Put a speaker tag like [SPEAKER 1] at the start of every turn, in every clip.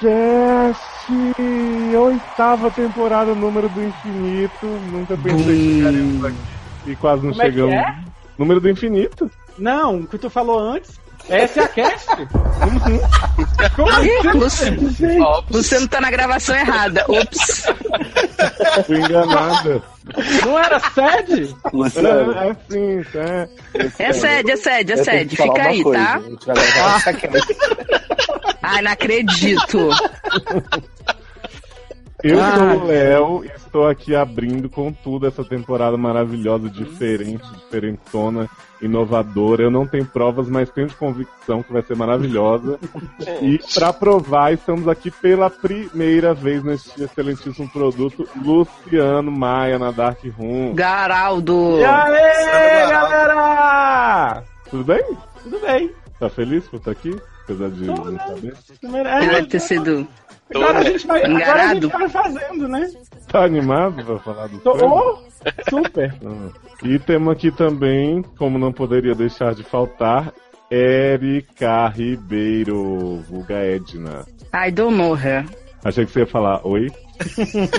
[SPEAKER 1] FACast, oitava temporada, número do infinito. Nunca pensei que chegaríamos aqui e quase não
[SPEAKER 2] Como é que
[SPEAKER 1] chegamos.
[SPEAKER 2] é?
[SPEAKER 1] Número do infinito?
[SPEAKER 2] Não, o que tu falou antes. Essa é a cast? Como
[SPEAKER 3] Você, você não tá na gravação errada. Ops.
[SPEAKER 1] Fui enganada.
[SPEAKER 2] Não era sede?
[SPEAKER 4] Luciano,
[SPEAKER 1] é, é sim, é.
[SPEAKER 3] É sede, é sede, é
[SPEAKER 4] eu tenho
[SPEAKER 3] sede.
[SPEAKER 4] que falar
[SPEAKER 3] Fica
[SPEAKER 4] uma
[SPEAKER 3] aí,
[SPEAKER 4] coisa.
[SPEAKER 3] tá?
[SPEAKER 4] A gente vai gravar essa cast.
[SPEAKER 3] Ai, não acredito.
[SPEAKER 1] Eu
[SPEAKER 2] Ah.
[SPEAKER 1] sou o Léo e estou aqui abrindo com tudo essa temporada maravilhosa, diferente, diferentona, inovadora. Eu não tenho provas, mas tenho de convicção que vai ser maravilhosa. e para provar, estamos aqui pela primeira vez neste excelentíssimo produto, Luciano Maia na Dark Room.
[SPEAKER 3] Garaldo.
[SPEAKER 2] E aí, galera?
[SPEAKER 1] Tudo bem?
[SPEAKER 2] Tudo bem.
[SPEAKER 1] Tá feliz por estar aqui? Apesar de não saber.
[SPEAKER 2] Primeiro-
[SPEAKER 3] Deve
[SPEAKER 2] é,
[SPEAKER 3] ter sido.
[SPEAKER 2] agora, a gente vai, agora a gente
[SPEAKER 3] Enganado.
[SPEAKER 2] vai fazendo, né?
[SPEAKER 1] Tá animado pra falar do
[SPEAKER 2] Tô,
[SPEAKER 1] filme?
[SPEAKER 2] oh, super.
[SPEAKER 1] Ah. E temos aqui também, como não poderia deixar de faltar, Erika Ribeiro, vulga Edna.
[SPEAKER 3] I don't know her.
[SPEAKER 1] Achei que você ia falar oi.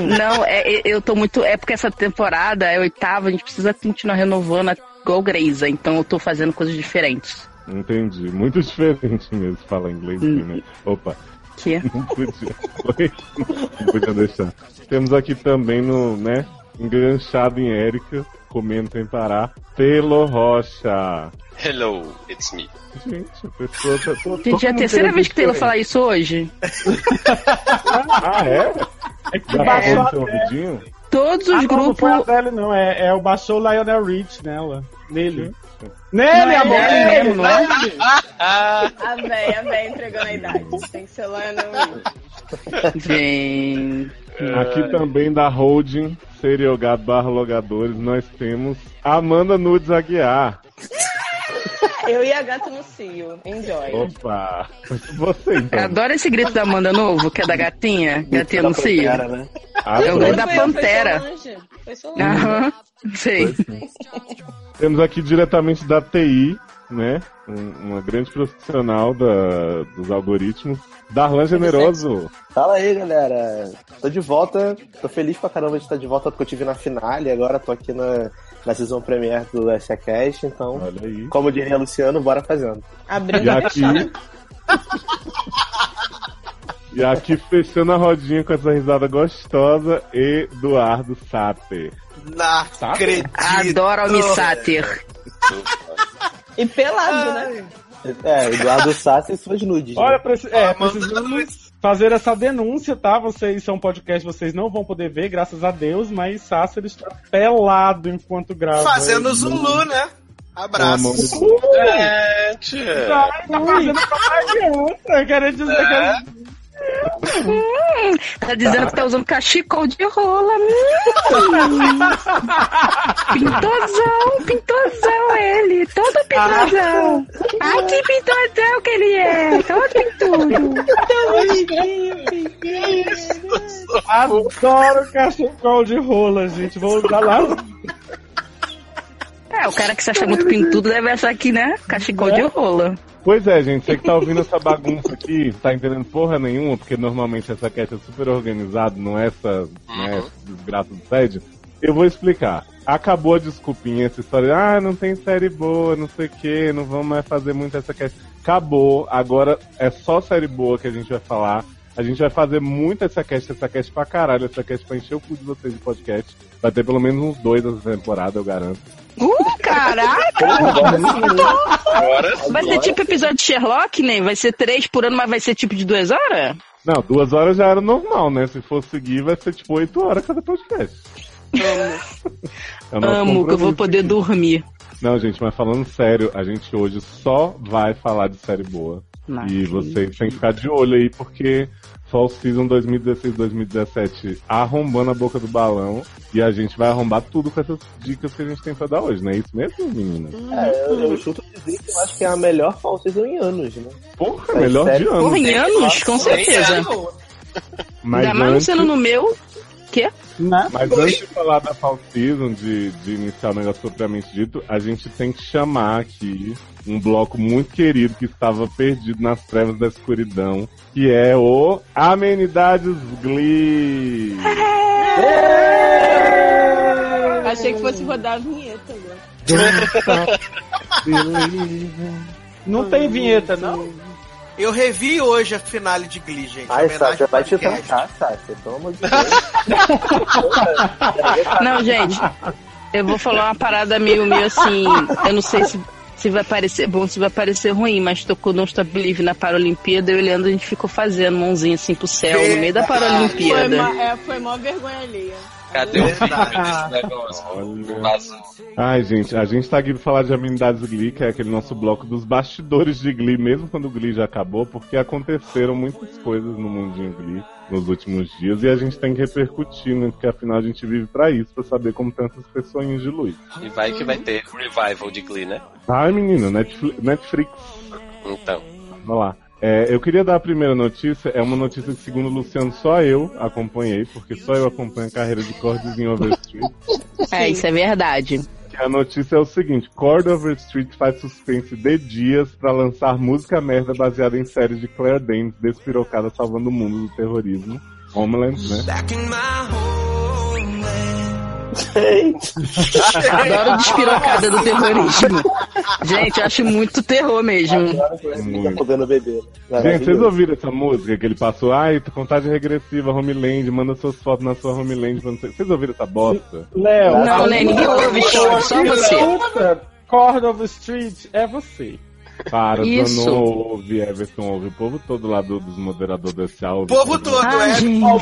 [SPEAKER 3] Não, é, é- eu tô muito. É porque essa temporada é oitava, a gente precisa continuar renovando igual Greisa. Então eu tô fazendo coisas diferentes.
[SPEAKER 1] Entendi. Muito diferente mesmo falar inglês, né? Opa,
[SPEAKER 3] Que? é-
[SPEAKER 1] não podia. Oi? Não podia deixar. Temos aqui também no, né? Enganchado em Erika, comendo sem parar. Telo Rocha.
[SPEAKER 5] Hello, it's me.
[SPEAKER 1] Gente, a pessoa tá. tô- todo
[SPEAKER 3] Gente, é a
[SPEAKER 1] mundo
[SPEAKER 3] terceira
[SPEAKER 1] querendo
[SPEAKER 3] vez que Taylor
[SPEAKER 1] diferente.
[SPEAKER 3] falar isso hoje.
[SPEAKER 1] Ah, é?
[SPEAKER 2] É que
[SPEAKER 1] Já passou
[SPEAKER 2] baixou a
[SPEAKER 1] no seu ouvidinho?
[SPEAKER 3] Todos
[SPEAKER 2] Ah, não,
[SPEAKER 3] os
[SPEAKER 2] Não
[SPEAKER 3] grupos.
[SPEAKER 2] foi a Adele, não. É, é o baixou o Lionel Rich nela. Nele.
[SPEAKER 3] Não
[SPEAKER 2] Nele,
[SPEAKER 3] é
[SPEAKER 2] amor!
[SPEAKER 3] ele
[SPEAKER 2] Nele,
[SPEAKER 3] mesmo, não é?
[SPEAKER 2] nele.
[SPEAKER 5] Ah,
[SPEAKER 6] A véia, a véia entregando a idade. Tem que ser Lionel Rich.
[SPEAKER 3] Gente.
[SPEAKER 1] Aqui também da holding Seriogado barra Logadores, nós temos Amanda Nudes Aguiar.
[SPEAKER 6] Eu e a gata no cio. Enjoy.
[SPEAKER 1] Opa! Você
[SPEAKER 3] Eu
[SPEAKER 1] então.
[SPEAKER 3] adoro esse grito da Amanda Novo, que é da gatinha. Gatinha no cio.
[SPEAKER 4] Cara, né?
[SPEAKER 3] Eu
[SPEAKER 1] Adoro.
[SPEAKER 3] gosto da
[SPEAKER 6] Foi eu,
[SPEAKER 3] Pantera.
[SPEAKER 6] Foi Solange. Foi Solange.
[SPEAKER 3] Aham. Sei.
[SPEAKER 1] Temos aqui diretamente da TI, né? Um- uma grande profissional da, dos algoritmos. Darlan Generoso.
[SPEAKER 4] Fala aí, galera. Tô de volta. Tô feliz pra caramba de estar de volta porque eu tive na finale. Agora tô aqui na, na season premiere do SA Cast. Então,
[SPEAKER 1] Olha aí.
[SPEAKER 4] como diria Luciano, bora fazendo.
[SPEAKER 6] Abrindo
[SPEAKER 1] E
[SPEAKER 6] a
[SPEAKER 1] aqui. E aqui fechando a rodinha com essa risada gostosa, Eduardo Sater.
[SPEAKER 7] Não acredito.
[SPEAKER 3] Adoro Almissáter.
[SPEAKER 6] E pelado, né?
[SPEAKER 4] É, Eduardo Sassi e suas nudes. né?
[SPEAKER 2] Olha, preci é,
[SPEAKER 7] Amanda
[SPEAKER 2] precisamos fazer essa denúncia, tá? Vocês são podcast, vocês não vão poder ver, graças a Deus, mas Sasser está pelado enquanto grava.
[SPEAKER 7] Fazendo
[SPEAKER 4] hum.
[SPEAKER 7] Zulu, né?
[SPEAKER 1] Pelo amor de
[SPEAKER 7] Abraço.
[SPEAKER 1] Deus.
[SPEAKER 5] gente.
[SPEAKER 2] Tá, tá fazendo propaganda, querendo dizer que
[SPEAKER 5] É.
[SPEAKER 2] ele-
[SPEAKER 3] Tá dizendo que tá usando cachecol de rola. Hum. Pintosão, pintosão ele. Todo pintosão. Ai, que pintosão que ele é. Todo pintudo.
[SPEAKER 2] Adoro cachecol de rola, gente. Vou usar lá.
[SPEAKER 3] É, o cara que se acha muito pintudo deve achar que, né? Cachecol de rola.
[SPEAKER 1] Pois é, gente, você que tá ouvindo essa bagunça aqui, tá entendendo porra nenhuma, porque normalmente essa cast é super organizada, não é essa né, desgraça do sede. Eu vou explicar. Acabou a desculpinha, essa história, ah, não tem série boa, não sei o que, não vamos mais fazer muito essa cast. Acabou, agora é só série boa que a gente vai falar. A gente vai fazer muito essa cast, essa cast pra caralho, essa cast pra encher o cu de vocês de podcast. Vai ter pelo menos uns dois essa temporada, eu garanto.
[SPEAKER 3] Uh, caraca!
[SPEAKER 4] né?
[SPEAKER 5] Agora
[SPEAKER 3] Vai ser tipo episódio de Sherlock, nem? Vai ser três por ano, mas vai ser tipo de duas horas?
[SPEAKER 1] Não, duas horas já era normal, né? Se for seguir, vai ser tipo oito horas cada podcast. É o nosso
[SPEAKER 3] Amo, que eu vou
[SPEAKER 1] compromisso.
[SPEAKER 3] poder dormir.
[SPEAKER 1] Não, gente, mas falando sério, a gente hoje só vai falar de série boa.
[SPEAKER 3] Não
[SPEAKER 1] e vocês têm que ficar de olho aí, porque Fall Season 2016-2017 arrombando a boca do balão. E a gente vai arrombar tudo com essas dicas que a gente tem pra dar hoje, não é isso mesmo, meninas?
[SPEAKER 4] É, eu, eu chuto dizer que eu acho que é a melhor fall season em anos, né?
[SPEAKER 1] Porra,
[SPEAKER 4] É
[SPEAKER 1] melhor
[SPEAKER 4] sério?
[SPEAKER 1] de ano.
[SPEAKER 3] Porra, em anos, com certeza.
[SPEAKER 1] Mas
[SPEAKER 3] Ainda mais não
[SPEAKER 1] antes,
[SPEAKER 3] sendo no meu. Quê?
[SPEAKER 2] Né?
[SPEAKER 1] Mas antes de falar da Fall Season, de, de iniciar o negócio propriamente dito, a gente tem que chamar aqui um bloco muito querido que estava perdido nas trevas da escuridão, que é o Amenidades Glee.
[SPEAKER 6] Achei que fosse rodar a vinheta agora.
[SPEAKER 2] Não tem vinheta, não?
[SPEAKER 7] Eu revi hoje a finale de Glee, gente.
[SPEAKER 4] Ai,
[SPEAKER 7] Homenagem
[SPEAKER 4] Sácia,
[SPEAKER 7] ao
[SPEAKER 4] vai te
[SPEAKER 7] podcast.
[SPEAKER 4] trancar, Sácia. Pelo amor de Deus.
[SPEAKER 3] Não, gente, eu vou falar uma parada meio, meio assim. Eu não sei se, se vai parecer bom, se vai parecer ruim, mas tocou no Stop Believe na Paralimpíada. Eu e o Leandro, a gente ficou fazendo mãozinha assim pro céu no meio da
[SPEAKER 6] Foi
[SPEAKER 3] Paralimpíada.
[SPEAKER 6] mó, é, foi mó vergonha alheia.
[SPEAKER 5] Cadê o né? vídeo
[SPEAKER 7] Verdade.
[SPEAKER 5] desse negócio?
[SPEAKER 1] Olha.
[SPEAKER 5] Vazou.
[SPEAKER 1] Ai, gente, a gente tá aqui pra falar de Amenidades Glee, que é aquele nosso bloco dos bastidores de Glee, mesmo quando o Glee já acabou, porque aconteceram muitas coisas no mundinho Glee nos últimos dias e a gente tem que repercutir, né? Porque afinal a gente vive pra isso, pra saber como estão essas pessoinhas de luz.
[SPEAKER 3] é-
[SPEAKER 5] E vai que vai ter revival de Glee, né?
[SPEAKER 1] Ai, menina, Netflix, Netflix
[SPEAKER 5] Então.
[SPEAKER 1] Vamos lá. É, eu queria dar a primeira notícia, é uma notícia que, segundo o Luciano, só eu acompanhei, porque só eu acompanho a carreira de Cordes em Overstreet.
[SPEAKER 3] É, isso é verdade.
[SPEAKER 1] Que a notícia é o seguinte: Cord Overstreet faz suspense de dias pra lançar música merda baseada em série de Claire Danes, despirocada salvando o mundo do terrorismo. Homeland, né?
[SPEAKER 7] Back in my homeland.
[SPEAKER 3] Adoro despirocada do terrorismo. Gente, eu acho muito terror mesmo.
[SPEAKER 4] Agora que você fica tá podendo beber.
[SPEAKER 1] Gente, vocês ouviram essa música que ele passou? Ai, contagem regressiva, Homeland, manda suas fotos na sua Homeland. pra não sei- Vocês ouviram essa bosta?
[SPEAKER 2] Léo.
[SPEAKER 3] Não, né? Ninguém ouve, só só você.
[SPEAKER 2] Puta, Cord of the Street é você.
[SPEAKER 1] Para,
[SPEAKER 3] Isso.
[SPEAKER 1] Zanon ouve, Everton ouve, o povo todo lá do, dos moderadores desse
[SPEAKER 7] O
[SPEAKER 1] áudio.
[SPEAKER 7] povo todo,
[SPEAKER 3] Ai,
[SPEAKER 7] é.
[SPEAKER 2] Ó,
[SPEAKER 3] gente.
[SPEAKER 2] O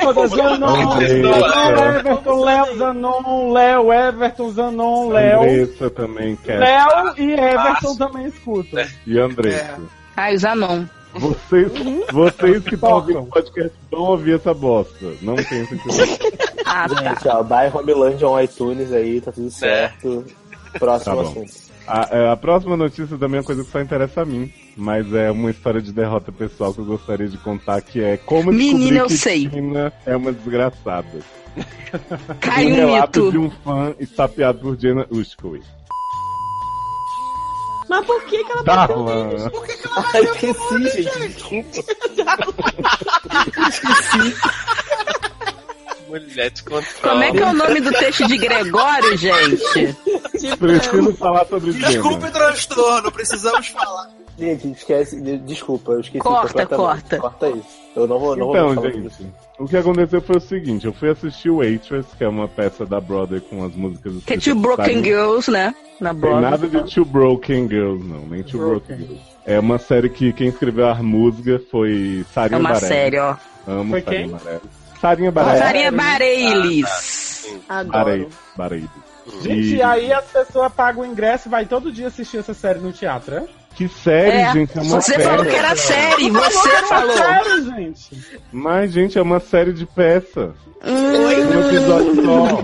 [SPEAKER 2] povo todo Zanon,
[SPEAKER 1] Andressa.
[SPEAKER 2] Léo, Everton, Léo, Zanon, Léo, Everton, Zanon, Léo.
[SPEAKER 1] Andressa também quer.
[SPEAKER 2] Léo e Everton também escutam.
[SPEAKER 3] Né?
[SPEAKER 1] E
[SPEAKER 7] É.
[SPEAKER 1] Andressa.
[SPEAKER 3] Ai, os anon.
[SPEAKER 1] Vocês,
[SPEAKER 3] Uhum.
[SPEAKER 1] vocês que estão ouvindo o podcast vão ouvir essa bosta. Não tipo pensem que eu-
[SPEAKER 3] Ah, tá.
[SPEAKER 4] Gente, ó, dá Homeland on iTunes aí, tá
[SPEAKER 7] É.
[SPEAKER 4] tudo certo. Próximo
[SPEAKER 1] Tá bom.
[SPEAKER 4] assunto.
[SPEAKER 1] a, é, a próxima notícia também é uma coisa que só interessa a mim. Mas é uma história de derrota pessoal que eu gostaria de contar, que é como
[SPEAKER 3] Menina,
[SPEAKER 1] descobrir
[SPEAKER 3] eu
[SPEAKER 1] que
[SPEAKER 3] sei.
[SPEAKER 1] Tina é uma desgraçada.
[SPEAKER 3] Cai
[SPEAKER 1] um
[SPEAKER 3] um
[SPEAKER 1] relato de
[SPEAKER 3] mito.
[SPEAKER 1] um fã estapeado por Jenna Ushkowitz.
[SPEAKER 6] Mas por que, que ela
[SPEAKER 1] Tá,
[SPEAKER 6] bateu
[SPEAKER 1] mano.
[SPEAKER 6] neles?
[SPEAKER 4] Ai, esqueci, gente. Desculpa.
[SPEAKER 5] Mulher de controle.
[SPEAKER 3] Como é que é o nome do texto de Gregório, gente?
[SPEAKER 1] Preciso falar sobre
[SPEAKER 7] Desculpe
[SPEAKER 1] Jenna.
[SPEAKER 7] o transtorno, precisamos falar.
[SPEAKER 4] Gente, esquece. de- Desculpa, eu esqueci.
[SPEAKER 3] Corta,
[SPEAKER 4] completamente.
[SPEAKER 3] corta.
[SPEAKER 4] Corta isso. Eu não vou, não vou mais
[SPEAKER 1] Então,
[SPEAKER 4] falar
[SPEAKER 1] gente,
[SPEAKER 4] disso.
[SPEAKER 1] o que aconteceu foi o seguinte: eu fui assistir Waitress, que é uma peça da Broadway com as músicas
[SPEAKER 3] Que é
[SPEAKER 1] escritas
[SPEAKER 3] Two
[SPEAKER 1] por
[SPEAKER 3] Broken
[SPEAKER 1] Simon
[SPEAKER 3] Girls, né? Na
[SPEAKER 1] Tem
[SPEAKER 3] bola.
[SPEAKER 1] nada de Two Broken Girls, não. Nem Two Broken, Girls. É uma série que quem escreveu a música foi
[SPEAKER 3] É
[SPEAKER 1] Sarinha
[SPEAKER 3] uma
[SPEAKER 1] Barelli.
[SPEAKER 3] série, ó.
[SPEAKER 1] Amo
[SPEAKER 2] Foi
[SPEAKER 1] Sarinha
[SPEAKER 2] quem?
[SPEAKER 1] Barelli. Sarinha Barelli.
[SPEAKER 2] É.
[SPEAKER 3] Sarinha Bareilles.
[SPEAKER 6] Adoro.
[SPEAKER 1] Barelli. Barelli.
[SPEAKER 2] Gente,
[SPEAKER 1] E-
[SPEAKER 2] e aí as pessoas pagam o ingresso e vai todo dia assistir essa série no teatro, é?
[SPEAKER 1] Que série, gente, é uma
[SPEAKER 3] Você
[SPEAKER 1] série.
[SPEAKER 3] falou que era série, você falou.
[SPEAKER 2] Sério, gente.
[SPEAKER 1] Mas, gente, é uma série de peça.
[SPEAKER 3] Hum,
[SPEAKER 1] Um episódio só.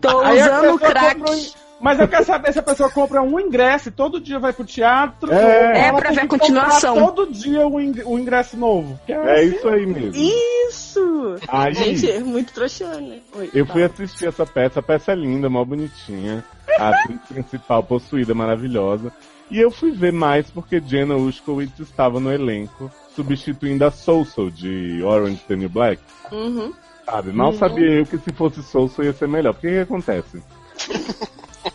[SPEAKER 3] tô
[SPEAKER 2] Aí a
[SPEAKER 3] usando
[SPEAKER 2] pessoa
[SPEAKER 3] é crack.
[SPEAKER 2] compra um- Mas eu quero saber se a pessoa compra um ingresso e todo dia vai pro teatro.
[SPEAKER 1] É.
[SPEAKER 2] ou
[SPEAKER 1] É
[SPEAKER 2] ela
[SPEAKER 3] pra
[SPEAKER 2] tem
[SPEAKER 3] ver
[SPEAKER 2] que
[SPEAKER 3] a continuação.
[SPEAKER 2] comprar Todo dia o ing- o ingresso novo. Que
[SPEAKER 1] É isso aí mesmo.
[SPEAKER 6] Isso!
[SPEAKER 1] Aí,
[SPEAKER 6] Gente, é muito trouxana. Oi,
[SPEAKER 1] Eu
[SPEAKER 6] tá.
[SPEAKER 1] fui assistir essa peça, a peça é linda, mó bonitinha. A atriz principal possuída, maravilhosa. E eu fui ver mais porque Jenna Ushkowitz estava no elenco, substituindo a Soulsoul de Orange is the New Black.
[SPEAKER 6] Uhum.
[SPEAKER 1] Sabe? Mal sabia eu que se fosse Soulsoul ia ser melhor. Porque o que acontece?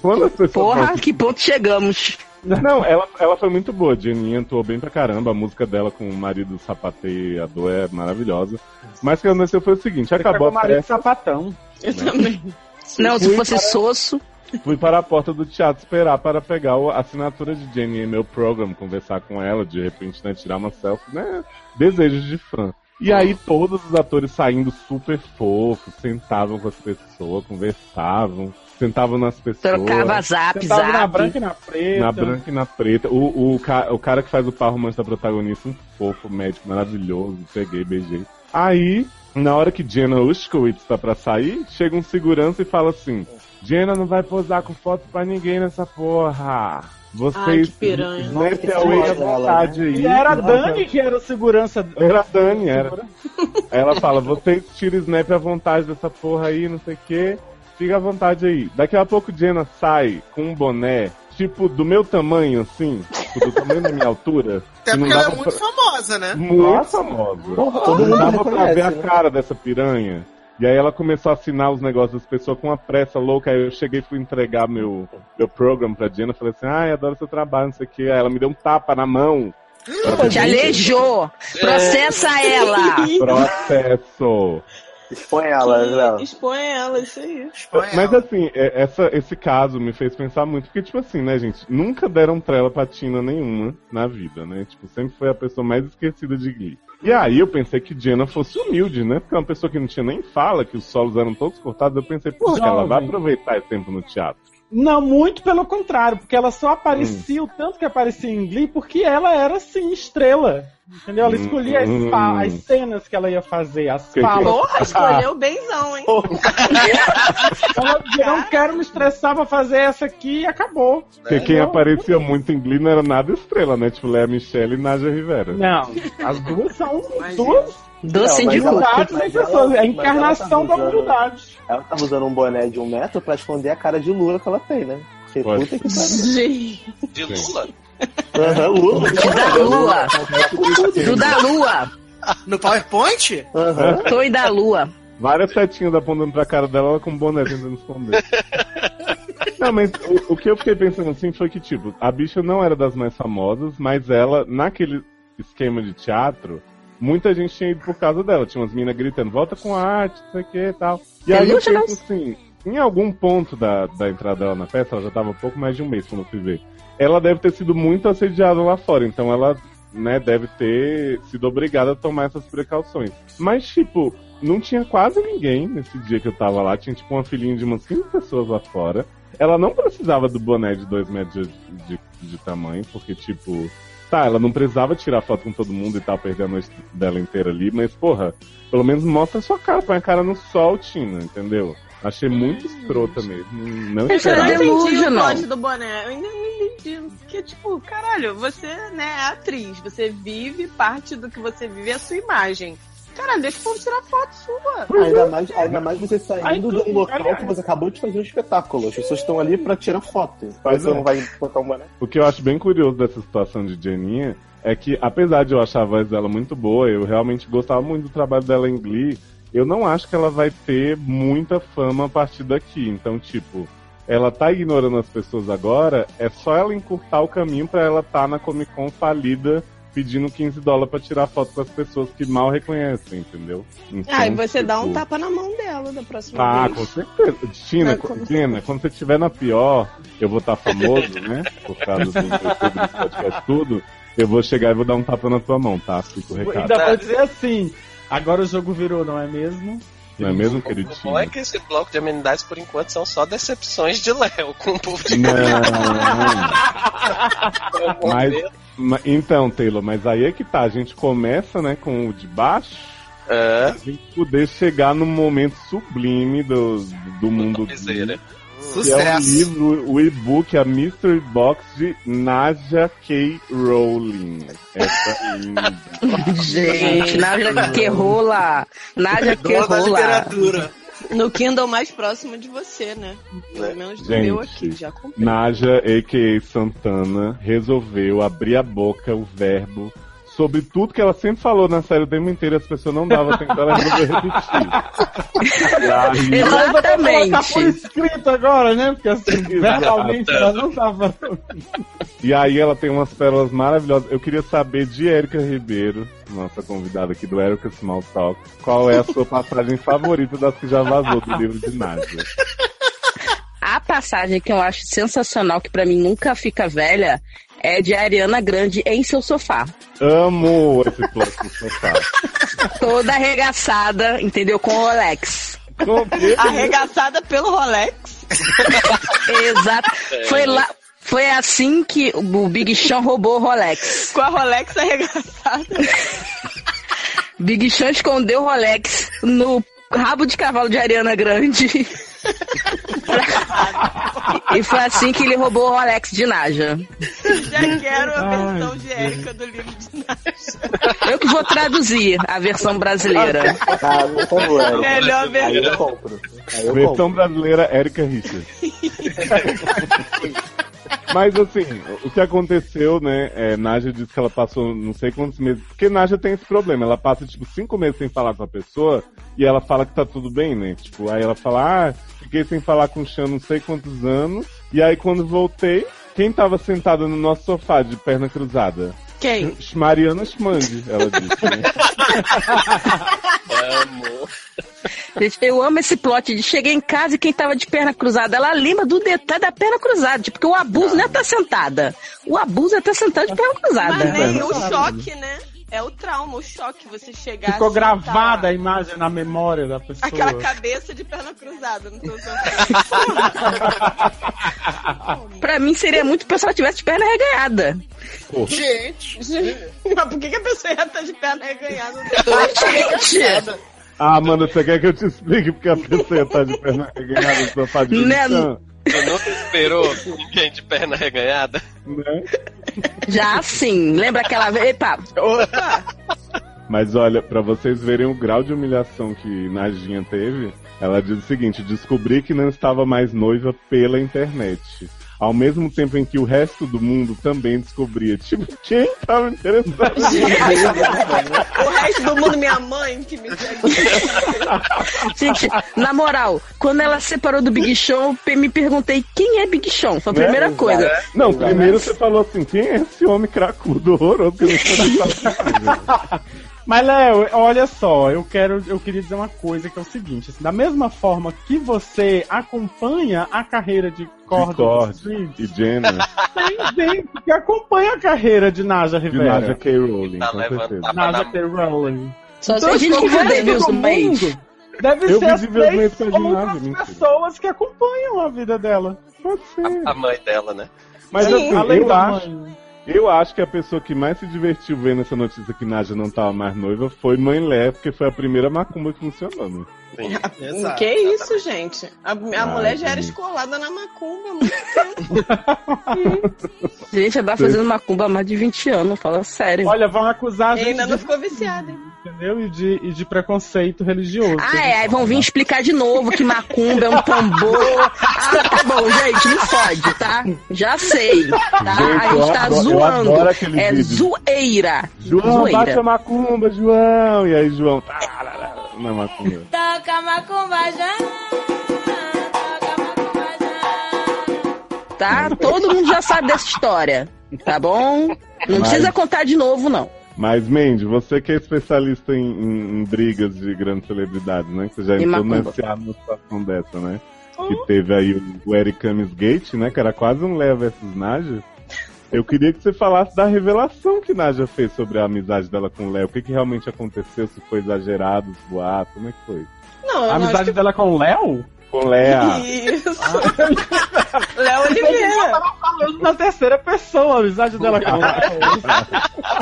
[SPEAKER 1] Quando as pessoas.
[SPEAKER 3] Porra,
[SPEAKER 1] vão-
[SPEAKER 3] que ponto chegamos?
[SPEAKER 1] Não, ela, ela foi muito boa. Jeninha atuou bem pra caramba. A música dela com o marido sapateador é maravilhosa. Mas o que aconteceu foi o seguinte: acabou
[SPEAKER 2] Acabou
[SPEAKER 1] a
[SPEAKER 2] marido
[SPEAKER 1] peça.
[SPEAKER 2] sapatão.
[SPEAKER 6] Eu também.
[SPEAKER 3] Não, se fosse soço.
[SPEAKER 1] Fui para a porta do teatro esperar para pegar o- a assinatura de Jenny e meu program, conversar com ela, de repente, né, tirar uma selfie, né? Desejos de fã. E aí todos os atores saindo super fofos, sentavam com as pessoas, conversavam, sentavam nas pessoas.
[SPEAKER 3] Trocava zap,
[SPEAKER 2] Você tava na branca
[SPEAKER 3] zap.
[SPEAKER 2] e na preta.
[SPEAKER 1] Na branca e na preta. O, o, ca- o cara que faz o par romance da protagonista, um fofo, médico maravilhoso. Peguei, beijei. Aí, na hora que Jenna Ushkowitz tá pra sair, chega um segurança e fala assim: Jenna não vai posar com foto pra ninguém nessa porra. Vocês.
[SPEAKER 8] que piranha. né?
[SPEAKER 1] Nesse away à vontade aí.
[SPEAKER 2] E era a Dani que era o segurança.
[SPEAKER 1] Era a Dani, era. Ela fala, vocês tiram snap à vontade dessa porra aí, não sei o quê. Fica à vontade aí. Daqui a pouco Jenna sai com um boné, tipo, do meu tamanho, assim. tipo, do tamanho da minha altura.
[SPEAKER 7] Até
[SPEAKER 1] que não
[SPEAKER 7] porque ela é
[SPEAKER 1] dava
[SPEAKER 7] muito famosa, né?
[SPEAKER 1] pra... muito famosa.
[SPEAKER 4] Todo
[SPEAKER 1] Não
[SPEAKER 4] mundo
[SPEAKER 1] dava pra ver
[SPEAKER 4] reconhece,
[SPEAKER 1] a
[SPEAKER 4] né?
[SPEAKER 1] cara dessa piranha. E aí ela começou a assinar os negócios das pessoas com uma pressa louca. Aí eu cheguei e fui entregar meu, meu program pra Jenna. Falei assim, ai, adoro seu trabalho, não sei o quê. Aí ela me deu um tapa na mão.
[SPEAKER 3] Te aleijou!
[SPEAKER 2] É.
[SPEAKER 3] Processa ela!
[SPEAKER 1] Processo.
[SPEAKER 4] Expõe ela, Léo.
[SPEAKER 8] Expõe ela, isso aí.
[SPEAKER 1] Mas assim, é- essa, esse caso me fez pensar muito, porque, tipo assim, né, gente, nunca deram trela pra Tina nenhuma na vida, né? Tipo, sempre foi a pessoa mais esquecida de Glee. E aí eu pensei que Jenna fosse humilde, né? Porque é uma pessoa que não tinha nem fala, que os solos eram todos cortados, eu pensei, pô, ela vai
[SPEAKER 2] Jovem.
[SPEAKER 1] aproveitar esse tempo no teatro.
[SPEAKER 2] Não, muito pelo contrário, porque ela só aparecia o tanto que aparecia em Glee porque ela era, assim, estrela. Entendeu? Ela
[SPEAKER 1] Hum,
[SPEAKER 2] escolhia as,
[SPEAKER 1] hum.
[SPEAKER 2] fa- as cenas que ela ia fazer, as
[SPEAKER 1] Que-
[SPEAKER 8] é?
[SPEAKER 2] falas.
[SPEAKER 6] Porra, escolheu benzão, hein?
[SPEAKER 2] Ela dizia, não quero me estressar pra fazer essa aqui e acabou.
[SPEAKER 1] Porque quem
[SPEAKER 2] Não,
[SPEAKER 1] aparecia muito em Glee não era nada estrela, né? Tipo, Léa Michelle e Nádia Rivera.
[SPEAKER 2] Não, as duas são
[SPEAKER 7] Mas-
[SPEAKER 2] duas
[SPEAKER 3] Doce
[SPEAKER 4] Não,
[SPEAKER 3] de
[SPEAKER 4] mas ela-
[SPEAKER 3] cu.
[SPEAKER 2] humildades em
[SPEAKER 4] mas ela-
[SPEAKER 2] pessoas. É a
[SPEAKER 4] mas
[SPEAKER 2] encarnação
[SPEAKER 4] ela tá
[SPEAKER 2] da humildade.
[SPEAKER 4] Ela tava usando um boné de um metro pra esconder a cara de Lula que ela tem, né? Porque
[SPEAKER 1] Pode
[SPEAKER 4] puta que
[SPEAKER 8] Gente.
[SPEAKER 5] De Lula?
[SPEAKER 4] pariu. Aham, Lula.
[SPEAKER 3] Da lua! Do da lua!
[SPEAKER 7] No PowerPoint?
[SPEAKER 4] Aham.
[SPEAKER 3] Tô e da lua.
[SPEAKER 1] Várias setinhas apontando pra cara dela, ela com um boné tentando esconder. Não, mas o, o que eu fiquei pensando assim foi que, tipo, a bicha não era das mais famosas, mas ela, naquele esquema de teatro, muita gente tinha ido por causa dela. Tinha umas meninas gritando, volta com a arte, não sei o que e tal. E aí eu
[SPEAKER 3] Delusionals.
[SPEAKER 1] penso assim, em algum ponto da, da entrada dela na peça, ela já tava pouco mais de um mês quando eu fui ver. Ela deve ter sido muito assediada lá fora, então ela, né, deve ter sido obrigada a tomar essas precauções. Mas, tipo, não tinha quase ninguém nesse dia que eu tava lá. Tinha, tipo, uma filhinha de umas 15 pessoas lá fora. Ela não precisava do boné de 2 metros de, de, de tamanho, porque, tipo... Tá, ela não precisava tirar foto com todo mundo e tal, perder a noite dela inteira ali. Mas, porra, pelo menos mostra a sua cara. Põe a cara no sol, Tina, entendeu? Achei muito escrota mesmo. Não
[SPEAKER 3] Mas
[SPEAKER 8] Eu
[SPEAKER 3] Era
[SPEAKER 8] não
[SPEAKER 1] esperava.
[SPEAKER 3] ela-
[SPEAKER 8] entendi o
[SPEAKER 3] delusional.
[SPEAKER 8] plot do boné. Eu ainda não entendi. Porque, tipo, caralho, você né, é atriz. Você vive, parte do que você vive é a sua imagem. Caralho, deixa o povo tirar foto sua.
[SPEAKER 4] Ainda mais, ainda mais você saindo
[SPEAKER 2] Ai,
[SPEAKER 4] de um local
[SPEAKER 2] aliás.
[SPEAKER 4] que você acabou de fazer um espetáculo. As pessoas estão ali pra tirar foto. Então
[SPEAKER 1] Pois
[SPEAKER 4] você
[SPEAKER 1] é.
[SPEAKER 4] não vai botar um boné.
[SPEAKER 1] O que eu acho bem curioso dessa situação de Janinha é que, apesar de eu achar a voz dela muito boa, eu realmente gostava muito do trabalho dela em Glee, eu não acho que ela vai ter muita fama a partir daqui. Então, tipo, ela tá ignorando as pessoas agora, é só ela encurtar o caminho pra ela tá na Comic Con falida pedindo 15 dólares pra tirar foto com as pessoas que mal reconhecem, entendeu? Então,
[SPEAKER 6] Ah, e você dá um
[SPEAKER 1] tipo,
[SPEAKER 6] tapa na mão dela da próxima
[SPEAKER 1] ah, com
[SPEAKER 6] vez.
[SPEAKER 1] certeza. Tina,
[SPEAKER 6] Não, com
[SPEAKER 1] Tina, quando você estiver na pior, eu vou estar famoso, né? Por causa do YouTube, do podcast, tudo. Eu vou chegar e vou dar um tapa na tua mão, tá? Fica o recado.
[SPEAKER 2] Ainda vai dizer assim. Agora o jogo virou, não é mesmo?
[SPEAKER 1] Não é mesmo,
[SPEAKER 5] O
[SPEAKER 1] queridinho?
[SPEAKER 5] bom é que esse bloco de amenidades, por enquanto, são só decepções de Léo com o povo de
[SPEAKER 1] Não.
[SPEAKER 5] Léo.
[SPEAKER 1] mas, ma- então, Taylor, mas aí é que tá. A gente começa, né, com o de baixo.
[SPEAKER 5] Ah,
[SPEAKER 1] A gente poder chegar no momento sublime do, do mundo.
[SPEAKER 5] topzera.
[SPEAKER 1] Que é o
[SPEAKER 7] Sucesso.
[SPEAKER 1] livro, o e-book, a Mystery Box de Naja K. Rowling. Essa linda.
[SPEAKER 3] Gente, Nádia que rola! Nádia que
[SPEAKER 7] Dona da
[SPEAKER 3] rola!
[SPEAKER 7] literatura.
[SPEAKER 6] No Kindle mais próximo de você, né? Pelo
[SPEAKER 2] É,
[SPEAKER 6] menos do
[SPEAKER 1] Gente.
[SPEAKER 6] meu aqui, já comprei.
[SPEAKER 1] Naja, a.k.a. Santana, resolveu abrir a boca, o verbo, sobre tudo que ela sempre falou na série o tempo inteiro, as pessoas não davam tempo, ela resolveu repetir. E aí,
[SPEAKER 2] Tá por
[SPEAKER 3] Exatamente!
[SPEAKER 2] escrito agora, né? Porque assim, verbalmente ela não tava.
[SPEAKER 1] e aí ela tem umas pérolas maravilhosas. Eu queria saber de Érica Ribeiro, nossa convidada aqui do Érica Small Talk, qual é a sua passagem favorita das que já vazou do livro de Naja.
[SPEAKER 3] A passagem que eu acho sensacional, que pra mim nunca fica velha, é de Ariana Grande em seu sofá.
[SPEAKER 1] Amo esse plot do sofá.
[SPEAKER 3] Toda arregaçada, entendeu? Com o Alex.
[SPEAKER 1] Com que-
[SPEAKER 6] Arregaçada pelo Rolex.
[SPEAKER 3] Exato. Foi lá. Foi assim que o Big Sean roubou o Rolex.
[SPEAKER 6] Com a Rolex arregaçada.
[SPEAKER 3] Big Sean escondeu o Rolex no rabo de cavalo de Ariana Grande. Pra- E foi assim que ele roubou o Alex de Naja.
[SPEAKER 8] Já quero a
[SPEAKER 2] Ai,
[SPEAKER 8] versão de
[SPEAKER 2] gente.
[SPEAKER 8] Érica do livro de Nath.
[SPEAKER 3] Eu que vou traduzir a versão brasileira.
[SPEAKER 4] Ah, por favor, Eric.
[SPEAKER 8] Melhor
[SPEAKER 4] Aí
[SPEAKER 8] versão.
[SPEAKER 4] eu compro. Aí eu
[SPEAKER 1] Versão
[SPEAKER 4] compro.
[SPEAKER 1] brasileira Erika Richards. Mas assim, o que aconteceu, né? É, Naja disse que ela passou não sei quantos meses. Porque Naja tem esse problema. Ela passa, tipo, cinco meses sem falar com a pessoa e ela fala que tá tudo bem, né? Tipo, aí ela fala, ah, fiquei sem falar com o Chan não sei quantos anos. E aí quando voltei, quem tava sentada no nosso sofá de perna cruzada?
[SPEAKER 8] Quem?
[SPEAKER 1] Mariana Schmand, ela disse, né?
[SPEAKER 5] Amor.
[SPEAKER 3] Gente, eu amo esse plot de cheguei em casa e quem tava de perna cruzada. Ela lembra do detalhe da perna cruzada. Tipo, porque o abuso não é estar sentada. O abuso é estar sentada de perna cruzada.
[SPEAKER 2] Tá
[SPEAKER 8] Mas nem
[SPEAKER 1] Não,
[SPEAKER 8] o
[SPEAKER 1] não.
[SPEAKER 8] choque, né? É o trauma, o choque, você chegar... assim tá
[SPEAKER 2] Ficou
[SPEAKER 8] sentar.
[SPEAKER 2] gravada a imagem na memória da pessoa.
[SPEAKER 8] Aquela cabeça de perna cruzada, não tô usando.
[SPEAKER 3] Pra mim seria muito pior se ela tivesse de perna reganhada.
[SPEAKER 7] Gente,
[SPEAKER 8] Mas por que, que a pessoa ia estar de perna reganhada?
[SPEAKER 3] Gente,
[SPEAKER 1] Ah, Amanda, você quer que eu te explique porque a pessoa tá de perna reganhada no sofá de
[SPEAKER 3] Né?
[SPEAKER 1] Chan,
[SPEAKER 5] Tu nunca esperou ninguém de perna reganhada?
[SPEAKER 1] né?
[SPEAKER 3] já sim. Lembra aquela vez? Epa,
[SPEAKER 1] Mas olha, pra vocês verem o grau de humilhação que Nadinha teve, ela diz o seguinte: descobri que não estava mais noiva pela internet. Ao mesmo tempo em que o resto do mundo também descobria. Tipo, quem tava interessado?
[SPEAKER 8] O resto do mundo, minha mãe, que me
[SPEAKER 3] gente, na moral, quando ela separou do Big Show, eu pe- me perguntei quem é Big Show. Foi a primeira
[SPEAKER 4] Né?
[SPEAKER 3] coisa.
[SPEAKER 1] Não, primeiro você falou assim: quem é esse homem cracudo horroroso que eu não sei
[SPEAKER 2] Mas, Léo, olha só, eu quero, eu queria dizer uma coisa que é o seguinte: assim, da mesma forma que você acompanha a carreira de Corda
[SPEAKER 1] Corda.
[SPEAKER 2] Street,
[SPEAKER 1] E Jenna,
[SPEAKER 2] tem gente que acompanha a carreira de Naja
[SPEAKER 1] de
[SPEAKER 2] Rivera.
[SPEAKER 1] Naja K. Rowling,
[SPEAKER 5] Tá
[SPEAKER 1] com
[SPEAKER 5] levantado.
[SPEAKER 1] certeza.
[SPEAKER 2] Naja K. Rowling.
[SPEAKER 3] Só
[SPEAKER 2] Então,
[SPEAKER 3] sei gente que
[SPEAKER 2] tipo, o resto
[SPEAKER 3] viu os
[SPEAKER 2] do
[SPEAKER 3] meios.
[SPEAKER 2] mundo Deve
[SPEAKER 1] Eu
[SPEAKER 2] ser as
[SPEAKER 1] visivelmente
[SPEAKER 2] três
[SPEAKER 1] imaginava,
[SPEAKER 2] outras
[SPEAKER 1] mentira.
[SPEAKER 2] pessoas que acompanham a vida dela. Pode ser.
[SPEAKER 5] A mãe dela, né?
[SPEAKER 1] Mas
[SPEAKER 2] Sim.
[SPEAKER 1] assim,
[SPEAKER 2] Além
[SPEAKER 1] eu
[SPEAKER 2] da
[SPEAKER 1] acho,
[SPEAKER 2] mãe.
[SPEAKER 1] eu acho que a pessoa que mais se divertiu vendo essa notícia que Naja não tava mais noiva foi Mãe Lé, porque foi a primeira macumba que funcionou, né?
[SPEAKER 5] Sim.
[SPEAKER 7] exato.
[SPEAKER 8] Que isso, gente? A, a
[SPEAKER 1] Ai,
[SPEAKER 8] mulher já era
[SPEAKER 1] gente.
[SPEAKER 8] escolada na macumba, muito tempo.
[SPEAKER 3] Gente, ela tá fazendo macumba há mais de 20 anos, fala sério.
[SPEAKER 2] Olha, vão acusar a
[SPEAKER 8] E
[SPEAKER 2] gente
[SPEAKER 8] ainda não
[SPEAKER 2] de,
[SPEAKER 8] ficou viciada, hein?
[SPEAKER 2] entendeu? E, de, e de preconceito religioso.
[SPEAKER 3] Ah, é, aí vão vir explicar de novo que macumba é um tambor. Ah, tá bom, gente, não fode, tá? Já sei, tá? a
[SPEAKER 1] eu
[SPEAKER 3] gente tá
[SPEAKER 1] adoro- eu
[SPEAKER 3] zoando.
[SPEAKER 1] adoro aquele
[SPEAKER 3] É
[SPEAKER 1] vídeo.
[SPEAKER 3] zoeira.
[SPEAKER 1] João,
[SPEAKER 3] zoeira.
[SPEAKER 1] bate a macumba, João! E aí, João, tá, tararara, na macumba.
[SPEAKER 9] Toca macumba já. Toca macumba já.
[SPEAKER 3] Tá? Todo mundo já sabe dessa história, tá bom?
[SPEAKER 1] Mas-
[SPEAKER 3] Não precisa contar de novo, não.
[SPEAKER 1] Mas, Mandy, você que é especialista em, em- em brigas de grandes celebridades, né? Que Você já
[SPEAKER 3] E
[SPEAKER 1] entrou
[SPEAKER 3] macumba.
[SPEAKER 1] nessa situação dessa, né? Que teve aí o, o Eric Camis Gate, né? Que era quase um Leia versus Naja. Eu queria que você falasse da revelação que Naja fez sobre a amizade dela com o Léo. O que, que realmente aconteceu? Se foi exagerado, os boatos, como é que foi?
[SPEAKER 8] Não, eu
[SPEAKER 2] A amizade dela com o Léo?
[SPEAKER 1] Com
[SPEAKER 8] não
[SPEAKER 1] Léa!
[SPEAKER 8] acho que... Isso. Léo Oliveira.
[SPEAKER 2] Falando na terceira pessoa, a amizade dela com o Léo.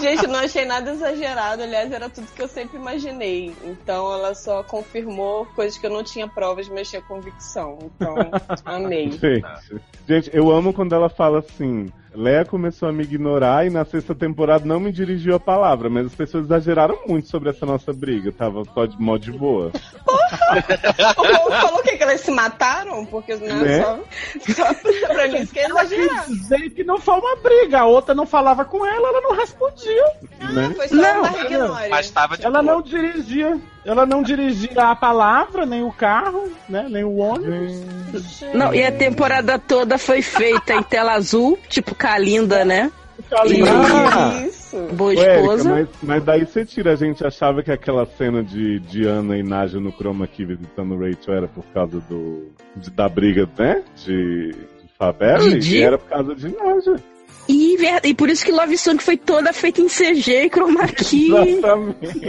[SPEAKER 8] Gente, não achei nada exagerado. Aliás, era tudo que eu sempre imaginei. Então, ela só confirmou coisas que eu não tinha provas, mas tinha convicção. Então, amei.
[SPEAKER 1] Gente, gente, eu amo quando ela fala assim. Léa começou a me ignorar e na sexta temporada não me dirigiu a palavra, mas as pessoas exageraram muito sobre essa nossa briga. Tava só de mó de boa.
[SPEAKER 8] O povo falou que, que elas se mataram, porque não
[SPEAKER 1] Né?
[SPEAKER 8] é só, só pra- pra mim isso que é
[SPEAKER 2] Ela quis
[SPEAKER 8] exagerado.
[SPEAKER 2] dizer que não foi uma briga, a outra não falava com ela, ela não respondia.
[SPEAKER 1] né?
[SPEAKER 8] Ah, Foi só
[SPEAKER 2] Não,
[SPEAKER 8] uma
[SPEAKER 2] não.
[SPEAKER 8] ignória.
[SPEAKER 5] Mas tava de
[SPEAKER 2] Ela
[SPEAKER 5] boa.
[SPEAKER 2] não dirigia. Ela não dirigia a palavra, nem o carro, né? Nem o ônibus.
[SPEAKER 3] Não, e a temporada toda foi feita em tela azul, tipo Calinda, né?
[SPEAKER 1] Ah!
[SPEAKER 8] Isso.
[SPEAKER 3] Boa
[SPEAKER 1] Ô, Érica,
[SPEAKER 3] esposa.
[SPEAKER 1] mas, mas daí você tira, a gente achava que aquela cena de Diana e Naja no chroma aqui visitando o Rachel era por causa do de- da briga, né? De, de Fabelli,
[SPEAKER 3] Didi?
[SPEAKER 1] e era por causa de Naja.
[SPEAKER 3] E, ver- e por isso que Love Song foi toda feita em CG e chroma key.
[SPEAKER 1] um Exatamente.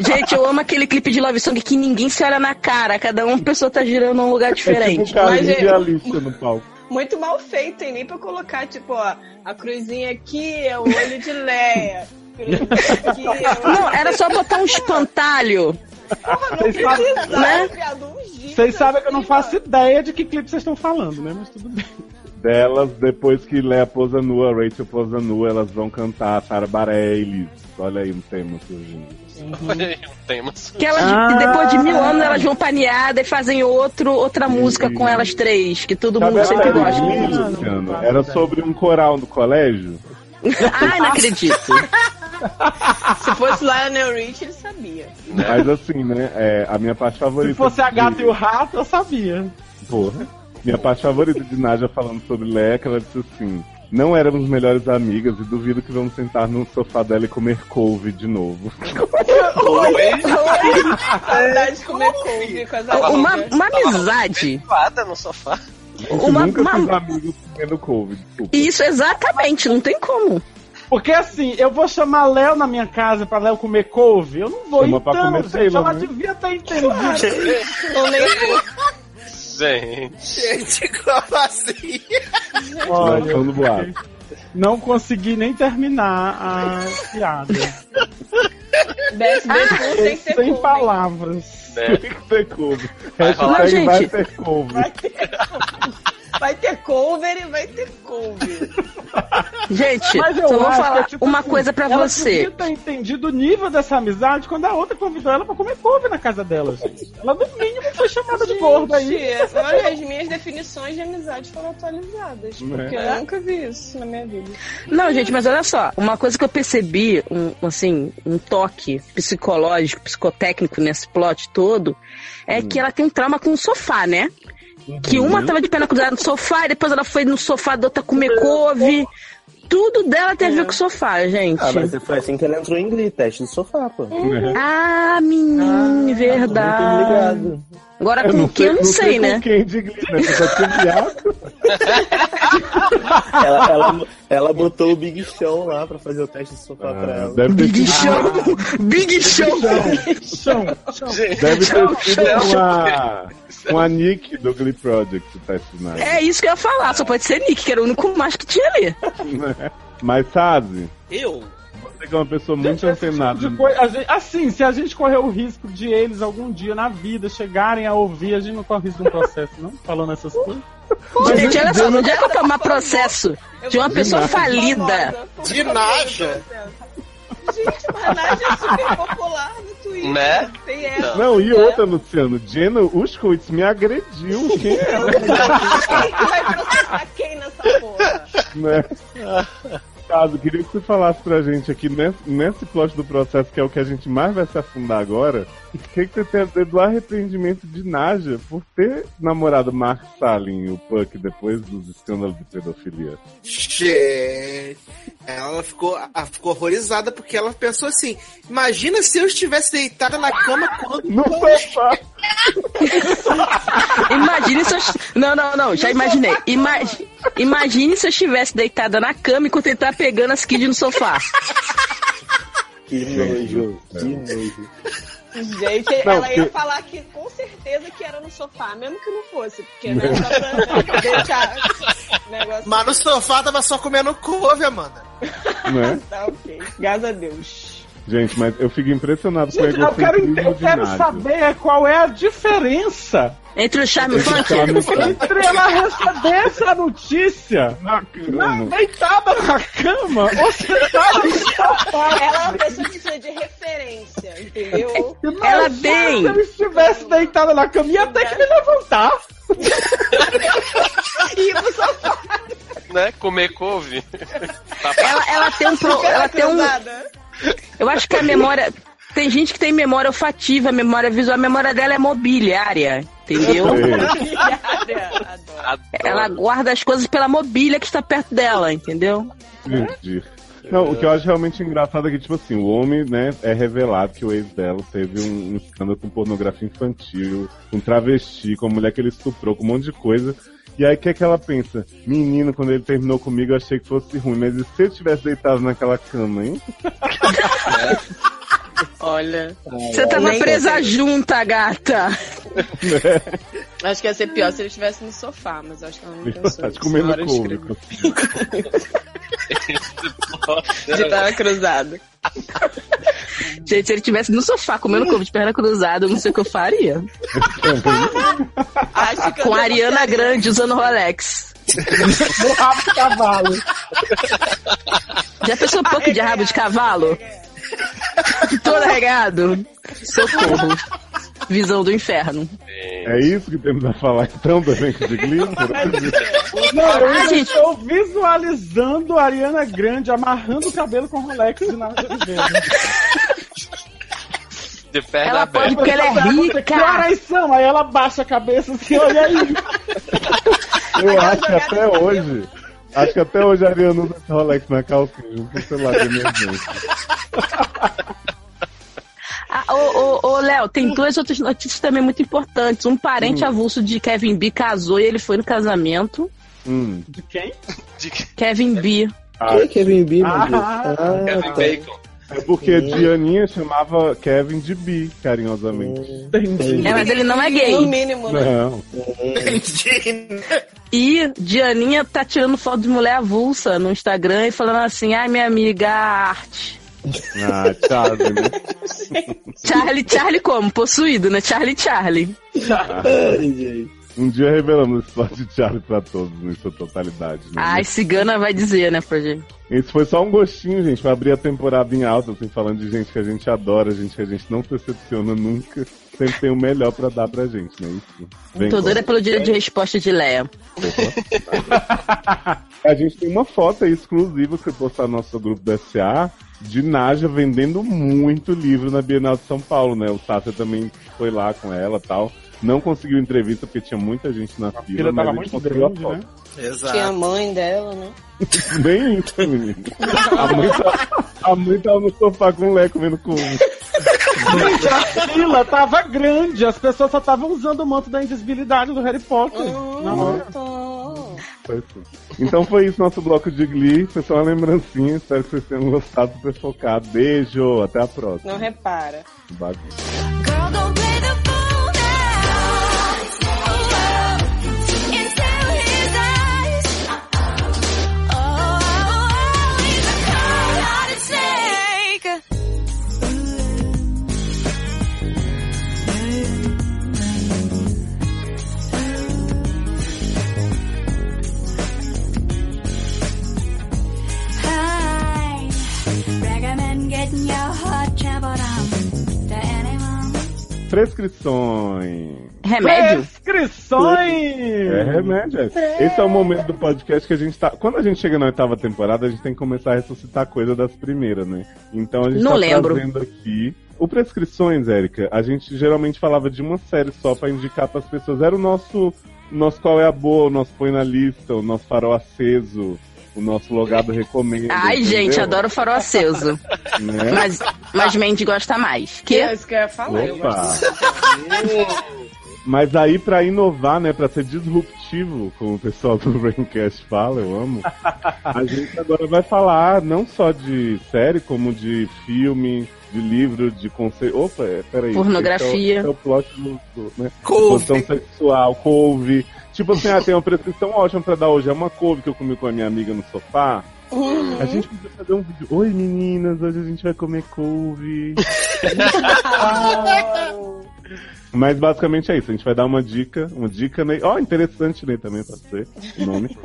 [SPEAKER 3] Gente, eu amo aquele clipe de Love Song que ninguém se olha na cara, cada uma pessoa tá girando num lugar
[SPEAKER 1] É tipo
[SPEAKER 2] um
[SPEAKER 3] diferente.
[SPEAKER 1] o Carlinhos
[SPEAKER 8] Mas,
[SPEAKER 1] e a Alicia no palco.
[SPEAKER 8] Muito mal feito, hein? Nem pra colocar, tipo, ó, a cruzinha aqui é o olho de Leia. cruzinha Aqui, é o-
[SPEAKER 3] Não, era só botar um espantalho
[SPEAKER 8] Porra, não
[SPEAKER 2] Vocês
[SPEAKER 8] precisa,
[SPEAKER 2] sabem, né?
[SPEAKER 8] viado, um giga,
[SPEAKER 2] Vocês sabem que eu não
[SPEAKER 8] assim,
[SPEAKER 2] faço
[SPEAKER 8] mano.
[SPEAKER 2] ideia de que clipe vocês estão falando, né? Mas tudo bem.
[SPEAKER 1] Delas, depois que Léa posa nua, Rachel posa nua, elas vão cantar Tarabaré e Lips. Olha aí um tema surgindo.
[SPEAKER 5] Olha aí um tema.
[SPEAKER 3] Que elas,
[SPEAKER 2] Ah.
[SPEAKER 3] depois de mil anos, elas vão paneada e fazem outro, outra música com elas três, que
[SPEAKER 2] Tá
[SPEAKER 3] todo
[SPEAKER 1] Sabe
[SPEAKER 3] mundo
[SPEAKER 1] a
[SPEAKER 3] sempre
[SPEAKER 1] série
[SPEAKER 3] gosta.
[SPEAKER 1] Glee,
[SPEAKER 2] Ah, não,
[SPEAKER 1] Luciano?
[SPEAKER 2] não faço
[SPEAKER 1] Era
[SPEAKER 2] ideia.
[SPEAKER 1] sobre um coral do colégio?
[SPEAKER 3] Ai, não acredito.
[SPEAKER 8] Se fosse Lionel Rich, ele sabia.
[SPEAKER 5] Né?
[SPEAKER 1] Mas assim, né? é, a minha parte favorita.
[SPEAKER 2] Se fosse a
[SPEAKER 1] de-
[SPEAKER 2] gata e o rato, eu sabia.
[SPEAKER 1] Porra. Minha parte favorita de Nádia falando sobre Leia, que ela disse assim: Não éramos melhores amigas e duvido que vamos sentar no sofá dela e comer couve de novo.
[SPEAKER 8] Saudade
[SPEAKER 2] É.
[SPEAKER 8] de comer couve com as amigas.
[SPEAKER 3] Uma, uma amizade.
[SPEAKER 5] Pelada no sofá.
[SPEAKER 3] Uma-
[SPEAKER 1] Nunca
[SPEAKER 3] uma-
[SPEAKER 1] fiz amigos comendo couve, desculpa.
[SPEAKER 3] Isso, exatamente, não tem como.
[SPEAKER 2] Porque assim, eu vou chamar Léo na minha casa pra Léo comer couve? Eu não vou
[SPEAKER 1] Chama pra
[SPEAKER 2] então,
[SPEAKER 1] comer
[SPEAKER 2] gente.
[SPEAKER 1] Taylor,
[SPEAKER 2] ela
[SPEAKER 1] né?
[SPEAKER 2] devia ter entendido.
[SPEAKER 8] Não nem
[SPEAKER 5] Gente.
[SPEAKER 7] Gente, como assim?
[SPEAKER 2] Olha,
[SPEAKER 1] Não, boato.
[SPEAKER 2] não consegui nem terminar a piada.
[SPEAKER 8] desce, desce, não tem que ter
[SPEAKER 2] Ah. Sem
[SPEAKER 8] couve.
[SPEAKER 2] palavras.
[SPEAKER 5] Né?
[SPEAKER 1] Tem que ter couve.
[SPEAKER 5] Vai rolar.
[SPEAKER 1] Hashtag
[SPEAKER 3] Não,
[SPEAKER 1] vai
[SPEAKER 3] gente.
[SPEAKER 1] ter couve.
[SPEAKER 8] Vai ter cover e vai ter couve.
[SPEAKER 3] Gente,
[SPEAKER 2] Mas eu
[SPEAKER 3] só vou
[SPEAKER 2] acho
[SPEAKER 3] falar
[SPEAKER 2] que, tipo
[SPEAKER 3] uma
[SPEAKER 2] assim,
[SPEAKER 3] coisa pra
[SPEAKER 2] ela
[SPEAKER 3] você.
[SPEAKER 2] devia ter entendido o nível dessa amizade quando a outra convidou ela pra comer couve na casa dela, gente. Ela no mínimo foi chamada de gorda aí.
[SPEAKER 8] Gente, olha, as minhas definições de amizade foram atualizadas.
[SPEAKER 1] Né?
[SPEAKER 8] Porque eu nunca vi isso na minha vida.
[SPEAKER 3] Não, gente, mas olha só, uma coisa que eu percebi, um, assim, um toque psicológico, psicotécnico nesse plot todo, é que ela tem um trauma com o sofá, né? Que uma tava de perna cruzada no sofá, e depois ela foi no sofá da outra comer couve. Tudo dela tem a ver com o sofá, gente.
[SPEAKER 4] Ah, mas foi assim que ele entrou em Glee, teste do sofá, pô.
[SPEAKER 1] Né?
[SPEAKER 3] Ah, menino, verdade.
[SPEAKER 4] Muito ligado.
[SPEAKER 3] Agora com quem eu não sei,
[SPEAKER 1] Com
[SPEAKER 3] né?
[SPEAKER 1] quem de Glee, né? Você só tinha viado.
[SPEAKER 4] Ela, ela, ela botou o Big Show lá pra fazer o teste do sofá pra
[SPEAKER 1] Ah,
[SPEAKER 4] ela.
[SPEAKER 1] Deve ter sido,
[SPEAKER 3] Big Show! Big Show!
[SPEAKER 1] deve ter
[SPEAKER 3] Show,
[SPEAKER 1] sido com, a, com a Nick do Glee Project, tá ensinado.
[SPEAKER 3] É isso que eu ia falar, só pode ser Nick, que era o único macho que tinha ali.
[SPEAKER 1] Mas sabe,
[SPEAKER 7] Eu?
[SPEAKER 1] você que é uma pessoa muito
[SPEAKER 2] Gente, esse tipo
[SPEAKER 1] antenada.
[SPEAKER 2] de coi- a gente- assim, se a gente correr o risco de eles algum dia na vida chegarem a ouvir, a gente não corre risco de um processo, não? Falando essas coisas.
[SPEAKER 3] gente, olha só, não dá pra tomar um processo de uma pessoa falida.
[SPEAKER 7] De nada.
[SPEAKER 8] Gente, mas Naja é super popular no Twitter.
[SPEAKER 5] Né?
[SPEAKER 8] Tem ela.
[SPEAKER 1] Não, e outra, Luciano, Jenna Uskowitz me agrediu, quem é?
[SPEAKER 8] Quem que vai processar quem nessa porra?
[SPEAKER 1] né? Caso, queria que você falasse pra gente aqui, nesse, nesse plot do processo, que é o que a gente mais vai se afundar agora, o que, que você tem a dizer do arrependimento de Naja por ter namorado Mark Stalin e o Puck depois dos escândalos de pedofilia?
[SPEAKER 7] Gente. Ela ficou, ela ficou horrorizada porque ela pensou assim: imagina se eu estivesse deitada na cama quando.
[SPEAKER 1] Não sofá!
[SPEAKER 3] Imagine se eu. Não, não, não, já imaginei. Ima... Imagine se eu estivesse deitada na cama enquanto ele tá pegando as kids no sofá.
[SPEAKER 4] Que nojo,
[SPEAKER 1] É.
[SPEAKER 4] que nojo.
[SPEAKER 8] Gente,
[SPEAKER 1] Não,
[SPEAKER 8] ela ia
[SPEAKER 1] porque-
[SPEAKER 8] falar que com certeza que era no sofá, mesmo que não fosse, porque né, só pra deixar o negócio.
[SPEAKER 7] Mas no sofá tava só comendo couve, Amanda.
[SPEAKER 1] Né?
[SPEAKER 8] Tá ok. Graças a Deus.
[SPEAKER 1] Gente, mas eu fico impressionado com o
[SPEAKER 2] Gente, eu quero,
[SPEAKER 1] egocentrismo
[SPEAKER 2] ente- eu
[SPEAKER 1] de
[SPEAKER 2] quero
[SPEAKER 1] Naja.
[SPEAKER 2] saber qual é a diferença
[SPEAKER 3] Entre o charme e o funk.
[SPEAKER 1] Tá no saco,
[SPEAKER 2] entre ela receber essa notícia
[SPEAKER 1] na
[SPEAKER 2] na-
[SPEAKER 1] cama.
[SPEAKER 2] deitada na cama ou sentada no sofá.
[SPEAKER 8] Ela é uma pessoa que precisa de referência, entendeu?
[SPEAKER 3] Ela
[SPEAKER 2] Imagina
[SPEAKER 3] bem.
[SPEAKER 2] Se eu estivesse deitada na cama, ia ter que me levantar.
[SPEAKER 5] Né? Comer couve.
[SPEAKER 3] Ela, ela tem um. pro- Ela tem um...
[SPEAKER 8] é Cruzada.
[SPEAKER 3] Eu acho que a memória. Tem gente que tem memória olfativa, memória visual. A memória dela é mobiliária, entendeu?
[SPEAKER 1] Sei.
[SPEAKER 8] Adoro.
[SPEAKER 5] Adoro.
[SPEAKER 3] Ela guarda as coisas pela mobília que está perto dela, entendeu?
[SPEAKER 1] Entendi. Não, o que eu acho realmente engraçado é que, tipo assim, o homem, né, é revelado que o ex dela teve um, um escândalo com pornografia infantil, com travesti, com a mulher que ele estuprou, com um monte de coisa. E aí o que é que ela pensa? Menino, quando ele terminou comigo, eu achei que fosse ruim, mas e se eu tivesse deitado naquela cama, hein?
[SPEAKER 8] Olha,
[SPEAKER 3] Você tava
[SPEAKER 8] Nem
[SPEAKER 3] presa junta, gata.
[SPEAKER 8] acho que ia ser pior se ele estivesse no sofá, mas acho que ela não pensou.
[SPEAKER 1] Tá te comendo
[SPEAKER 8] nisso na hora de
[SPEAKER 1] couve.
[SPEAKER 8] escrever. tá De estar cruzada.
[SPEAKER 3] Gente, se ele tivesse no sofá comendo couve de perna cruzada, eu não sei o que eu faria.
[SPEAKER 8] Acho que eu
[SPEAKER 3] Com a
[SPEAKER 8] já-
[SPEAKER 3] Ariana Grande usando Rolex.
[SPEAKER 2] No rabo de cavalo.
[SPEAKER 3] Já pensou um pouco de rabo de cavalo? Todo regado. Socorro. Visão do inferno.
[SPEAKER 1] É isso que temos a falar então da gente de Glee? por hoje?
[SPEAKER 2] Não, eu
[SPEAKER 3] Ah,
[SPEAKER 2] ainda
[SPEAKER 3] gente.
[SPEAKER 2] estou visualizando a Ariana Grande amarrando o cabelo com Rolex na verde.
[SPEAKER 5] De perna
[SPEAKER 3] Ela
[SPEAKER 5] aberta.
[SPEAKER 3] pode porque ela é
[SPEAKER 2] Que
[SPEAKER 3] rica.
[SPEAKER 2] horas são? Aí ela baixa a cabeça assim, olha aí.
[SPEAKER 1] Eu acho que até hoje. Acho que até hoje a Ariana usa esse Rolex na calcinha, junto com o celular da minha gente.
[SPEAKER 3] Ah, ô, ô, ô, Léo, tem duas outras notícias também muito importantes. Um
[SPEAKER 2] Hum.
[SPEAKER 3] parente avulso de Kevin B casou e ele foi no casamento.
[SPEAKER 1] Hum.
[SPEAKER 2] De quem?
[SPEAKER 3] Kevin B.
[SPEAKER 1] Ah,
[SPEAKER 4] Quem é Kevin B, meu
[SPEAKER 2] Ah.
[SPEAKER 4] Deus? Ah,
[SPEAKER 5] Kevin
[SPEAKER 4] tá.
[SPEAKER 5] Bacon.
[SPEAKER 1] é porque Dianinha chamava Kevin de Bi, carinhosamente.
[SPEAKER 2] Entendi.
[SPEAKER 3] É, mas ele não é
[SPEAKER 8] No
[SPEAKER 3] gay.
[SPEAKER 8] mínimo, né?
[SPEAKER 1] Não.
[SPEAKER 3] E Dianinha tá tirando foto de mulher avulsa no Instagram e falando assim: ai, minha amiga, arte.
[SPEAKER 1] Ah, Charlie, né?
[SPEAKER 3] Charlie, Charlie como? Possuído, né? Charlie,
[SPEAKER 1] Uhum.
[SPEAKER 3] Charlie.
[SPEAKER 4] Ai, Ah, gente.
[SPEAKER 1] Um dia revelamos esse plot de Charlie pra todos, em sua totalidade. Né?
[SPEAKER 3] Ai, cigana vai dizer, né, pra gente?
[SPEAKER 1] Esse foi só um gostinho, gente, pra abrir a temporada em alta, assim, falando de gente que a gente adora, gente que a gente não se decepciona nunca. Sempre tem o melhor pra dar pra gente, né? Isso. Vem
[SPEAKER 3] Tô
[SPEAKER 1] com-
[SPEAKER 3] doida pelo direito de resposta de Leia.
[SPEAKER 1] A gente tem uma foto aí exclusiva que eu postar no nosso grupo do SA de Naja vendendo muito livro na Bienal de São Paulo, né? O Sácia também foi lá com ela e tal. Não conseguiu entrevista porque tinha muita gente na fila,
[SPEAKER 2] fila
[SPEAKER 1] mas
[SPEAKER 2] tava
[SPEAKER 1] a gente
[SPEAKER 2] muito
[SPEAKER 1] conseguiu a
[SPEAKER 2] grande,
[SPEAKER 1] foto.
[SPEAKER 2] né?
[SPEAKER 7] Exato.
[SPEAKER 8] Tinha a mãe dela, né?
[SPEAKER 1] Bem isso, menino. A mãe, tá- a mãe tava no sofá com o Lé comendo com
[SPEAKER 2] Gente, a fila tava grande, as pessoas só estavam usando o manto da invisibilidade do Harry Potter. Na hora.
[SPEAKER 8] Então,
[SPEAKER 1] Foi assim. Então foi isso nosso bloco de Glee. Foi só uma lembrancinha. Espero que vocês tenham gostado super focado. Beijo, até a próxima.
[SPEAKER 8] não repara.
[SPEAKER 1] Bagunça.
[SPEAKER 9] Girl, don't play the fool now. Into his eyes. Oh, oh, oh, he's a cold-hearted snake. I recommend getting your heart trampled on to anyone.
[SPEAKER 1] Prescrições.
[SPEAKER 3] Remédio?
[SPEAKER 2] Prescrições!
[SPEAKER 3] Hum.
[SPEAKER 1] É remédio. é. Esse é o momento do podcast que a gente tá. Quando a gente chega na oitava temporada, a gente tem que começar a ressuscitar coisa das primeiras, né? Então a gente
[SPEAKER 3] Não
[SPEAKER 1] tá
[SPEAKER 3] lembro.
[SPEAKER 1] trazendo aqui. O Prescrições, Érica, a gente geralmente falava de uma série só pra indicar pras pessoas. Era o nosso. Nosso qual é a boa, o nosso põe na lista, o nosso farol aceso, o nosso logado recomenda.
[SPEAKER 3] Ai,
[SPEAKER 1] entendeu?
[SPEAKER 3] gente, adoro o farol aceso.
[SPEAKER 1] Né?
[SPEAKER 3] Mas, mas Mandy gosta mais. Que?
[SPEAKER 8] É isso que eu ia falar. Eu
[SPEAKER 1] Opa.
[SPEAKER 8] gosto.
[SPEAKER 1] Mas aí, pra inovar, né, pra ser disruptivo, como o pessoal do Braincast fala, eu amo, a gente agora vai falar não só de série, como de filme, de livro, de conceito. Opa, é, peraí.
[SPEAKER 3] Pornografia.
[SPEAKER 1] esse É o, esse é o plot do, do, né?
[SPEAKER 7] Couve.
[SPEAKER 1] Posição sexual, couve. Tipo assim, ah, tem uma prescrição ótima pra dar hoje. É uma couve que eu comi com a minha amiga no sofá. A
[SPEAKER 8] Uhum.
[SPEAKER 1] gente podia fazer um vídeo. Oi, meninas, hoje a gente vai comer couve. Mas basicamente é isso. A gente vai dar uma dica, uma dica, né? Ó, interessante, né? Também pra ser o nome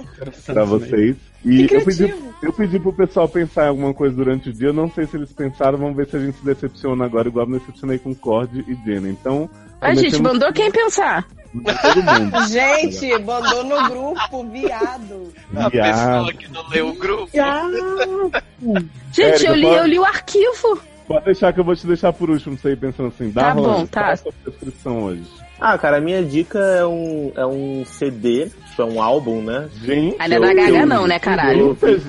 [SPEAKER 1] pra
[SPEAKER 5] né?
[SPEAKER 1] vocês. E eu pedi, eu pedi pro pessoal pensar em alguma coisa durante o dia. Eu não sei se eles pensaram. Vamos ver se a gente se decepciona agora, igual eu me decepcionei com Cord e Jenna. Então.
[SPEAKER 3] Ai, gente,
[SPEAKER 1] começamos
[SPEAKER 3] mandou quem pensar?
[SPEAKER 1] com Todo mundo.
[SPEAKER 8] Gente, mandou no grupo, viado.
[SPEAKER 5] A
[SPEAKER 1] Viado.
[SPEAKER 5] pessoa que não leu o grupo.
[SPEAKER 3] Gente,
[SPEAKER 1] Érica,
[SPEAKER 3] eu li,
[SPEAKER 1] pode-
[SPEAKER 3] eu li o arquivo.
[SPEAKER 1] Pode deixar que eu vou te deixar por último, você aí pensando assim. Dá
[SPEAKER 3] Tá
[SPEAKER 1] Rolando,
[SPEAKER 3] bom, tá.
[SPEAKER 1] qual é a sua prescrição hoje.
[SPEAKER 4] Ah, cara, a minha dica é um, é um CD, tipo, é um álbum, né?
[SPEAKER 1] Gente.
[SPEAKER 3] Ah, não é da
[SPEAKER 1] eu-
[SPEAKER 3] Gaga
[SPEAKER 1] eu-
[SPEAKER 3] não, né, caralho?
[SPEAKER 1] Ou seja,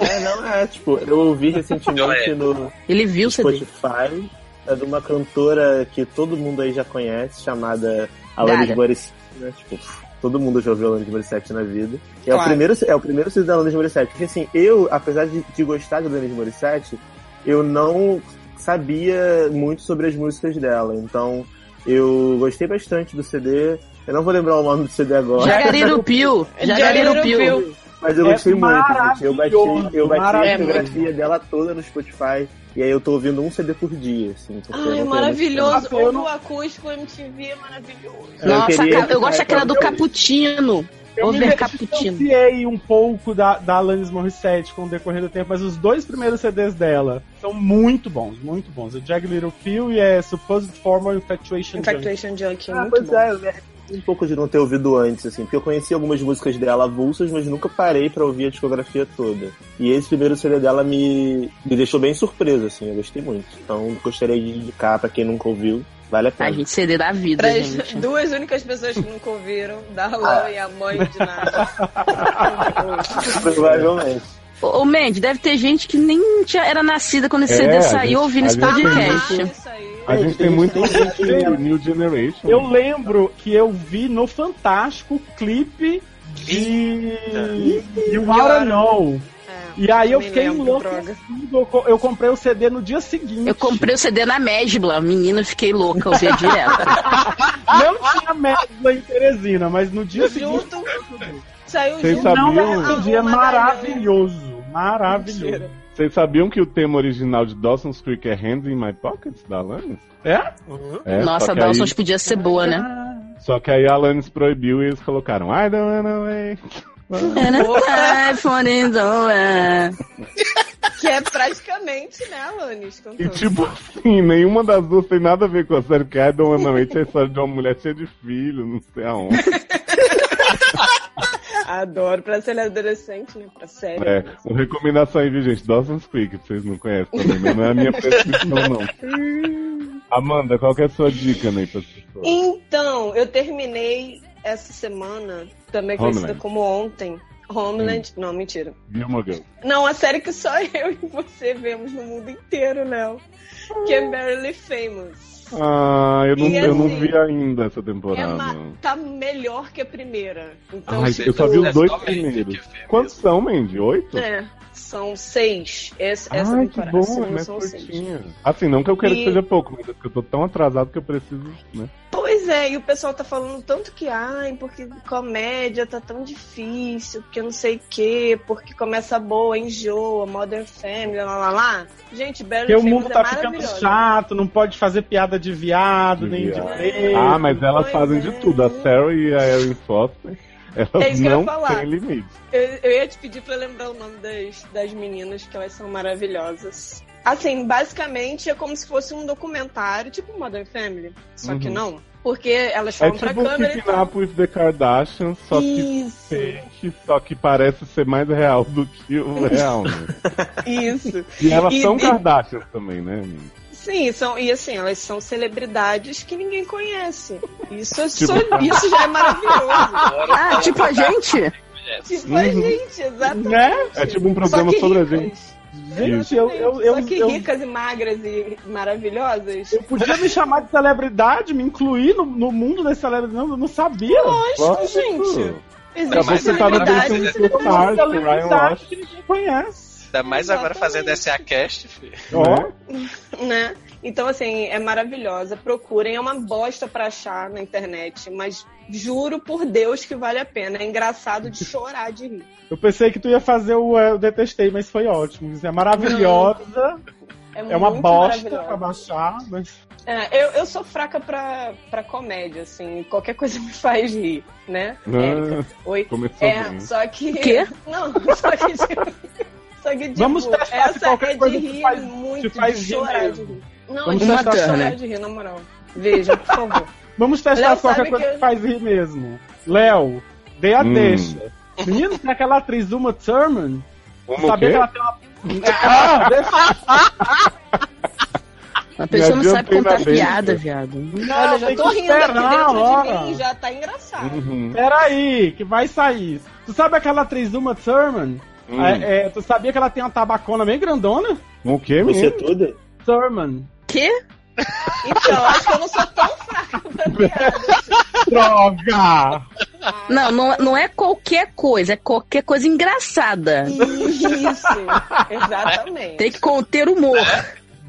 [SPEAKER 4] É, não, é, tipo, eu ouvi recentemente no
[SPEAKER 3] Ele viu o CD.
[SPEAKER 4] Spotify, é de uma cantora que todo mundo aí já conhece, chamada
[SPEAKER 3] Gaga.
[SPEAKER 4] Alanis Morissette, né? Tipo, todo mundo já ouviu Alanis Morissette na vida. E é, o
[SPEAKER 8] Claro.
[SPEAKER 4] primeiro, é o primeiro CD da Alanis Morissette, porque assim, eu, apesar de, de gostar de Alanis Morissette, eu não sabia muito sobre as músicas dela, então eu gostei bastante do CD, eu não vou lembrar o nome do CD agora.
[SPEAKER 3] Jagariro Pio. Jagariro Pio.
[SPEAKER 4] Mas eu
[SPEAKER 2] É
[SPEAKER 4] gostei muito, gente. Eu bati, eu bati a
[SPEAKER 2] maravilhoso.
[SPEAKER 4] discografia dela toda no Spotify. E aí eu tô ouvindo um CD por dia, assim. porque eu não
[SPEAKER 8] Ai,
[SPEAKER 4] tenho
[SPEAKER 8] maravilhoso.
[SPEAKER 2] eu
[SPEAKER 8] Ouve
[SPEAKER 2] não-
[SPEAKER 8] o acústico MTV, é maravilhoso.
[SPEAKER 4] Eu
[SPEAKER 3] Nossa,
[SPEAKER 4] queria-
[SPEAKER 3] aquela- eu gosto daquela do Caputino.
[SPEAKER 2] Eu me
[SPEAKER 3] Over Caputino.
[SPEAKER 2] distanciei um pouco da, da Alanis Morissette com o decorrer do tempo, mas os dois primeiros CDs dela são muito bons, muito bons. O Jag Little Feel e é Supposed Formal Infatuation. Junkie.
[SPEAKER 8] Infatuation Junkie,
[SPEAKER 4] Ah,
[SPEAKER 8] muito
[SPEAKER 4] pois
[SPEAKER 8] bom.
[SPEAKER 4] é, eu me arrependi um pouco de não ter ouvido antes, assim, porque eu conheci algumas músicas dela avulsas, mas nunca parei pra ouvir a discografia toda. E esse primeiro CD dela me, me deixou bem surpreso, assim, eu gostei muito. Então gostaria de indicar pra quem nunca ouviu, vale a
[SPEAKER 3] A
[SPEAKER 4] pena.
[SPEAKER 3] gente CD da vida,
[SPEAKER 8] Para as
[SPEAKER 3] gente.
[SPEAKER 8] duas únicas pessoas que nunca ouviram,
[SPEAKER 1] Ah.
[SPEAKER 8] Darlan e a mãe de Nath.
[SPEAKER 4] Provavelmente.
[SPEAKER 3] Ô, ô Mandy, deve ter gente que nem tinha, era nascida quando esse
[SPEAKER 1] É,
[SPEAKER 3] CD
[SPEAKER 1] a
[SPEAKER 3] saiu
[SPEAKER 1] gente-
[SPEAKER 3] ouvindo
[SPEAKER 1] a
[SPEAKER 3] esse
[SPEAKER 1] gente tem
[SPEAKER 3] podcast.
[SPEAKER 8] isso aí.
[SPEAKER 1] A gente tem muito o New Generation.
[SPEAKER 2] Eu lembro que eu vi no Fantástico o clipe de You Wanna Know.
[SPEAKER 8] É,
[SPEAKER 2] E aí eu
[SPEAKER 8] também
[SPEAKER 2] fiquei
[SPEAKER 8] lembro,
[SPEAKER 2] louco.
[SPEAKER 8] droga.
[SPEAKER 2] Eu co- Eu comprei o CD no dia seguinte.
[SPEAKER 3] Eu comprei o CD na Mesbla, menina, eu fiquei louca, eu via direto.
[SPEAKER 2] Não tinha mesbla em Teresina, mas no dia seguinte.
[SPEAKER 8] Junto, saiu
[SPEAKER 1] Vocês
[SPEAKER 8] junto.
[SPEAKER 1] sabiam?
[SPEAKER 2] Não,
[SPEAKER 1] Meu.
[SPEAKER 2] mas esse dia é maravilhoso. Maravilhoso.
[SPEAKER 1] Vocês sabiam que o tema original de Dawson's Creek é Hands in My Pockets, da Alanis?
[SPEAKER 2] É?
[SPEAKER 1] É,
[SPEAKER 3] Nossa,
[SPEAKER 1] só
[SPEAKER 3] a
[SPEAKER 1] que aí-
[SPEAKER 3] Dawson's podia ser boa, né?
[SPEAKER 1] Só que aí a Alanis proibiu e eles colocaram I don't wanna wait.
[SPEAKER 3] And a iPhone então, é. in the way.
[SPEAKER 8] Que é praticamente, né, Alanis?
[SPEAKER 1] E
[SPEAKER 8] cantando.
[SPEAKER 1] tipo assim, nenhuma das duas tem nada a ver com a série, porque I don't wanna wait é a história de uma mulher cheia de filho, não sei aonde.
[SPEAKER 8] Adoro, pra ser adolescente, né? Pra série.
[SPEAKER 1] É, uma recomendação aí, viu, gente? Dawson's Creek, que vocês não conhecem também, não é a minha prescrição, não. Amanda, qual que é a sua dica, né, pra pessoas?
[SPEAKER 8] Então, eu terminei essa semana, também conhecida
[SPEAKER 1] Homeland.
[SPEAKER 8] como ontem. Homeland. Não, mentira.
[SPEAKER 1] Gilmore Girls.
[SPEAKER 8] Não, a série que só eu e você vemos no mundo inteiro, Léo. Que é Barely Famous.
[SPEAKER 1] Ah, eu não,
[SPEAKER 8] E
[SPEAKER 1] eu não
[SPEAKER 8] assim,
[SPEAKER 1] vi ainda essa
[SPEAKER 8] É
[SPEAKER 1] temporada.
[SPEAKER 8] ma- tá melhor que a primeira. Então,
[SPEAKER 1] Ai,
[SPEAKER 8] tipo,
[SPEAKER 1] eu só vi os
[SPEAKER 5] é
[SPEAKER 1] dois
[SPEAKER 5] só Mandy
[SPEAKER 1] primeiros.
[SPEAKER 5] que vê
[SPEAKER 1] É Quantos são, Mandy? Oito?
[SPEAKER 8] é, são seis. Essa, essa
[SPEAKER 1] Ai, que
[SPEAKER 8] temporada. a
[SPEAKER 1] bom, é
[SPEAKER 8] segunda
[SPEAKER 1] mais
[SPEAKER 8] são seis.
[SPEAKER 1] curtinha. Assim, não que eu queira
[SPEAKER 8] E-
[SPEAKER 1] que seja pouco, mas é porque eu tô tão atrasado que eu preciso, né?
[SPEAKER 8] Pois é, e o pessoal tá falando tanto que, ai, porque comédia tá tão difícil, porque não sei o quê, porque começa boa, enjoa, Modern Family, lá lá lá. Gente, Barely
[SPEAKER 2] Porque o
[SPEAKER 8] Famous
[SPEAKER 2] mundo
[SPEAKER 8] é
[SPEAKER 2] tá ficando
[SPEAKER 8] maravilhosa.
[SPEAKER 2] chato, não pode fazer piada de viado,
[SPEAKER 1] De
[SPEAKER 2] nem
[SPEAKER 1] viado.
[SPEAKER 2] de preto.
[SPEAKER 1] Ah, mas elas
[SPEAKER 8] pois
[SPEAKER 1] fazem
[SPEAKER 8] é.
[SPEAKER 1] de tudo. A Sarah e a Erin Foster,
[SPEAKER 8] É
[SPEAKER 1] elas
[SPEAKER 8] isso que eu ia
[SPEAKER 1] não
[SPEAKER 8] falar.
[SPEAKER 1] têm limites.
[SPEAKER 8] Eu, eu ia te pedir pra lembrar o nome das, das meninas, que elas são maravilhosas. Assim, basicamente é como se fosse um documentário, tipo Modern Family, só que
[SPEAKER 1] Uhum.
[SPEAKER 8] não. Porque elas
[SPEAKER 1] É
[SPEAKER 8] falam pra
[SPEAKER 1] tipo o
[SPEAKER 8] câmera e
[SPEAKER 1] Keeping Up with the Kardashians, só que
[SPEAKER 8] Isso,
[SPEAKER 1] fake, só que parece ser mais real do que o real, né?
[SPEAKER 8] isso.
[SPEAKER 1] E elas
[SPEAKER 8] E-
[SPEAKER 1] são
[SPEAKER 8] e-
[SPEAKER 1] Kardashians também, né? amiga?
[SPEAKER 8] Sim, são, e assim, elas são celebridades que ninguém conhece. Isso, é
[SPEAKER 1] Tipo-
[SPEAKER 8] só- isso já é maravilhoso.
[SPEAKER 5] Agora
[SPEAKER 3] Ah, tipo a gente?
[SPEAKER 8] tipo a gente, exatamente.
[SPEAKER 2] Né?
[SPEAKER 1] É tipo um
[SPEAKER 8] Só
[SPEAKER 1] programa
[SPEAKER 8] que
[SPEAKER 1] Uhum. sobre a
[SPEAKER 8] ricas.
[SPEAKER 1] gente.
[SPEAKER 2] Gente, eu, eu, eu,
[SPEAKER 8] Só que
[SPEAKER 2] eu-
[SPEAKER 8] ricas e magras e maravilhosas.
[SPEAKER 2] eu podia me chamar de celebridade, me incluir no, no mundo das celebridades. Eu não sabia.
[SPEAKER 8] Lógico, gente.
[SPEAKER 1] Pô,
[SPEAKER 8] Existe
[SPEAKER 1] Acabou que você tá no
[SPEAKER 8] celebridade,
[SPEAKER 1] Dancing
[SPEAKER 8] existe
[SPEAKER 1] with the Stars, com Ryan
[SPEAKER 2] celebridade
[SPEAKER 1] Ross.
[SPEAKER 2] que ninguém conhece.
[SPEAKER 5] Ainda mais agora
[SPEAKER 8] Exatamente.
[SPEAKER 5] fazendo essa cast, filho.
[SPEAKER 1] Ó,
[SPEAKER 8] É. né? Então, assim, é maravilhosa. Procurem, é uma bosta pra achar na internet, mas juro por Deus que vale a pena. É engraçado de chorar de rir.
[SPEAKER 2] Eu pensei que tu ia fazer o eh, Eu Detestei, mas foi ótimo. Isso É maravilhosa, é uma
[SPEAKER 8] muito
[SPEAKER 2] bosta
[SPEAKER 8] maravilhosa.
[SPEAKER 2] pra baixar, mas.
[SPEAKER 8] É, eu, eu sou fraca pra, pra comédia, assim, qualquer coisa me faz rir, né? Érica?
[SPEAKER 1] ah,
[SPEAKER 8] Oi.
[SPEAKER 1] começou
[SPEAKER 8] É,
[SPEAKER 1] bem.
[SPEAKER 8] só que.
[SPEAKER 3] O quê?
[SPEAKER 8] Não, só que. tipo, Só que tipo,
[SPEAKER 2] Vamos testar se
[SPEAKER 8] essa
[SPEAKER 2] qualquer
[SPEAKER 8] é de
[SPEAKER 2] coisa te
[SPEAKER 8] rir
[SPEAKER 2] faz-
[SPEAKER 8] muito,
[SPEAKER 2] te faz
[SPEAKER 8] de
[SPEAKER 2] rir
[SPEAKER 8] chorar de
[SPEAKER 2] mesmo.
[SPEAKER 8] rir. Não,
[SPEAKER 2] Vamos
[SPEAKER 8] de
[SPEAKER 3] testar,
[SPEAKER 8] chorar
[SPEAKER 3] né?
[SPEAKER 8] de rir, na moral. Vejam, por favor.
[SPEAKER 2] Vamos testar
[SPEAKER 8] Léo
[SPEAKER 2] se qualquer
[SPEAKER 8] sabe
[SPEAKER 2] coisa
[SPEAKER 8] que
[SPEAKER 2] que,
[SPEAKER 8] eu-
[SPEAKER 2] faz rir mesmo. Léo, dê a
[SPEAKER 1] Hum.
[SPEAKER 2] deixa. Menino, tem aquela atriz Uma Thurman.
[SPEAKER 1] Uma o
[SPEAKER 2] Sabia
[SPEAKER 1] quê?
[SPEAKER 2] que ela tem uma. Ah, deixa-
[SPEAKER 3] A pessoa
[SPEAKER 1] Me
[SPEAKER 3] não sabe
[SPEAKER 1] adiantei na
[SPEAKER 3] contar
[SPEAKER 1] deixa.
[SPEAKER 3] piada, viado.
[SPEAKER 2] Não,
[SPEAKER 8] Olha, já
[SPEAKER 2] tem
[SPEAKER 8] tô
[SPEAKER 2] que
[SPEAKER 8] rindo aqui
[SPEAKER 2] esperar a
[SPEAKER 8] dentro
[SPEAKER 2] hora.
[SPEAKER 8] de mim, já tá engraçado.
[SPEAKER 1] Uhum.
[SPEAKER 2] Peraí, que vai sair. Tu sabe aquela atriz Uma Thurman?
[SPEAKER 1] Hum.
[SPEAKER 2] É, é, tu sabia que ela tem uma tabacona bem grandona?
[SPEAKER 1] O quê,
[SPEAKER 4] Você é
[SPEAKER 3] tá-
[SPEAKER 1] menino?
[SPEAKER 4] toda?
[SPEAKER 2] Thurman.
[SPEAKER 3] Quê?
[SPEAKER 8] Então, acho que eu não sou tão fraca pra piada.
[SPEAKER 2] Droga!
[SPEAKER 3] Não, não, não é qualquer coisa, é qualquer coisa engraçada.
[SPEAKER 8] Isso, exatamente.
[SPEAKER 3] Tem que conter humor.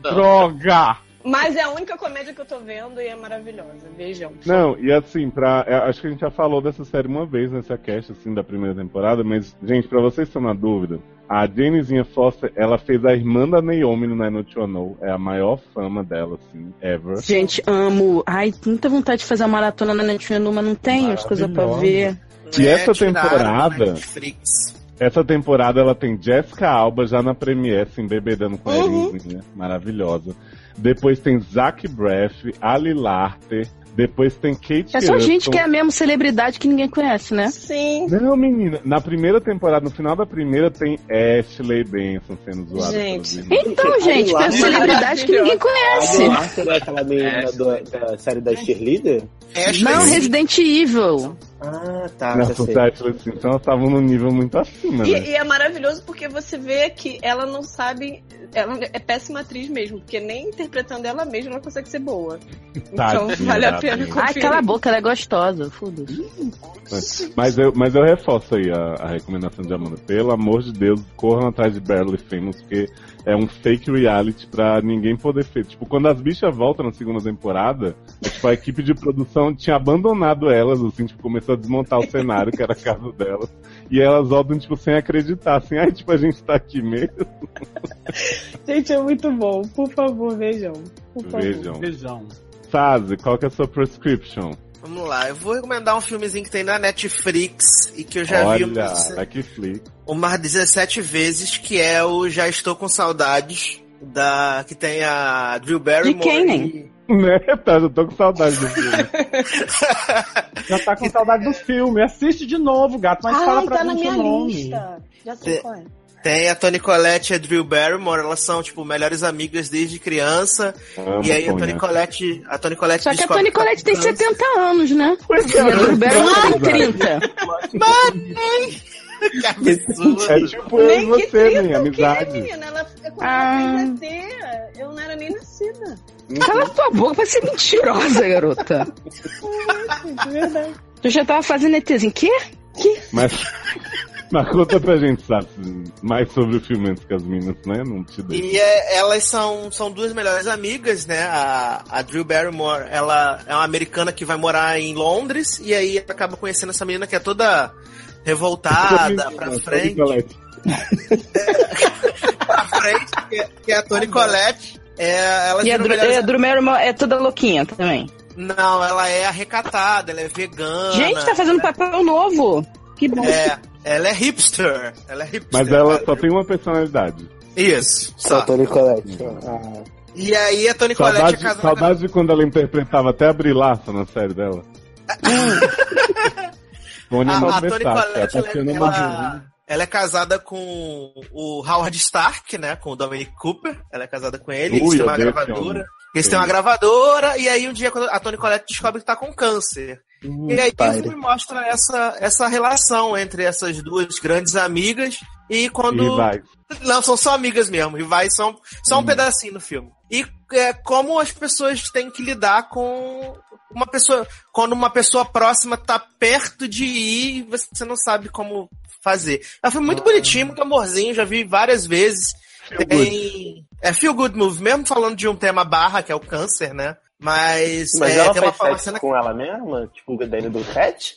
[SPEAKER 5] Não.
[SPEAKER 2] Droga!
[SPEAKER 8] Mas é a única comédia que eu tô vendo e é maravilhosa. Beijão.
[SPEAKER 1] Não, e assim, pra, é, acho que a gente já falou dessa série uma vez nessa cast, assim, da primeira temporada, mas, gente, pra vocês que estão na dúvida, a Jennyzinha Foster, ela fez a irmã da Naomi no I Know What You Know, é a maior fama dela, assim, ever.
[SPEAKER 3] Gente, amo. Ai, muita vontade de fazer uma maratona na Netflix, mas não tem as coisas pra
[SPEAKER 2] Maravilhosa.
[SPEAKER 3] ver.
[SPEAKER 1] E essa
[SPEAKER 7] tiraram
[SPEAKER 1] temporada?
[SPEAKER 7] da Netflix.
[SPEAKER 1] Essa temporada ela tem Jessica Alba já na Premiere, se embebedando com a
[SPEAKER 3] Uhum.
[SPEAKER 1] Erinzinha, maravilhosa. Depois tem Zach Braff, Ali Larter, depois tem Kate
[SPEAKER 3] É só gente
[SPEAKER 1] Upton.
[SPEAKER 3] que é mesmo celebridade que ninguém conhece, né?
[SPEAKER 8] Sim,
[SPEAKER 1] Não, menina, na primeira temporada, no final da primeira, tem Ashley Benson sendo zoada.
[SPEAKER 8] Gente.
[SPEAKER 1] pelas meninas.
[SPEAKER 3] Então, gente, tem celebridade que ninguém conhece.
[SPEAKER 4] A Marta é aquela menina do- da série
[SPEAKER 3] É.
[SPEAKER 4] da Cheerleader?
[SPEAKER 7] Ashley,
[SPEAKER 3] Não,
[SPEAKER 7] sim.
[SPEAKER 3] Resident Evil.
[SPEAKER 4] Ah, tá. já
[SPEAKER 1] Nossa,
[SPEAKER 4] sei.
[SPEAKER 1] os Ashley Simpson elas estavam num nível muito acima,
[SPEAKER 8] E,
[SPEAKER 1] né?
[SPEAKER 8] e é maravilhoso porque você vê que ela não sabe. Ela é péssima atriz mesmo, porque nem interpretando ela mesma ela consegue ser boa. Então
[SPEAKER 1] Tadinha
[SPEAKER 8] vale a
[SPEAKER 1] da
[SPEAKER 8] pena
[SPEAKER 1] atriz.
[SPEAKER 8] conferir.
[SPEAKER 3] Ai, cala a boca, ela é gostosa. Foda-se.
[SPEAKER 1] Mas eu, mas eu reforço aí a, a recomendação de Amanda. Pelo amor de Deus, corram atrás de Barely Famous, porque é um fake reality pra ninguém poder ser. Tipo, quando as bichas voltam na segunda temporada, é, tipo, a equipe de produção tinha abandonado elas, assim, tipo, começou a desmontar o cenário, que era a casa delas. E elas voltam, tipo, sem acreditar, assim, ai, tipo, a gente tá aqui mesmo.
[SPEAKER 8] Gente, é muito bom. Por favor, vejam. Por favor.
[SPEAKER 1] Vejam.
[SPEAKER 2] Beijão.
[SPEAKER 1] Sazi, qual que é a sua prescription?
[SPEAKER 7] Vamos lá, eu vou recomendar um filmezinho que tem na Netflix e que eu já vi um
[SPEAKER 1] Olha,
[SPEAKER 7] umas,
[SPEAKER 1] Netflix.
[SPEAKER 7] umas 17 vezes, que é o Já Estou Com Saudades, da, que tem a Drew Barrymore.
[SPEAKER 3] quem, né?
[SPEAKER 7] e-
[SPEAKER 1] Né, tá, eu tô com saudade do filme.
[SPEAKER 2] Já tá com saudade do filme. Assiste de novo, gato, mas fala
[SPEAKER 8] Ai,
[SPEAKER 2] pra
[SPEAKER 8] tá na
[SPEAKER 2] gente
[SPEAKER 8] minha
[SPEAKER 2] o nome.
[SPEAKER 8] lista. Já sei
[SPEAKER 7] É.
[SPEAKER 8] qual é.
[SPEAKER 7] Tem a Toni Collette e a Drew Barrymore, elas são, tipo, melhores amigas desde criança.
[SPEAKER 1] Amo
[SPEAKER 7] e aí a Toni
[SPEAKER 1] Tonha.
[SPEAKER 7] Collette, a Toni Collette
[SPEAKER 3] Só que a
[SPEAKER 7] descobre
[SPEAKER 3] Toni
[SPEAKER 7] tá
[SPEAKER 3] Collette tem
[SPEAKER 7] com câncer.
[SPEAKER 3] 70 anos, né?
[SPEAKER 1] Pois
[SPEAKER 3] E
[SPEAKER 1] é,
[SPEAKER 3] a Drew Barrymore tem 30.
[SPEAKER 7] Que absurdo.
[SPEAKER 1] É tipo eu e
[SPEAKER 8] Nem que
[SPEAKER 1] você, minha
[SPEAKER 8] o quê,
[SPEAKER 1] amizade.
[SPEAKER 8] menina? Ela, quando
[SPEAKER 3] Ah.
[SPEAKER 8] ela fez ET, eu não era nem nascida. né?
[SPEAKER 3] Cala tua boca, vai ser mentirosa, garota.
[SPEAKER 8] De verdade.
[SPEAKER 3] Tu já tava fazendo ETzinho. Quê?
[SPEAKER 1] Mas, mas conta pra gente, sabe? Mais sobre o filme antes que as meninas, né? Não te dei.
[SPEAKER 7] E é- elas são, são duas melhores amigas, né? A, a Drew Barrymore, ela é uma americana que vai morar em Londres e aí acaba conhecendo essa menina que é toda revoltada, pra frente, pra frente, que é, que é a
[SPEAKER 1] Ah,
[SPEAKER 7] Toni Collette. É, elas
[SPEAKER 3] E a
[SPEAKER 7] viram
[SPEAKER 3] Drew,
[SPEAKER 7] melhores-
[SPEAKER 3] e a Drew Barrymore é toda louquinha também.
[SPEAKER 7] Não, ela é arrecatada, ela é vegana.
[SPEAKER 3] Gente, tá fazendo papel novo. Que bom.
[SPEAKER 7] É, ela é hipster. Ela é hipster.
[SPEAKER 1] Mas ela só tem uma personalidade.
[SPEAKER 7] Isso.
[SPEAKER 4] Só
[SPEAKER 7] Só.
[SPEAKER 4] Tony Collette. Ah,
[SPEAKER 7] E aí a Toni Collette é
[SPEAKER 1] Saudade,
[SPEAKER 7] casada.
[SPEAKER 1] saudade de quando ela interpretava até a Brilaça na série dela. Tony
[SPEAKER 7] A,
[SPEAKER 1] é uma
[SPEAKER 7] a Toni
[SPEAKER 1] bestada,
[SPEAKER 7] Collette,
[SPEAKER 1] ela tá
[SPEAKER 7] ela, é
[SPEAKER 1] sendo uma ruim.
[SPEAKER 7] ela, ela é casada com o Howard Stark, né? Com o Dominic Cooper. Ela é casada com ele. Eles
[SPEAKER 1] Ui,
[SPEAKER 7] têm uma
[SPEAKER 1] odeio esse
[SPEAKER 7] gravadora.
[SPEAKER 1] homem.
[SPEAKER 7] Eles têm uma gravadora. E aí um dia quando a Toni Collette descobre que tá com câncer. E aí o filme mostra essa, essa relação entre essas duas grandes amigas. E
[SPEAKER 1] E
[SPEAKER 7] quando
[SPEAKER 1] vai.
[SPEAKER 7] Não, são só amigas mesmo. Rivais são só um
[SPEAKER 4] Uhum.
[SPEAKER 7] pedacinho no filme. E é, como as pessoas têm que lidar com uma pessoa. Quando uma pessoa próxima tá perto de ir e você não sabe como fazer. É um filme
[SPEAKER 4] Ah.
[SPEAKER 7] muito bonitinho, muito amorzinho, já vi várias vezes.
[SPEAKER 1] Feel
[SPEAKER 7] Tem. É Feel Good Move, mesmo falando de um tema barra, que é o câncer, né? Mas,
[SPEAKER 4] Mas
[SPEAKER 7] é,
[SPEAKER 4] ela
[SPEAKER 7] tem uma
[SPEAKER 4] faz
[SPEAKER 7] fala-
[SPEAKER 4] sexo
[SPEAKER 7] cena.
[SPEAKER 4] com ela mesma? Tipo, dentro do pet?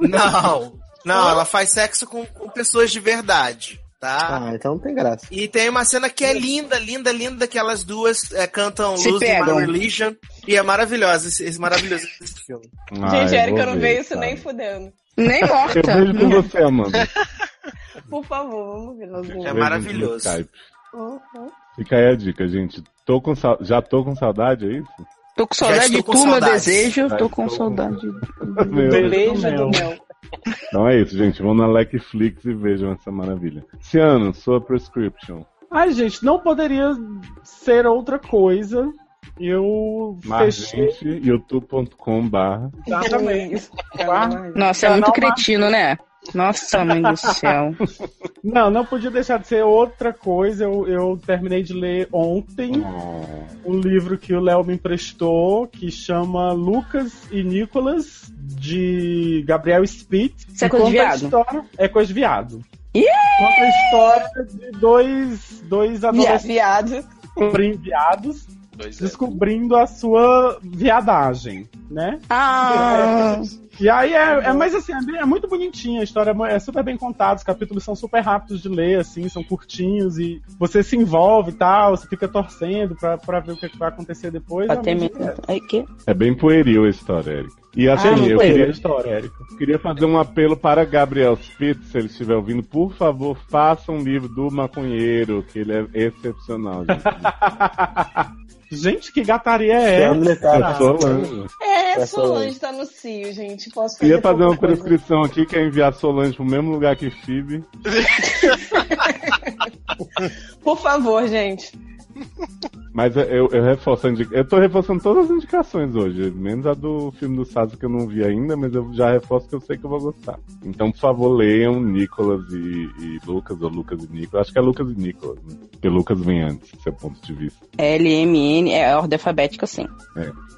[SPEAKER 7] Não. Não, ela faz sexo com, com pessoas de verdade, tá?
[SPEAKER 4] Ah, então não tem graça.
[SPEAKER 7] E tem uma cena que é linda, linda, linda, que elas duas é, cantam
[SPEAKER 3] Se
[SPEAKER 7] Lose in
[SPEAKER 3] pegam.
[SPEAKER 7] My Religion. E é maravilhosa esse, esse maravilhoso esse filme.
[SPEAKER 1] Ai,
[SPEAKER 8] Gente, Érica, eu não
[SPEAKER 1] Ah, vou
[SPEAKER 8] vejo
[SPEAKER 1] ver,
[SPEAKER 8] isso nem
[SPEAKER 1] sabe?
[SPEAKER 8] fudendo.
[SPEAKER 3] Nem
[SPEAKER 1] Eu
[SPEAKER 3] morta.
[SPEAKER 1] vejo com você, Amanda.
[SPEAKER 8] Por favor, vamos ver. Nós
[SPEAKER 7] É
[SPEAKER 1] Eu
[SPEAKER 8] vamos.
[SPEAKER 1] vejo
[SPEAKER 7] maravilhoso.
[SPEAKER 1] no Skype.
[SPEAKER 8] Uhum.
[SPEAKER 1] Fica aí a dica, gente. Tô com sa- Já tô com saudade, é isso?
[SPEAKER 3] Tô com saudade
[SPEAKER 7] estou
[SPEAKER 3] de
[SPEAKER 7] com
[SPEAKER 3] tu, meu
[SPEAKER 7] saudade.
[SPEAKER 3] desejo.
[SPEAKER 1] Já
[SPEAKER 3] Tô com
[SPEAKER 1] estou-
[SPEAKER 3] saudade.
[SPEAKER 1] Meu Deus.
[SPEAKER 8] Beijo
[SPEAKER 2] Meu.
[SPEAKER 8] do mel.
[SPEAKER 1] Então é isso, gente. Vão na Netflix e vejam essa maravilha. Ciano, sua prescription.
[SPEAKER 2] Ai, gente, não poderia ser outra coisa. Eu fechei.
[SPEAKER 1] Margente, youtube.com barra.
[SPEAKER 2] Exatamente. Tá?
[SPEAKER 3] Nossa, é
[SPEAKER 2] Canal
[SPEAKER 3] muito
[SPEAKER 2] Mar-
[SPEAKER 3] cretino, né? Nossa, mãe do céu.
[SPEAKER 2] Não, não podia deixar de ser outra coisa. Eu, eu terminei de ler ontem um livro que o Léo me emprestou, que chama Lucas e Nicolas, de Gabriel Spitt.
[SPEAKER 3] Isso é coisa de
[SPEAKER 2] Conta a
[SPEAKER 3] viado?
[SPEAKER 2] história- É coisa de viado.
[SPEAKER 3] Ih!
[SPEAKER 2] Conta a história de dois, dois
[SPEAKER 8] Via-
[SPEAKER 2] adolescentes
[SPEAKER 8] Viado.
[SPEAKER 2] brinviados
[SPEAKER 5] Pois é.
[SPEAKER 2] descobrindo a sua viadagem, né?
[SPEAKER 3] Ah,
[SPEAKER 2] E aí é, é
[SPEAKER 3] Uhum.
[SPEAKER 2] mas assim, é, bem- é muito bonitinha a história, é mu- é super bem contada, os capítulos são super rápidos de ler, assim, são curtinhos e você se envolve e tal, você fica torcendo pra, pra ver o que, que vai acontecer depois.
[SPEAKER 3] pra
[SPEAKER 2] Realmente,
[SPEAKER 3] terminar. Ai, que?
[SPEAKER 1] É bem pueril a história, Eric. E assim,
[SPEAKER 3] Ah,
[SPEAKER 1] eu
[SPEAKER 3] foi.
[SPEAKER 2] é
[SPEAKER 4] né?
[SPEAKER 1] queria,
[SPEAKER 2] a história, Érico.
[SPEAKER 1] queria fazer um apelo para Gabriel Spitz, se ele estiver ouvindo, por favor, faça um livro do maconheiro, que ele é excepcional, gente.
[SPEAKER 2] Gente, que gataria é essa?
[SPEAKER 4] Sandler, cara.
[SPEAKER 1] Eu tô falando.
[SPEAKER 6] É,
[SPEAKER 4] Essa
[SPEAKER 6] Solange tá no Cio, gente. Posso fazer
[SPEAKER 1] Ia fazer uma
[SPEAKER 6] pouca coisa.
[SPEAKER 1] prescrição aqui, que é enviar Solange pro mesmo lugar que Phoebe.
[SPEAKER 6] Por favor, gente.
[SPEAKER 1] Mas é, eu, eu reforço a indica... Eu tô reforçando todas as indicações hoje, menos a do filme do Sazo que eu não vi ainda, mas eu já reforço que eu sei que eu vou gostar. Então, por favor, leiam Nicolas e, e Lucas, ou Lucas e Nicolas. Acho que é Lucas e Nicolas, né? Porque Lucas vem antes, do seu ponto de vista.
[SPEAKER 3] LMN é a ordem alfabética, sim.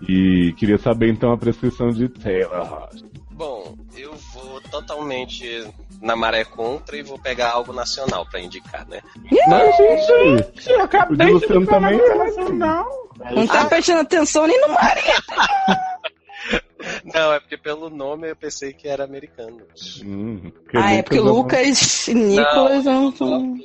[SPEAKER 1] E queria saber então a prescrição de Taylor Rocha.
[SPEAKER 5] Bom, eu vou totalmente na maré contra e vou pegar algo nacional pra indicar, né?
[SPEAKER 1] Mas, gente,
[SPEAKER 2] Gente, eu
[SPEAKER 1] o
[SPEAKER 2] acabei
[SPEAKER 1] de
[SPEAKER 2] de
[SPEAKER 1] Luciano
[SPEAKER 2] ficar na
[SPEAKER 1] também
[SPEAKER 2] minha
[SPEAKER 1] é
[SPEAKER 2] relação, não.
[SPEAKER 3] Não tá prestando atenção nem no mar.
[SPEAKER 5] Não, é porque pelo nome eu pensei que era americano.
[SPEAKER 1] Hum,
[SPEAKER 3] Ah, é porque Lucas e Nicolas não são.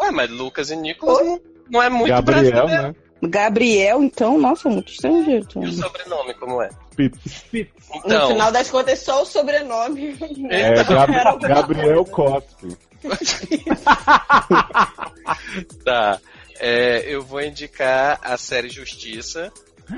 [SPEAKER 5] Ué, mas Lucas e Nicolas não, não é muito
[SPEAKER 1] Gabriel,
[SPEAKER 5] brasileiro.
[SPEAKER 1] né?
[SPEAKER 3] Gabriel, então, nossa, muito estrangeiro.
[SPEAKER 5] E o sobrenome, como é?
[SPEAKER 1] Spitz.
[SPEAKER 6] No
[SPEAKER 5] Então,
[SPEAKER 6] final das
[SPEAKER 8] é
[SPEAKER 6] contas, só o sobrenome.
[SPEAKER 1] É, Gab- Gabriel Costa.
[SPEAKER 5] tá. É, eu vou indicar a série Justiça,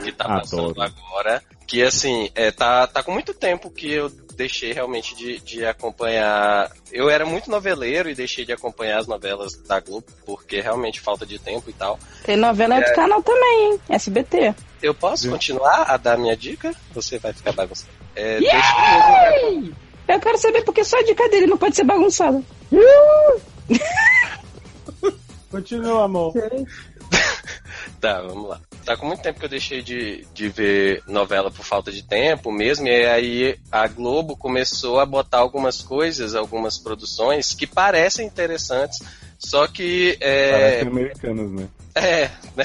[SPEAKER 5] que tá
[SPEAKER 1] Adoro.
[SPEAKER 5] passando agora. Que assim, é, tá, tá com muito tempo que eu deixei realmente de, de acompanhar. Eu era muito noveleiro e deixei de acompanhar as novelas da Globo, porque realmente falta de tempo e tal.
[SPEAKER 3] Tem novela do canal também, hein? SBT.
[SPEAKER 5] Eu posso
[SPEAKER 1] Sim.
[SPEAKER 5] continuar a dar minha dica? Você vai ficar bagunçado. É, deixa eu-
[SPEAKER 3] Eu quero saber porque só a dica dele não pode ser bagunçada.
[SPEAKER 2] Continua, amor.
[SPEAKER 5] Tá, vamos lá. Tá com muito tempo que eu deixei de, de ver novela por falta de tempo mesmo, e aí a Globo começou a botar algumas coisas, algumas produções que parecem interessantes, só que. É,
[SPEAKER 1] Parecem americanos, né?
[SPEAKER 5] é, né?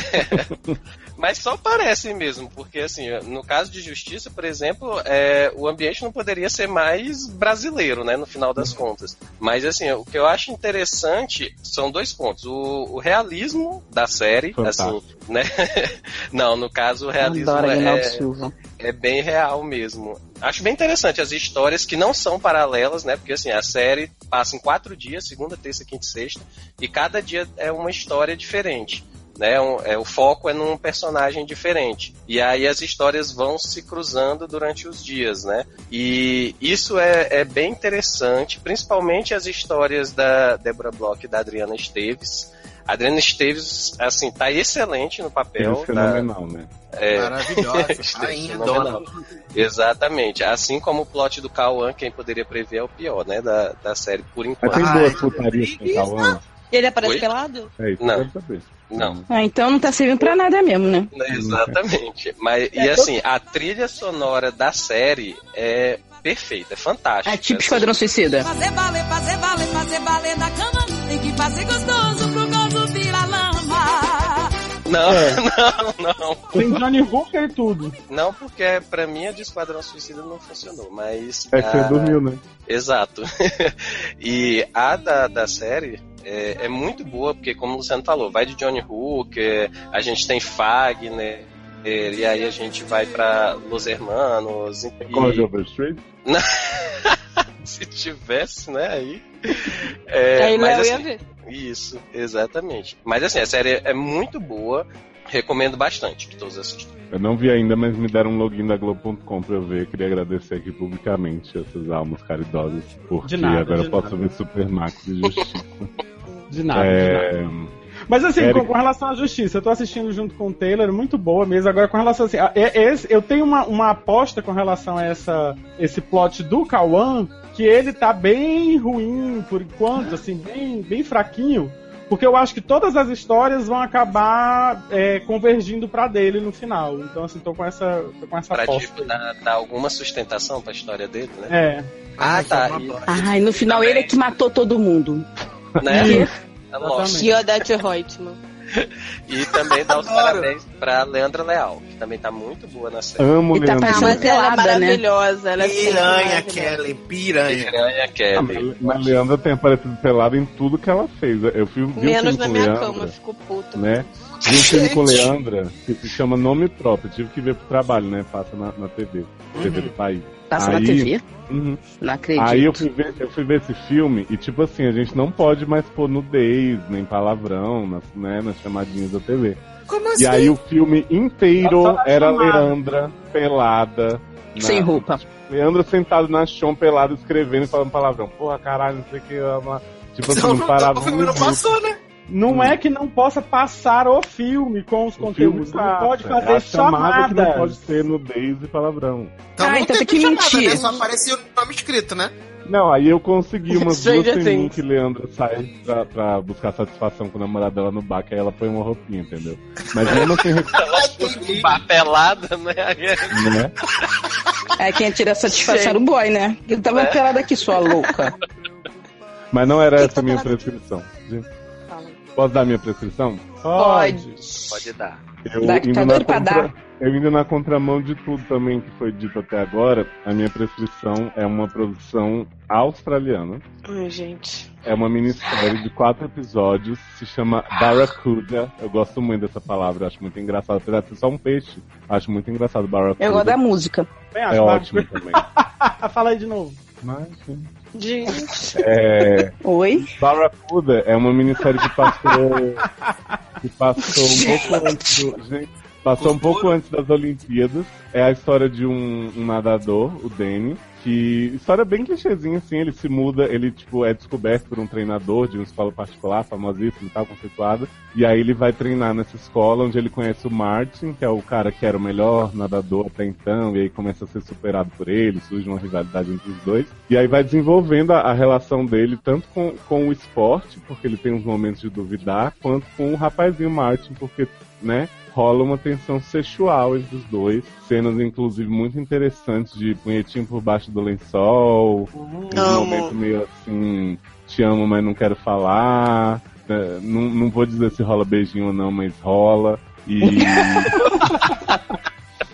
[SPEAKER 5] Mas só parecem mesmo, porque assim, no caso de justiça, por exemplo, é, o ambiente não poderia ser mais brasileiro, né? No final das contas. Mas assim, o que eu acho interessante são dois pontos. O, o realismo da série,
[SPEAKER 1] Fantástico.
[SPEAKER 5] assim, né? não, no caso, o realismo
[SPEAKER 3] Adoro Aguinaldo
[SPEAKER 5] é,
[SPEAKER 3] Silva.
[SPEAKER 5] é bem real mesmo. Acho bem interessante as histórias que não são paralelas, né? Porque assim, a série passa em quatro dias, segunda, terça, quinta e sexta, e cada dia é uma história diferente. Né, Um- é, o foco é num personagem diferente. E aí as histórias vão se cruzando durante os dias, né? E isso é, é bem interessante, principalmente as histórias da Deborah Bloch e da Adriana Esteves. A Adriana Esteves, assim, tá excelente no
[SPEAKER 1] Ele é
[SPEAKER 5] papel. Tá,
[SPEAKER 1] fenomenal, né?
[SPEAKER 5] é,
[SPEAKER 7] Maravilhosa. tá
[SPEAKER 5] Rainha
[SPEAKER 7] Ainda.
[SPEAKER 5] fenomenal. Exatamente. Assim como o plot do Kawan, quem poderia prever é o pior, né? Da, da série, por
[SPEAKER 1] Mas
[SPEAKER 5] enquanto.
[SPEAKER 1] tem
[SPEAKER 7] Ah,
[SPEAKER 1] boas
[SPEAKER 7] é.
[SPEAKER 1] putarias com o Cauã?
[SPEAKER 6] Ele aparece
[SPEAKER 5] Oi?
[SPEAKER 6] pelado?
[SPEAKER 1] É isso,
[SPEAKER 5] Não.
[SPEAKER 1] quero saber.
[SPEAKER 5] Não.
[SPEAKER 3] Ah, então não tá servindo pra nada mesmo, né?
[SPEAKER 1] Uhum.
[SPEAKER 5] Exatamente. Mas, e assim, a trilha sonora da série é perfeita, é fantástica.
[SPEAKER 3] É tipo Esquadrão Suicida.
[SPEAKER 9] Fazer valer, fazer valer, fazer valer na cama. Tem que fazer gostoso pro gozo virar lama.
[SPEAKER 5] Assim, Não, não, não.
[SPEAKER 2] Tem Johnny Hooker e tudo.
[SPEAKER 5] Não, porque pra mim a de Esquadrão Suicida não funcionou, mas.
[SPEAKER 1] É que
[SPEAKER 5] a-
[SPEAKER 1] você dormiu, né?
[SPEAKER 5] Exato. e a da, da série é, é muito boa, porque como o Luciano falou, vai de Johnny Hooker, a gente tem Fagner, é, e aí a gente vai pra Los Hermanos. E,
[SPEAKER 1] College of Overstreet?
[SPEAKER 5] se tivesse, né, aí...
[SPEAKER 6] É,
[SPEAKER 5] É,
[SPEAKER 6] Aí
[SPEAKER 5] mas
[SPEAKER 6] Léo ia
[SPEAKER 5] assim,
[SPEAKER 6] ver.
[SPEAKER 5] isso, exatamente. Mas assim, a série é muito boa, recomendo bastante que todos assistam.
[SPEAKER 1] Eu não vi ainda, mas me deram um login da Globo.com pra eu ver. Queria agradecer aqui publicamente essas almas caridosas, porque
[SPEAKER 2] De nada,
[SPEAKER 1] agora
[SPEAKER 2] de
[SPEAKER 1] eu posso
[SPEAKER 2] nada.
[SPEAKER 1] ver Supermax e Justiça.
[SPEAKER 2] De nada, de nada.
[SPEAKER 1] é...
[SPEAKER 2] Mas assim,
[SPEAKER 1] Érica.
[SPEAKER 2] com, com relação à justiça, eu tô assistindo junto com o Taylor, muito boa mesmo. Agora, com relação assim, a- é- é esse- eu tenho uma, uma aposta com relação a essa, esse plot do Kawan, que ele tá bem ruim por enquanto, assim, bem, bem fraquinho. Porque eu acho que todas as histórias vão acabar é, convergindo pra dele no final. Então, assim, tô com essa, tô com essa
[SPEAKER 5] Pra,
[SPEAKER 2] aposta.
[SPEAKER 5] tipo, dar, dar alguma sustentação pra história dele, né?
[SPEAKER 2] É.
[SPEAKER 5] Ah, tá. E,
[SPEAKER 3] Ai, no final ele é que matou todo mundo.
[SPEAKER 5] né? É lógico.
[SPEAKER 6] Yoda de Reutemann.
[SPEAKER 5] E também dar os parabéns pra Leandra Leal, que também tá muito boa na série.
[SPEAKER 1] Amo,
[SPEAKER 3] E tá
[SPEAKER 1] Leandro.
[SPEAKER 3] parecendo-
[SPEAKER 8] mas ela é
[SPEAKER 3] Pelada, né?
[SPEAKER 8] maravilhosa. Ela é
[SPEAKER 7] Piranha,
[SPEAKER 8] sempre maravilhosa.
[SPEAKER 7] Kelly, piranha.
[SPEAKER 5] Piranha
[SPEAKER 1] Ah,
[SPEAKER 5] Kelly.
[SPEAKER 1] mas- Mas Leandra tem aparecido pelada em tudo que ela fez. Eu fui, vi um filme
[SPEAKER 8] Menos na
[SPEAKER 1] com
[SPEAKER 8] minha
[SPEAKER 1] Leandra,
[SPEAKER 8] cama, fico puto.
[SPEAKER 1] né? Vi um filme com
[SPEAKER 7] Gente.
[SPEAKER 1] Leandra que se chama Nome Próprio. Tive que ver pro trabalho, né? Passa na, na TV. TV do
[SPEAKER 2] Uhum.
[SPEAKER 1] país.
[SPEAKER 3] Passa
[SPEAKER 1] Aí-
[SPEAKER 3] na TV?
[SPEAKER 1] Uhum.
[SPEAKER 3] Não acredito.
[SPEAKER 1] Aí eu fui, ver, eu fui ver esse filme e, tipo assim, a gente não pode mais pôr nudez, nem palavrão, nas, né, nas chamadinhas da TV.
[SPEAKER 7] Como
[SPEAKER 1] E
[SPEAKER 7] assim?
[SPEAKER 1] aí o filme inteiro
[SPEAKER 2] Só na
[SPEAKER 1] era
[SPEAKER 2] chamada.
[SPEAKER 1] Leandra pelada. na-
[SPEAKER 3] Sem roupa.
[SPEAKER 1] Leandra sentado na chão pelada, escrevendo e falando palavrão. Porra, caralho, não sei o que. Ama. Tipo assim,
[SPEAKER 7] Então,
[SPEAKER 1] não parava.
[SPEAKER 7] o filme não
[SPEAKER 1] minuto.
[SPEAKER 7] passou, né?
[SPEAKER 2] Não é que não possa passar o filme com os
[SPEAKER 1] O
[SPEAKER 2] conteúdos.
[SPEAKER 1] filme
[SPEAKER 2] Não pode
[SPEAKER 1] passa.
[SPEAKER 2] fazer
[SPEAKER 1] a chamada que não
[SPEAKER 2] chamadas.
[SPEAKER 1] pode ter nudez e palavrão.
[SPEAKER 3] Ah,
[SPEAKER 7] não
[SPEAKER 3] então tem
[SPEAKER 7] teve
[SPEAKER 3] que
[SPEAKER 7] chamada,
[SPEAKER 3] mentir.
[SPEAKER 7] né? Só aparecia o nome escrito, né?
[SPEAKER 1] Não, aí eu consegui umas duas
[SPEAKER 8] Stranger
[SPEAKER 1] em mim
[SPEAKER 8] Things.
[SPEAKER 1] que Leandra sai pra, pra buscar satisfação com o namorado dela no bar, que aí ela põe uma roupinha, entendeu? Mas mesmo assim,
[SPEAKER 5] Ela foi um bar pelada, né? Aí é
[SPEAKER 1] né?
[SPEAKER 3] É quem tira a satisfação era o boy, né? Ele tava
[SPEAKER 5] É.
[SPEAKER 3] pelado aqui, sua louca.
[SPEAKER 1] Mas não era
[SPEAKER 8] Que que
[SPEAKER 1] essa
[SPEAKER 8] eu
[SPEAKER 1] minha
[SPEAKER 8] tava-
[SPEAKER 1] prescrição. gente. Posso dar minha prescrição?
[SPEAKER 8] Pode.
[SPEAKER 5] Pode dar. né?
[SPEAKER 1] Eu
[SPEAKER 3] Dá que
[SPEAKER 1] indo,
[SPEAKER 3] tá
[SPEAKER 1] na
[SPEAKER 3] doido pra
[SPEAKER 1] contra...
[SPEAKER 3] dar.
[SPEAKER 1] eu indo na contramão de tudo também que foi dito até agora, a minha prescrição é uma produção australiana.
[SPEAKER 8] Ai, gente.
[SPEAKER 1] É uma minissérie de quatro episódios, se chama Barracuda. Eu gosto muito dessa palavra, acho muito engraçado. Apesar de ser só um peixe, acho muito engraçado Barracuda.
[SPEAKER 3] Eu gosto da música.
[SPEAKER 2] Bem,
[SPEAKER 1] É
[SPEAKER 2] acho
[SPEAKER 1] ótimo também.
[SPEAKER 2] Ah, fala aí de novo.
[SPEAKER 1] Mas, sim.
[SPEAKER 8] Gente.
[SPEAKER 1] é,
[SPEAKER 3] Oi?
[SPEAKER 1] Barracuda é uma minissérie que passou, que passou um pouco antes do, gente, passou um pouco antes das Olimpíadas. É a história de um, um nadador, o Danny, que história bem clichêzinha assim. Ele se muda, ele tipo é descoberto por um treinador de uma escola particular, famosíssima, e tal, conceituada. E aí ele vai treinar nessa escola onde ele conhece o Martin, que é o cara que era o melhor nadador até então, e aí começa a ser superado por ele, surge uma rivalidade entre os dois. E aí vai desenvolvendo a, a relação dele tanto com, com o esporte, porque ele tem uns momentos de duvidar, quanto com o rapazinho Martin, porque, né, rola uma tensão sexual entre os dois. Cenas, inclusive, muito interessantes de punhetinho por baixo do lençol, um
[SPEAKER 7] Amo.
[SPEAKER 1] momento meio assim, te amo, mas não quero falar. né, Não, não vou dizer se rola beijinho ou não, mas rola. E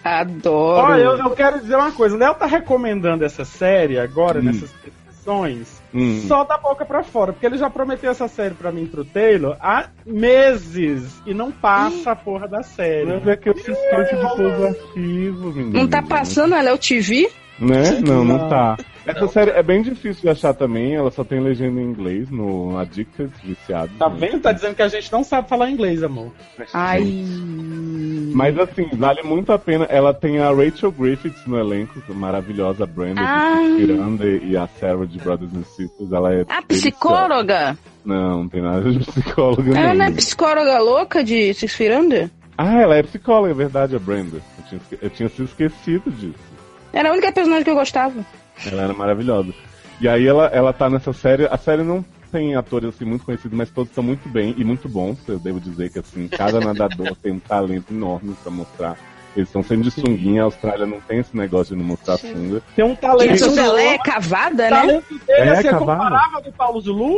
[SPEAKER 3] Adoro.
[SPEAKER 2] Olha, eu, eu quero dizer uma coisa. O Léo tá recomendando essa série agora,
[SPEAKER 1] Hum.
[SPEAKER 2] nessas sessões,
[SPEAKER 1] Hum.
[SPEAKER 2] só da boca pra fora. Porque ele já prometeu essa série pra mim e pro Taylor há meses. E não passa a porra da série.
[SPEAKER 1] mas é que eu se esqueço de todos os arquivos, menino.
[SPEAKER 3] Não tá passando a Léo TV?
[SPEAKER 1] Né? Não, não,
[SPEAKER 2] Não.
[SPEAKER 1] tá. Essa
[SPEAKER 5] Não.
[SPEAKER 1] série é bem difícil de achar também, ela só tem legenda em inglês no Addicted, viciado.
[SPEAKER 2] Tá vendo? Tá dizendo que a gente não sabe falar inglês, amor.
[SPEAKER 3] Ai.
[SPEAKER 1] Mas assim, vale muito a pena. Ela tem a Rachel Griffiths no elenco, que é maravilhosa, a Brenda
[SPEAKER 3] Ah.
[SPEAKER 1] de Miranda e a Sarah de Brothers and Sisters. Ela é
[SPEAKER 3] A
[SPEAKER 1] deliciosa.
[SPEAKER 3] psicóloga?
[SPEAKER 1] Não, não tem nada de psicóloga
[SPEAKER 3] Ela não é
[SPEAKER 1] nenhuma.
[SPEAKER 3] psicóloga louca de se esfirando?
[SPEAKER 1] Ah, ela é psicóloga, é verdade, a Brenda. Eu tinha, esque- eu tinha se esquecido disso.
[SPEAKER 3] Era a única personagem que eu gostava.
[SPEAKER 1] Ela era maravilhosa. E aí ela, ela tá nessa série. A série não tem atores assim muito conhecidos, mas todos são muito bem e muito bons. Eu devo dizer que assim, cada nadador tem um talento enorme pra mostrar. Eles estão sempre de sunguinha, a Austrália não tem esse negócio de não mostrar sunga.
[SPEAKER 2] Tem um
[SPEAKER 3] Que
[SPEAKER 2] talento.
[SPEAKER 3] a
[SPEAKER 2] do-
[SPEAKER 3] Sundelé é cavada,
[SPEAKER 2] O
[SPEAKER 3] né?
[SPEAKER 2] talento dele
[SPEAKER 1] É,
[SPEAKER 2] é, ser
[SPEAKER 1] cavalo.
[SPEAKER 2] comparável ao do Paulo Zulu.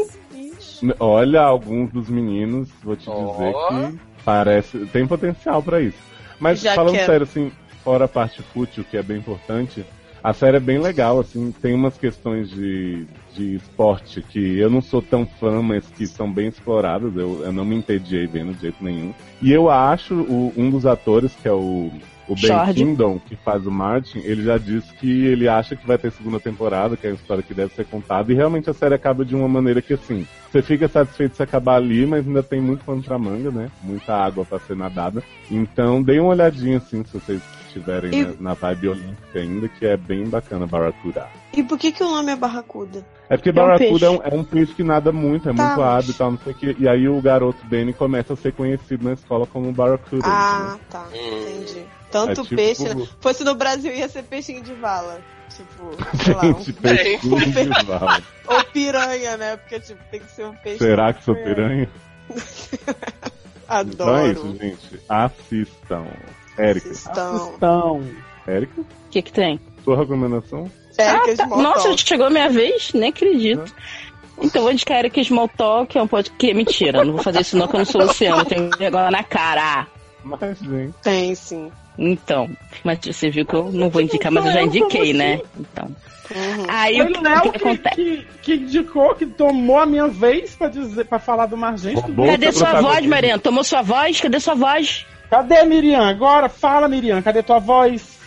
[SPEAKER 1] N- Olha, alguns dos meninos, vou te
[SPEAKER 5] Ó.
[SPEAKER 1] dizer que parece. tem potencial pra isso. Mas
[SPEAKER 8] Já
[SPEAKER 1] falando
[SPEAKER 8] quero.
[SPEAKER 1] sério, assim, fora a parte fútil, que é bem importante, a série é bem legal, assim, tem umas questões de, de esporte que eu não sou tão fã, mas que são bem exploradas. Eu, eu não me entediei vendo de jeito nenhum. E eu acho o- um dos atores, que é o, o Ben
[SPEAKER 3] Jorge.
[SPEAKER 1] Kingdom, que faz o Martin, ele já disse que ele acha que vai ter segunda temporada, que é uma história que deve ser contada, e realmente a série acaba de uma maneira que assim. Você fica satisfeito se acabar ali, mas ainda tem muito pano pra manga, né? Muita água pra ser nadada. Então, dê uma olhadinha, assim, se vocês estiverem
[SPEAKER 8] E-
[SPEAKER 1] na, na vibe olímpica ainda, que é bem bacana Barracuda.
[SPEAKER 8] E por que, que o nome é Barracuda?
[SPEAKER 1] É porque Barracuda é um, é um peixe que nada muito, é
[SPEAKER 8] Tá,
[SPEAKER 1] muito
[SPEAKER 8] mas-
[SPEAKER 1] hábil e tal, não sei o que. E aí o garoto Danny começa a ser conhecido na escola como Barracuda. entendeu?
[SPEAKER 8] Ah, tá.
[SPEAKER 5] Hum.
[SPEAKER 8] Entendi. Tanto
[SPEAKER 1] É tipo-
[SPEAKER 8] peixe. né? Fosse no Brasil, ia ser peixinho de vala. Tipo, sei lá. um-
[SPEAKER 1] Gente, peixe tudo de vala.
[SPEAKER 8] Ou piranha, né? Porque, tipo, tem que ser um peixe.
[SPEAKER 1] Será que sou piranha? Então é isso,
[SPEAKER 8] Adoro.
[SPEAKER 1] gente. Assistam. Érica.
[SPEAKER 8] Estão.
[SPEAKER 2] Então,
[SPEAKER 1] Érica,
[SPEAKER 3] O que que tem? Ah,
[SPEAKER 1] sua recomendação?
[SPEAKER 3] tá.
[SPEAKER 8] É, que
[SPEAKER 3] Nossa, chegou a minha vez? Nem acredito. Então vou indicar Eric Smalltalk, é um podcast que é mentira. Não vou fazer isso não, que eu não sou Luciano. Tenho vergonha na cara.
[SPEAKER 1] Mas, gente.
[SPEAKER 8] Tem, sim.
[SPEAKER 3] Então, mas você viu que eu não vou indicar, mas eu já indiquei, né? Então. Aí
[SPEAKER 2] Foi
[SPEAKER 8] Uhum.
[SPEAKER 3] o
[SPEAKER 2] o
[SPEAKER 3] que,
[SPEAKER 2] Léo
[SPEAKER 3] o que
[SPEAKER 2] que,
[SPEAKER 3] acontece?
[SPEAKER 2] que, que indicou, que tomou a minha vez pra, dizer, pra falar do Margente.
[SPEAKER 1] Roubou
[SPEAKER 3] Cadê
[SPEAKER 1] seu
[SPEAKER 3] sua voz,
[SPEAKER 1] protagonismo.
[SPEAKER 3] Mariana? Tomou sua voz? Cadê sua voz?
[SPEAKER 2] Cadê, Miriam? Agora fala, Miriam. Cadê tua voz?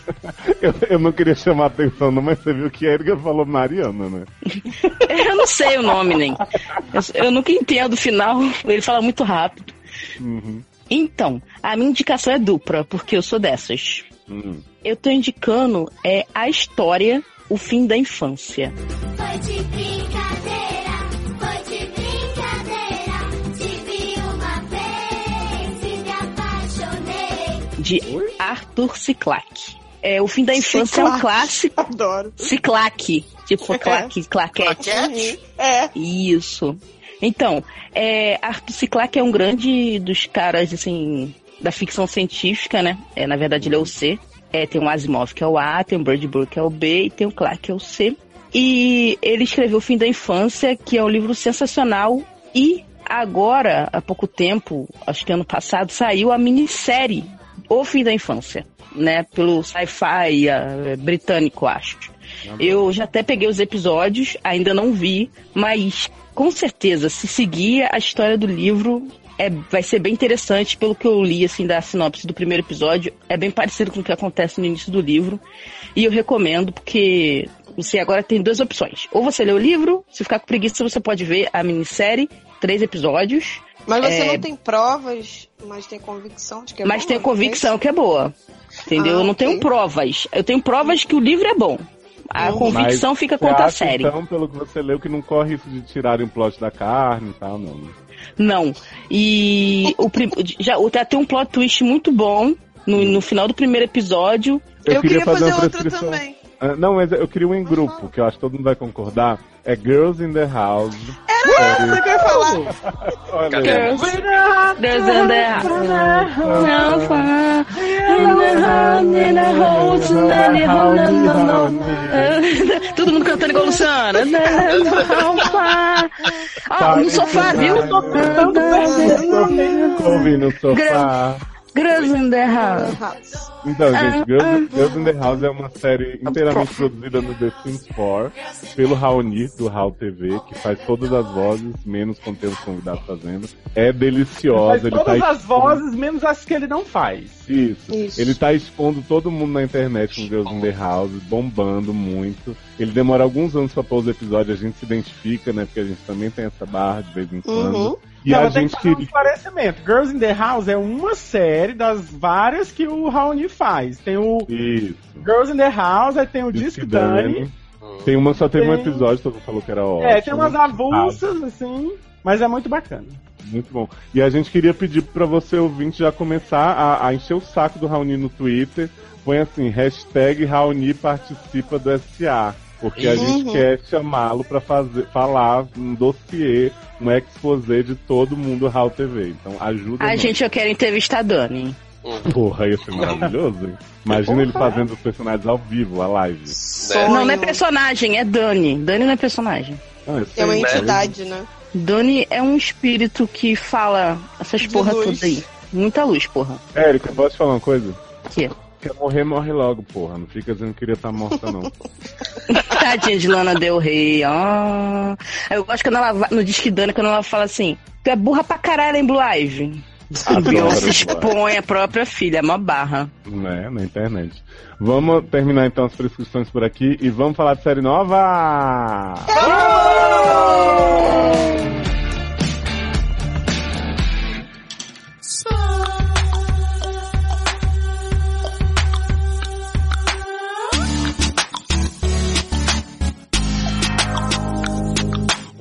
[SPEAKER 1] Eu, eu não queria chamar atenção, não, mas você viu que a Erika falou Mariana, né?
[SPEAKER 3] Eu não sei o nome, nem. Eu, eu nunca entendo o final. Ele fala muito rápido.
[SPEAKER 1] Uhum.
[SPEAKER 3] Então, a minha indicação é dupla, porque eu sou dessas.
[SPEAKER 1] Hum.
[SPEAKER 3] Eu tô indicando é a história O Fim da Infância.
[SPEAKER 10] Foi de brincadeira, foi de brincadeira. Te vi uma vez e me apaixonei.
[SPEAKER 3] de Arthur Ciclac. É, o fim da infância é um clássico.
[SPEAKER 8] Adoro.
[SPEAKER 3] Ciclac. Tipo, claque, claquete.
[SPEAKER 7] Claquete?
[SPEAKER 8] É.
[SPEAKER 3] Isso. Então, é, Arthur Ciclac é um grande dos caras, assim, da ficção científica, né? É, na verdade, ele é o C. É, tem o Asimov, que é o A, tem o Bird Burke, que é o B, e tem o Clark, que é o C. E ele escreveu O Fim da Infância, que é um livro sensacional. E agora, há pouco tempo, acho que ano passado, saiu a minissérie O Fim da Infância, né? Pelo sci-fi eh, britânico, acho. Eu já até peguei os episódios, ainda não vi, mas com certeza, se seguir a história do livro, é, vai ser bem interessante, pelo que eu li assim da sinopse do primeiro episódio, é bem parecido com o que acontece no início do livro. E eu recomendo, porque você agora tem duas opções. Ou você lê o livro, se ficar com preguiça, você pode ver a minissérie, três episódios,
[SPEAKER 8] Mas você
[SPEAKER 3] É.
[SPEAKER 8] não tem provas, mas tem convicção de que é
[SPEAKER 3] mas
[SPEAKER 8] bom,
[SPEAKER 3] tem
[SPEAKER 8] não é
[SPEAKER 3] convicção que é boa. Entendeu?
[SPEAKER 8] Ah,
[SPEAKER 3] eu não tenho
[SPEAKER 8] ok.
[SPEAKER 3] provas. Eu tenho provas que o livro é bom. A
[SPEAKER 8] Uhum.
[SPEAKER 3] convicção
[SPEAKER 1] Mas
[SPEAKER 3] fica
[SPEAKER 1] você
[SPEAKER 3] contra a
[SPEAKER 1] acha,
[SPEAKER 3] série.
[SPEAKER 1] Então, pelo que você leu, que não corre isso de tirarem o plot da carne e tal, não. né?
[SPEAKER 3] Não. E o prim- já, o- já tem um plot twist muito bom no, no final do primeiro episódio.
[SPEAKER 8] Eu, queria fazer,
[SPEAKER 1] uma
[SPEAKER 8] outra
[SPEAKER 1] prescrição.
[SPEAKER 8] também.
[SPEAKER 1] Ah, Não, mas eu queria um em grupo, que eu acho que todo mundo vai concordar. É Girls in the House. Série.
[SPEAKER 8] Você quer falar?
[SPEAKER 1] Olha aí.
[SPEAKER 5] Cadê?
[SPEAKER 3] Deus and the- Todo mundo cantando igual a Luciana. Ó, no sofá, viu?
[SPEAKER 1] Ouvi no sofá.
[SPEAKER 3] Girls in the house.
[SPEAKER 1] Então,
[SPEAKER 2] Ah.
[SPEAKER 1] gente, Girls, Girls in the House é uma série inteiramente produzida no The Sims 4 pelo Raoni, do Raul TV, que faz todas as vozes, menos quando tem os convidados fazendo. É
[SPEAKER 2] Faz
[SPEAKER 1] deliciosa, ele
[SPEAKER 2] todas
[SPEAKER 1] tá
[SPEAKER 2] as vozes, menos as que ele não faz.
[SPEAKER 1] Isso.
[SPEAKER 8] Uhum. Isso.
[SPEAKER 1] Ele tá expondo todo mundo na internet com Girls in the House, bombando muito. Ele demora alguns anos pra pôr os episódios, a gente se identifica, né? Porque a gente também tem essa barra de vez em quando.
[SPEAKER 8] Uhum.
[SPEAKER 1] E
[SPEAKER 2] Não,
[SPEAKER 1] a
[SPEAKER 2] eu tenho
[SPEAKER 1] gente
[SPEAKER 2] que fazer um
[SPEAKER 1] queria.
[SPEAKER 2] esclarecimento. Girls in the House é uma série das várias que o Raoni faz. Tem o
[SPEAKER 1] Isso.
[SPEAKER 2] Girls in the House, aí tem o Disque
[SPEAKER 1] Disque
[SPEAKER 2] Dani.
[SPEAKER 1] Dani. Tem uma, só teve um
[SPEAKER 2] tá Tem.
[SPEAKER 1] episódio, todo mundo falou que era ótimo.
[SPEAKER 2] É, tem umas avulsas, assim, mas é muito bacana.
[SPEAKER 1] Muito bom. E a gente queria pedir pra você, ouvinte, já começar a, a encher o saco do Raoni no Twitter. Põe assim, hashtag Raoni participa do SA. Porque a
[SPEAKER 8] Uhum.
[SPEAKER 1] gente quer chamá-lo pra fazer, falar um dossiê, um exposé de todo mundo Raul TV. Então ajuda
[SPEAKER 3] A
[SPEAKER 1] nós.
[SPEAKER 3] gente, eu quero entrevistar a Dani.
[SPEAKER 1] Porra, ia ser maravilhoso, hein? Imagina ele fazendo os personagens ao vivo, a live.
[SPEAKER 5] É.
[SPEAKER 3] Não, não é personagem, é Dani. Dani não é personagem.
[SPEAKER 1] Ah,
[SPEAKER 8] É uma
[SPEAKER 5] Né?
[SPEAKER 8] entidade, né?
[SPEAKER 3] Dani é um espírito que fala essas
[SPEAKER 8] De
[SPEAKER 3] porra
[SPEAKER 8] luz.
[SPEAKER 3] tudo aí. Muita luz, porra.
[SPEAKER 1] Érica, posso te falar uma coisa?
[SPEAKER 3] Quê?
[SPEAKER 1] Quer morrer, morre logo, porra. Não fica dizendo que queria estar morta, não.
[SPEAKER 3] Tadinha de Lana Del Rey, ó. Eu gosto quando ela va- no Disque Dani, quando ela fala assim, tu é burra pra caralho em Blue Live. Beyoncé
[SPEAKER 1] Adoro,
[SPEAKER 3] expõe a própria filha, é uma barra.
[SPEAKER 1] né, na internet. Vamos terminar então as prescrições por aqui e vamos falar de série nova!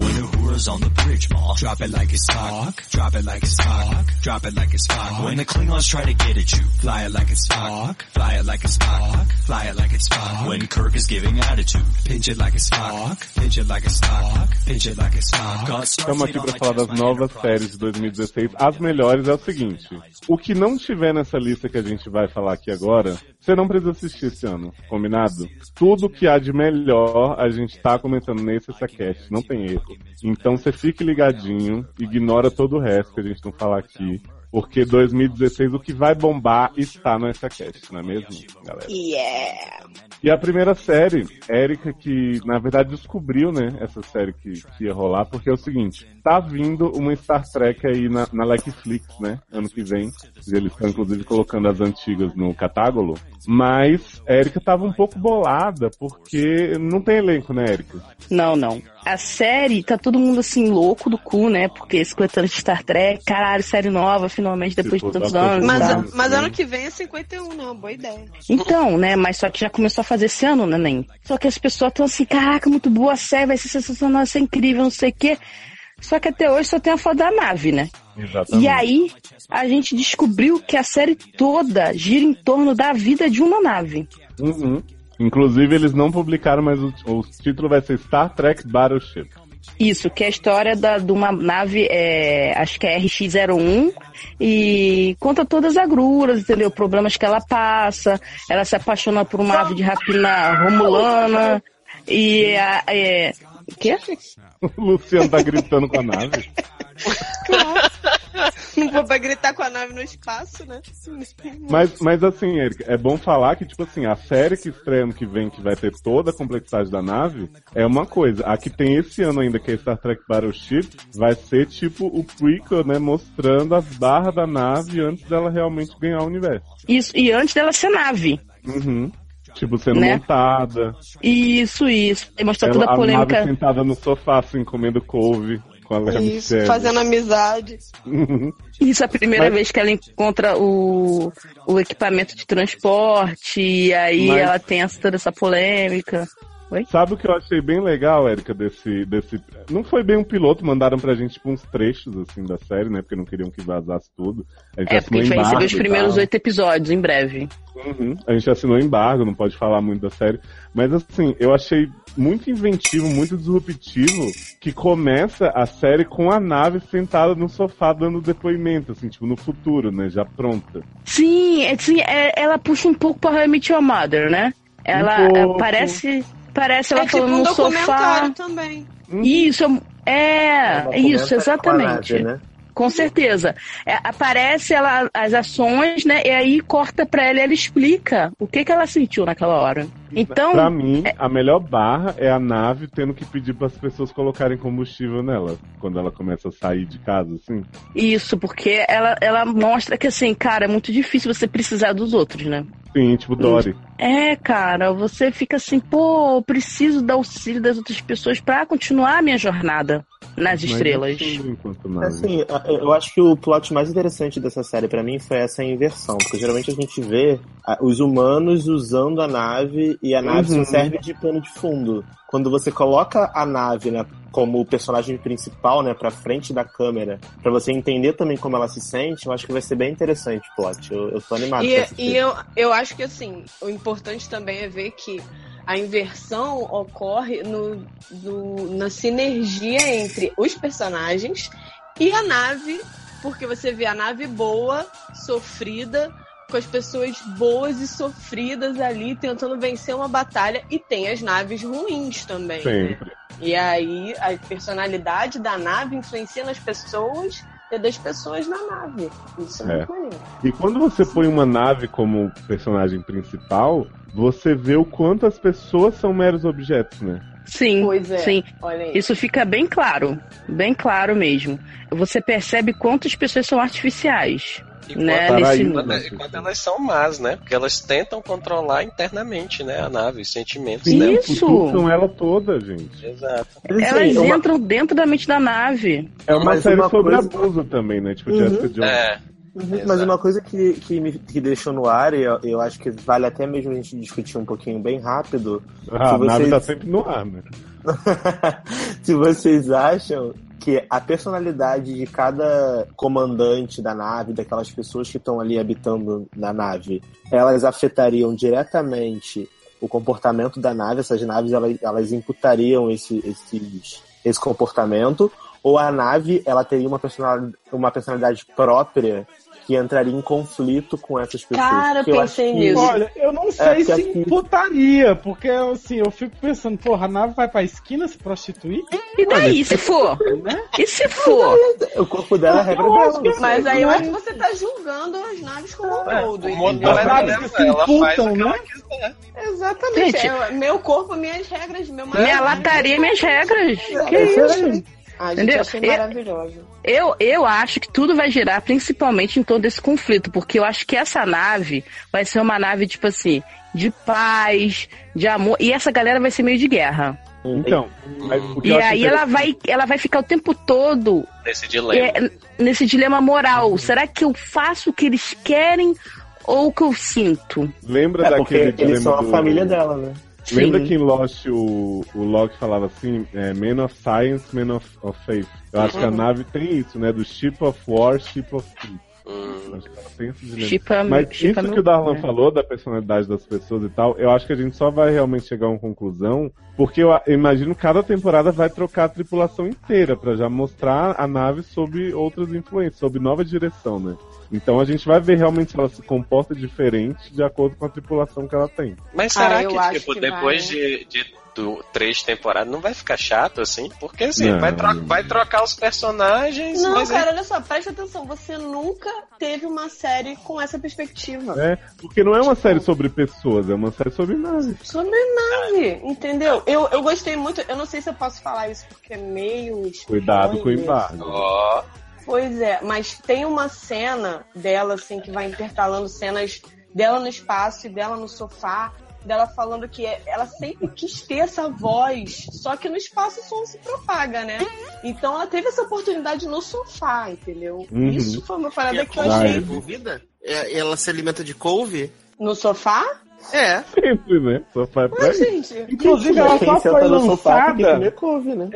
[SPEAKER 11] When the whore's on the bridge, ma, drop it like it's hot. Drop it like it's hot. Drop it like it's hot. When the Klingons try to get at you, fly it like it's hot. Fly it like it's hot. Fly it like it's hot. When Kirk is giving attitude, pinch it like it's hot. Pinch it like it's hot. Pinch it like it's hot. Got
[SPEAKER 1] Estamos
[SPEAKER 11] Starfleet
[SPEAKER 1] aqui
[SPEAKER 11] on
[SPEAKER 1] pra
[SPEAKER 11] my
[SPEAKER 1] falar
[SPEAKER 11] chest,
[SPEAKER 1] das
[SPEAKER 11] my
[SPEAKER 1] novas
[SPEAKER 11] Enterprise
[SPEAKER 1] séries de 2016. As melhores é o seguinte: o que não tiver nessa lista que a gente vai falar aqui agora Você não precisa assistir esse ano, combinado? Tudo que há de melhor a gente tá comentando nesse SACAST, não tem erro. Então você fique ligadinho, ignora todo o resto que a gente não fala aqui, porque 2016 o que vai bombar está no SACAST, não é mesmo, galera?
[SPEAKER 8] Yeah!
[SPEAKER 1] E a primeira série, Érica, que na verdade descobriu, né, essa série que, que ia rolar, porque é o seguinte, tá vindo uma Star Trek aí na, na Netflix, né, ano que vem. E Eles estão inclusive colocando as antigas no catálogo. Mas Érica tava um pouco bolada, porque não tem elenco, né, Érica?
[SPEAKER 3] Não, não. A série, tá todo mundo assim, louco do cu, né? Porque 50 anos de Star Trek, caralho, série nova, finalmente, depois de
[SPEAKER 1] for
[SPEAKER 3] tantos
[SPEAKER 1] dar pra
[SPEAKER 3] anos.
[SPEAKER 1] pensar,
[SPEAKER 3] tá?
[SPEAKER 1] né?
[SPEAKER 8] Mas ano que vem é 51, não, boa ideia.
[SPEAKER 3] Então, né? Mas só que já começou a fazer esse ano, né, nem? Só que as pessoas estão assim, caraca, muito boa a série, vai ser sensacional, vai ser incrível, não sei o quê. Só que até hoje só tem a foto da nave, né?
[SPEAKER 1] Exatamente.
[SPEAKER 3] E aí, a gente descobriu que a série toda gira em torno da vida de uma nave.
[SPEAKER 1] Uhum. Inclusive eles não publicaram, mas o, o título vai ser Star Trek Battleship.
[SPEAKER 3] Isso, que é a história da, de uma nave, é, acho que é RX-01, e conta todas as agruras, entendeu? Problemas que ela passa, ela se apaixona por uma ave de rapina romulana, e a, é... Quê?
[SPEAKER 1] O Luciano tá gritando com a nave.
[SPEAKER 8] Não vou pra gritar com a nave no espaço, né?
[SPEAKER 1] Mas, mas assim, Erika, é bom falar que, tipo assim, a série que estreia ano que vem, que vai ter toda a complexidade da nave, é uma coisa. A que tem esse ano ainda, que é Star Trek Battleship, vai ser tipo o prequel, né? Mostrando as barras da nave antes dela realmente ganhar o universo.
[SPEAKER 3] Isso, e antes dela ser nave.
[SPEAKER 1] Uhum. Tipo, sendo
[SPEAKER 3] Né?
[SPEAKER 1] montada.
[SPEAKER 3] Isso, isso. E mostra
[SPEAKER 1] ela-
[SPEAKER 3] toda a polêmica.
[SPEAKER 1] nave sentada no sofá, assim, comendo couve com a Leve
[SPEAKER 8] Isso, fazendo amizade.
[SPEAKER 3] Isso é a primeira
[SPEAKER 1] Mas-
[SPEAKER 3] vez que ela encontra o, o equipamento de transporte, e aí
[SPEAKER 1] Mas-
[SPEAKER 3] ela tem essa, toda essa polêmica.
[SPEAKER 1] Sabe o que eu achei bem legal, Érica, desse, desse. Não foi bem um piloto, mandaram pra gente tipo, uns trechos assim da série, né? Porque não queriam que vazasse tudo. A gente
[SPEAKER 3] É, porque
[SPEAKER 1] assinou
[SPEAKER 3] a gente vai receber
[SPEAKER 1] embargo
[SPEAKER 3] os
[SPEAKER 1] e
[SPEAKER 3] primeiros
[SPEAKER 1] tal.
[SPEAKER 3] oito episódios em breve.
[SPEAKER 1] Uhum. A gente assinou embargo, não pode falar muito da série. Mas assim, eu achei muito inventivo, muito disruptivo, que começa a série com a nave sentada no sofá dando depoimento, assim, tipo, no futuro, né? Já pronta.
[SPEAKER 3] Sim, é, sim é- ela puxa um pouco para How I Met Your Mother, né? Ela
[SPEAKER 1] Um
[SPEAKER 3] é,
[SPEAKER 1] pouco.
[SPEAKER 3] parece, parece ela
[SPEAKER 8] é tipo
[SPEAKER 3] falando
[SPEAKER 8] um
[SPEAKER 3] no sofá.
[SPEAKER 8] documentário também.
[SPEAKER 1] Uhum.
[SPEAKER 3] Isso, é,
[SPEAKER 8] Ela
[SPEAKER 3] é isso,
[SPEAKER 8] comenta
[SPEAKER 3] exatamente.
[SPEAKER 8] com a
[SPEAKER 3] Com,
[SPEAKER 8] nave, né?
[SPEAKER 3] certeza. É, aparece ela, as ações, né? E aí corta pra ela e ela explica o que, que ela sentiu naquela hora. Então,
[SPEAKER 1] pra mim, a melhor barra é a nave tendo que pedir para as pessoas colocarem combustível nela quando ela começa a sair de casa, assim.
[SPEAKER 3] isso, porque ela, ela mostra que, assim, cara, é muito difícil você precisar dos outros, né?
[SPEAKER 1] Sim, tipo Dory.
[SPEAKER 3] É, cara, você fica assim, pô, eu preciso do auxílio das outras pessoas pra continuar a minha jornada nas
[SPEAKER 4] Mas
[SPEAKER 3] estrelas.
[SPEAKER 1] assim, Enquanto nada.
[SPEAKER 4] Assim, a- eu acho que o plot mais interessante dessa série pra mim foi essa inversão, porque geralmente a gente vê a- os humanos usando a nave e a nave
[SPEAKER 1] Uhum.
[SPEAKER 4] só serve de pano de fundo. Quando você coloca a nave, né, como o personagem principal, né, para frente da câmera, pra você entender também como ela se sente, eu acho que vai ser bem interessante o plot. Eu, eu tô animado. pra
[SPEAKER 8] E,
[SPEAKER 4] assistir.
[SPEAKER 8] e eu, eu acho que assim, o importante também é ver que a inversão ocorre no, no- na sinergia entre os personagens e a nave, porque você vê a nave boa, sofrida, com as pessoas boas e sofridas ali tentando vencer uma batalha, e tem as naves ruins também. né?
[SPEAKER 1] Sempre.
[SPEAKER 8] E aí a personalidade da nave influencia nas pessoas e das pessoas na nave. Isso é,
[SPEAKER 1] É.
[SPEAKER 8] muito maneiro.
[SPEAKER 1] E quando você põe uma nave como personagem principal, você vê o quanto as pessoas são meros objetos, né?
[SPEAKER 3] Sim,
[SPEAKER 8] Pois é,
[SPEAKER 3] sim.
[SPEAKER 8] olha aí.
[SPEAKER 3] Isso fica bem claro, bem claro mesmo. Você percebe quantas pessoas são artificiais, né?
[SPEAKER 5] Enquanto-
[SPEAKER 3] nesse-
[SPEAKER 5] enquanto- enquanto elas são más, né? Porque elas tentam controlar internamente, né? A nave, os sentimentos dela.
[SPEAKER 3] Isso!
[SPEAKER 1] São ela toda, gente.
[SPEAKER 5] Exato.
[SPEAKER 4] assim,
[SPEAKER 8] É
[SPEAKER 3] Elas entram dentro da mente da nave.
[SPEAKER 1] É uma
[SPEAKER 4] Mas
[SPEAKER 1] série
[SPEAKER 4] é uma
[SPEAKER 1] sobre
[SPEAKER 4] coisa-
[SPEAKER 1] abuso também, né? Tipo,
[SPEAKER 4] Uhum.
[SPEAKER 1] Jessica Jones.
[SPEAKER 5] É,
[SPEAKER 4] Uhum, Mas uma coisa que, que me que deixou no ar, e eu, eu acho que vale até mesmo a gente discutir um pouquinho bem rápido.
[SPEAKER 1] Ah,
[SPEAKER 4] se
[SPEAKER 1] a nave
[SPEAKER 4] vocês-
[SPEAKER 1] tá sempre no ar, né?
[SPEAKER 4] se vocês acham que a personalidade de cada comandante da nave, daquelas pessoas que estão ali habitando na nave, elas afetariam diretamente o comportamento da nave, essas naves elas, elas imputariam esse, esses- esse comportamento, ou a nave ela teria uma personalidade, uma personalidade própria que entraria em conflito com essas pessoas.
[SPEAKER 8] Cara,
[SPEAKER 4] Porque acho que-
[SPEAKER 2] Olha, eu não sei
[SPEAKER 4] É, porque
[SPEAKER 2] se
[SPEAKER 4] aqui-
[SPEAKER 2] imputaria, porque assim, eu fico pensando, porra, a nave vai pra esquina se prostituir?
[SPEAKER 3] E daí, se for?
[SPEAKER 8] é
[SPEAKER 3] E se for?
[SPEAKER 4] O corpo dela é regra dela. não sei.
[SPEAKER 8] Mas aí eu
[SPEAKER 4] Não é
[SPEAKER 8] acho que você tá julgando as naves como um todo.
[SPEAKER 5] o
[SPEAKER 8] entendeu?
[SPEAKER 5] modelo é dela, ela faz o
[SPEAKER 8] né?
[SPEAKER 5] que ela
[SPEAKER 8] Exatamente.
[SPEAKER 3] Gente.
[SPEAKER 8] é, meu corpo, minhas regras, meu
[SPEAKER 3] Minha lataria, minhas regras. Que
[SPEAKER 8] né? É isso
[SPEAKER 3] isso?
[SPEAKER 8] A gente
[SPEAKER 3] Entendeu?
[SPEAKER 8] achei
[SPEAKER 3] Eu-
[SPEAKER 8] maravilhoso.
[SPEAKER 3] Eu, eu acho que tudo vai girar principalmente em todo esse conflito, porque eu acho que essa nave vai ser uma nave, tipo assim, de paz, de amor, e essa galera vai ser meio de guerra.
[SPEAKER 1] Então, mas o que
[SPEAKER 3] E
[SPEAKER 1] eu acho
[SPEAKER 3] aí ela vai, ela vai ficar o tempo todo
[SPEAKER 5] Nesse dilema.
[SPEAKER 3] é, nesse dilema
[SPEAKER 1] Uhum.
[SPEAKER 3] moral. Será que eu faço o que eles querem ou o que eu sinto?
[SPEAKER 1] Lembra
[SPEAKER 4] É, porque
[SPEAKER 1] daquele dilema
[SPEAKER 4] eles são a
[SPEAKER 1] do-
[SPEAKER 4] família dela, né?
[SPEAKER 1] Lembra
[SPEAKER 3] Sim.
[SPEAKER 1] que em Lost o, o Locke falava assim, é, Man of Science, Man of, of Faith. Eu acho
[SPEAKER 3] Uhum.
[SPEAKER 1] que a nave tem isso, né? Do Ship of War, Ship of Peace.
[SPEAKER 3] Uhum.
[SPEAKER 1] Eu acho que ela tem esse dilema.
[SPEAKER 3] Chip a-
[SPEAKER 1] Mas
[SPEAKER 3] chip a
[SPEAKER 1] isso
[SPEAKER 3] meu-
[SPEAKER 1] que o Darlan
[SPEAKER 3] é.
[SPEAKER 1] falou da personalidade das pessoas e tal, eu acho que a gente só vai realmente chegar a uma conclusão, porque eu a- imagino que cada temporada vai trocar a tripulação inteira pra já mostrar a nave sob outras influências, sob nova direção, né? Então a gente vai ver realmente se ela se comporta diferente de acordo com a tripulação que ela tem.
[SPEAKER 5] Mas
[SPEAKER 8] Ah,
[SPEAKER 5] será
[SPEAKER 8] eu
[SPEAKER 5] que,
[SPEAKER 8] acho
[SPEAKER 5] tipo,
[SPEAKER 8] que
[SPEAKER 5] depois
[SPEAKER 8] vai.
[SPEAKER 5] de, de du- três temporadas não vai ficar chato, assim? Porque, assim,
[SPEAKER 1] Não.
[SPEAKER 5] vai, tro- vai trocar os personagens,
[SPEAKER 8] Não,
[SPEAKER 5] mas... é
[SPEAKER 8] cara, olha só, presta atenção. Você nunca teve uma série com essa perspectiva.
[SPEAKER 1] É, porque não é uma série sobre pessoas, é uma série sobre naves.
[SPEAKER 8] Sobre nave, entendeu? Eu, eu gostei muito, eu não sei se eu posso falar isso porque é meio.
[SPEAKER 1] Cuidado com o
[SPEAKER 8] spoiler.
[SPEAKER 1] embargo.
[SPEAKER 5] Ó,
[SPEAKER 8] Pois é, mas tem uma cena dela, assim, que vai intercalando cenas dela no espaço e dela no sofá, dela falando que é- ela sempre quis ter essa voz, só que no espaço o som se propaga, né? Então ela teve essa oportunidade no sofá, entendeu?
[SPEAKER 1] Uhum.
[SPEAKER 8] Isso foi uma
[SPEAKER 7] E a
[SPEAKER 8] parada que eu
[SPEAKER 7] couve
[SPEAKER 1] Vai.
[SPEAKER 7] é
[SPEAKER 8] Tá achei.
[SPEAKER 7] envolvida? É, ela se alimenta de couve?
[SPEAKER 8] No sofá?
[SPEAKER 7] É.
[SPEAKER 1] Sempre, né? Só faz pra
[SPEAKER 8] Mas,
[SPEAKER 1] isso.
[SPEAKER 8] gente.
[SPEAKER 2] Inclusive, ela
[SPEAKER 4] Quem
[SPEAKER 2] só
[SPEAKER 4] senta
[SPEAKER 2] foi
[SPEAKER 4] tá no sofá tem que
[SPEAKER 2] lançada.
[SPEAKER 4] comer couve, né?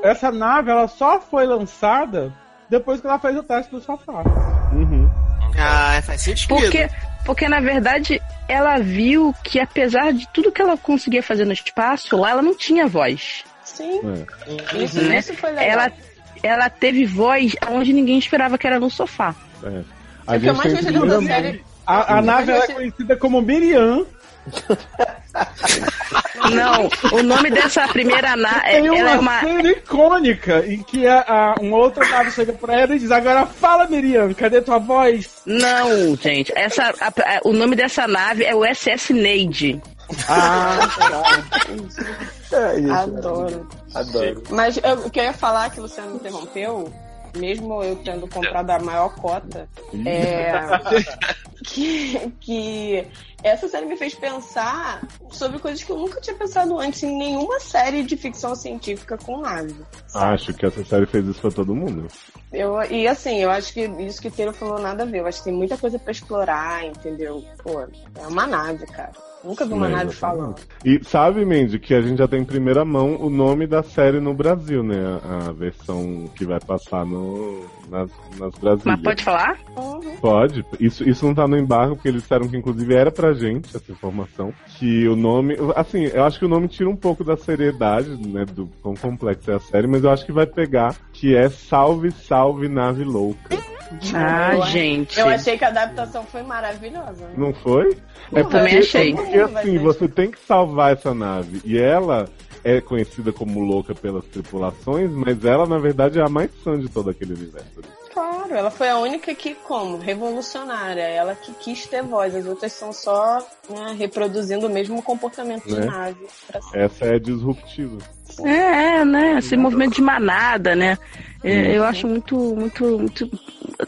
[SPEAKER 2] Essa nave, ela só foi lançada depois que ela fez o teste do sofá.
[SPEAKER 1] Uhum.
[SPEAKER 8] É
[SPEAKER 7] Ah, faz sentido.
[SPEAKER 3] Porque, porque na verdade ela viu que apesar de tudo que ela conseguia fazer no espaço, lá ela não tinha voz.
[SPEAKER 8] Sim,
[SPEAKER 1] É.
[SPEAKER 8] isso,
[SPEAKER 3] Né?
[SPEAKER 8] isso foi legal.
[SPEAKER 3] Ela, ela teve voz onde ninguém esperava que era no sofá.
[SPEAKER 1] A
[SPEAKER 8] o que eu
[SPEAKER 1] gente
[SPEAKER 8] mais
[SPEAKER 1] tem
[SPEAKER 8] gostei
[SPEAKER 1] primeiro
[SPEAKER 8] dessa
[SPEAKER 1] nome.
[SPEAKER 8] série.
[SPEAKER 2] A, a
[SPEAKER 8] Sim.
[SPEAKER 2] nave
[SPEAKER 8] Mas
[SPEAKER 2] ela é
[SPEAKER 8] você-
[SPEAKER 2] conhecida como Miriam.
[SPEAKER 3] Não, o nome dessa primeira na
[SPEAKER 2] Tem uma,
[SPEAKER 3] ela é uma
[SPEAKER 2] cena icônica em que a, a- uma outra nave chega pra ela e diz: Agora fala, Miriam, cadê tua voz?
[SPEAKER 3] Não, gente, essa a- a- o nome dessa nave é o SS Neide.
[SPEAKER 4] É, isso,
[SPEAKER 8] Adoro.
[SPEAKER 4] Adoro.
[SPEAKER 8] Mas eu, o que eu ia falar que você me interrompeu, mesmo eu tendo comprado a maior cota, é que, que essa série me fez pensar sobre coisas que eu nunca tinha pensado antes em nenhuma série de ficção científica com nave.
[SPEAKER 1] Acho que essa série fez isso pra todo mundo.
[SPEAKER 8] Eu, e assim, eu acho que isso que o Teiro falou nada a ver. Eu acho que tem muita coisa pra explorar, entendeu? Pô, é uma nave, cara. Nunca vi uma
[SPEAKER 1] É,
[SPEAKER 8] nave
[SPEAKER 1] exatamente.
[SPEAKER 8] falando.
[SPEAKER 1] E sabe, Mandy, que a gente já tem em primeira mão o nome da série no Brasil, né? A, a versão que vai passar no, nas, nas Brasílias.
[SPEAKER 3] Mas pode falar?
[SPEAKER 8] Uhum.
[SPEAKER 1] Pode. Isso, isso não tá no embargo, porque eles disseram que inclusive era pra gente essa informação. Que o nome. Assim, eu acho que o nome tira um pouco da seriedade, né? Do quão complexa é a série, mas eu acho que vai pegar que é Salve, Salve Nave Louca.
[SPEAKER 3] Ah,
[SPEAKER 8] Uhum. Eu a-
[SPEAKER 3] gente.
[SPEAKER 8] Eu achei que a adaptação foi maravilhosa. né?
[SPEAKER 1] Não foi?
[SPEAKER 3] Eu também achei.
[SPEAKER 1] é porque assim, você tem que salvar essa nave. E ela é conhecida como louca pelas tripulações, mas ela, na verdade, é a mais sã de todo aquele universo.
[SPEAKER 8] Claro, ela foi a única que, como, revolucionária. Ela que quis ter voz. As outras são só né, reproduzindo o mesmo comportamento de
[SPEAKER 1] Né?
[SPEAKER 8] nave. Pra sempre.
[SPEAKER 1] Essa é disruptiva.
[SPEAKER 3] É, é, né?
[SPEAKER 8] Uhum.
[SPEAKER 3] Esse movimento de manada, né? É, Eu acho muito, muito, muito.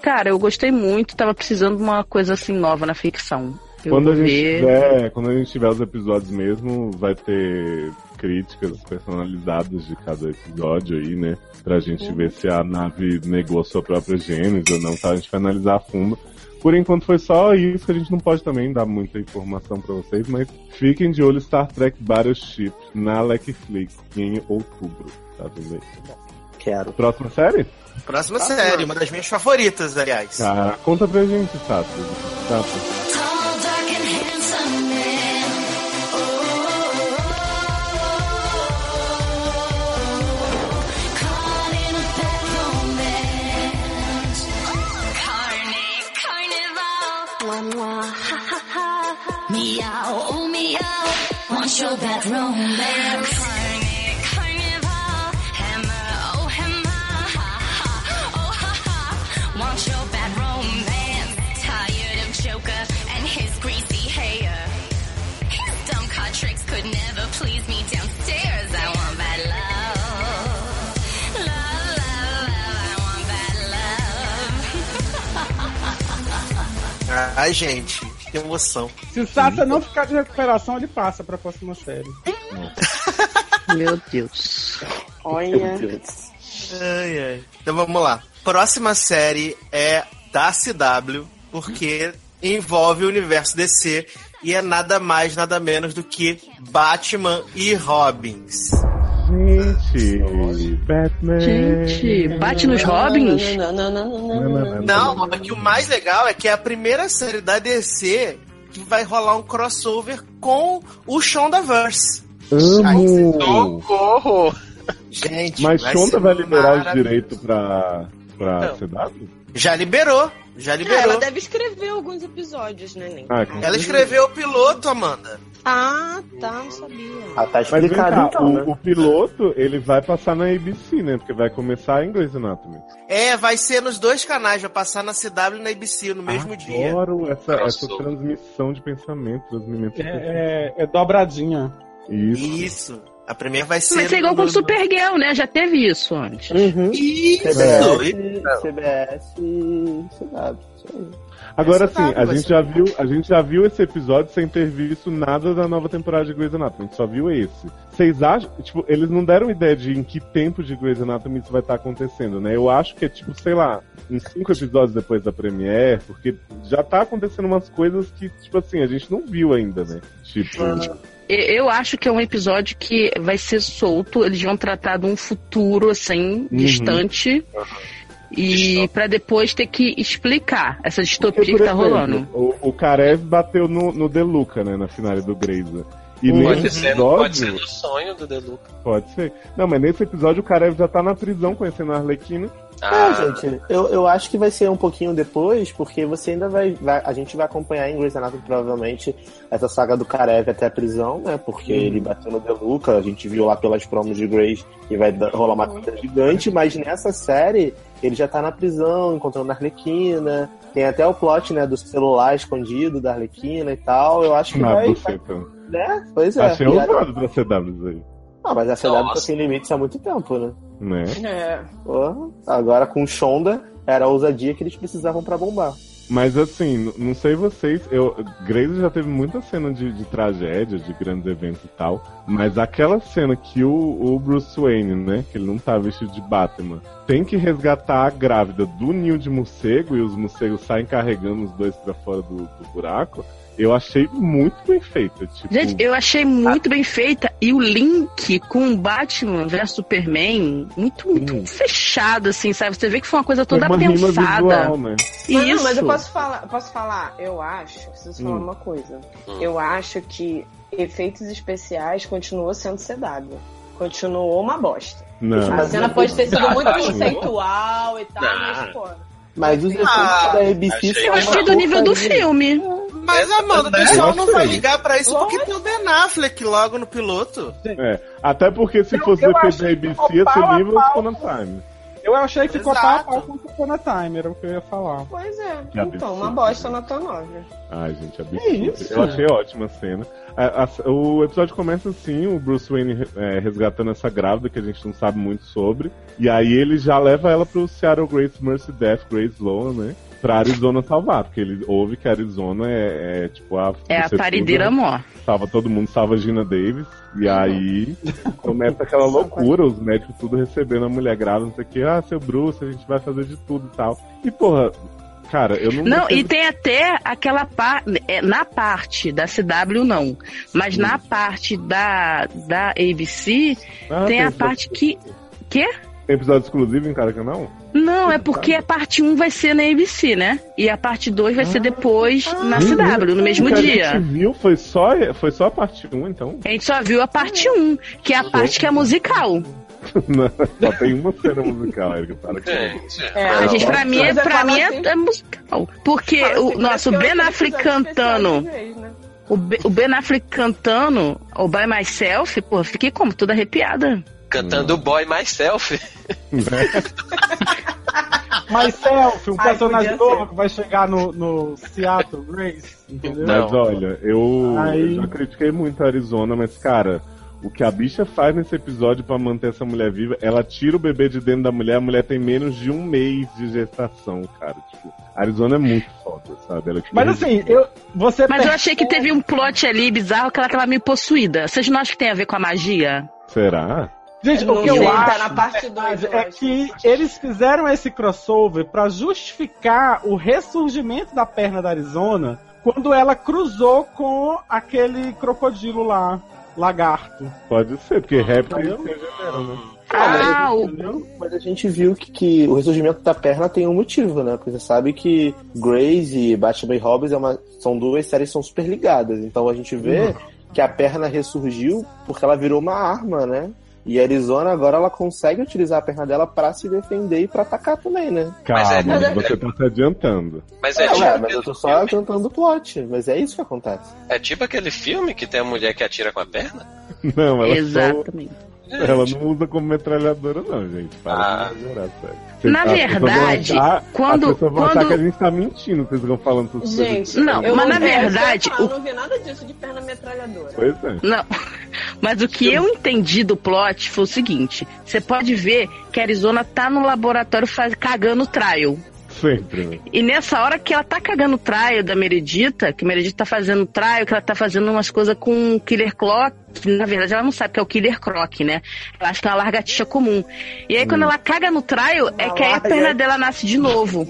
[SPEAKER 3] Cara, eu gostei muito. Tava precisando de uma coisa assim nova na ficção. Eu
[SPEAKER 1] Quando a,
[SPEAKER 3] vou
[SPEAKER 1] gente
[SPEAKER 3] ver.
[SPEAKER 1] tiver, quando a gente tiver os episódios mesmo, vai ter críticas personalizadas de cada episódio aí, né? Pra gente ver se a nave negou a sua própria gênese ou não, tá? A gente vai analisar a fundo. Por enquanto foi só isso que a gente não pode também dar muita informação pra vocês, mas fiquem de olho Star Trek Battleship na Netflix em outubro, tá tudo bem?
[SPEAKER 4] Quero.
[SPEAKER 1] Próxima série?
[SPEAKER 7] Próxima série, uma das minhas favoritas, aliás.
[SPEAKER 1] Cara, Ah, conta pra gente, Tato. Tato.
[SPEAKER 10] Tall, dark, and handsome man. Oh, Caught in a bad romance. Carne, carne.
[SPEAKER 7] Ai, gente, que emoção.
[SPEAKER 2] Se o Sata não ficar de recuperação, ele passa pra próxima série.
[SPEAKER 3] Meu Deus.
[SPEAKER 6] Olha.
[SPEAKER 7] Ai, ai. Então vamos lá. Próxima série é da CW, porque envolve o universo DC e é nada mais, nada menos do que Batman e Robbins.
[SPEAKER 1] Gente, Batman.
[SPEAKER 3] Gente, bate nos Robins?
[SPEAKER 6] Não, não, não, não, não, não, não.
[SPEAKER 7] Não, mas que o mais legal é que é a primeira série da DC que vai rolar um crossover com o Shondaverse.
[SPEAKER 1] Amo!
[SPEAKER 5] Socorro!
[SPEAKER 7] Gente,
[SPEAKER 1] Mas
[SPEAKER 7] vai
[SPEAKER 1] Shonda
[SPEAKER 7] ser
[SPEAKER 1] vai liberar os
[SPEAKER 7] maravilhoso. Então.
[SPEAKER 1] direitos pra, pra CW?
[SPEAKER 7] Já liberou, já
[SPEAKER 6] Ah,
[SPEAKER 7] liberou.
[SPEAKER 6] ela
[SPEAKER 7] É, ela,
[SPEAKER 6] deve escrever alguns episódios, né, Nen?
[SPEAKER 1] Ah, com-
[SPEAKER 7] escreveu o piloto, Amanda.
[SPEAKER 6] Ah, tá, não sabia.
[SPEAKER 4] Ah, tá
[SPEAKER 1] Mas vem
[SPEAKER 4] explicado
[SPEAKER 1] cá,
[SPEAKER 4] então,
[SPEAKER 1] o,
[SPEAKER 4] né?
[SPEAKER 1] o piloto, ele vai passar na ABC, né? Porque vai começar em Grey's Anatomy.
[SPEAKER 7] É, vai ser nos dois canais, vai passar na CW e na ABC no mesmo dia.
[SPEAKER 1] Adoro essa, essa
[SPEAKER 5] Crossover.
[SPEAKER 1] transmissão de pensamento, transmimento de pensamento.
[SPEAKER 2] É, é- é dobradinha.
[SPEAKER 1] Isso.
[SPEAKER 7] Isso. A primeira vai ser.
[SPEAKER 3] Mas é igual
[SPEAKER 7] no-
[SPEAKER 3] com o Supergirl, né? Já teve isso antes.
[SPEAKER 4] Uhum.
[SPEAKER 7] Isso!
[SPEAKER 4] CBS, CBS, CW. isso aí.
[SPEAKER 1] Agora
[SPEAKER 7] Essa
[SPEAKER 1] sim,
[SPEAKER 7] tá,
[SPEAKER 1] a
[SPEAKER 7] vai
[SPEAKER 1] gente,
[SPEAKER 7] ser-
[SPEAKER 1] já viu, a gente já viu esse episódio sem ter visto nada da nova temporada de Grey's Anatomy. A gente só viu esse. Vocês acham... Tipo, eles não deram ideia de em que tempo de Grey's Anatomy isso vai estar acontecendo, né? Eu acho que é, tipo, sei lá, uns cinco episódios depois da Premiere, porque já tá acontecendo umas coisas que, tipo assim, a gente não viu ainda, né? Tipo...
[SPEAKER 3] E- Eu acho que é um episódio que vai ser solto, eles vão tratar de um futuro, assim,
[SPEAKER 1] Uhum.
[SPEAKER 3] distante. E pra depois ter que explicar essa
[SPEAKER 1] Porque,
[SPEAKER 3] distopia
[SPEAKER 1] por
[SPEAKER 3] que tá
[SPEAKER 1] exemplo,
[SPEAKER 3] rolando.
[SPEAKER 1] O, o Karev bateu no, no Deluca, né? Na finale do Grey's. E nesse
[SPEAKER 7] Pode
[SPEAKER 5] Pode ser,
[SPEAKER 1] episódio,
[SPEAKER 5] pode ser no sonho do Deluca.
[SPEAKER 1] pode ser. Não, mas nesse episódio o Karev já tá na prisão conhecendo a Arlequina.
[SPEAKER 4] É,
[SPEAKER 5] Ah,
[SPEAKER 4] gente, eu, eu acho que vai ser um pouquinho depois, porque você ainda vai, vai- A gente vai acompanhar em Grey's Anatomy, provavelmente, essa saga do Karev até a prisão, né? Porque ele bateu no Deluca, a gente viu lá pelas promos de Grey's que vai dar- rolar uma coisa gigante, mas nessa série ele já tá na prisão, encontrando a Arlequina. Tem até o plot, né, do celular escondido da Arlequina e tal. Eu acho que
[SPEAKER 1] Na
[SPEAKER 4] vai.
[SPEAKER 1] buceta.
[SPEAKER 4] Né? Pois é.
[SPEAKER 2] um
[SPEAKER 1] Achei
[SPEAKER 4] E a-
[SPEAKER 1] ousado pra CWs aí.
[SPEAKER 4] Ah, mas a CW tá
[SPEAKER 5] Nossa.
[SPEAKER 4] sem limites há muito tempo, né?
[SPEAKER 1] Né?
[SPEAKER 6] É.
[SPEAKER 4] Porra, Agora com Shonda era a ousadia que eles precisavam pra bombar.
[SPEAKER 1] Mas assim, n- não sei vocês, eu, Grey's já teve muita cena de, de tragédia, de grandes eventos e tal, mas aquela cena que o, o Bruce Wayne, né, que ele não tá vestido de Batman, tem que resgatar a grávida do ninho de morcego e os morcegos saem carregando os dois pra fora do, do buraco, eu achei muito bem feita, tipo...
[SPEAKER 3] Gente, eu achei muito bem feita e o link com Batman vs Superman muito, muito
[SPEAKER 1] Hum.
[SPEAKER 3] fechado, assim, sabe? Você vê que foi uma coisa
[SPEAKER 1] foi
[SPEAKER 3] toda
[SPEAKER 1] uma rima
[SPEAKER 3] pensada.
[SPEAKER 1] visual, né?
[SPEAKER 3] E
[SPEAKER 6] Mas, não,
[SPEAKER 3] isso.
[SPEAKER 6] mas eu posso falar, posso falar, eu acho, preciso falar
[SPEAKER 1] Hum.
[SPEAKER 6] uma coisa.
[SPEAKER 5] Hum.
[SPEAKER 6] Eu acho que efeitos especiais continuou sendo CW. Continuou uma bosta.
[SPEAKER 1] Não.
[SPEAKER 6] A
[SPEAKER 4] Mas
[SPEAKER 6] cena
[SPEAKER 4] não-
[SPEAKER 6] pode ter sido
[SPEAKER 5] Ah,
[SPEAKER 6] muito
[SPEAKER 5] tá,
[SPEAKER 6] conceitual e tal,
[SPEAKER 5] Não.
[SPEAKER 6] mas pô.
[SPEAKER 4] Mas os efeitos
[SPEAKER 7] Ah,
[SPEAKER 4] da ABC
[SPEAKER 5] achei
[SPEAKER 4] são
[SPEAKER 3] Eu
[SPEAKER 4] uma
[SPEAKER 3] gostei do nível do
[SPEAKER 4] porcaria.
[SPEAKER 3] filme.
[SPEAKER 7] Mas, Amanda, o
[SPEAKER 5] né?
[SPEAKER 7] pessoal não vai
[SPEAKER 4] é.
[SPEAKER 1] Gostei.
[SPEAKER 7] ligar pra isso porque tem o Ben Affleck logo no piloto.
[SPEAKER 1] Até porque se
[SPEAKER 2] Eu-
[SPEAKER 1] fosse
[SPEAKER 2] eu
[SPEAKER 1] efeito
[SPEAKER 2] acho
[SPEAKER 1] da
[SPEAKER 2] que
[SPEAKER 1] ABC,
[SPEAKER 2] ficou
[SPEAKER 1] ia ser
[SPEAKER 2] pau a
[SPEAKER 1] nível
[SPEAKER 2] pau.
[SPEAKER 1] Conan Time.
[SPEAKER 2] Eu achei que ficou pau a
[SPEAKER 7] Exato.
[SPEAKER 2] pau com Santana Time, era o que eu ia falar.
[SPEAKER 6] Pois é.
[SPEAKER 1] Que absurdo.
[SPEAKER 6] então, uma bosta na tua nova.
[SPEAKER 1] Ai, gente,
[SPEAKER 2] Que
[SPEAKER 1] absurdo.
[SPEAKER 2] isso?
[SPEAKER 1] Eu achei ótima a cena. A- a- o episódio começa assim, o Bruce Wayne é, resgatando essa grávida que a gente não sabe muito sobre. E aí ele já leva ela pro Seattle Grace Mercy Death, Grace Law, né? Pra Arizona salvar, porque ele ouve que a Arizona é, é, tipo a.
[SPEAKER 3] É a
[SPEAKER 1] você
[SPEAKER 3] parideira
[SPEAKER 1] tudo,
[SPEAKER 3] mó.
[SPEAKER 1] Salva todo mundo, salva a Gina Davis. E aí começa aquela loucura, os médicos tudo recebendo a mulher grávida, não sei o que, ah, seu Bruce, a gente vai fazer de tudo e tal. E porra, cara, eu não.
[SPEAKER 3] Não,
[SPEAKER 6] é?
[SPEAKER 1] gostei
[SPEAKER 3] e tem até aquela parte. Na parte da CW, não. Mas
[SPEAKER 6] Hum.
[SPEAKER 3] na parte da, da ABC,
[SPEAKER 1] do- Ah,
[SPEAKER 3] tem a
[SPEAKER 1] episódio-
[SPEAKER 3] parte que. Quê?
[SPEAKER 1] Tem episódio exclusivo em cada canal?
[SPEAKER 3] Não, é porque a parte 1 vai ser na ABC, né? E a parte 2 vai
[SPEAKER 6] Ah.
[SPEAKER 3] ser depois na
[SPEAKER 1] Menina,
[SPEAKER 3] CW, no mesmo
[SPEAKER 1] Uhum. o que
[SPEAKER 3] dia.
[SPEAKER 1] A gente viu, foi só, foi só a parte 1, então.
[SPEAKER 3] A gente só viu a parte 1, que é a parte que é musical.
[SPEAKER 1] Não, só tem uma cena musical, Erika, para que
[SPEAKER 5] Gente,
[SPEAKER 6] É,
[SPEAKER 3] A gente, pra mim, é,
[SPEAKER 6] Mas eu
[SPEAKER 3] pra
[SPEAKER 6] falo
[SPEAKER 3] mim é,
[SPEAKER 6] assim-
[SPEAKER 3] é musical. Porque
[SPEAKER 6] Fala assim,
[SPEAKER 3] o
[SPEAKER 6] parece
[SPEAKER 3] nosso
[SPEAKER 6] que
[SPEAKER 3] Ben
[SPEAKER 6] é um
[SPEAKER 3] Affleck
[SPEAKER 6] episódio especial
[SPEAKER 3] cantando
[SPEAKER 6] de vez, né?
[SPEAKER 3] O, Be o Ben Affleck cantando o By Myself, pô, fiquei como? Toda arrepiada.
[SPEAKER 5] Cantando o Boy Myself.
[SPEAKER 2] Myself, um personagem novo que vai chegar no, no Seattle Grace, entendeu?
[SPEAKER 1] Mas olha, eu, eu já critiquei muito a Arizona, mas cara, o que a bicha faz nesse episódio pra manter essa mulher viva, ela tira o bebê de dentro da mulher, a mulher tem menos de um mês de gestação, cara. Tipo, a Arizona é muito foda, sabe? Ela, tipo,
[SPEAKER 2] Mas assim, eu, você
[SPEAKER 3] Mas eu achei que teve um plot ali bizarro que ela tava meio possuída. Vocês não acham que tem a ver com a magia?
[SPEAKER 1] Será?
[SPEAKER 2] Gente,
[SPEAKER 6] Não
[SPEAKER 2] o que eu
[SPEAKER 6] sei, tá
[SPEAKER 2] acho
[SPEAKER 6] na parte dois, eu
[SPEAKER 2] é
[SPEAKER 6] acho.
[SPEAKER 2] que eles fizeram esse crossover pra justificar o ressurgimento da perna da Arizona quando ela cruzou com aquele crocodilo lá, lagarto.
[SPEAKER 1] Pode ser, porque rap
[SPEAKER 2] Entendeu?
[SPEAKER 3] Ah, o,
[SPEAKER 4] Mas a gente viu que, que o ressurgimento da perna tem um motivo, né? Porque você sabe que Grace e Batman e Hobbes é uma, são duas séries que são super ligadas. Então a gente
[SPEAKER 7] Uhum.
[SPEAKER 4] vê que a perna ressurgiu porque ela virou uma arma, né? E a Arizona agora ela consegue utilizar a perna dela pra se defender e pra atacar também, né?
[SPEAKER 1] Calma,
[SPEAKER 5] Mas é-
[SPEAKER 1] você tá se adiantando.
[SPEAKER 5] Mas é,
[SPEAKER 4] Não,
[SPEAKER 5] tipo,
[SPEAKER 4] é, mas eu tô só adiantando o plot, mas é isso que acontece.
[SPEAKER 5] é tipo aquele filme que tem a mulher que atira com a perna?
[SPEAKER 1] Não, ela só,
[SPEAKER 3] exatamente.
[SPEAKER 4] É,
[SPEAKER 1] Ela não usa como metralhadora, não, gente. Para
[SPEAKER 5] Ah.
[SPEAKER 1] de exagerar, sério.
[SPEAKER 3] Na
[SPEAKER 1] as pessoas vão
[SPEAKER 3] verdade,
[SPEAKER 1] achar-
[SPEAKER 3] quando-
[SPEAKER 1] As pessoas vão achar
[SPEAKER 3] quando-
[SPEAKER 1] que a gente tá mentindo, vocês vão falando essas coisas.
[SPEAKER 6] Gente,
[SPEAKER 3] Não,
[SPEAKER 6] eu
[SPEAKER 3] mas na
[SPEAKER 6] vi-
[SPEAKER 8] é
[SPEAKER 3] verdade,
[SPEAKER 6] Eu não vi nada disso de perna metralhadora.
[SPEAKER 1] Pois é.
[SPEAKER 3] Não. Mas o que eu entendi do plot foi o seguinte: você pode ver que a Arizona tá no laboratório faz, cagando trial.
[SPEAKER 1] Sempre, né?
[SPEAKER 3] E nessa hora que ela tá cagando trial da Meredita, que a Meredita tá fazendo trial, que ela tá fazendo umas coisas com o Killer Croc, que na verdade ela não sabe que é o Killer Croc, né? Ela acha que é uma largatixa comum. E aí quando ela caga no trial, é que aí a perna dela nasce de novo.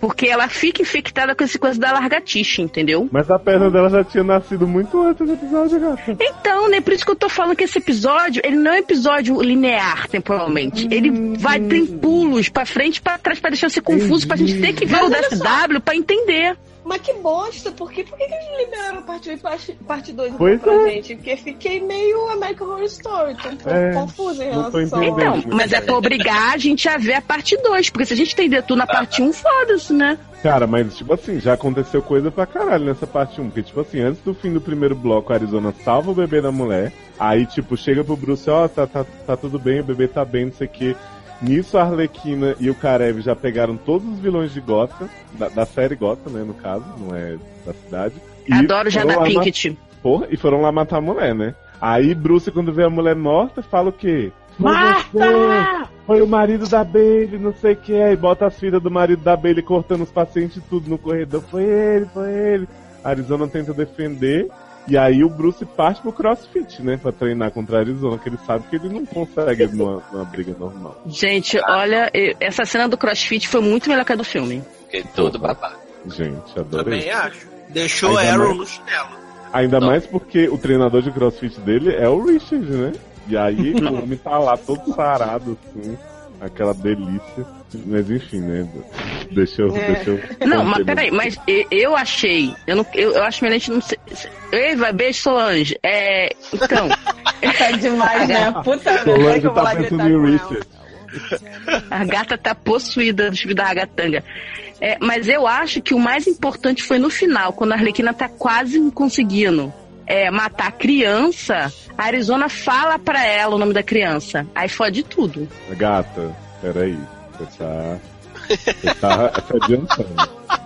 [SPEAKER 3] Porque ela fica infectada com essa coisa da largatixa, entendeu?
[SPEAKER 1] Mas a perna dela já tinha nascido muito antes do episódio, gata.
[SPEAKER 3] Então, né? Por isso que eu tô falando que esse episódio, ele não é um episódio linear temporalmente. Ele vai, tem pulos pra frente e pra trás, pra deixar você confuso, pra gente ter que ver o DSW pra entender.
[SPEAKER 8] Mas que bosta, por que, por que, que eles liberaram a parte 1 e parte- parte 2
[SPEAKER 1] Pois
[SPEAKER 8] pra
[SPEAKER 1] é.
[SPEAKER 8] gente? Porque fiquei meio American Horror Story, tô um pouco
[SPEAKER 1] É,
[SPEAKER 8] confusa em
[SPEAKER 1] não tô
[SPEAKER 8] relação.
[SPEAKER 1] entendendo.
[SPEAKER 3] Então, mas é pra obrigar a gente a ver a parte 2, porque se a gente entender tudo na parte 1, um, foda-se, né?
[SPEAKER 1] Cara, mas tipo assim, já aconteceu coisa pra caralho nessa parte 1. Porque, tipo assim, antes do fim do primeiro bloco, a Arizona salva o bebê da mulher. Aí, tipo, chega pro Bruce, ó, tá, tá, tá tudo bem, o bebê tá bem, não sei o quê. Nisso a Arlequina e o Karev já pegaram todos os vilões de Gotham, da, da série Gotham, né, no caso, não é da cidade. E né?
[SPEAKER 3] Adoro já
[SPEAKER 1] foram
[SPEAKER 3] da
[SPEAKER 1] lá ma-
[SPEAKER 3] Pinkett.
[SPEAKER 1] Porra, e foram lá matar a mulher, né? Aí Bruce, quando vê a mulher morta, fala o quê?
[SPEAKER 3] Então,
[SPEAKER 1] Foi você, Foi o marido da Bailey, não sei o que. Aí bota as filhas do marido da Bailey cortando os pacientes tudo no corredor. Foi ele, foi ele. A Arizona tenta defender. E aí o Bruce parte pro crossfit, né? Pra treinar contra a Arizona, que ele sabe que ele não consegue numa, numa briga normal.
[SPEAKER 3] Gente,
[SPEAKER 1] Ah,
[SPEAKER 3] olha, eu- essa cena do crossfit foi muito melhor que a do filme.
[SPEAKER 5] Fiquei todo babado.
[SPEAKER 1] Gente, adorei.
[SPEAKER 7] Também acho. Deixou
[SPEAKER 1] Ainda
[SPEAKER 7] Arrow
[SPEAKER 1] mais-
[SPEAKER 7] no chinelo.
[SPEAKER 1] Ainda mais porque o treinador de crossfit dele é o Richard, né? E aí o homem tá lá todo sarado, assim, aquela delícia. Mas enfim, né? Deixa eu.
[SPEAKER 6] É.
[SPEAKER 1] Deixa eu
[SPEAKER 3] Não, mas
[SPEAKER 1] conter
[SPEAKER 3] peraí,
[SPEAKER 1] meu-
[SPEAKER 3] mas e- eu achei. Eu, não, eu, eu acho melhor a gente não. ser- se- Eva, beijo, Solange. É. Então.
[SPEAKER 6] Tá demais, né? Puta merda,
[SPEAKER 1] Solange
[SPEAKER 6] que eu vou lá
[SPEAKER 1] tá
[SPEAKER 6] gritar
[SPEAKER 1] pensando em
[SPEAKER 6] com ela.
[SPEAKER 1] Richard.
[SPEAKER 3] A gata tá possuída do filme da Ragatanga. É, mas eu acho que o mais importante foi no final, quando a Arlequina tá quase conseguindo é, matar a criança, a Arizona fala pra ela o nome da criança. Aí fode tudo.
[SPEAKER 1] Gata, peraí. Você tá. Você tá se adiantando.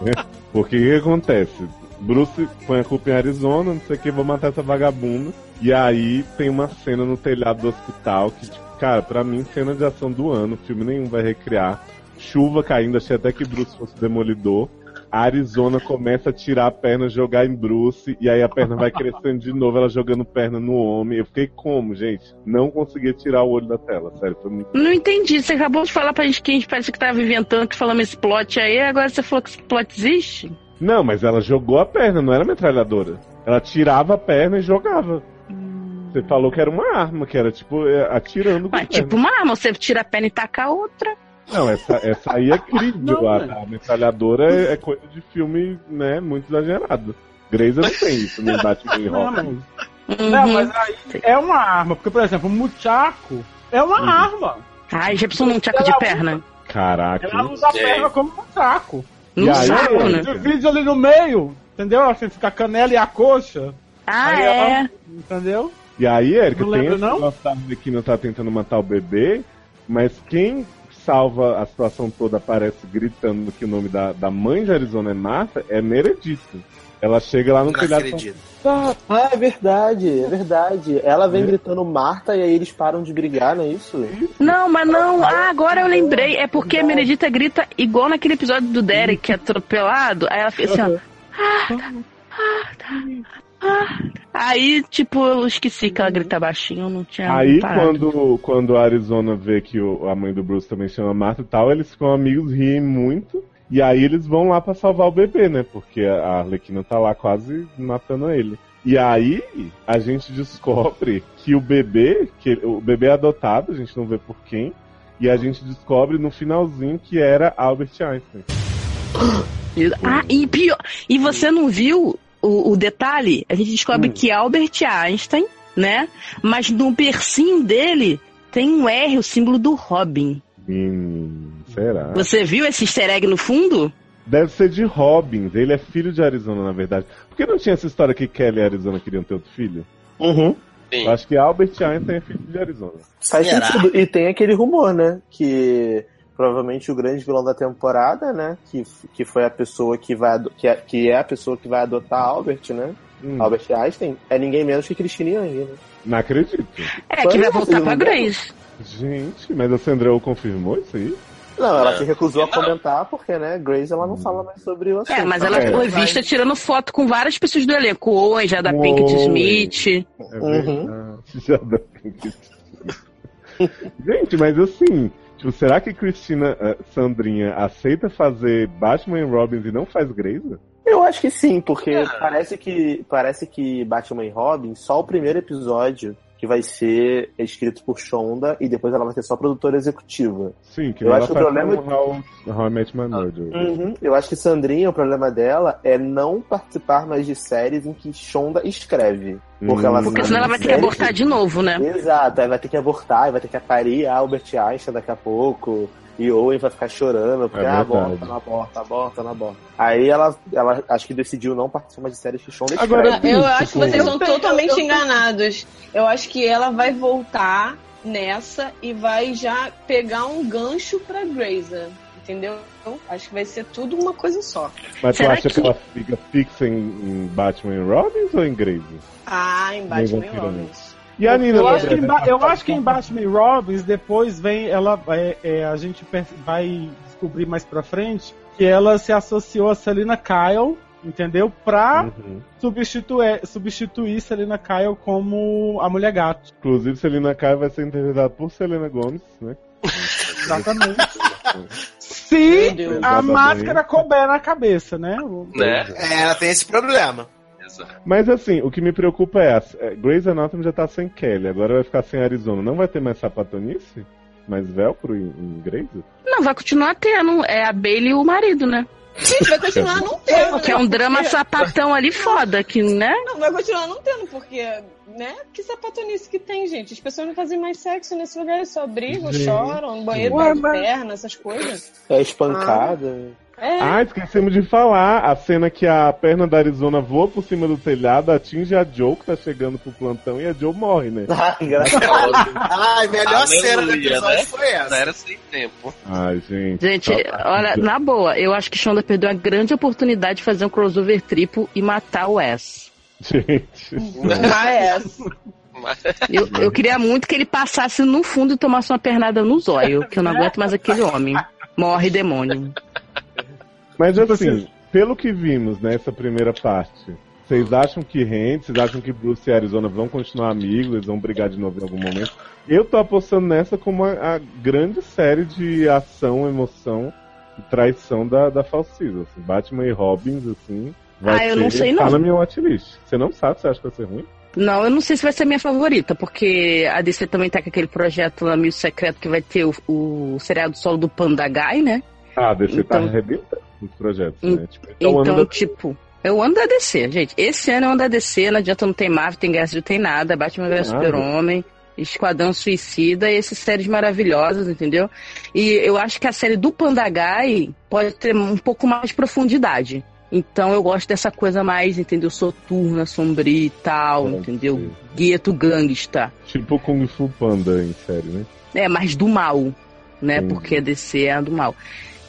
[SPEAKER 1] né? Porque o que que acontece? Bruce põe a culpa em Arizona, não sei o que, vou matar essa vagabunda. E aí tem uma cena no telhado do hospital que, tipo, cara, pra mim, cena de ação do ano, filme nenhum vai recriar. Chuva caindo, achei até que Bruce fosse demolidor. A Arizona começa a tirar a perna, jogar em Bruce, e aí a perna vai crescendo de novo, ela jogando perna no homem. Eu fiquei como, gente? Não conseguia tirar o olho da tela, sério, foi muito
[SPEAKER 3] Não entendi. Você acabou de falar pra gente que a gente parece que tava inventando, que falamos esse plot aí, agora você falou que esse plot existe?
[SPEAKER 1] Não, mas ela jogou a perna, não era metralhadora. Ela tirava a perna e jogava.
[SPEAKER 2] Hum.
[SPEAKER 1] Você falou que era uma arma, que era tipo é, atirando com a
[SPEAKER 3] Ué,
[SPEAKER 1] perna.
[SPEAKER 2] é.
[SPEAKER 3] tipo uma arma, você tira a perna e taca a outra.
[SPEAKER 1] Não, essa, essa aí é crível.
[SPEAKER 2] Não,
[SPEAKER 1] a,
[SPEAKER 2] né?
[SPEAKER 1] a metralhadora é, é coisa de filme, né, muito exagerado. Grey's não tem isso no Batman e
[SPEAKER 2] Não,
[SPEAKER 1] Robin.
[SPEAKER 2] mas, não,
[SPEAKER 3] Uhum.
[SPEAKER 2] mas aí é uma arma, porque, por exemplo, o Muchaco é uma arma.
[SPEAKER 3] Ai, Jepson não tchaca de
[SPEAKER 2] Ela
[SPEAKER 3] perna.
[SPEAKER 1] Caraca.
[SPEAKER 2] Ela usa a perna como Muchaco.
[SPEAKER 1] E
[SPEAKER 3] No
[SPEAKER 1] aí,
[SPEAKER 2] é
[SPEAKER 3] saco, né?
[SPEAKER 2] Divide ali no meio, Entendeu? Ela fez ficar a canela e a coxa.
[SPEAKER 3] Ah,
[SPEAKER 2] Aí
[SPEAKER 3] é.
[SPEAKER 2] ela- entendeu?
[SPEAKER 1] E aí, Erika,
[SPEAKER 2] Não
[SPEAKER 1] tem
[SPEAKER 2] lembro,
[SPEAKER 1] esse
[SPEAKER 2] não?
[SPEAKER 1] negócio da Arlequina tá tentando matar o bebê, mas quem salva a situação toda aparece gritando que o nome da, da mãe de Arizona é Martha é Meredith. Ela chega lá no
[SPEAKER 4] Não
[SPEAKER 1] telhado. e fala,
[SPEAKER 4] acredito. Ah, é verdade, é verdade. Ela vem gritando Marta e aí eles param de brigar, não é isso?
[SPEAKER 3] Não, mas não. Ah, agora eu lembrei. É porque a Meredita grita igual naquele episódio do Derek que é atropelado. Aí ela fica assim, ó. Aí, tipo, eu esqueci que ela grita baixinho, É, eu não tinha.
[SPEAKER 1] Aí
[SPEAKER 3] reparado.
[SPEAKER 1] quando, quando a Arizona vê que o- a mãe do Bruce também chama Marta e tal, eles ficam amigos, riem muito. E aí eles vão lá pra salvar o bebê, né? Porque a Arlequina tá lá quase matando ele. E aí a gente descobre que o bebê, que o bebê é adotado, a gente não vê por quem, e a gente descobre no finalzinho que era Albert Einstein.
[SPEAKER 3] Ah, e pior. E você não viu o, o detalhe? A gente descobre que Albert Einstein, né? Mas no bercinho dele tem um R, o símbolo do Robin.
[SPEAKER 1] Hum, será?
[SPEAKER 3] Você viu esse easter egg no fundo?
[SPEAKER 1] Deve ser de Robbins, ele é filho de Arizona, na verdade. Por que não tinha essa história que Kelly e Arizona queriam ter outro filho?
[SPEAKER 4] Uhum.
[SPEAKER 1] Eu acho que Albert Einstein é filho de Arizona.
[SPEAKER 4] Faz sentido. E tem aquele rumor, né? Que provavelmente o grande vilão da temporada, né? Que, que foi a pessoa que vai ado- que é, que é a pessoa que vai adotar Albert, né? Albert Einstein é ninguém menos que Christine Yang, né?
[SPEAKER 1] Não acredito.
[SPEAKER 3] É,
[SPEAKER 4] Pois
[SPEAKER 3] que vai
[SPEAKER 4] é,
[SPEAKER 3] voltar
[SPEAKER 4] filho.
[SPEAKER 3] pra Grace.
[SPEAKER 1] Gente, mas a Sandrão confirmou isso aí?
[SPEAKER 4] Não, ela se recusou a comentar porque, né, Grace ela não fala mais sobre o assunto.
[SPEAKER 3] É, mas ela
[SPEAKER 1] É.
[SPEAKER 3] foi vista tirando foto com várias pessoas do elenco. Owen, Jada
[SPEAKER 1] Owen.
[SPEAKER 3] é Pinkett Smith.
[SPEAKER 1] É
[SPEAKER 4] Uhum.
[SPEAKER 1] verdade. Já dá pra entender. Gente, mas assim, tipo, será que Cristina eh, Sandrinha aceita fazer Batman e Robbins e não faz Greysa?
[SPEAKER 4] Eu acho que sim, porque parece que parece que Batman e Robin, só o primeiro episódio que vai ser escrito por Shonda e depois ela vai ser só produtora executiva.
[SPEAKER 1] Sim, que
[SPEAKER 4] Eu
[SPEAKER 1] ela
[SPEAKER 4] acho que o
[SPEAKER 1] faz
[SPEAKER 4] problema- é
[SPEAKER 1] com How, How I Met My Murder.
[SPEAKER 4] Uhum. Eu acho que Sandrinha, o problema dela é não participar mais de séries em que Shonda escreve.
[SPEAKER 1] Hum.
[SPEAKER 4] Porque, ela
[SPEAKER 3] Porque senão ela vai ter que
[SPEAKER 4] séries-
[SPEAKER 3] abortar de novo, né?
[SPEAKER 4] Exato, aí vai ter que abortar, aí vai ter que parir Albert Einstein daqui a pouco. E Owen vai ficar chorando, porque,
[SPEAKER 1] É
[SPEAKER 4] ah,
[SPEAKER 1] verdade.
[SPEAKER 4] aborta, não aborta, aborta, não aborta. Aí ela, ela acho que decidiu não participar mais de séries é que é Shonda escreve.
[SPEAKER 1] Agora,
[SPEAKER 8] Eu
[SPEAKER 1] Isso,
[SPEAKER 8] acho que
[SPEAKER 1] pô.
[SPEAKER 8] vocês são
[SPEAKER 6] tenho- eu
[SPEAKER 8] totalmente
[SPEAKER 6] tenho-
[SPEAKER 8] enganados. Eu acho que ela vai voltar nessa e vai já pegar um gancho pra Grazer. Entendeu? Então, Acho que vai ser tudo uma coisa só.
[SPEAKER 1] Mas tu
[SPEAKER 3] Será
[SPEAKER 1] acha que...
[SPEAKER 3] que-
[SPEAKER 1] ela fica fixa em, em Batman e Robbins ou em Greysa?
[SPEAKER 8] Ah, em
[SPEAKER 1] Não
[SPEAKER 8] Batman e
[SPEAKER 1] vou tirar
[SPEAKER 8] Robbins.
[SPEAKER 1] E a Nina
[SPEAKER 2] Eu acho, que
[SPEAKER 1] Lobrega?
[SPEAKER 2] em, Ba- eu acho que em Batman e Robbins depois vem ela é, é, a gente per- vai descobrir mais pra frente que ela se associou a Selina Kyle, entendeu?
[SPEAKER 4] Ah.
[SPEAKER 2] Pra
[SPEAKER 1] Uhum.
[SPEAKER 2] substituir, substituir Selina Kyle como a mulher gato.
[SPEAKER 1] Inclusive, Selena Kyle vai ser interpretada por Selena Gomes, né?
[SPEAKER 2] Exatamente. Se a
[SPEAKER 1] Exatamente.
[SPEAKER 2] máscara couber na cabeça, né?
[SPEAKER 5] Né?
[SPEAKER 7] É, ela tem esse problema.
[SPEAKER 5] Exato.
[SPEAKER 1] Mas assim, o que me preocupa é, a- é Grey's Anatomy já tá sem Kelly, agora vai ficar sem Arizona. Não vai ter mais sapatonice? Mais velcro em, em Grey's?
[SPEAKER 3] Não, vai continuar tendo. É a Bailey e o marido, né?
[SPEAKER 8] Gente, vai continuar não tendo.
[SPEAKER 3] Que é um drama sapatão ali foda, que, né?
[SPEAKER 8] Não, vai continuar não tendo, porque, né? Que sapatonice que tem, gente. As pessoas não fazem mais sexo nesse lugar, eles só brigam, choram, no banheiro
[SPEAKER 2] Ué,
[SPEAKER 8] bate
[SPEAKER 2] mas-
[SPEAKER 8] perna, essas coisas.
[SPEAKER 4] É espancada.
[SPEAKER 8] É,
[SPEAKER 1] Ah, esquecemos de falar a cena que a perna da Arizona voa por cima do telhado, atinge a Joe que tá chegando pro plantão e a Joe morre, né?
[SPEAKER 4] Ah, engraçado.
[SPEAKER 7] Ai, melhor
[SPEAKER 5] Aleluia,
[SPEAKER 7] cena do episódio
[SPEAKER 5] né?
[SPEAKER 7] foi essa.
[SPEAKER 5] Era sem tempo.
[SPEAKER 1] Ai, gente.
[SPEAKER 3] Gente,
[SPEAKER 1] Tá-
[SPEAKER 3] olha, na boa, eu acho que Shonda perdeu a grande oportunidade de fazer um crossover triplo e matar o S.
[SPEAKER 1] Gente.
[SPEAKER 8] ah, é essa.
[SPEAKER 3] Eu, eu queria muito que ele passasse no fundo e tomasse uma pernada no zóio, que eu não aguento mais aquele homem. Morre demônio.
[SPEAKER 1] Mas assim, pelo que vimos nessa primeira parte, vocês acham que rende? Vocês acham que Bruce e Arizona vão continuar amigos? Eles vão brigar de novo em algum momento? Eu tô apostando nessa como a, a grande série de ação, emoção e traição da, da Falsida. assim. Batman e Robbins, assim. Vai
[SPEAKER 3] Ah, eu não
[SPEAKER 1] ser-
[SPEAKER 3] sei,
[SPEAKER 1] Tá
[SPEAKER 3] não.
[SPEAKER 1] na minha watchlist. Você não sabe, você acha que vai ser ruim?
[SPEAKER 3] Não, eu não sei se vai ser a minha favorita, porque a DC também tá com aquele projeto lá, Mil Secreto, que vai ter o, o seriado solo do Pandagai, né?
[SPEAKER 1] Ah, DC tá
[SPEAKER 3] Então-
[SPEAKER 1] arrebentando os projetos, né? Tipo, esse é o
[SPEAKER 3] Então,
[SPEAKER 1] ano da-
[SPEAKER 3] tipo, eu ando da DC, gente. Esse ano eu ando da DC, não adianta não ter Marvel, tem Guerra Civil, tem nada. Batman vs
[SPEAKER 1] nada.
[SPEAKER 3] Super-Homem, Esquadrão Suicida e essas séries maravilhosas, entendeu? E eu acho que a série do Pandagai pode ter um pouco mais de profundidade. Então eu gosto dessa coisa mais, entendeu? Soturna, sombria e tal, entendeu? Gueto gangsta.
[SPEAKER 1] Tipo Kung Fu Panda em série, né?
[SPEAKER 3] É, mas do mal, né?
[SPEAKER 1] Entendi.
[SPEAKER 3] Porque a DC é a do mal.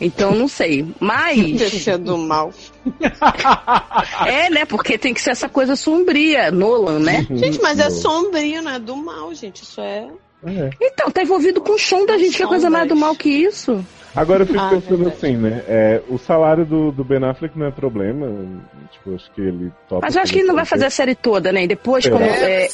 [SPEAKER 3] Então não sei, mas
[SPEAKER 8] Esse é do mal.
[SPEAKER 3] é, né? Porque tem que ser essa coisa sombria, Nolan, né?
[SPEAKER 8] Gente, mas é sombrio, não é do mal, gente. Isso é.
[SPEAKER 3] Então, tá envolvido com o Shonda, gente. Que é coisa mais do mal que isso?
[SPEAKER 1] Agora eu fico
[SPEAKER 2] é
[SPEAKER 3] Ah,
[SPEAKER 1] pensando assim, né? É, o salário do, do Ben Affleck não é problema. Tipo, acho que ele topa.
[SPEAKER 3] Mas eu acho que ele não vai fazer a série toda, né? E depois,
[SPEAKER 1] Será?
[SPEAKER 3] quando.
[SPEAKER 1] É,
[SPEAKER 3] É,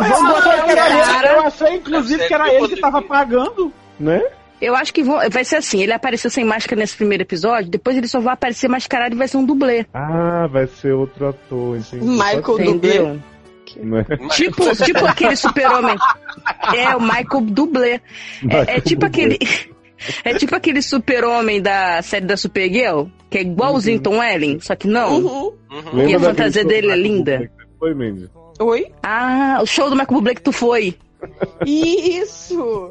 [SPEAKER 1] Não.
[SPEAKER 3] vamos botar um
[SPEAKER 2] Eu achei-
[SPEAKER 3] cara.
[SPEAKER 2] Eu achei, inclusive, que era ele que tava pagando.
[SPEAKER 1] Né?
[SPEAKER 3] Eu acho que vão- vai ser assim, ele apareceu sem máscara nesse primeiro episódio, depois ele só vai aparecer mascarado e vai ser um dublê.
[SPEAKER 1] Ah, vai ser outro ator, entendi.
[SPEAKER 3] Michael
[SPEAKER 1] Pode ser.
[SPEAKER 3] Dublê.
[SPEAKER 1] Né?
[SPEAKER 3] Tipo, tipo aquele super-homem. É, o Michael Dublê. É, é tipo aquele. É tipo aquele super-homem da série da Supergirl, que é
[SPEAKER 1] Uhum.
[SPEAKER 3] igualzinho Tom Ellen, só que não.
[SPEAKER 8] Uhum.
[SPEAKER 3] Porque
[SPEAKER 5] Uhum.
[SPEAKER 1] Lembra
[SPEAKER 3] a
[SPEAKER 1] daquele
[SPEAKER 3] fantasia
[SPEAKER 1] show
[SPEAKER 3] dele é
[SPEAKER 1] do Michael
[SPEAKER 3] linda.
[SPEAKER 1] Bublé que você Foi, Mandy.
[SPEAKER 8] Oi?
[SPEAKER 3] Ah, o show do Michael Bublé que tu foi.
[SPEAKER 8] Isso!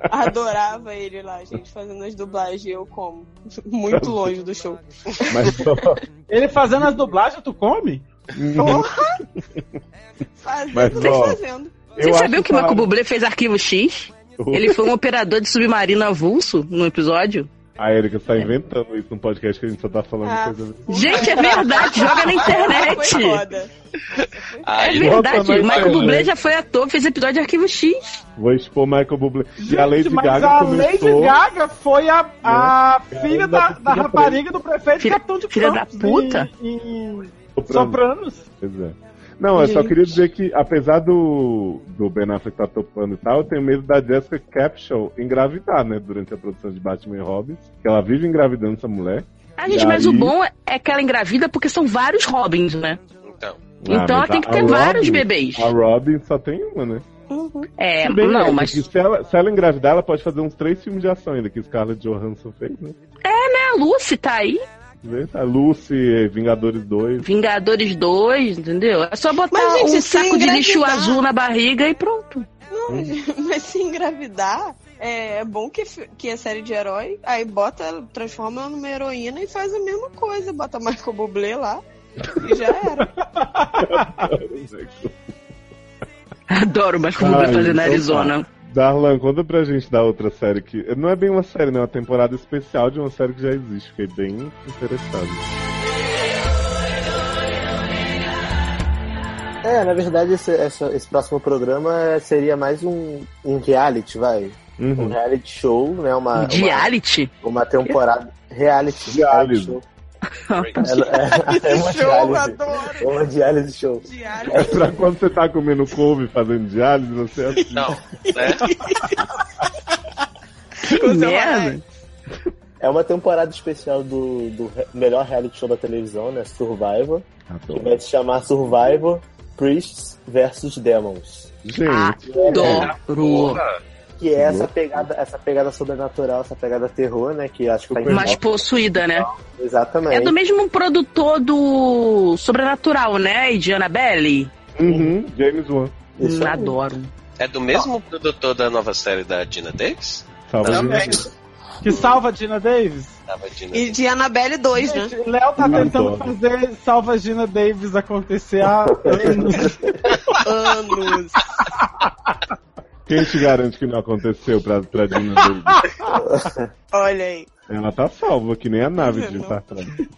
[SPEAKER 8] Adorava ele lá, gente, fazendo as dublagens. e Eu como. Muito longe do show.
[SPEAKER 2] Ele fazendo as dublagens, tu come?
[SPEAKER 8] Fazendo,
[SPEAKER 2] Mas, ó,
[SPEAKER 8] fazendo.
[SPEAKER 3] Você sabia que o
[SPEAKER 1] tá
[SPEAKER 3] Michael Bublé fez Arquivo X? Ele foi um operador de submarino avulso no episódio.
[SPEAKER 1] A Erika
[SPEAKER 3] É.
[SPEAKER 1] está Ah, tá inventando isso num podcast que a gente só tá falando
[SPEAKER 3] Ah.
[SPEAKER 1] coisa.
[SPEAKER 3] Gente, é verdade, joga na internet.
[SPEAKER 8] Ah, Foi foda.
[SPEAKER 4] Uhum.
[SPEAKER 5] Ah,
[SPEAKER 3] É
[SPEAKER 1] Aí,
[SPEAKER 3] verdade,
[SPEAKER 1] bota na
[SPEAKER 3] Michael
[SPEAKER 1] internet.
[SPEAKER 3] Bublé já foi ator, fez episódio de Arquivo X.
[SPEAKER 1] Vou expor o Michael Bublé. e a Lady
[SPEAKER 2] Mas
[SPEAKER 1] Gaga
[SPEAKER 2] a
[SPEAKER 1] começou...
[SPEAKER 2] Lady Gaga foi a, a
[SPEAKER 1] Né?
[SPEAKER 2] filha
[SPEAKER 1] Ela
[SPEAKER 2] da,
[SPEAKER 1] da
[SPEAKER 2] da
[SPEAKER 1] filha
[SPEAKER 2] rapariga do prefeito
[SPEAKER 1] Filha-
[SPEAKER 2] Capitão de
[SPEAKER 1] filha
[SPEAKER 2] Campos
[SPEAKER 1] da puta?
[SPEAKER 2] Em, em
[SPEAKER 1] Soprano.
[SPEAKER 2] Sopranos.
[SPEAKER 1] Pois é. Não, eu só
[SPEAKER 2] Gente.
[SPEAKER 1] queria dizer que, apesar do, do Ben Affleck estar topando e tal, eu tenho medo da Jessica Capshaw engravidar, né, durante a produção de Batman e Robin, que ela vive engravidando essa mulher.
[SPEAKER 3] Ah, gente,
[SPEAKER 1] E
[SPEAKER 3] mas
[SPEAKER 1] aí-
[SPEAKER 3] o bom é que ela engravida porque são vários Robins, né?
[SPEAKER 5] Então,
[SPEAKER 3] Então ela
[SPEAKER 1] Ah, mas
[SPEAKER 3] tem
[SPEAKER 1] a-
[SPEAKER 3] que
[SPEAKER 1] a
[SPEAKER 3] ter
[SPEAKER 1] Robin-
[SPEAKER 3] vários bebês.
[SPEAKER 1] A Robin só tem uma, né?
[SPEAKER 3] É,
[SPEAKER 8] Uhum.
[SPEAKER 1] Se bem,
[SPEAKER 3] não,
[SPEAKER 1] né,
[SPEAKER 3] mas.
[SPEAKER 1] que Se ela, se ela engravidar, ela pode fazer uns três filmes de ação ainda, que Scarlett Johansson fez, né?
[SPEAKER 3] É, né? A Lucy tá aí.
[SPEAKER 1] A Lucy, Vingadores 2.
[SPEAKER 3] Vingadores 2, entendeu? É só botar
[SPEAKER 8] Mas, gente,
[SPEAKER 3] um
[SPEAKER 8] se
[SPEAKER 3] saco de
[SPEAKER 8] engravidar-
[SPEAKER 3] lixo azul na barriga e pronto.
[SPEAKER 8] Não, mas se engravidar, é, é bom que, fi- que é série de herói, aí bota, transforma ela numa heroína e faz a mesma coisa, bota Michael Bublé lá e já era.
[SPEAKER 3] Adoro, mas como
[SPEAKER 1] Ah,
[SPEAKER 3] vai fazer na
[SPEAKER 1] então tá.
[SPEAKER 3] Arizona?
[SPEAKER 1] Darlan, conta pra gente da outra série que. Não é bem uma série, né? É uma temporada especial de uma série que já existe. Fiquei bem interessado.
[SPEAKER 4] É, na verdade, esse, essa- esse próximo programa é- seria mais um, um reality, vai. Um
[SPEAKER 1] Uhum.
[SPEAKER 4] reality show, né? Uma, uma-
[SPEAKER 3] Um Reality?
[SPEAKER 4] Uma, temporada. Reality.
[SPEAKER 1] Reality.
[SPEAKER 4] show. Ela- é, é uma
[SPEAKER 10] Show, eu
[SPEAKER 4] reality.
[SPEAKER 10] adoro.
[SPEAKER 4] É uma reality show.
[SPEAKER 1] É pra quando você tá comendo couve e fazendo diálise, você assiste.
[SPEAKER 5] Não, né?
[SPEAKER 4] Que merda. É uma temporada especial do, do re- melhor reality show da televisão, né? Survivor. Que vai se chamar Survivor Priests versus Demons.
[SPEAKER 1] Gente.
[SPEAKER 3] Adoro.
[SPEAKER 4] Que é essa pegada, essa pegada sobrenatural, essa pegada terror, né? Que acho que tá em
[SPEAKER 3] Mas
[SPEAKER 4] voga.
[SPEAKER 3] possuída, né?
[SPEAKER 4] Exatamente.
[SPEAKER 3] É do mesmo produtor do Sobrenatural, né? E de Annabelle?
[SPEAKER 1] Uhum, James Wan.
[SPEAKER 5] Isso aí.
[SPEAKER 3] adoro.
[SPEAKER 5] é do mesmo produtor da nova série da Dina Davis?
[SPEAKER 1] Salve,
[SPEAKER 5] Não,
[SPEAKER 1] Dina
[SPEAKER 5] é.
[SPEAKER 1] Davis.
[SPEAKER 2] Que salva a Gina Davis.
[SPEAKER 5] Tava Dina
[SPEAKER 8] E de Annabelle 2, né?
[SPEAKER 2] Léo tá
[SPEAKER 8] Adoro.
[SPEAKER 2] tentando fazer Salva a Gina Davis acontecer há anos.
[SPEAKER 8] anos.
[SPEAKER 1] Quem te garante que não aconteceu pra, pra Dina Davis?
[SPEAKER 8] Olha aí.
[SPEAKER 1] Ela tá salva, que nem a nave de Star Trek.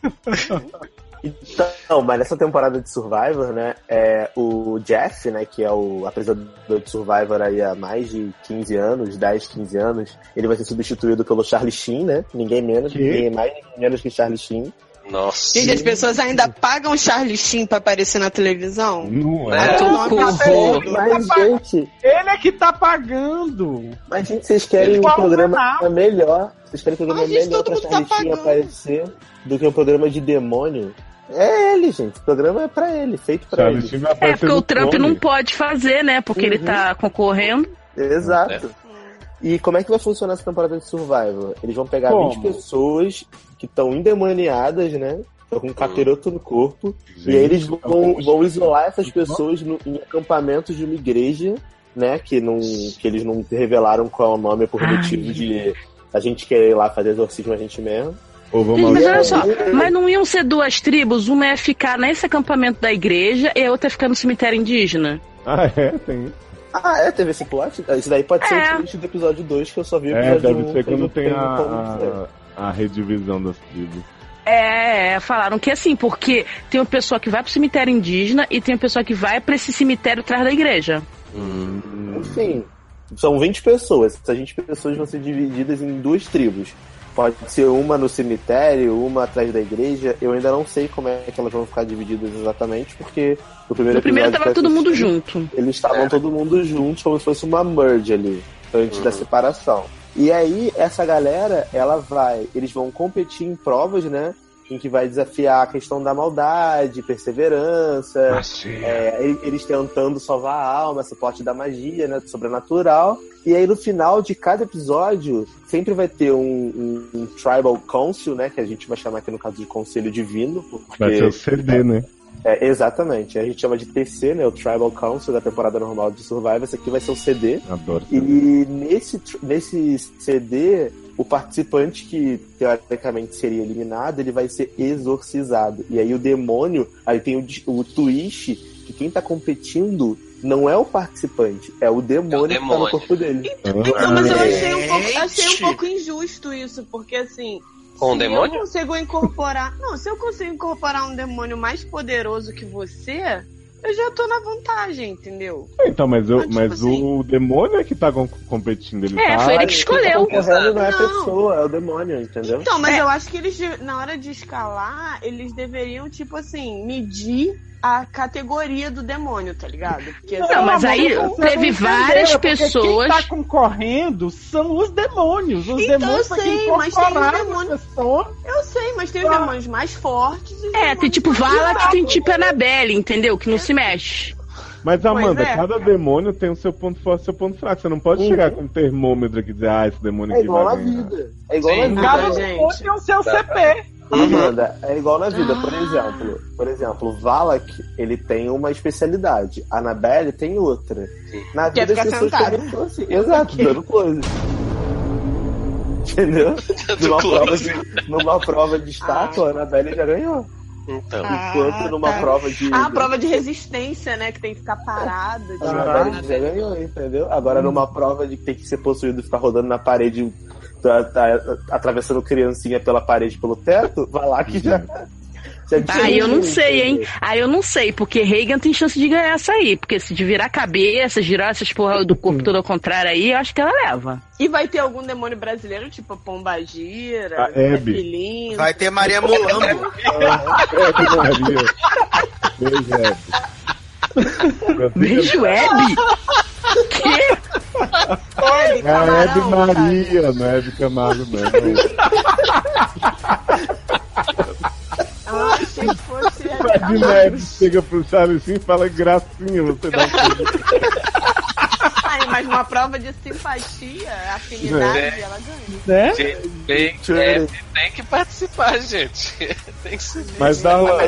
[SPEAKER 4] Então, mas nessa temporada de Survivor, né, é o Jeff, né, que é o apresentador de Survivor aí há mais de 15 anos, 10, 15 anos, ele vai ser substituído pelo Charlie Sheen, né? Ninguém menos,
[SPEAKER 5] Que?
[SPEAKER 4] ninguém mais, ninguém menos que Charlie Sheen.
[SPEAKER 5] Nossa.
[SPEAKER 8] Gente, as pessoas ainda pagam Charlie Sheen pra aparecer na televisão?
[SPEAKER 1] Não
[SPEAKER 4] é. Mas, gente...
[SPEAKER 2] Ele é que tá pagando.
[SPEAKER 4] Mas, gente, vocês querem um
[SPEAKER 2] Qual
[SPEAKER 4] programa melhor, vocês querem um programa
[SPEAKER 2] Mas, gente,
[SPEAKER 4] melhor
[SPEAKER 2] todo mundo tá
[SPEAKER 4] pra Charlie Sheen
[SPEAKER 2] pagando.
[SPEAKER 4] aparecer do que um programa de demônio? É ele, gente, o programa é pra ele, feito pra
[SPEAKER 1] Charlie
[SPEAKER 4] ele.
[SPEAKER 1] Sheen vai
[SPEAKER 3] É, porque o Trump não pode fazer, né? Porque ele
[SPEAKER 4] Uhum.
[SPEAKER 3] tá concorrendo.
[SPEAKER 4] Exato. E como é que vai funcionar essa temporada de Survival? Eles vão pegar
[SPEAKER 3] Como?
[SPEAKER 4] 20 pessoas que estão endemoniadas, né? Estão com capiroto no corpo.
[SPEAKER 1] Gente,
[SPEAKER 4] e aí eles vão,
[SPEAKER 1] tá bom.
[SPEAKER 4] vão isolar essas pessoas no- em acampamentos de uma igreja, né? Que, não, que eles não revelaram qual é o nome por motivo de a gente querer ir lá fazer exorcismo a gente mesmo.
[SPEAKER 1] Ou vamos
[SPEAKER 3] Mas olha só,
[SPEAKER 4] Uhum.
[SPEAKER 3] mas não iam ser duas tribos? Uma é ficar nesse acampamento da igreja e a outra é ficar no cemitério indígena.
[SPEAKER 1] Ah, é? Tem isso.
[SPEAKER 4] Ah, é? Teve esse plot? Isso daí pode ser
[SPEAKER 3] É.
[SPEAKER 4] o trecho do episódio 2 que eu só vi o
[SPEAKER 1] É,
[SPEAKER 4] episódio
[SPEAKER 1] deve
[SPEAKER 4] um,
[SPEAKER 1] ser quando
[SPEAKER 4] eu
[SPEAKER 1] tem
[SPEAKER 4] tenho
[SPEAKER 1] a,
[SPEAKER 4] como dizer.
[SPEAKER 1] a, a redivisão das tribos.
[SPEAKER 3] É, é, falaram que assim, porque tem uma pessoa que vai pro cemitério indígena e tem uma pessoa que vai pra esse cemitério atrás da igreja.
[SPEAKER 4] Enfim, são 20 pessoas. Essas 20 pessoas vão ser divididas em duas tribos. Pode ser uma no cemitério, uma atrás da igreja. Eu ainda não sei como é que elas vão ficar divididas exatamente, porque no primeiro
[SPEAKER 3] No primeiro
[SPEAKER 4] episódio
[SPEAKER 3] tava
[SPEAKER 4] que eu
[SPEAKER 3] todo mundo
[SPEAKER 4] assisti,
[SPEAKER 3] junto.
[SPEAKER 4] Eles estavam todo mundo juntos, como se fosse uma merge ali, antes da separação. E aí, essa galera, ela vai. Eles vão competir em provas, né? Em que vai desafiar a questão da maldade, perseverança, é, e- eles tentando salvar a alma, esse pote da magia, né? do Sobrenatural. E aí, no final de cada episódio, sempre vai ter um, um- um Tribal Council, né? Que a gente vai chamar aqui no caso de Conselho Divino. Porque
[SPEAKER 1] Vai ser o CD, né?
[SPEAKER 4] é, exatamente. A gente chama de TC, né? O Tribal Council da temporada normal de Survivor. Esse aqui vai ser o CD.
[SPEAKER 1] Adoro.
[SPEAKER 4] E nesse, tr- nesse CD, o participante que teoricamente seria eliminado, ele vai ser exorcizado. E aí o demônio, aí tem o, di- o twist que quem tá competindo não é o participante, é o demônio, que tá no
[SPEAKER 5] demônio.
[SPEAKER 4] corpo dele.
[SPEAKER 1] Ah,
[SPEAKER 8] Então, mas eu achei um, pouco, achei um pouco injusto isso, porque assim.
[SPEAKER 5] Com
[SPEAKER 8] se
[SPEAKER 5] o demônio?
[SPEAKER 8] Eu consigo incorporar. Não, se eu consigo incorporar um demônio mais poderoso que você, eu já tô na vantagem, entendeu?
[SPEAKER 1] Então, mas,
[SPEAKER 4] Tipo
[SPEAKER 1] eu, mas
[SPEAKER 4] assim-
[SPEAKER 1] o demônio é que tá com- competindo. Ele tá...
[SPEAKER 4] Quem tá concorrendo não é a
[SPEAKER 8] Não.
[SPEAKER 4] pessoa, é o demônio, entendeu?
[SPEAKER 8] Então, mas eu acho que eles, de- na hora de escalar, eles deveriam, tipo assim, medir a categoria do demônio, tá ligado? Porque,
[SPEAKER 3] Não, mas aí teve várias pessoas.
[SPEAKER 2] Quem tá concorrendo são os demônios. Os
[SPEAKER 8] Então eu
[SPEAKER 2] demônios pra quem
[SPEAKER 8] sei, mas tem os
[SPEAKER 2] incorporaram.
[SPEAKER 8] demônios. Eu sei, mas tem os demônios mais fortes. e os
[SPEAKER 3] É, tem
[SPEAKER 8] demônios
[SPEAKER 3] tipo
[SPEAKER 8] mais
[SPEAKER 3] Vala que tem
[SPEAKER 8] fracos.
[SPEAKER 3] tipo Anabelle, entendeu? Que não se mexe.
[SPEAKER 1] Mas,
[SPEAKER 3] Pois
[SPEAKER 1] Amanda,
[SPEAKER 3] é.
[SPEAKER 1] cada demônio tem o seu ponto forte e o seu ponto fraco. Você não pode chegar com um termômetro aqui e dizer, ah, esse demônio
[SPEAKER 4] Uhum. É
[SPEAKER 1] aqui
[SPEAKER 4] igual
[SPEAKER 1] vai
[SPEAKER 4] na
[SPEAKER 1] ganhar.
[SPEAKER 4] vida. É igual
[SPEAKER 1] Sim,
[SPEAKER 4] na
[SPEAKER 1] cada
[SPEAKER 4] vida.
[SPEAKER 1] um
[SPEAKER 2] tem o seu CP.
[SPEAKER 4] Amanda, é igual na vida,
[SPEAKER 3] Ah.
[SPEAKER 4] por exemplo. Por exemplo, Valak, ele tem uma especialidade. Annabelle tem outra. Na
[SPEAKER 10] Quer
[SPEAKER 4] vida, as
[SPEAKER 10] ficar
[SPEAKER 4] pessoas
[SPEAKER 10] sentada.
[SPEAKER 4] estão assim. Exato, dando close. Entendeu?
[SPEAKER 10] Dando
[SPEAKER 4] Numa prova,
[SPEAKER 10] close.
[SPEAKER 4] de, numa prova de estátua,
[SPEAKER 3] Ah.
[SPEAKER 4] a Annabelle já ganhou.
[SPEAKER 5] Então.
[SPEAKER 4] Ah. Enquanto numa
[SPEAKER 3] tá.
[SPEAKER 4] prova de...
[SPEAKER 8] Ah, a prova de resistência, né? Que tem que ficar parada.
[SPEAKER 4] A
[SPEAKER 3] Ah.
[SPEAKER 4] Annabelle já ganhou, entendeu? Agora, numa
[SPEAKER 3] Hum.
[SPEAKER 4] prova de que tem que ser possuído, ficar rodando na parede, tá- tá- atravessando criancinha pela parede, pelo teto,
[SPEAKER 1] Uhum.
[SPEAKER 4] Valak
[SPEAKER 1] é
[SPEAKER 4] já... já
[SPEAKER 3] Aí eu não
[SPEAKER 4] destruiu,
[SPEAKER 3] sei, hein?
[SPEAKER 4] entendeu?
[SPEAKER 3] Aí eu não sei, porque Reagan tem chance de ganhar essa aí. Porque se de virar a cabeça, girar essas porra do corpo todo ao contrário aí, eu acho que ela leva.
[SPEAKER 8] E vai ter algum demônio brasileiro, tipo a Pombagira,
[SPEAKER 3] A Hebe.
[SPEAKER 8] Pelinho.
[SPEAKER 7] Vai ter Maria Mulambo.
[SPEAKER 1] Beijo, Hebe.
[SPEAKER 3] Beijo, Hebe?
[SPEAKER 8] Hebe
[SPEAKER 1] É a Hebe
[SPEAKER 8] Camarão.
[SPEAKER 1] Maria, não é Hebe Camargo, não.
[SPEAKER 8] Ah, achei que fosse a-
[SPEAKER 1] Imagina a Hebe chega pro Charles assim e fala, gracinha, você dá um
[SPEAKER 8] Ai, mas uma prova de simpatia, afinidade,
[SPEAKER 5] É.
[SPEAKER 8] ela ganha.
[SPEAKER 2] Né?
[SPEAKER 5] Gente, Tem, é, tem que participar, gente. Tem que se
[SPEAKER 1] Mas dá uma...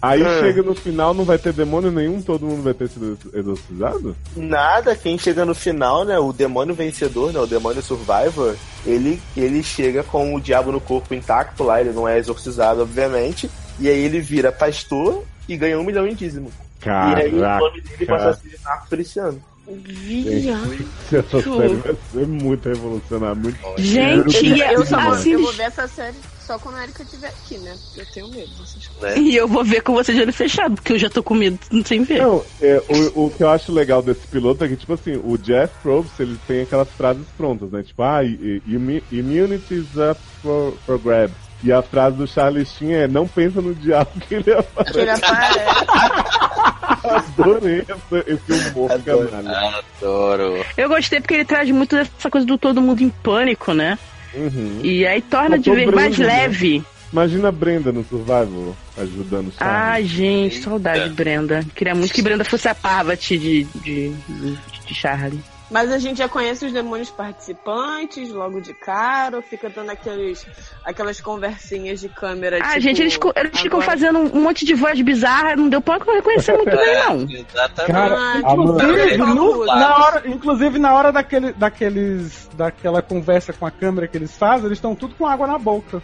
[SPEAKER 1] Aí
[SPEAKER 4] É.
[SPEAKER 1] chega no final, não vai ter demônio nenhum, todo mundo vai ter sido exorcizado?
[SPEAKER 4] Nada, quem chega no final, né? O demônio vencedor, né? O demônio survivor, ele, ele chega com o diabo no corpo intacto lá, ele não é exorcizado, obviamente. E aí ele vira pastor e ganha um milhão em dízimo. E aí o nome dele passa a
[SPEAKER 1] Caraca.
[SPEAKER 4] ser Marco Feliciano.
[SPEAKER 1] Gente, Essa série vai ser muito revolucionária, muito...
[SPEAKER 3] Gente, e
[SPEAKER 8] eu, só vou,
[SPEAKER 3] assim-
[SPEAKER 8] eu vou ver essa série só quando a Erika estiver aqui, né? Porque eu tenho medo. vocês-
[SPEAKER 3] E eu vou ver com você de olho fechado, porque eu já tô com medo, não sem ver.
[SPEAKER 1] Não, é, o, o que eu acho legal desse piloto é que, tipo assim, o Jeff Probst, ele tem aquelas frases prontas, né? Tipo, ah, i- i- immu- immunity is up for, for grabs. E a frase do Charlie Sheen é, não pensa no diabo que ele é aparece.
[SPEAKER 8] Que ele aparece.
[SPEAKER 1] Adorei essa- esse humor, caralho.
[SPEAKER 5] Adoro.
[SPEAKER 3] Eu gostei porque ele traz muito dessa coisa do todo mundo em pânico, né?
[SPEAKER 1] Uhum.
[SPEAKER 3] E aí torna
[SPEAKER 1] Eu
[SPEAKER 3] de
[SPEAKER 1] tô
[SPEAKER 3] ver mais
[SPEAKER 1] Brenda, né?
[SPEAKER 3] leve.
[SPEAKER 1] Imagina a Brenda no Survival ajudando o
[SPEAKER 3] Ah,
[SPEAKER 1] Charlie.
[SPEAKER 3] gente, saudade, Brenda. Queria muito que Brenda fosse a Parvati de, de, de, de Charlie.
[SPEAKER 8] Mas a gente já conhece os demônios participantes logo de cara, ou fica dando aqueles, aquelas conversinhas de câmera.
[SPEAKER 3] Ah,
[SPEAKER 8] tipo,
[SPEAKER 3] gente, eles, co- eles ficam
[SPEAKER 8] agora-
[SPEAKER 3] fazendo um monte de voz bizarra, não deu pra reconhecer muito bem, não.
[SPEAKER 5] É,
[SPEAKER 8] é
[SPEAKER 5] Exatamente.
[SPEAKER 2] Cara,
[SPEAKER 5] Ah,
[SPEAKER 2] inclusive,
[SPEAKER 5] tá
[SPEAKER 2] no-
[SPEAKER 5] bem.
[SPEAKER 2] na hora, inclusive na hora daquele, daqueles, daquela conversa com a câmera que eles fazem, eles estão tudo com água na boca.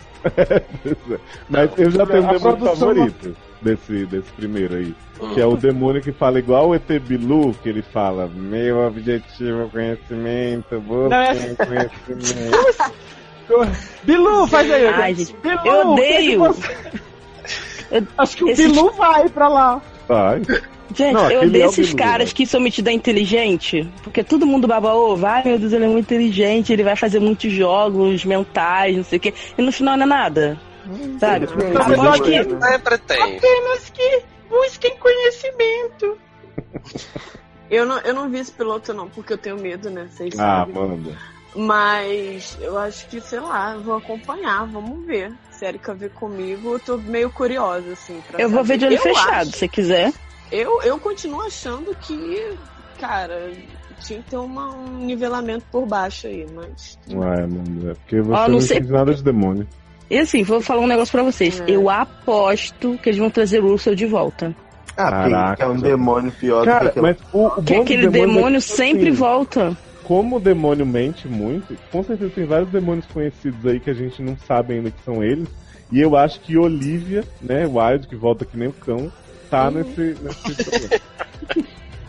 [SPEAKER 1] Mas eu já
[SPEAKER 2] A
[SPEAKER 1] tenho um demônio
[SPEAKER 2] produção-
[SPEAKER 1] favorito desse, desse primeiro aí. Que é o demônio que fala igual o ET Bilu, que ele fala: Meu objetivo é o conhecimento, vou
[SPEAKER 2] Não, é-
[SPEAKER 1] ter conhecimento.
[SPEAKER 2] Bilu, faz aí.
[SPEAKER 3] Ai, gente,
[SPEAKER 2] Bilu,
[SPEAKER 3] eu
[SPEAKER 2] o que é que
[SPEAKER 3] odeio.
[SPEAKER 2] você-
[SPEAKER 3] Eu-
[SPEAKER 2] Acho que o
[SPEAKER 3] esses-
[SPEAKER 2] Bilu vai pra lá.
[SPEAKER 1] Vai.
[SPEAKER 3] Gente,
[SPEAKER 1] Não,
[SPEAKER 3] eu
[SPEAKER 1] aquele
[SPEAKER 3] odeio
[SPEAKER 1] é o
[SPEAKER 3] esses
[SPEAKER 1] Bilu,
[SPEAKER 3] caras
[SPEAKER 1] né?
[SPEAKER 3] que são metidos a inteligente, porque todo mundo baba ovo, ai meu Deus, ele é muito inteligente, ele vai fazer muitos jogos mentais, não sei o quê, e no final não é nada.
[SPEAKER 1] Hum.
[SPEAKER 3] Sabe?
[SPEAKER 5] Tá
[SPEAKER 3] A voz que,
[SPEAKER 5] bom, Sempre tem.
[SPEAKER 8] Apenas que busquem conhecimento. eu, não, eu não vi esse piloto, não, porque eu tenho medo, né? Vocês
[SPEAKER 1] Ah,
[SPEAKER 8] sabem.
[SPEAKER 1] manda.
[SPEAKER 8] Mas eu acho que, sei lá, eu vou acompanhar, vamos ver. Se a Erika ver comigo, eu tô meio curiosa, assim. pra
[SPEAKER 3] eu vou
[SPEAKER 8] saber.
[SPEAKER 3] ver de olho
[SPEAKER 8] Eu
[SPEAKER 3] fechado,
[SPEAKER 8] acho-
[SPEAKER 3] se quiser.
[SPEAKER 8] eu, eu continuo achando que, cara, tinha que ter uma- um nivelamento por baixo aí, mas.
[SPEAKER 1] Ué, manda. É Porque você
[SPEAKER 3] Ó, não
[SPEAKER 1] não
[SPEAKER 3] sei-
[SPEAKER 1] entende nada de demônio.
[SPEAKER 3] E assim, vou falar um negócio pra vocês. Eu aposto que eles vão trazer o Russell de volta.
[SPEAKER 4] Ah,
[SPEAKER 1] Caraca.
[SPEAKER 4] Caraca, é um demônio pior
[SPEAKER 1] Cara,
[SPEAKER 4] do que aquela-
[SPEAKER 1] mas o, o bom
[SPEAKER 3] Porque
[SPEAKER 1] do
[SPEAKER 3] aquele
[SPEAKER 1] demônio, é
[SPEAKER 3] demônio
[SPEAKER 1] que,
[SPEAKER 3] sempre
[SPEAKER 1] assim,
[SPEAKER 3] volta.
[SPEAKER 1] Como o demônio mente muito, com certeza tem vários demônios conhecidos aí que a gente não sabe ainda que são eles. E eu acho que Olivia, né, Wild, que volta que nem o cão, tá nesse. nesse programa.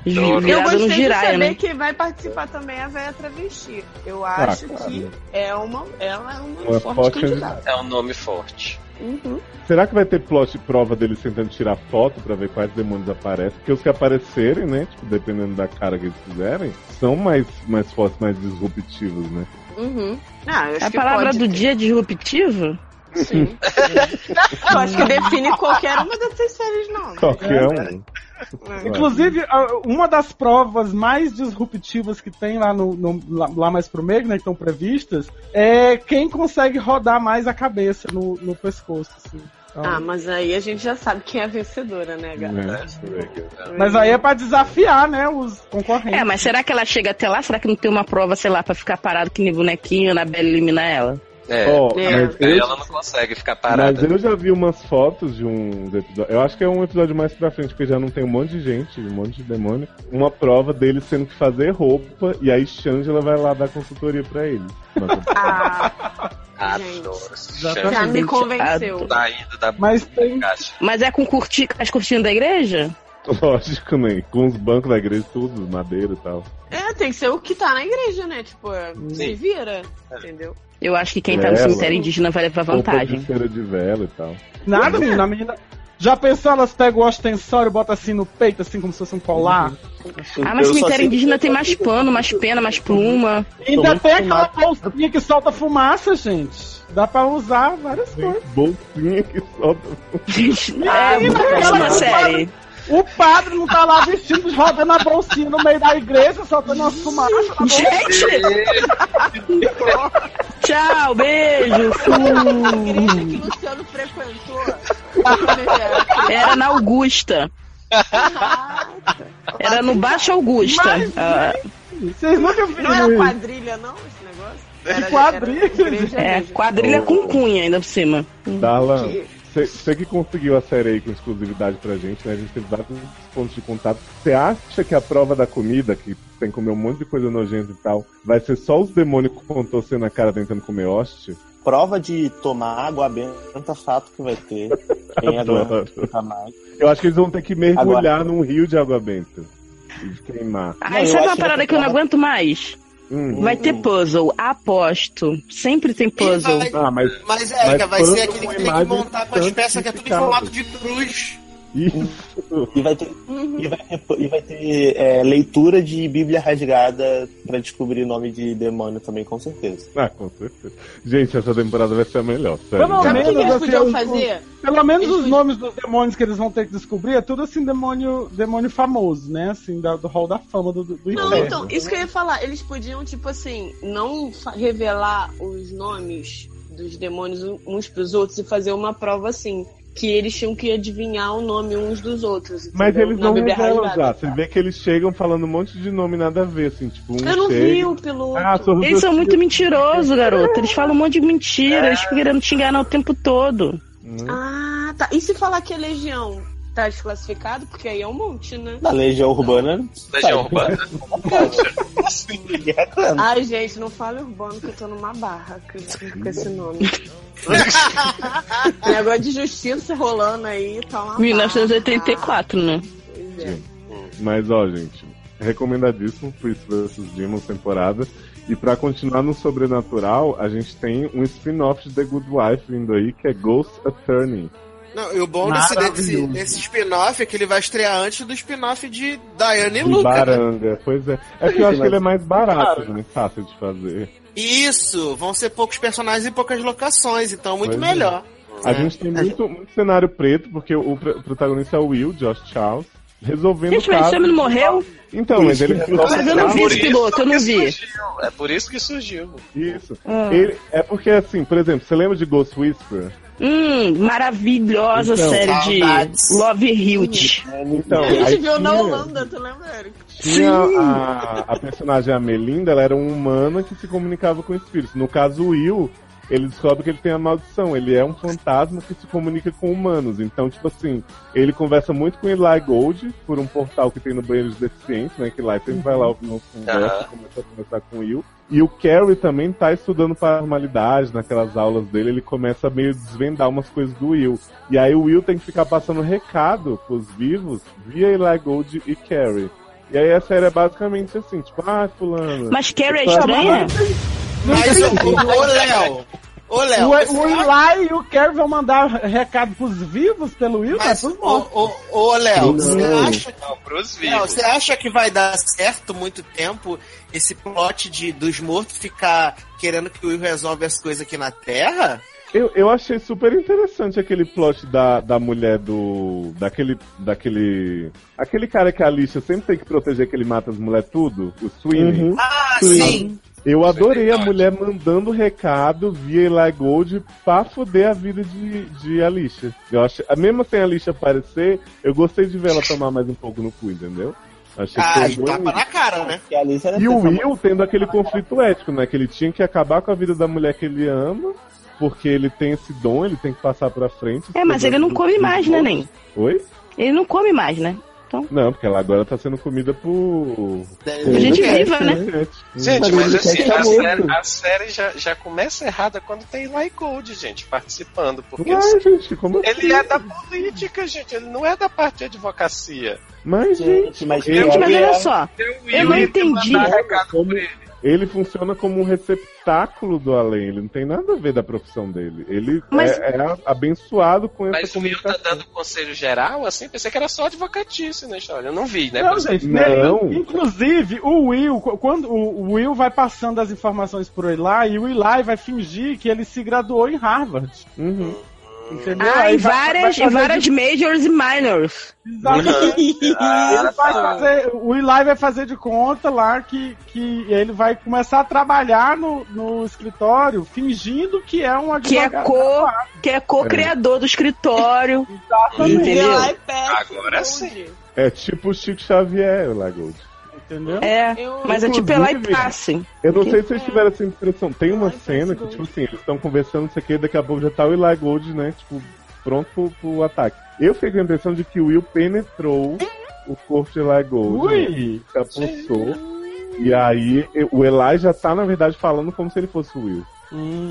[SPEAKER 5] Eu
[SPEAKER 8] Eu
[SPEAKER 3] Virado
[SPEAKER 8] gostei
[SPEAKER 3] no
[SPEAKER 8] de
[SPEAKER 3] Jiraiya,
[SPEAKER 8] saber
[SPEAKER 3] né?
[SPEAKER 8] que vai participar também a velha travesti. Eu
[SPEAKER 1] Ah,
[SPEAKER 8] acho
[SPEAKER 1] claro.
[SPEAKER 8] que é uma, ela é uma,
[SPEAKER 1] Uma
[SPEAKER 8] forte,
[SPEAKER 1] forte
[SPEAKER 8] candidata.
[SPEAKER 5] É um nome forte.
[SPEAKER 8] Uhum.
[SPEAKER 1] Será que vai ter plot e prova deles tentando tirar foto pra ver quais demônios aparecem? Porque os que aparecerem, né, tipo, dependendo da cara que eles fizerem, são mais, mais fortes, mais disruptivos, né?
[SPEAKER 8] Uhum. Ah, eu acho
[SPEAKER 3] A
[SPEAKER 8] que
[SPEAKER 3] palavra
[SPEAKER 8] pode
[SPEAKER 3] do
[SPEAKER 8] ter.
[SPEAKER 3] dia é disruptivo?
[SPEAKER 8] Sim. eu acho que define qualquer uma dessas séries, não.
[SPEAKER 4] É,
[SPEAKER 1] Qualquer
[SPEAKER 4] Então,
[SPEAKER 1] um.
[SPEAKER 2] Inclusive, a- uma das provas mais disruptivas que tem lá, no, no- lá, lá mais pro meio, né, que estão previstas, é quem consegue rodar mais a cabeça no, no pescoço, assim. Então,
[SPEAKER 8] Ah, mas aí a gente já sabe quem é a vencedora,
[SPEAKER 3] Hum.
[SPEAKER 8] né, gata?
[SPEAKER 2] Mas aí é pra desafiar, né, os concorrentes.
[SPEAKER 3] É, mas será que ela chega até lá? Será que não tem uma prova, sei lá, pra ficar parado que nem bonequinho, na Bela eliminar ela?
[SPEAKER 5] É.
[SPEAKER 1] Ó,
[SPEAKER 8] É.
[SPEAKER 1] mas
[SPEAKER 5] Aí
[SPEAKER 1] eu
[SPEAKER 5] ela não consegue ficar
[SPEAKER 1] Mas
[SPEAKER 5] parada.
[SPEAKER 1] eu já vi umas fotos de um episódio. Eu acho que é um episódio mais pra frente, porque já não tem um monte de gente, um monte de demônio. Uma prova deles tendo que fazer roupa, e aí Shangela vai lá dar consultoria pra eles.
[SPEAKER 8] Ah,
[SPEAKER 5] Adoro esse
[SPEAKER 2] Exatamente.
[SPEAKER 8] já
[SPEAKER 5] chefe
[SPEAKER 8] me convenceu.
[SPEAKER 5] da ida da
[SPEAKER 2] Mas tem-
[SPEAKER 5] caixa.
[SPEAKER 3] Mas é com curti as cortinas da igreja?
[SPEAKER 1] Lógico, né? Com os bancos da igreja, tudo, madeira e tal.
[SPEAKER 8] É, tem que ser o que tá na igreja, né? Tipo, é, se vira, entendeu?
[SPEAKER 3] Eu acho que quem tá no
[SPEAKER 1] Ela.
[SPEAKER 3] cemitério indígena vai levar
[SPEAKER 1] Roupa
[SPEAKER 3] vantagem.
[SPEAKER 1] de cera de vela e tal.
[SPEAKER 2] Nada, menina, a menina... Já pensou, elas pegam o ostensório e botam assim no peito, assim, como se fosse um colar?
[SPEAKER 3] Ah, mas
[SPEAKER 4] Eu só assim,
[SPEAKER 3] cemitério
[SPEAKER 4] sei-
[SPEAKER 3] indígena tem mais pano, mais pena, mais pluma.
[SPEAKER 2] Ainda
[SPEAKER 4] muito
[SPEAKER 2] tem aquela bolsinha que solta fumaça, gente. Dá pra usar várias coisas.
[SPEAKER 1] Bolsinha que solta.
[SPEAKER 3] Gente,
[SPEAKER 2] Ah,
[SPEAKER 3] é muito
[SPEAKER 2] mas
[SPEAKER 3] bom
[SPEAKER 2] ela-
[SPEAKER 3] na série.
[SPEAKER 2] O padre não tá lá vestido, rodando a bolsinha no meio da igreja, soltando umas fumaças. na bolsa.
[SPEAKER 3] Gente! Tá Tchau, beijo,
[SPEAKER 8] A
[SPEAKER 3] fui.
[SPEAKER 8] igreja que Luciano frequentou. Ah,
[SPEAKER 3] Era na Augusta. Era no Baixo Augusta. Ah,
[SPEAKER 2] Vocês nunca viram
[SPEAKER 8] não é era
[SPEAKER 2] isso.
[SPEAKER 8] quadrilha, não, esse negócio? Era,
[SPEAKER 2] Quadrilha?
[SPEAKER 8] era igreja
[SPEAKER 3] é,
[SPEAKER 8] mesmo.
[SPEAKER 3] quadrilha com cunha ainda por cima.
[SPEAKER 1] Darlan,
[SPEAKER 8] Que-
[SPEAKER 1] você que conseguiu a série aí com exclusividade pra gente, né? A gente teve vários pontos de contato. Você acha que a prova da comida, que tem que comer um monte de coisa nojenta e tal, vai ser só os demônios contorcendo na cara tentando comer hoste?
[SPEAKER 4] Prova de tomar água benta, é fato que vai ter. Quem
[SPEAKER 1] Adoro.
[SPEAKER 4] aguenta tá mais.
[SPEAKER 1] Eu acho que eles vão ter que mergulhar
[SPEAKER 4] Agora.
[SPEAKER 1] num rio de água benta. E de queimar.
[SPEAKER 4] Não,
[SPEAKER 3] Ai,
[SPEAKER 4] eu
[SPEAKER 3] sabe uma
[SPEAKER 4] acho
[SPEAKER 3] parada
[SPEAKER 4] que tá.
[SPEAKER 3] que eu não
[SPEAKER 4] ela-
[SPEAKER 3] aguento mais?
[SPEAKER 1] Hum.
[SPEAKER 3] Vai ter puzzle, aposto. Sempre tem puzzle.
[SPEAKER 7] Vai-
[SPEAKER 1] Ah, mas
[SPEAKER 7] Mas, Érica,
[SPEAKER 1] Mas
[SPEAKER 7] vai ser
[SPEAKER 1] quando
[SPEAKER 7] aquele
[SPEAKER 1] uma
[SPEAKER 7] que tem que
[SPEAKER 1] imagem
[SPEAKER 7] montar com as peças que é tudo em
[SPEAKER 1] tantificada.
[SPEAKER 7] formato de cruz.
[SPEAKER 1] isso.
[SPEAKER 4] E vai ter,
[SPEAKER 8] Uhum.
[SPEAKER 4] e vai ter, e vai ter é, leitura de Bíblia rasgada pra descobrir nome de demônio também, com certeza.
[SPEAKER 1] Ah, com certeza. Gente, essa temporada vai ser a melhor. Sério.
[SPEAKER 2] Pelo
[SPEAKER 8] Sabe o que que
[SPEAKER 2] menos,
[SPEAKER 8] eles
[SPEAKER 2] assim,
[SPEAKER 8] podiam
[SPEAKER 1] é um
[SPEAKER 2] os-
[SPEAKER 8] fazer?
[SPEAKER 2] pelo menos os
[SPEAKER 8] Isso-
[SPEAKER 2] nomes dos demônios que eles vão ter que descobrir é tudo assim, demônio, demônio famoso, né? Assim, da- do hall da fama do, do
[SPEAKER 8] Não,
[SPEAKER 2] inferno.
[SPEAKER 8] então, isso que eu ia falar. Eles podiam, tipo assim, não fa- um, revelar os nomes dos demônios uns pros outros e fazer uma prova assim. que eles tinham que adivinhar o nome uns dos outros.
[SPEAKER 1] Mas
[SPEAKER 8] entendeu?
[SPEAKER 1] eles
[SPEAKER 8] O
[SPEAKER 1] não
[SPEAKER 8] nome bem
[SPEAKER 1] revelam
[SPEAKER 8] rasgado.
[SPEAKER 1] já. Você vê que eles chegam falando um monte de nome nada a ver, assim, tipo, um
[SPEAKER 8] Eu não
[SPEAKER 1] chega-
[SPEAKER 8] vi o piloto.
[SPEAKER 1] Ah, sou
[SPEAKER 3] Eles são
[SPEAKER 1] Rodrigo.
[SPEAKER 3] muito mentirosos, garoto. Eles falam um monte de mentira. Eles ficam querendo te enganar o tempo todo.
[SPEAKER 8] Ah, tá. E se falar que é Legião? Tá desclassificado? Porque aí é um monte, né?
[SPEAKER 4] Da Legião Urbana.
[SPEAKER 5] Legião Urbana.
[SPEAKER 2] É.
[SPEAKER 8] Ai, gente, não fale urbano que eu tô numa barra que- com esse
[SPEAKER 2] né?
[SPEAKER 8] nome. Negócio de justiça rolando aí, tá uma barra.
[SPEAKER 3] 1984, né?
[SPEAKER 1] Mas ó, gente, recomendadíssimo Priest vs Demons temporada. E pra continuar no sobrenatural, a gente tem um spin-off de The Good Wife vindo aí, que é Ghost Attorney.
[SPEAKER 7] Não, e o bom desse, desse,
[SPEAKER 1] Maravilhoso.
[SPEAKER 7] desse spin-off é que ele vai estrear antes do spin-off de Diane
[SPEAKER 1] De
[SPEAKER 7] e Luca. né?
[SPEAKER 1] Baranga, pois é. É que eu acho que ele é mais barato, né? Fácil de fazer.
[SPEAKER 7] Isso, vão ser poucos personagens e poucas locações, então muito
[SPEAKER 1] Pois é.
[SPEAKER 7] melhor.
[SPEAKER 1] A gente tem muito, muito cenário preto, porque o pr- protagonista é o Will, Josh Charles, resolvendo
[SPEAKER 3] Gente,
[SPEAKER 1] o
[SPEAKER 3] mas esse
[SPEAKER 1] caso.
[SPEAKER 3] homem não morreu?
[SPEAKER 1] Então, mas ele
[SPEAKER 3] Mas eu não vi esse
[SPEAKER 5] Por isso
[SPEAKER 3] piloto, eu não vi.
[SPEAKER 5] Surgiu, É por isso que surgiu.
[SPEAKER 1] Isso.
[SPEAKER 3] Ah.
[SPEAKER 1] Ele- é porque, assim, por exemplo, você lembra de Ghost Whisperer?
[SPEAKER 3] Hum, maravilhosa
[SPEAKER 1] Então,
[SPEAKER 3] série de Love
[SPEAKER 4] Hum.
[SPEAKER 3] Hilt.
[SPEAKER 8] É,
[SPEAKER 1] Então,
[SPEAKER 8] A gente
[SPEAKER 1] aí
[SPEAKER 8] viu na
[SPEAKER 1] tinha-
[SPEAKER 8] Holanda, tu lembra, Eric?
[SPEAKER 1] Tinha a, a personagem Amelinda, ela era uma humana que se comunicava com espíritos. No caso, o Will, ele descobre que ele tem a maldição. Ele é um fantasma que se comunica com humanos. Então, tipo assim, ele conversa muito com Eli Gold por um portal que tem no banheiro de deficientes, né? Que lá ele vai lá ouvir umas conversas e começa a conversar com o Will. E o Carrie também tá estudando paranormalidade naquelas aulas dele, ele começa a meio desvendar umas coisas do Will. E aí o Will tem que ficar passando recado pros vivos via Eli Gold e Carrie. E aí a série é basicamente assim, tipo, ah, fulano.
[SPEAKER 3] Mas Carrie é
[SPEAKER 1] Tá,
[SPEAKER 3] estranha?
[SPEAKER 7] Mas ô, ô, ô, Léo, ô Léo,
[SPEAKER 2] O, o Eli e o Kerry vão mandar recado pros vivos pelo Will?
[SPEAKER 7] mas,
[SPEAKER 2] tá tudo
[SPEAKER 7] ô,
[SPEAKER 2] morto.
[SPEAKER 7] ô, ô, Léo, você
[SPEAKER 1] Não.
[SPEAKER 7] acha
[SPEAKER 5] Não, pros
[SPEAKER 7] Léo,
[SPEAKER 5] vivos.
[SPEAKER 7] você acha que vai dar certo muito tempo esse plot de, dos mortos ficar querendo que o Will resolve as coisas aqui na Terra?
[SPEAKER 1] Eu, eu achei super interessante aquele plot da, da mulher do. daquele. daquele. aquele cara que a lixa sempre tem que proteger que ele mata as mulheres tudo, o Sweeney.
[SPEAKER 4] Uhum.
[SPEAKER 7] Ah,
[SPEAKER 1] Sim.
[SPEAKER 7] sim.
[SPEAKER 1] Eu adorei a mulher mandando recado via Eli Gold pra foder a vida de, de Alicia. Eu acho, mesmo sem a Alicia aparecer, eu gostei de ver ela tomar mais um pouco no cu, entendeu? Achei
[SPEAKER 7] Ah,
[SPEAKER 1] foi bom.
[SPEAKER 7] tapa na cara, né?
[SPEAKER 4] Que a Alice era
[SPEAKER 1] E o
[SPEAKER 4] essa-
[SPEAKER 1] Will tendo aquele conflito ético, né? Que ele tinha que acabar com a vida da mulher que ele ama, porque ele tem esse dom, ele tem que passar pra frente.
[SPEAKER 3] É, mas ele não come mais, né, Nem?
[SPEAKER 1] Oi?
[SPEAKER 3] Ele não come mais, né?
[SPEAKER 1] Não, porque ela agora tá sendo comida por.
[SPEAKER 3] Por gente viva, né?
[SPEAKER 5] Gente,
[SPEAKER 4] Mas
[SPEAKER 5] mas
[SPEAKER 4] ele
[SPEAKER 5] assim,
[SPEAKER 4] quer que
[SPEAKER 5] a
[SPEAKER 4] acabe.
[SPEAKER 5] série, a série já, já começa errada quando tem Eli Gold, gente, participando. Porque assim,
[SPEAKER 1] Mas, gente, como assim?
[SPEAKER 5] ele é da política, gente, ele não é da parte de advocacia.
[SPEAKER 1] Mas, gente,
[SPEAKER 4] Gente, mas
[SPEAKER 1] Eu-
[SPEAKER 3] Gente, mas é um
[SPEAKER 4] Carrie
[SPEAKER 3] olha
[SPEAKER 4] era-
[SPEAKER 3] só.
[SPEAKER 5] Eu,
[SPEAKER 3] Eu não entendi.
[SPEAKER 1] ele funciona como um receptáculo do além. Ele não tem nada a ver da profissão dele. Ele
[SPEAKER 3] Mas-
[SPEAKER 1] é, é abençoado com essa
[SPEAKER 5] Mas o Will tá
[SPEAKER 1] comunicação.
[SPEAKER 5] dando conselho geral, assim, pensei que era só advocatício na história. Eu não vi, né?
[SPEAKER 2] Não,
[SPEAKER 5] Por isso-
[SPEAKER 2] gente,
[SPEAKER 1] Não.
[SPEAKER 2] né? Inclusive, o Will, qu- quando o o Will vai passando as informações pro Eli, e o Eli vai fingir que ele se graduou em Harvard.
[SPEAKER 1] Uhum.
[SPEAKER 2] Entendeu?
[SPEAKER 3] Ah,
[SPEAKER 2] Aí
[SPEAKER 3] e
[SPEAKER 2] vai-
[SPEAKER 3] várias,
[SPEAKER 2] vai
[SPEAKER 3] e
[SPEAKER 2] fazer
[SPEAKER 3] várias majors e minors.
[SPEAKER 2] Exatamente. Ele vai fazer, o Eli vai fazer de conta lá que, que ele vai começar a trabalhar no, no escritório fingindo que é um
[SPEAKER 3] Que é
[SPEAKER 2] advogado.
[SPEAKER 3] co, que é co-criador do escritório.
[SPEAKER 2] Exatamente.
[SPEAKER 3] Entendeu?
[SPEAKER 8] Eli pede
[SPEAKER 5] Agora
[SPEAKER 8] Gold.
[SPEAKER 5] sim.
[SPEAKER 1] É tipo o Chico Xavier, o Lagold.
[SPEAKER 2] Entendeu?
[SPEAKER 3] É.
[SPEAKER 8] Eu-
[SPEAKER 3] Mas é tipo
[SPEAKER 1] Inclusive-
[SPEAKER 3] ela e passe.
[SPEAKER 1] Eu não
[SPEAKER 3] Que-
[SPEAKER 1] sei se
[SPEAKER 2] é.
[SPEAKER 1] vocês tiveram essa impressão. Tem uma
[SPEAKER 8] Ai,
[SPEAKER 1] cena que,
[SPEAKER 8] parece
[SPEAKER 1] tipo assim, eles estão conversando, não sei o que, daqui a pouco já tá o Eli Gold, né? Tipo, pronto pro, pro ataque. Eu fiquei com a impressão de que o Will penetrou o corpo de Eli Gold. né?
[SPEAKER 2] Ui!
[SPEAKER 1] Capuçou. E aí, e- o Eli já tá, na verdade, falando como se ele fosse o Will.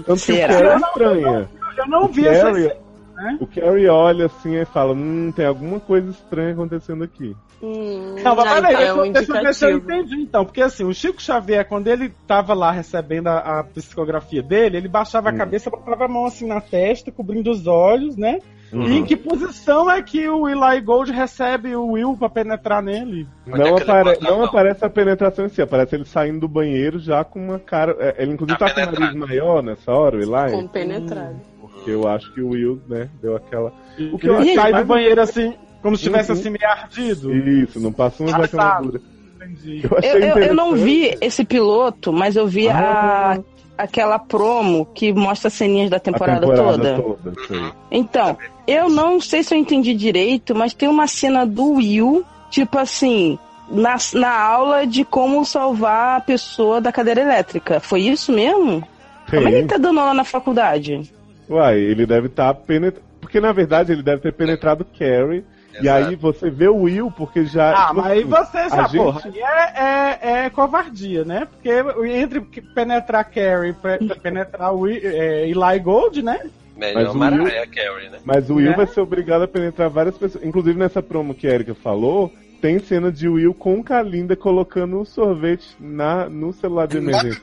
[SPEAKER 1] Tanto
[SPEAKER 3] será?
[SPEAKER 1] que o Carrie é estranha.
[SPEAKER 2] Eu não vi
[SPEAKER 1] o,
[SPEAKER 2] essa
[SPEAKER 1] Carrie,
[SPEAKER 2] cena. né?
[SPEAKER 1] o Carrie olha assim e fala: Hum, tem alguma coisa estranha acontecendo aqui.
[SPEAKER 8] Hum,
[SPEAKER 2] Não, mas
[SPEAKER 8] ah,
[SPEAKER 2] peraí,
[SPEAKER 8] então é
[SPEAKER 2] deixa,
[SPEAKER 8] um
[SPEAKER 2] eu- deixa eu ver se eu
[SPEAKER 8] indicativo.
[SPEAKER 2] entendi então. Porque assim, o Chico Xavier, quando ele tava lá recebendo a, a psicografia dele, ele baixava
[SPEAKER 1] Hum.
[SPEAKER 2] a cabeça, botava a mão assim na testa, cobrindo os olhos, né?
[SPEAKER 1] Uhum.
[SPEAKER 2] E em que posição é que o Eli Gold recebe o Will pra penetrar nele?
[SPEAKER 5] Onde é
[SPEAKER 1] Não,
[SPEAKER 5] que ele
[SPEAKER 1] apare-
[SPEAKER 5] bota a
[SPEAKER 1] não
[SPEAKER 5] mão?
[SPEAKER 1] aparece a penetração em si, aparece ele saindo do banheiro já com uma cara. é, Ele inclusive
[SPEAKER 5] Tá
[SPEAKER 1] tá, com o nariz
[SPEAKER 5] penetrado.
[SPEAKER 1] maior nessa hora, o Eli.
[SPEAKER 8] Com penetrado.
[SPEAKER 1] Porque eu acho que o Will, né, deu aquela. O que eu
[SPEAKER 2] Ele
[SPEAKER 1] achei
[SPEAKER 2] sai do
[SPEAKER 1] mais-
[SPEAKER 2] banheiro assim, como se tivesse
[SPEAKER 1] Uhum.
[SPEAKER 2] assim meio ardido.
[SPEAKER 1] Isso, não passou uma
[SPEAKER 2] Ah, tá.
[SPEAKER 1] jaquemadura.
[SPEAKER 2] Entendi.
[SPEAKER 1] Eu, achei
[SPEAKER 3] Eu, eu, eu não
[SPEAKER 1] interessante. Ah.
[SPEAKER 3] vi esse piloto, mas eu vi a aquela promo que mostra as ceninhas da temporada,
[SPEAKER 1] temporada
[SPEAKER 3] toda.
[SPEAKER 1] toda, sim.
[SPEAKER 3] Então, eu não sei se eu entendi direito, mas tem uma cena do Will, tipo assim, na, na aula de como salvar a pessoa da cadeira elétrica. Foi isso mesmo? Como é que ele tá dando aula na faculdade?
[SPEAKER 1] Uai, ele deve estar penetrado. Porque na verdade ele deve ter penetrado Carrie. E aí você vê o Will, porque já. tipo,
[SPEAKER 2] Ah, mas aí você
[SPEAKER 1] a
[SPEAKER 2] já,
[SPEAKER 1] gente-
[SPEAKER 2] porra, aí é, é, é covardia, né? Porque entre penetrar Carrie e pe- penetrar o Will- é, Eli Gold, né?
[SPEAKER 1] Mas
[SPEAKER 5] Melhor
[SPEAKER 1] o
[SPEAKER 5] Mariah Carey, né?
[SPEAKER 1] Mas o Will
[SPEAKER 2] Né?
[SPEAKER 1] vai ser obrigado a penetrar várias pessoas. Inclusive nessa promo que a Erika falou, tem cena de Will com Kalinda colocando um sorvete na, no celular de emergência.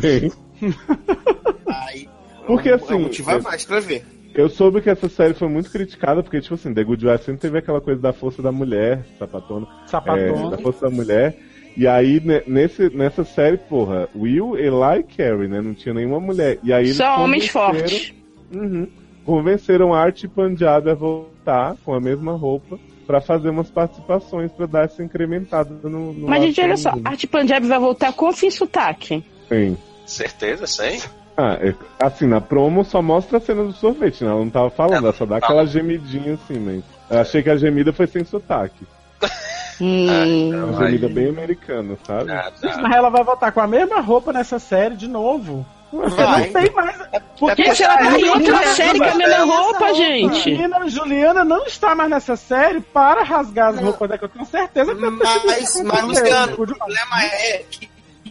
[SPEAKER 1] Tem.
[SPEAKER 7] é um,
[SPEAKER 1] Porque assim.
[SPEAKER 7] Motiva mais pra ver.
[SPEAKER 1] Eu soube que essa série foi muito criticada, porque, tipo assim, The Good Wife sempre teve aquela coisa da força da mulher, sapatona.
[SPEAKER 2] Sapatona.
[SPEAKER 1] É, da força da mulher. E aí, ne- nesse, nessa série, porra, Will, Eli e Carrie, né? Não tinha nenhuma mulher. E aí eles
[SPEAKER 3] Só homens
[SPEAKER 1] convenceram-
[SPEAKER 3] fortes.
[SPEAKER 1] Uhum. Convenceram a Arte Pandiada a voltar com a mesma roupa pra fazer umas participações pra dar essa incrementada no. no
[SPEAKER 3] Mas, gente,
[SPEAKER 1] ato
[SPEAKER 3] olha só,
[SPEAKER 1] feminino.
[SPEAKER 3] Arte Punjab vai voltar com ou sem sotaque?
[SPEAKER 1] Sim.
[SPEAKER 5] Certeza, sim.
[SPEAKER 1] Ah, é- assim, na promo só mostra a cena do sorvete, né? Ela não tava falando, ela só dá aquela gemidinha assim, mas. Eu achei que a gemida foi sem sotaque. É Uma gemida bem americana, sabe?
[SPEAKER 7] Ah,
[SPEAKER 5] Ah, tá.
[SPEAKER 2] Mas ela vai voltar com a mesma roupa nessa série de novo.
[SPEAKER 1] Vai.
[SPEAKER 2] Eu não sei mais.
[SPEAKER 3] porque ela tá em outra série com a mesma roupa, gente.
[SPEAKER 2] Menina, Juliana não está mais nessa série para rasgar as roupas dela, que eu tenho certeza que
[SPEAKER 7] Mas, mas Luciano, o problema é que,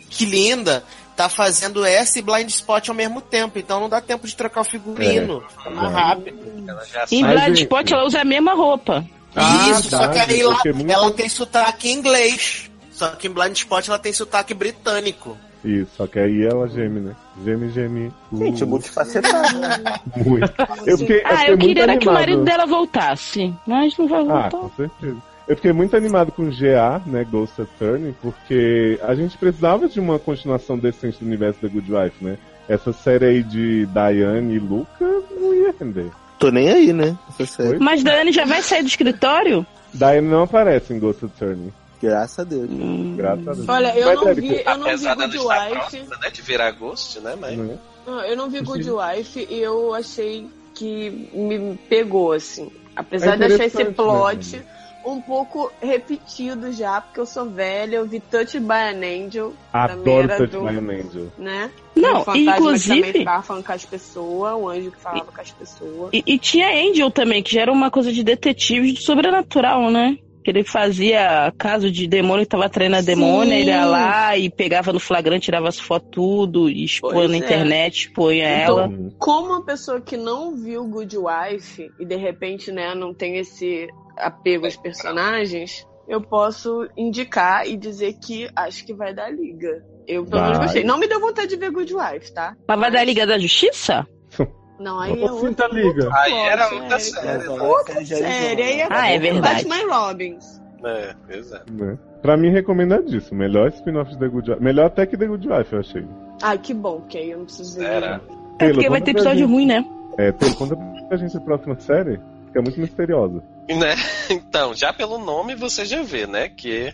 [SPEAKER 7] que Linda tá fazendo essa e Blind Spot ao mesmo tempo, então não dá tempo de trocar o figurino.
[SPEAKER 1] É,
[SPEAKER 7] Tá
[SPEAKER 1] é.
[SPEAKER 7] rápido.
[SPEAKER 3] Em Blind Spot ela usa a mesma roupa.
[SPEAKER 7] Isso, só que aí lá, ela tem sotaque inglês. Só que em Blind Spot ela tem sotaque britânico.
[SPEAKER 1] Isso, só que aí ela geme, né? Geme, geme. uh,
[SPEAKER 4] Gente, é multifacetada.
[SPEAKER 1] Muito. Eu fiquei,
[SPEAKER 3] ah,
[SPEAKER 1] fiquei
[SPEAKER 3] eu
[SPEAKER 1] é muito
[SPEAKER 3] queria era que o
[SPEAKER 1] animado.
[SPEAKER 3] marido dela voltasse, mas não vai
[SPEAKER 1] Ah,
[SPEAKER 3] voltar.
[SPEAKER 1] com certeza. Eu fiquei muito animado com GA, né, Ghost Attorney, porque a gente precisava de uma continuação decente do universo da Good Wife, né? Essa série aí de Diane e Luca não ia render.
[SPEAKER 4] Tô nem aí, né? Essa série.
[SPEAKER 3] Mas Dani já vai sair do escritório?
[SPEAKER 1] Diane não aparece em Ghost Attorney.
[SPEAKER 4] Graças a Deus.
[SPEAKER 1] Graças a Deus.
[SPEAKER 8] Olha, eu
[SPEAKER 1] Mas, né?
[SPEAKER 8] não
[SPEAKER 1] Érica,
[SPEAKER 8] vi, eu não vi
[SPEAKER 5] Apesar
[SPEAKER 8] Good
[SPEAKER 5] dela estar
[SPEAKER 8] Wife.
[SPEAKER 5] próxima, né, de virar Ghost, né? Mas...
[SPEAKER 8] Não, eu não vi Good Wife e eu achei que me pegou, assim. Apesar
[SPEAKER 6] É
[SPEAKER 8] de achar esse
[SPEAKER 6] interessante,
[SPEAKER 8] plot
[SPEAKER 6] né?
[SPEAKER 8] um pouco repetido já, porque eu sou velha, eu vi Touch by an Angel. também
[SPEAKER 1] Adoro
[SPEAKER 8] era
[SPEAKER 1] Touch
[SPEAKER 8] do-
[SPEAKER 1] by an Angel.
[SPEAKER 8] Né?
[SPEAKER 3] Não,
[SPEAKER 8] Um fantasma que
[SPEAKER 3] inclusive-
[SPEAKER 8] também ficava falando com as pessoas, o anjo que falava com as pessoas.
[SPEAKER 3] E, e tinha Angel também, que já era uma coisa de detetive de sobrenatural, né? Que ele fazia caso de demônio, tava traindo a demônio,
[SPEAKER 8] Sim.
[SPEAKER 3] ele ia lá e pegava no flagrante, tirava as fotos tudo, e expunha
[SPEAKER 8] Pois
[SPEAKER 3] na
[SPEAKER 8] é.
[SPEAKER 3] internet, expunha
[SPEAKER 8] Então,
[SPEAKER 3] ela.
[SPEAKER 8] Como uma pessoa que não viu Good Wife e de repente, né, não tem esse apego aos personagens, eu posso indicar e dizer que acho que vai dar liga. Eu pelo menos
[SPEAKER 3] Vai.
[SPEAKER 8] gostei. Não me deu vontade de ver Good Wife, tá?
[SPEAKER 3] Mas vai dar Liga da Justiça?
[SPEAKER 8] Não, aí
[SPEAKER 3] Ô,
[SPEAKER 8] é outro.
[SPEAKER 2] Sinta liga.
[SPEAKER 5] Aí era
[SPEAKER 8] Pode,
[SPEAKER 5] outra
[SPEAKER 8] Érica.
[SPEAKER 5] série. né?
[SPEAKER 8] Outra série. Aí é
[SPEAKER 3] Ah, é verdade.
[SPEAKER 8] Batman e Robbins.
[SPEAKER 5] É, exato.
[SPEAKER 1] Né? Pra mim, recomendadíssimo. Melhor spin-off de The Good Wife. Melhor até que The Good Wife, eu achei.
[SPEAKER 8] Ai, Ah, que bom, que aí eu não preciso ver.
[SPEAKER 3] É
[SPEAKER 1] Taylor,
[SPEAKER 3] porque vai
[SPEAKER 1] conta
[SPEAKER 3] ter
[SPEAKER 1] pra
[SPEAKER 3] episódio
[SPEAKER 1] gente.
[SPEAKER 3] ruim, né?
[SPEAKER 1] É, Taylor, conta pra gente a próxima série. Fica muito misteriosa.
[SPEAKER 5] Né? Então, já pelo nome você já vê, né? Que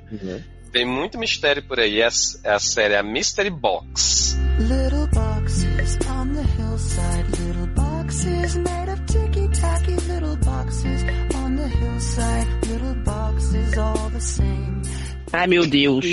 [SPEAKER 5] tem muito mistério por aí. É a, é a série a Mystery Box.
[SPEAKER 10] Little boxes on the hillside, little boxes made of ticky tacky, little boxes on the hillside, little boxes all the same.
[SPEAKER 3] Ai, meu Deus.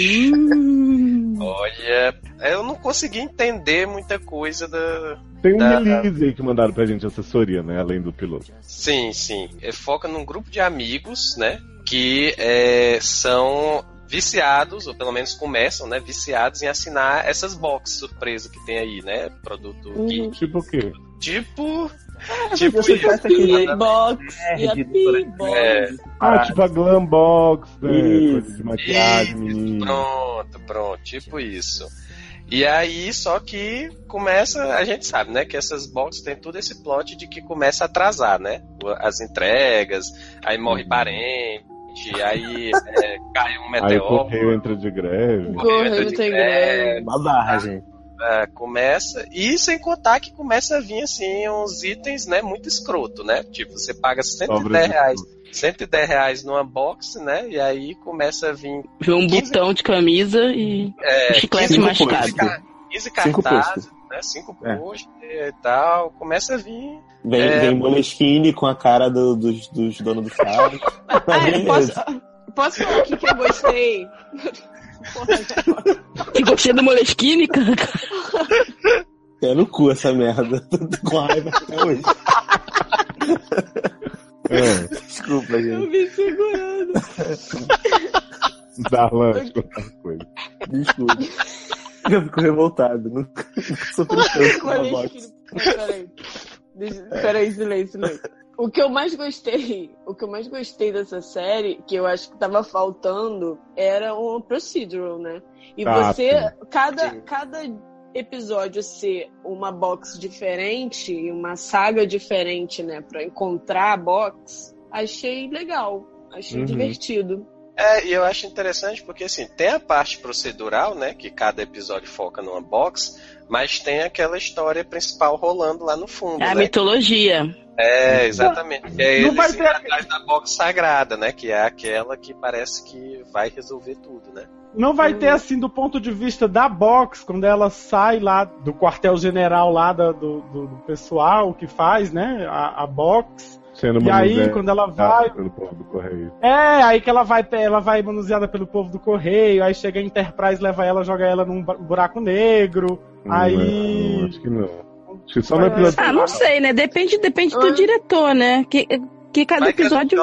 [SPEAKER 5] Olha, eu não consegui entender muita coisa da.
[SPEAKER 1] Tem um
[SPEAKER 5] da-
[SPEAKER 1] release aí que mandaram pra gente, assessoria, né? Além do piloto.
[SPEAKER 5] Sim, sim. É, Foca num grupo de amigos, né? Que é, são viciados, ou pelo menos começam, né? Viciados em assinar essas boxes surpresa que tem aí, né? Produto geek.
[SPEAKER 1] Tipo o quê?
[SPEAKER 5] Tipo.
[SPEAKER 1] Ah, eu
[SPEAKER 5] Tipo
[SPEAKER 1] sou essa aqui, né?
[SPEAKER 8] Box
[SPEAKER 3] É,
[SPEAKER 1] e a
[SPEAKER 3] né?
[SPEAKER 8] P-Box.
[SPEAKER 5] É,
[SPEAKER 1] Ah, tipo a glam box, né?
[SPEAKER 5] Isso.
[SPEAKER 1] Coisa de maquiagem,
[SPEAKER 5] Hum.
[SPEAKER 1] menino.
[SPEAKER 5] Pronto, pronto, tipo isso. E aí, só que começa, a gente sabe, né, que essas boxes tem todo esse plot de que começa a atrasar, né? As entregas, aí morre parente, aí é, cai um
[SPEAKER 1] Aí o
[SPEAKER 5] meteoro.
[SPEAKER 1] correio entra de greve.
[SPEAKER 5] Correio entra de
[SPEAKER 7] É.
[SPEAKER 5] greve.
[SPEAKER 4] Uma barra, gente.
[SPEAKER 5] Ah, começa, e sem contar que começa a vir assim uns itens, né, muito escroto, né? Tipo, você paga 110
[SPEAKER 3] Sobras
[SPEAKER 5] reais, 110 reais numa box, né? E aí começa a vir
[SPEAKER 3] Vê um botão de camisa e
[SPEAKER 5] é,
[SPEAKER 3] chiclete
[SPEAKER 5] 15
[SPEAKER 3] mascado.
[SPEAKER 5] ca- 15
[SPEAKER 3] Cinco É.
[SPEAKER 5] cartazes, né? Cinco posts e tal. Começa a vir.
[SPEAKER 4] Vem,
[SPEAKER 5] é,
[SPEAKER 4] vem Moleskine com a cara do- dos, dos donos dos carros. Mas
[SPEAKER 8] Ah, eu
[SPEAKER 4] beleza.
[SPEAKER 8] posso, posso falar aqui que eu gostei?
[SPEAKER 3] Que gostei do Moleskine, cara.
[SPEAKER 4] É no cu essa merda. Tô com raiva até hoje.
[SPEAKER 1] É.
[SPEAKER 4] Desculpa, gente.
[SPEAKER 8] me segurando.
[SPEAKER 1] Darlan, deixa eu contar uma coisa.
[SPEAKER 4] Desculpa. Eu fico revoltado. Nunca, nunca sofri tanto com uma box.
[SPEAKER 8] Moleskine. Peraí. Deixa- Peraí, silêncio, silêncio. O que eu mais gostei, o que eu mais gostei dessa série, que eu acho que tava faltando, era um procedural, né? E
[SPEAKER 12] Ah,
[SPEAKER 8] você,
[SPEAKER 12] sim.
[SPEAKER 8] cada,
[SPEAKER 12] Sim.
[SPEAKER 8] cada episódio ser uma box diferente, e uma saga diferente, né? Pra encontrar a box, achei legal, achei
[SPEAKER 5] Uhum.
[SPEAKER 8] divertido.
[SPEAKER 5] É, e eu acho interessante porque, assim, tem a parte procedural, né, que cada episódio foca numa box, mas tem aquela história principal rolando lá no fundo,
[SPEAKER 3] É a
[SPEAKER 5] né?
[SPEAKER 3] mitologia.
[SPEAKER 5] É, exatamente. E aí
[SPEAKER 3] Não
[SPEAKER 5] eles
[SPEAKER 3] vai
[SPEAKER 5] iam atrás da box sagrada, né, que é aquela que parece que vai resolver tudo, né?
[SPEAKER 2] Não vai
[SPEAKER 3] Uhum.
[SPEAKER 2] ter assim do ponto de vista da box, quando ela sai lá do quartel-general lá da- do, do- do pessoal que faz, né? A, a box.
[SPEAKER 1] Sendo
[SPEAKER 2] e aí,
[SPEAKER 1] manuseado
[SPEAKER 2] quando ela vai.
[SPEAKER 1] Pelo povo do correio.
[SPEAKER 2] É, aí que ela vai, ela vai manuseada pelo povo do correio, aí chega a Enterprise, leva ela, joga ela num ba- buraco negro. aí.
[SPEAKER 1] Hum, é, Não, acho que não. é Acho que só no episódio.
[SPEAKER 3] Ah, não sei, né? Depende, depende do diretor, né? Que, que cada episódio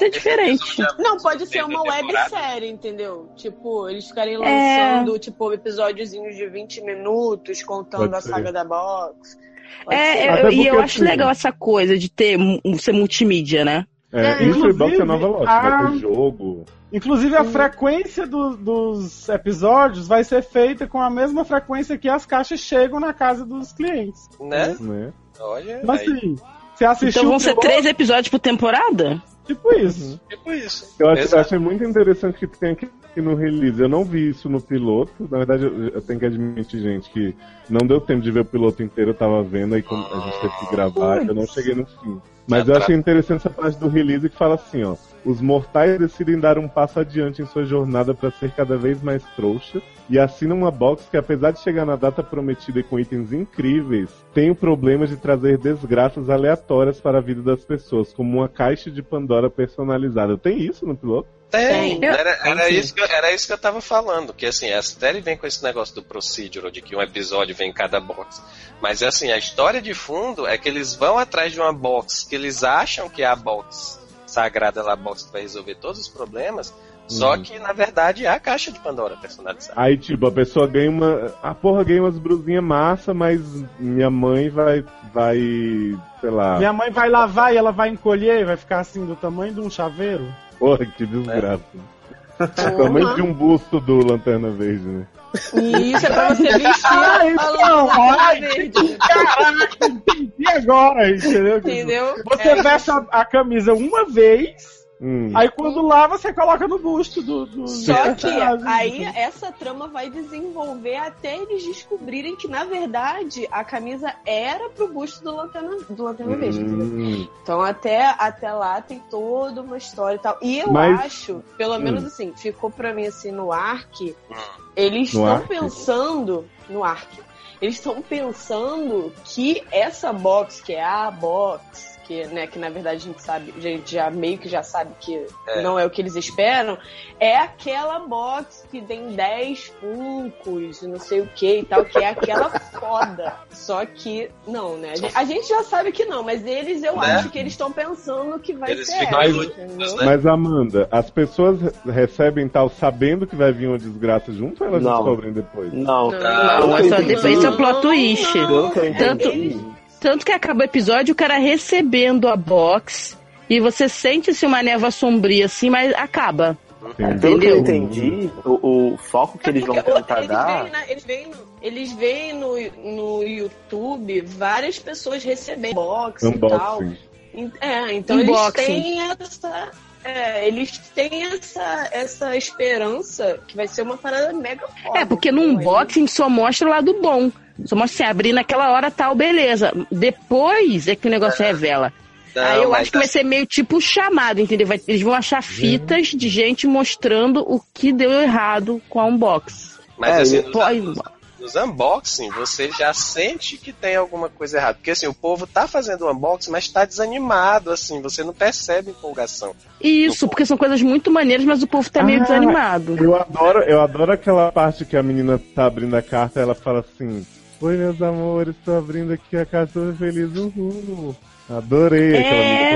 [SPEAKER 3] é diferente.
[SPEAKER 8] Não, pode ser uma websérie, entendeu? Tipo, eles ficarem
[SPEAKER 3] É.
[SPEAKER 8] lançando, tipo, episódiozinhos de 20 minutos contando
[SPEAKER 3] Pode
[SPEAKER 8] a saga
[SPEAKER 3] ser.
[SPEAKER 8] da box. Pode ser. tipo,
[SPEAKER 3] É, eu- e eu acho legal essa coisa de ter mu- um, ser multimídia, né?
[SPEAKER 1] É, isso e Box é nova loja.
[SPEAKER 2] a-
[SPEAKER 1] Vai ter jogo.
[SPEAKER 2] Inclusive, a frequência do- dos episódios vai ser feita com a mesma frequência que as caixas chegam na casa dos clientes.
[SPEAKER 5] Né?
[SPEAKER 1] Né?
[SPEAKER 5] Olha.
[SPEAKER 2] Mas
[SPEAKER 5] aí.
[SPEAKER 2] assim, você assistiu.
[SPEAKER 3] Então vão
[SPEAKER 2] o
[SPEAKER 3] ser
[SPEAKER 2] piloto,
[SPEAKER 3] três episódios por temporada?
[SPEAKER 2] Tipo isso.
[SPEAKER 3] é
[SPEAKER 5] Tipo isso.
[SPEAKER 1] Eu acho, eu achei muito interessante que tem aqui no release. Eu não vi isso no piloto. Na verdade, eu, eu tenho que admitir, gente, que não deu tempo de ver o piloto inteiro. Eu tava vendo, aí como a gente teve que gravar, eu não cheguei no fim. Mas eu achei interessante essa parte do release que fala assim, ó. Os mortais decidem dar um passo adiante em sua jornada para ser cada vez mais trouxa e assinam uma box que, apesar de chegar na data prometida e com itens incríveis, tem o problema de trazer desgraças aleatórias para a vida das pessoas, como uma caixa de Pandora personalizada. Tem isso no piloto?
[SPEAKER 5] Tem.
[SPEAKER 1] Eu-
[SPEAKER 5] É, Era, era
[SPEAKER 1] Tem, sim.
[SPEAKER 5] isso que, eu- era isso que eu tava falando. Que assim, a série vem com esse negócio do procedural, de que um episódio vem em cada box. Mas assim, a história de fundo é que eles vão atrás de uma box que eles acham que é a box sagrada lá, a box que vai resolver todos os problemas. Só
[SPEAKER 1] Uhum.
[SPEAKER 5] que, na verdade, é a caixa de Pandora personalizada.
[SPEAKER 1] Aí, tipo, a pessoa ganha uma. Ah, porra, ganha umas brusinhas massa, mas minha mãe vai. vai. sei lá.
[SPEAKER 2] Minha mãe vai lavar e ela vai encolher, vai ficar assim do tamanho de um chaveiro.
[SPEAKER 1] Porra, que desgraça. O tamanho de um busto do Lanterna Verde, né?
[SPEAKER 8] E isso é pra você vestir
[SPEAKER 2] Ah,
[SPEAKER 8] a
[SPEAKER 2] então,
[SPEAKER 8] lanterna
[SPEAKER 2] ai,
[SPEAKER 8] verde.
[SPEAKER 2] Caraca, entendi agora, entendeu?
[SPEAKER 8] Entendeu?
[SPEAKER 2] Você
[SPEAKER 8] É.
[SPEAKER 2] veste a, a camisa uma vez,
[SPEAKER 1] Hum.
[SPEAKER 2] aí quando lava, você coloca no busto do. do
[SPEAKER 8] Só que
[SPEAKER 2] personagem.
[SPEAKER 8] aí é essa trama vai desenvolver até eles descobrirem que, na verdade, a camisa era pro busto do Lanterna, do Lanterna Verde.
[SPEAKER 1] Hum.
[SPEAKER 8] entendeu?
[SPEAKER 4] Hum.
[SPEAKER 8] Então até, até lá tem toda uma história e tal. E eu
[SPEAKER 12] Mas-
[SPEAKER 8] acho, pelo
[SPEAKER 12] Hum.
[SPEAKER 8] menos assim, ficou pra mim assim no arc, eles
[SPEAKER 12] No
[SPEAKER 8] estão
[SPEAKER 12] Ark?
[SPEAKER 8] pensando no arc. Eles estão pensando que essa box, que é a box, que, né, que na verdade a gente sabe, a gente já meio que já sabe que
[SPEAKER 12] É.
[SPEAKER 8] não é o que eles esperam, é aquela box que tem 10 funcos, não sei o que e tal, que é aquela foda. Só que, não, né? A gente- A gente já sabe que não, mas eles, eu
[SPEAKER 1] Né?
[SPEAKER 8] acho que eles estão pensando que vai
[SPEAKER 5] Eles
[SPEAKER 8] ser
[SPEAKER 5] ficam
[SPEAKER 8] essa,
[SPEAKER 5] iludidos,
[SPEAKER 8] entendeu?
[SPEAKER 1] Mas, Amanda, as pessoas re- recebem tal sabendo que vai vir uma desgraça junto ou elas
[SPEAKER 4] Não.
[SPEAKER 1] descobrem depois?
[SPEAKER 4] Não.
[SPEAKER 8] Ah,
[SPEAKER 3] Não, é só depois esse é o plot twist. Tanto, tanto que acaba o episódio, o cara recebendo a box e você sente assim, uma névoa sombria assim, mas acaba.
[SPEAKER 4] Pelo que eu
[SPEAKER 8] Hum.
[SPEAKER 3] Entendeu?
[SPEAKER 4] entendi, o, o foco que eles vão tentar dar.
[SPEAKER 8] Né, Eles veem, no, eles veem no, no YouTube várias pessoas recebendo box
[SPEAKER 3] Um
[SPEAKER 1] Um
[SPEAKER 8] e tal.
[SPEAKER 1] Unboxing.
[SPEAKER 8] En- É, então
[SPEAKER 12] Unboxing.
[SPEAKER 8] eles têm essa. é, eles têm essa, essa esperança que vai ser uma parada mega foda.
[SPEAKER 3] É, porque no unboxing só mostra o lado bom. Só mostra assim, abrir naquela hora tal, beleza. Depois é que o negócio revela.
[SPEAKER 7] Ah,
[SPEAKER 12] Não,
[SPEAKER 3] Aí Ah, eu
[SPEAKER 12] mas
[SPEAKER 3] acho que vai
[SPEAKER 12] tá- Uhum.
[SPEAKER 3] ser meio tipo chamado, entendeu? Vai- eles vão achar fitas de gente mostrando o que deu errado com a unbox.
[SPEAKER 5] Mas assim, nos,
[SPEAKER 3] Pô, aí-
[SPEAKER 5] nos- Nos unboxing, você já sente que tem alguma coisa errada. Porque assim, o povo tá fazendo unboxing, mas tá desanimado, assim, você não percebe empolgação.
[SPEAKER 3] Isso, porque são coisas muito maneiras, mas o povo tá meio
[SPEAKER 1] Ah,
[SPEAKER 3] desanimado.
[SPEAKER 1] Eu adoro, eu adoro aquela parte que a menina tá abrindo a carta ela fala assim: Oi, meus amores, tô abrindo aqui a carta toda feliz, uhul. Adorei
[SPEAKER 8] É.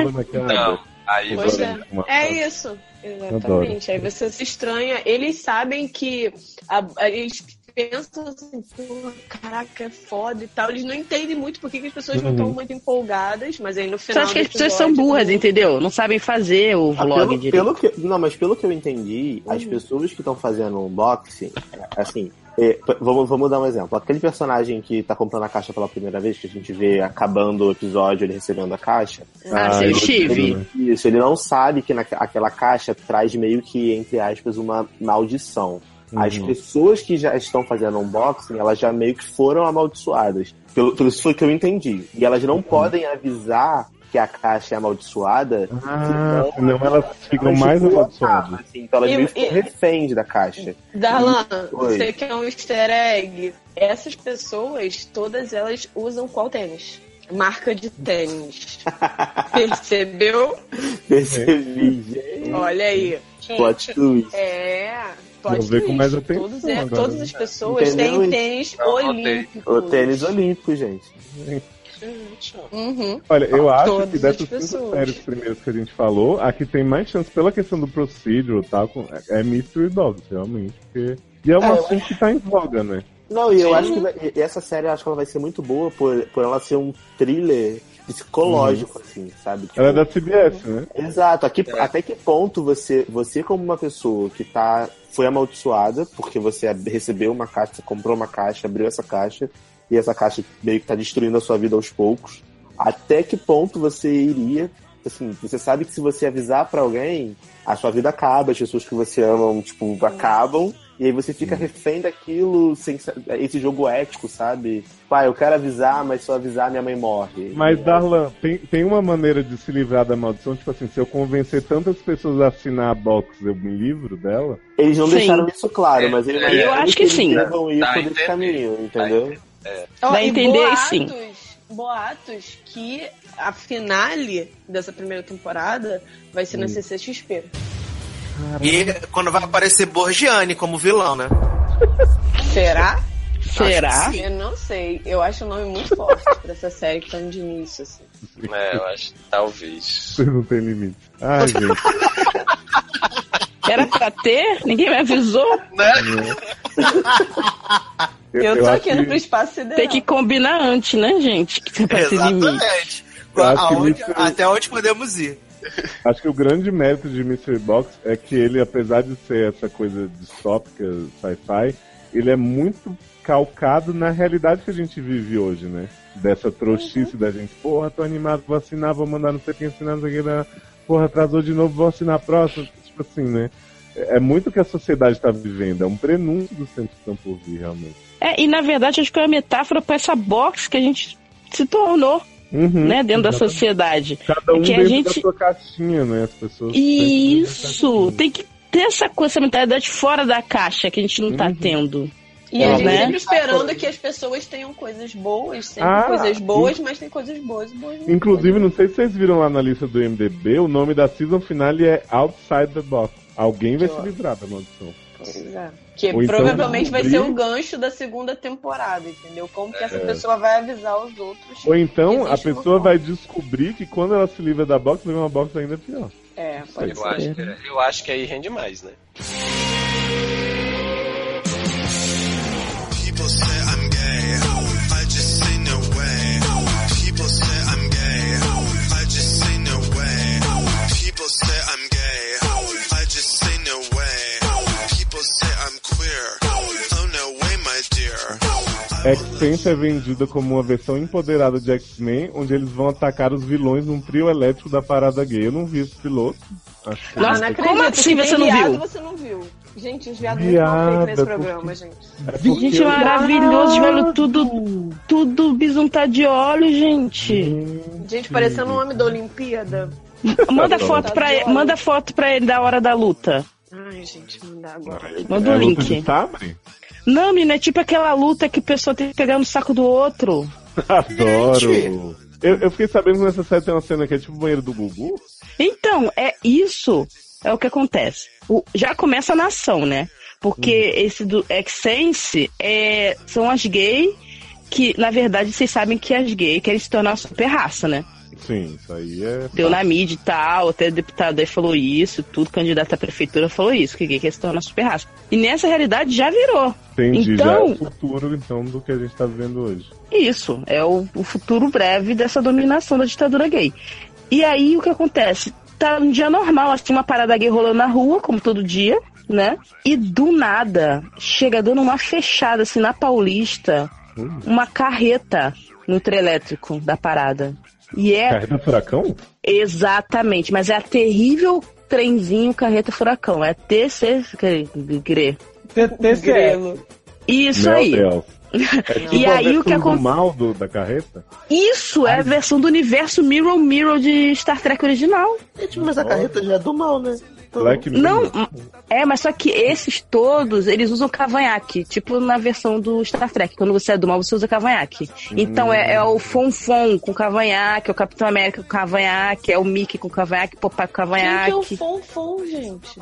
[SPEAKER 1] aquela menina toda na
[SPEAKER 5] Não,
[SPEAKER 1] cara.
[SPEAKER 5] aí
[SPEAKER 1] Pois
[SPEAKER 8] Pois
[SPEAKER 5] você.
[SPEAKER 8] é. É isso. Exatamente. Aí você se estranha. Eles sabem que. a- a- eles pensam assim, pô, caraca, é foda e tal. Eles não entendem muito porque que as pessoas não
[SPEAKER 3] Uhum.
[SPEAKER 8] estão muito empolgadas, mas aí no
[SPEAKER 3] Só
[SPEAKER 8] final.
[SPEAKER 3] acho que as
[SPEAKER 8] do
[SPEAKER 3] pessoas são
[SPEAKER 8] episódio-
[SPEAKER 3] burras, entendeu? Não sabem fazer o
[SPEAKER 4] Ah,
[SPEAKER 3] vlog
[SPEAKER 4] pelo,
[SPEAKER 3] direito.
[SPEAKER 4] pelo que, não, mas pelo que eu entendi, as pessoas que estão fazendo unboxing, é, assim, é, p- vamos, vamos dar um exemplo. Aquele personagem que tá comprando a caixa pela primeira vez, que a gente vê acabando o episódio, ele recebendo a caixa.
[SPEAKER 3] Ah, né? seu
[SPEAKER 4] ele-
[SPEAKER 3] Steve.
[SPEAKER 4] Isso, ele não sabe que naque- aquela caixa traz meio que, entre aspas, uma maldição. As
[SPEAKER 12] Uhum.
[SPEAKER 4] pessoas que já estão fazendo unboxing, elas já meio que foram amaldiçoadas. Pelo, pelo isso foi que eu entendi. E elas
[SPEAKER 1] Uhum.
[SPEAKER 4] não podem avisar que a caixa é amaldiçoada,
[SPEAKER 1] Ah, senão elas ficam
[SPEAKER 4] Elas
[SPEAKER 1] mais
[SPEAKER 4] ficam
[SPEAKER 1] amaldiçoadas.
[SPEAKER 4] assim, então elas
[SPEAKER 8] E-
[SPEAKER 4] meio que
[SPEAKER 8] e-
[SPEAKER 4] ficam reféns da caixa.
[SPEAKER 8] Darlan,
[SPEAKER 4] Oi.
[SPEAKER 8] você quer um easter egg? Essas pessoas, todas elas usam qual tênis? Marca de tênis. Percebeu?
[SPEAKER 4] Percebi,
[SPEAKER 1] É.
[SPEAKER 4] gente.
[SPEAKER 8] Olha aí.
[SPEAKER 4] Plot twist.
[SPEAKER 8] É.
[SPEAKER 4] Vou
[SPEAKER 8] Plot
[SPEAKER 4] ver com
[SPEAKER 8] twist.
[SPEAKER 4] mais atenção
[SPEAKER 8] Todos é-
[SPEAKER 4] agora. né?
[SPEAKER 8] todas as pessoas
[SPEAKER 4] Entendeu
[SPEAKER 8] têm
[SPEAKER 4] isso?
[SPEAKER 8] tênis olímpico.
[SPEAKER 4] O tênis olímpico, gente.
[SPEAKER 1] é.
[SPEAKER 8] Uhum.
[SPEAKER 1] Olha, eu acho
[SPEAKER 8] Todas
[SPEAKER 1] que
[SPEAKER 8] as
[SPEAKER 1] dessas
[SPEAKER 8] pessoas.
[SPEAKER 1] cinco séries primeiras que a gente falou, a que tem mais chance pela questão do procedural e tal, com- é Mystery Dogs, realmente. Porque... E é um
[SPEAKER 4] É, eu-
[SPEAKER 1] assunto que tá em voga, né?
[SPEAKER 4] Não, e eu
[SPEAKER 1] Sim.
[SPEAKER 4] acho que vai- e- essa série eu acho que ela vai ser muito boa por, por ela ser um thriller psicológico, assim, sabe?
[SPEAKER 1] Ela é da CBS, né?
[SPEAKER 4] Exato, aqui, até que ponto você, você como uma pessoa que tá, foi amaldiçoada, porque você ab- recebeu uma caixa, você comprou uma caixa, abriu essa caixa, e essa caixa meio que tá destruindo a sua vida aos poucos, até que ponto você iria, assim, você sabe que se você avisar pra alguém, a sua vida acaba, as pessoas que você ama, tipo, acabam, e aí você fica refém daquilo, sem, sa- esse jogo ético, sabe? Pai, eu quero avisar, mas se eu avisar, minha mãe morre.
[SPEAKER 1] Mas, Darlan, tem, tem uma maneira de se livrar da maldição? Tipo assim, se eu convencer tantas pessoas a assinar a box, eu me livro dela?
[SPEAKER 4] Eles não deixaram isso claro, mas ele
[SPEAKER 1] Eu acho que sim.
[SPEAKER 4] Eles vão ir por esse caminho, entendeu?
[SPEAKER 3] Dá
[SPEAKER 8] Ó,
[SPEAKER 3] a
[SPEAKER 8] e
[SPEAKER 3] entender,
[SPEAKER 8] boatos,
[SPEAKER 3] sim.
[SPEAKER 8] Boatos que a finale dessa primeira temporada vai ser
[SPEAKER 4] Hum.
[SPEAKER 8] na CCXP.
[SPEAKER 7] E quando vai aparecer Borgiani como vilão, né?
[SPEAKER 8] Será?
[SPEAKER 7] Será?
[SPEAKER 8] Eu não sei. Eu acho o nome muito forte pra essa série que tá no início, assim.
[SPEAKER 5] É, eu acho que talvez.
[SPEAKER 1] Vocês não tem limite. Ai, gente.
[SPEAKER 3] Era pra ter? Ninguém me avisou?
[SPEAKER 8] Eu,
[SPEAKER 3] Eu
[SPEAKER 8] tô
[SPEAKER 3] acho
[SPEAKER 8] aqui indo
[SPEAKER 3] que-
[SPEAKER 8] pro espaço sideral.
[SPEAKER 3] Tem que combinar antes, né, gente? Que tem pra ter limite.
[SPEAKER 7] Aonde- até onde podemos ir?
[SPEAKER 1] Acho que o grande mérito de Mystery Box é que ele, apesar de ser essa coisa distópica, sci-fi, ele é muito calcado na realidade que a gente vive hoje, né? Dessa trouxice da gente, porra, tô animado, vou assinar, vou mandar não sei quem assinar, não sei quem, não. porra, atrasou de novo, vou assinar a próxima, tipo assim, né? É é muito o que a sociedade tá vivendo, é um prenúncio dos tempos que estão por vir, realmente.
[SPEAKER 3] É, e na verdade acho que é uma metáfora pra essa box que a gente se tornou,
[SPEAKER 1] Uhum,
[SPEAKER 3] né, dentro da
[SPEAKER 1] exatamente.
[SPEAKER 3] sociedade.
[SPEAKER 1] Cada um
[SPEAKER 3] É que a
[SPEAKER 1] dentro da
[SPEAKER 3] gente
[SPEAKER 1] sua caixinha, né? As pessoas.
[SPEAKER 3] isso
[SPEAKER 1] né?
[SPEAKER 3] tem que ter essa coisa, essa mentalidade fora da caixa que a gente não tá tendo.
[SPEAKER 8] E a gente
[SPEAKER 3] né?
[SPEAKER 8] sempre esperando que as pessoas tenham coisas boas, sempre
[SPEAKER 1] Ah,
[SPEAKER 8] coisas boas,
[SPEAKER 1] in-
[SPEAKER 8] mas tem coisas boas e boas. não.
[SPEAKER 1] Inclusive, não sei se vocês viram lá na lista do MDB, o nome da season finale é Outside the Box. Alguém vai se livrar da maldição.
[SPEAKER 8] É. Que
[SPEAKER 1] Ou então
[SPEAKER 8] provavelmente vai ser o
[SPEAKER 1] descobrir-
[SPEAKER 8] gancho da segunda temporada, entendeu? Como que essa
[SPEAKER 1] É.
[SPEAKER 8] pessoa vai avisar os outros.
[SPEAKER 1] Ou então a
[SPEAKER 8] Existe um uma
[SPEAKER 1] pessoa
[SPEAKER 8] forma.
[SPEAKER 1] vai descobrir que quando ela se livra da box, vem uma box ainda pior.
[SPEAKER 8] É,
[SPEAKER 1] pode
[SPEAKER 5] eu
[SPEAKER 1] ser. né?
[SPEAKER 5] Acho, que- é, eu acho que aí rende mais, né?
[SPEAKER 11] People say I'm gay. I just say no way. People say I'm gay. I just say no way. People say I'm gay. I just say no way. People say I'm queer. Oh no way, my dear.
[SPEAKER 1] X-Tense é vendida como uma versão empoderada de X-Men, onde eles vão atacar os vilões num trio elétrico da parada gay. Eu não vi esse piloto. Acho que-
[SPEAKER 8] Nossa,
[SPEAKER 3] como assim
[SPEAKER 8] que
[SPEAKER 3] você não
[SPEAKER 8] viado
[SPEAKER 1] viu?
[SPEAKER 8] você não viu. Gente, os viados muito mal feitos nesse
[SPEAKER 1] Viada,
[SPEAKER 8] programa, gente.
[SPEAKER 1] É porque
[SPEAKER 3] Gente,
[SPEAKER 1] eu-
[SPEAKER 3] maravilhoso, de olho tudo, tudo bisuntado de óleo, gente.
[SPEAKER 8] Gente, parecendo um homem da Olimpíada.
[SPEAKER 3] Manda
[SPEAKER 8] Tá
[SPEAKER 3] foto
[SPEAKER 8] bom.
[SPEAKER 3] pra ele, manda foto para ele da hora da luta.
[SPEAKER 8] Ai, gente, não dá agora.
[SPEAKER 3] Manda o
[SPEAKER 1] É luta
[SPEAKER 3] link.
[SPEAKER 1] de sabre?
[SPEAKER 3] Não, menina, é tipo aquela luta que a pessoa tem que pegar no saco do outro.
[SPEAKER 1] Adoro. Eu, eu fiquei sabendo que nessa série tem uma cena que é tipo o banheiro do Gugu.
[SPEAKER 3] Então, é isso. É o que acontece. O- já começa na ação, né? Porque esse do X-Sense é, são as gays que, na verdade, vocês sabem que as gays querem se tornar uma super raça, né?
[SPEAKER 1] Sim, isso aí é.
[SPEAKER 3] Deu na mídia e tal, até deputado aí falou isso, tudo, candidato à prefeitura falou isso, que gay quer se tornar super raça. E nessa realidade já virou.
[SPEAKER 1] Entendi, já é
[SPEAKER 3] então,
[SPEAKER 1] o futuro então, do que a gente tá vivendo hoje.
[SPEAKER 3] Isso, é o, o futuro breve dessa dominação da ditadura gay. E aí o que acontece? Tá um dia normal, assim, uma parada gay rolando na rua, como todo dia, né? E do nada, chega dando uma fechada, assim, na Paulista,
[SPEAKER 1] Hum.
[SPEAKER 3] uma carreta no trio elétrico da parada. E é
[SPEAKER 1] Carreta Furacão?
[SPEAKER 3] Exatamente, mas é a terrível trenzinho carreta furacão. É TC. que- gre-
[SPEAKER 8] um
[SPEAKER 1] é.
[SPEAKER 8] é.
[SPEAKER 2] TCE.
[SPEAKER 3] Isso
[SPEAKER 1] Meu
[SPEAKER 3] aí.
[SPEAKER 1] Deus. É tipo
[SPEAKER 3] E
[SPEAKER 1] a
[SPEAKER 3] aí o que
[SPEAKER 1] versão do
[SPEAKER 3] acontece?
[SPEAKER 1] mal do- da carreta?
[SPEAKER 3] Isso é a versão do universo Mirror Mirror de Star Trek original.
[SPEAKER 4] mas a carreta já é do mal, né?
[SPEAKER 1] Black
[SPEAKER 3] Não, m- é, mas só que esses todos, eles usam cavanhaque, tipo na versão do Star Trek. Quando você é do mal, você usa cavanhaque. Então é, é o Fonfon com cavanhaque, é o Capitão América com cavanhaque, é o Mickey com cavanhaque, Popeye
[SPEAKER 6] Quem
[SPEAKER 3] com
[SPEAKER 6] que é o
[SPEAKER 3] cavanhaque.
[SPEAKER 6] Fonfon, gente?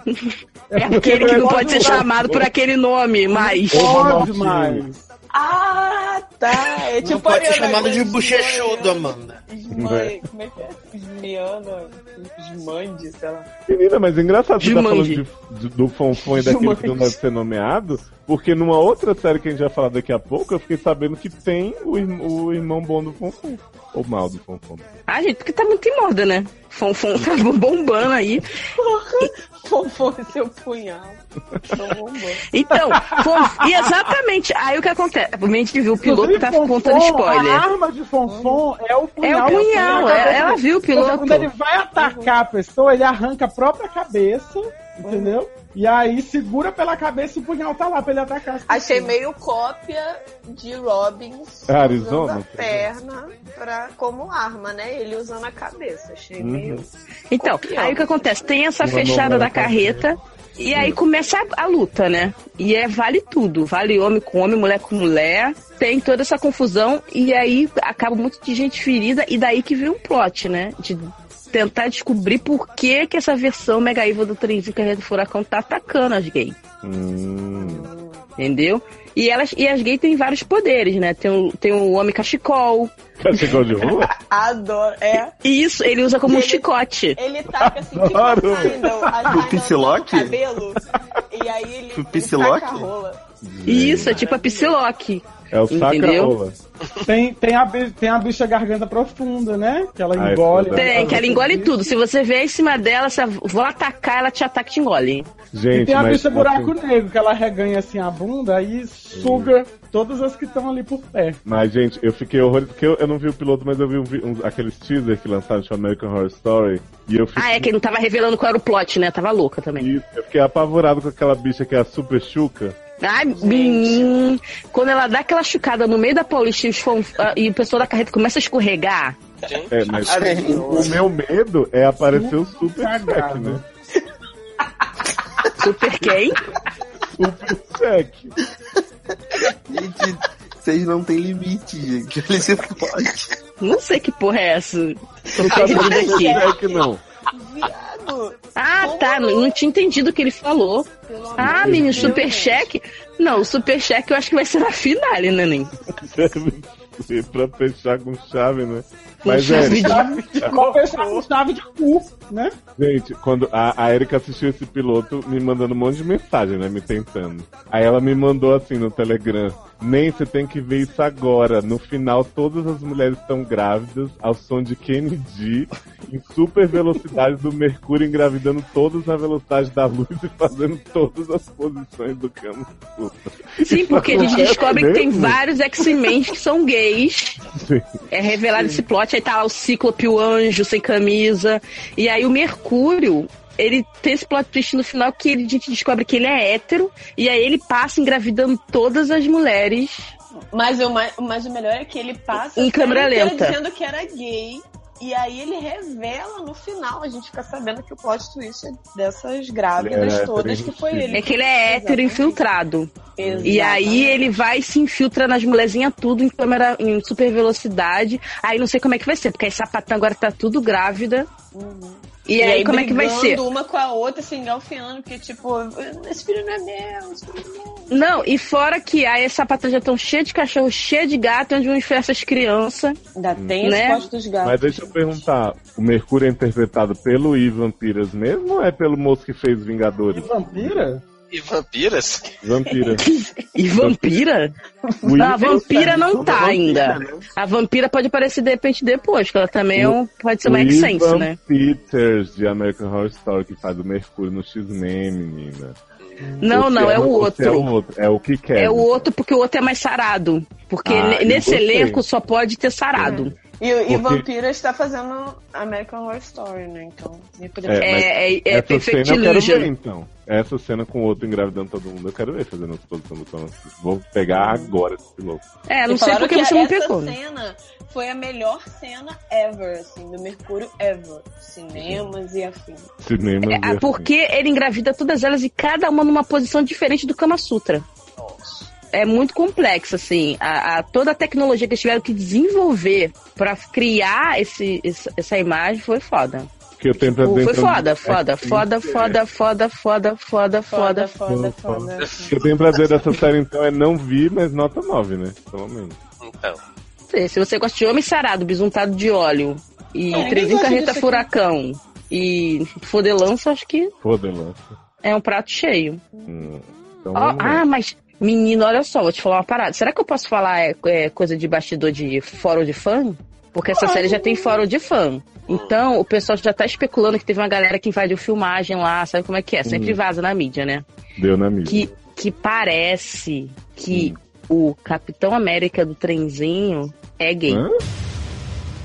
[SPEAKER 3] É aquele que não pode ser chamado por aquele nome, mas.
[SPEAKER 2] Pode mais.
[SPEAKER 6] Ah, tá. É tipo
[SPEAKER 7] Não pode ser
[SPEAKER 6] Ariana
[SPEAKER 7] chamado de
[SPEAKER 6] Grande,
[SPEAKER 7] bochechudo, Amanda.
[SPEAKER 6] Mãe, como é que é? Ismiana, Ismande, sei lá.
[SPEAKER 1] Menina, mas é engraçado você tá falando
[SPEAKER 6] Jumanji.
[SPEAKER 1] de, de- do Fonfon e daquele que não deve ser nomeado, porque numa outra série que a gente vai falar daqui a pouco, eu fiquei sabendo que tem o, irm- o irmão bom do Fonfon. Ou mal do Fonfon.
[SPEAKER 3] Ah, gente, porque tá muito em moda, né? Fonfon tá bombando aí.
[SPEAKER 6] Fonfon é seu punhal. Tô bombando.
[SPEAKER 3] Então, Fonfon. E exatamente. Aí o que acontece? A gente viu o piloto
[SPEAKER 2] Inclusive, ah,
[SPEAKER 3] e tá
[SPEAKER 2] Fonfon,
[SPEAKER 3] contando spoiler.
[SPEAKER 2] A arma de Fonfon é o punhal.
[SPEAKER 3] É o punhal,
[SPEAKER 2] Ele
[SPEAKER 3] é- ela viu o piloto.
[SPEAKER 2] Quando ele vai atacar a pessoa, ele arranca a própria cabeça, entendeu? E aí segura pela cabeça e o punhal tá lá pra ele atacar. as
[SPEAKER 6] Achei
[SPEAKER 2] pessoas.
[SPEAKER 6] meio cópia de Robbins
[SPEAKER 1] Arizona? tá
[SPEAKER 6] usando a perna pra, como arma, né? Ele usando a cabeça. Achei
[SPEAKER 1] Uhum.
[SPEAKER 6] meio.
[SPEAKER 3] Então, aí o que acontece? Tem essa
[SPEAKER 6] Uma
[SPEAKER 3] fechada
[SPEAKER 6] novela
[SPEAKER 3] da carreta. E aí começa a, a luta, né? E é vale tudo. Vale homem com homem, mulher com mulher. Tem toda essa confusão. E aí acaba muito de gente ferida. E daí que vem um plot, né? De tentar descobrir por que, que essa versão mega evil do trenzinho carreta do furacão tá atacando as gays.
[SPEAKER 1] Hum.
[SPEAKER 3] Entendeu? E, elas, e as gays têm vários poderes, né? Tem o, tem o homem cachecol.
[SPEAKER 1] Cachecol de rua?
[SPEAKER 6] Adoro. É.
[SPEAKER 3] E isso, ele usa como um chicote.
[SPEAKER 6] Ele taca assim, tipo a
[SPEAKER 1] Adoro.
[SPEAKER 6] Sandal, a
[SPEAKER 3] O
[SPEAKER 6] Sandal
[SPEAKER 3] Psylocke?
[SPEAKER 6] tá no cabelo. E aí ele, ele
[SPEAKER 3] Psylocke?
[SPEAKER 6] taca a rola.
[SPEAKER 3] Isso, é tipo a Psylocke.
[SPEAKER 1] É o
[SPEAKER 3] Entendeu?
[SPEAKER 1] saca-rola.
[SPEAKER 2] Tem, tem, a, bi- tem a bicha garganta profunda, né? Que ela
[SPEAKER 1] Ah, é
[SPEAKER 2] engole.
[SPEAKER 1] verdade.
[SPEAKER 3] Tem, que ela engole tudo. Se você vier em cima dela, se eu vou atacar, ela te ataca e te engole.
[SPEAKER 2] E
[SPEAKER 1] Gente,
[SPEAKER 2] tem a
[SPEAKER 1] mas,
[SPEAKER 2] bicha buraco
[SPEAKER 1] assim,
[SPEAKER 2] negro, que ela reganha assim a bunda e suga todas as que estão ali por perto.
[SPEAKER 1] mas, gente, eu fiquei horrorizado, porque eu, eu não vi o piloto, mas eu vi um vi- um- aqueles teaser que lançaram de American Horror Story, e eu fiquei,
[SPEAKER 3] Ah, é que ele não tava revelando qual era o plot, né? Tava louca também.
[SPEAKER 1] eu fiquei apavorado com aquela bicha que é a Super Chuca.
[SPEAKER 3] Ai, menino. Quando ela dá aquela chucada no meio da Paulista e, os fom- ah, e o pessoal da carreta começa a escorregar.
[SPEAKER 1] É, mas o,
[SPEAKER 4] então,
[SPEAKER 1] o meu medo é aparecer o Super Chuck, né?
[SPEAKER 3] Super quem?
[SPEAKER 1] Super Chuck.
[SPEAKER 4] Gente, vocês não têm limite, gente. Olha esse plot.
[SPEAKER 3] Não sei que porra é essa. Tô
[SPEAKER 4] Tá bom,
[SPEAKER 3] perdida aqui.
[SPEAKER 4] não é que não.
[SPEAKER 3] Ah, tá. Não, não tinha entendido o que ele falou. Ah, menino, super cheque. Não, o super cheque eu acho que vai ser na finale, né, Nen?
[SPEAKER 1] E pra fechar com chave, né?
[SPEAKER 2] Com
[SPEAKER 1] Mas
[SPEAKER 2] chave
[SPEAKER 1] é.
[SPEAKER 2] de- Com fechar com chave de cu, né?
[SPEAKER 1] Gente, quando a, a Erika assistiu esse piloto, me mandando um monte de mensagem, né? Me tentando. Aí ela me mandou assim no Telegram. Nem você tem que ver isso agora. No final, todas as mulheres estão grávidas ao som de Kennedy em super velocidade do Mercúrio, engravidando todas na velocidade da luz e fazendo todas as posições do Kama Sutra.
[SPEAKER 3] Sim, porque a gente
[SPEAKER 1] Isso
[SPEAKER 3] descobre que tem
[SPEAKER 1] mesmo?
[SPEAKER 3] vários X-Men que são gays. É revelado esse plot, aí tá lá o Cíclope, o anjo sem camisa. E aí o Mercúrio, ele tem esse plot twist no final que ele- a gente descobre que ele é hétero. E aí ele passa engravidando todas as mulheres.
[SPEAKER 6] Mas o, ma- mas o melhor é que ele passa
[SPEAKER 3] Em
[SPEAKER 6] a série
[SPEAKER 3] câmera
[SPEAKER 6] inteira
[SPEAKER 3] lenta.
[SPEAKER 6] dizendo que era gay. E aí ele revela no final, a gente fica sabendo que o plot twist é dessas grávidas
[SPEAKER 3] Ele é
[SPEAKER 6] todas, que né? foi ele.
[SPEAKER 3] É que ele é hétero infiltrado. é E aí ele vai e se infiltra nas mulherzinhas tudo em câmera em super velocidade. Aí não sei como é que vai ser, porque a sapatão agora tá tudo grávida.
[SPEAKER 6] Uhum.
[SPEAKER 3] E, aí, como é que vai ser?
[SPEAKER 8] brigando uma com a outra,
[SPEAKER 6] assim,
[SPEAKER 8] se engalfinhando, porque tipo, esse filho não é meu, esse filho não é meu.
[SPEAKER 3] Não, e fora que aí as sapatas já estão cheias de cachorro, cheias de gato, onde vão enfiar essas crianças.
[SPEAKER 6] Ainda tem
[SPEAKER 3] né?
[SPEAKER 6] as costas dos gatos.
[SPEAKER 1] Hum. Mas deixa eu perguntar, o Mercúrio é interpretado pelo Ivan Pires mesmo ou é pelo moço que fez Vingadores?
[SPEAKER 2] Vampira?
[SPEAKER 5] E vampiras?
[SPEAKER 1] Vampira.
[SPEAKER 3] E vampira?
[SPEAKER 1] O
[SPEAKER 3] Não, a
[SPEAKER 1] Ivan-
[SPEAKER 3] vampira não
[SPEAKER 1] Sobre a
[SPEAKER 3] tá
[SPEAKER 1] vampira, né?
[SPEAKER 3] ainda. A vampira pode aparecer de repente depois, que ela também é um, pode ser
[SPEAKER 1] o
[SPEAKER 3] uma
[SPEAKER 1] Ivan
[SPEAKER 3] X-Sense, né?
[SPEAKER 1] Peters, de American Horror Story, que faz o Mercúrio no X-Men, menina.
[SPEAKER 3] Não,
[SPEAKER 1] Você
[SPEAKER 3] não, é o
[SPEAKER 1] você É o
[SPEAKER 3] outro.
[SPEAKER 1] outro, é o que quer.
[SPEAKER 3] É o outro, porque o outro é mais sarado. Porque
[SPEAKER 1] Ah,
[SPEAKER 3] ne-
[SPEAKER 1] eu
[SPEAKER 3] nesse
[SPEAKER 1] gostei.
[SPEAKER 3] elenco só pode ter sarado.
[SPEAKER 8] E, o- e
[SPEAKER 1] Porque-
[SPEAKER 8] Vampira está fazendo American Horror Story, né? Então, nem poderia
[SPEAKER 3] É,
[SPEAKER 1] mas essa cena eu quero ver, então. Essa cena com o outro engravidando todo mundo, eu quero ver fazendo a exposição do Thomas. Cruise. Vou pegar agora esse piloto.
[SPEAKER 3] É,
[SPEAKER 8] E
[SPEAKER 3] não sei
[SPEAKER 8] falaram
[SPEAKER 3] porque
[SPEAKER 8] que
[SPEAKER 3] você me
[SPEAKER 8] essa
[SPEAKER 3] pegou. né?
[SPEAKER 8] cena foi a melhor cena ever, assim, do Mercúrio ever. Cinemas e afins.
[SPEAKER 1] Cinema
[SPEAKER 3] É, ah, porque ele engravida todas elas e cada uma numa posição diferente do Kama Sutra. É muito complexo, assim. A, a- toda a tecnologia que eles tiveram que desenvolver pra criar esse, esse- essa imagem foi foda.
[SPEAKER 1] assim. Que eu tento
[SPEAKER 3] Pô, foi
[SPEAKER 1] adentrar-
[SPEAKER 3] foda,
[SPEAKER 1] é.
[SPEAKER 3] foda, foda, foda, foda, foda, foda, foda,
[SPEAKER 1] foda, O que eu tenho pra dizer dessa série, então, é não vi, mas nota 9, né? Pelo menos.
[SPEAKER 5] Então.
[SPEAKER 3] Sei, Se você gosta de homem sarado, bisuntado de óleo e
[SPEAKER 1] Não, ninguém
[SPEAKER 3] trezinho
[SPEAKER 1] gosta
[SPEAKER 3] carreta
[SPEAKER 1] disso aqui.
[SPEAKER 3] furacão e fodelança, acho que
[SPEAKER 1] Foda-se.
[SPEAKER 3] é um prato cheio.
[SPEAKER 1] Hum. Então,
[SPEAKER 3] Ó,
[SPEAKER 1] vamos ver.
[SPEAKER 3] ah, mas, menino, olha só, vou te falar uma parada. Será que eu posso falar é, é, coisa de bastidor de fórum de fã? Porque essa série já tem fórum de fã. Então, o pessoal já tá especulando que teve uma galera que invadiu filmagem lá, sabe como é que é? Sempre
[SPEAKER 1] Uhum.
[SPEAKER 3] vaza na mídia, né?
[SPEAKER 1] Deu na mídia.
[SPEAKER 3] Que, que parece que o Capitão América do trenzinho é gay.
[SPEAKER 1] Hã?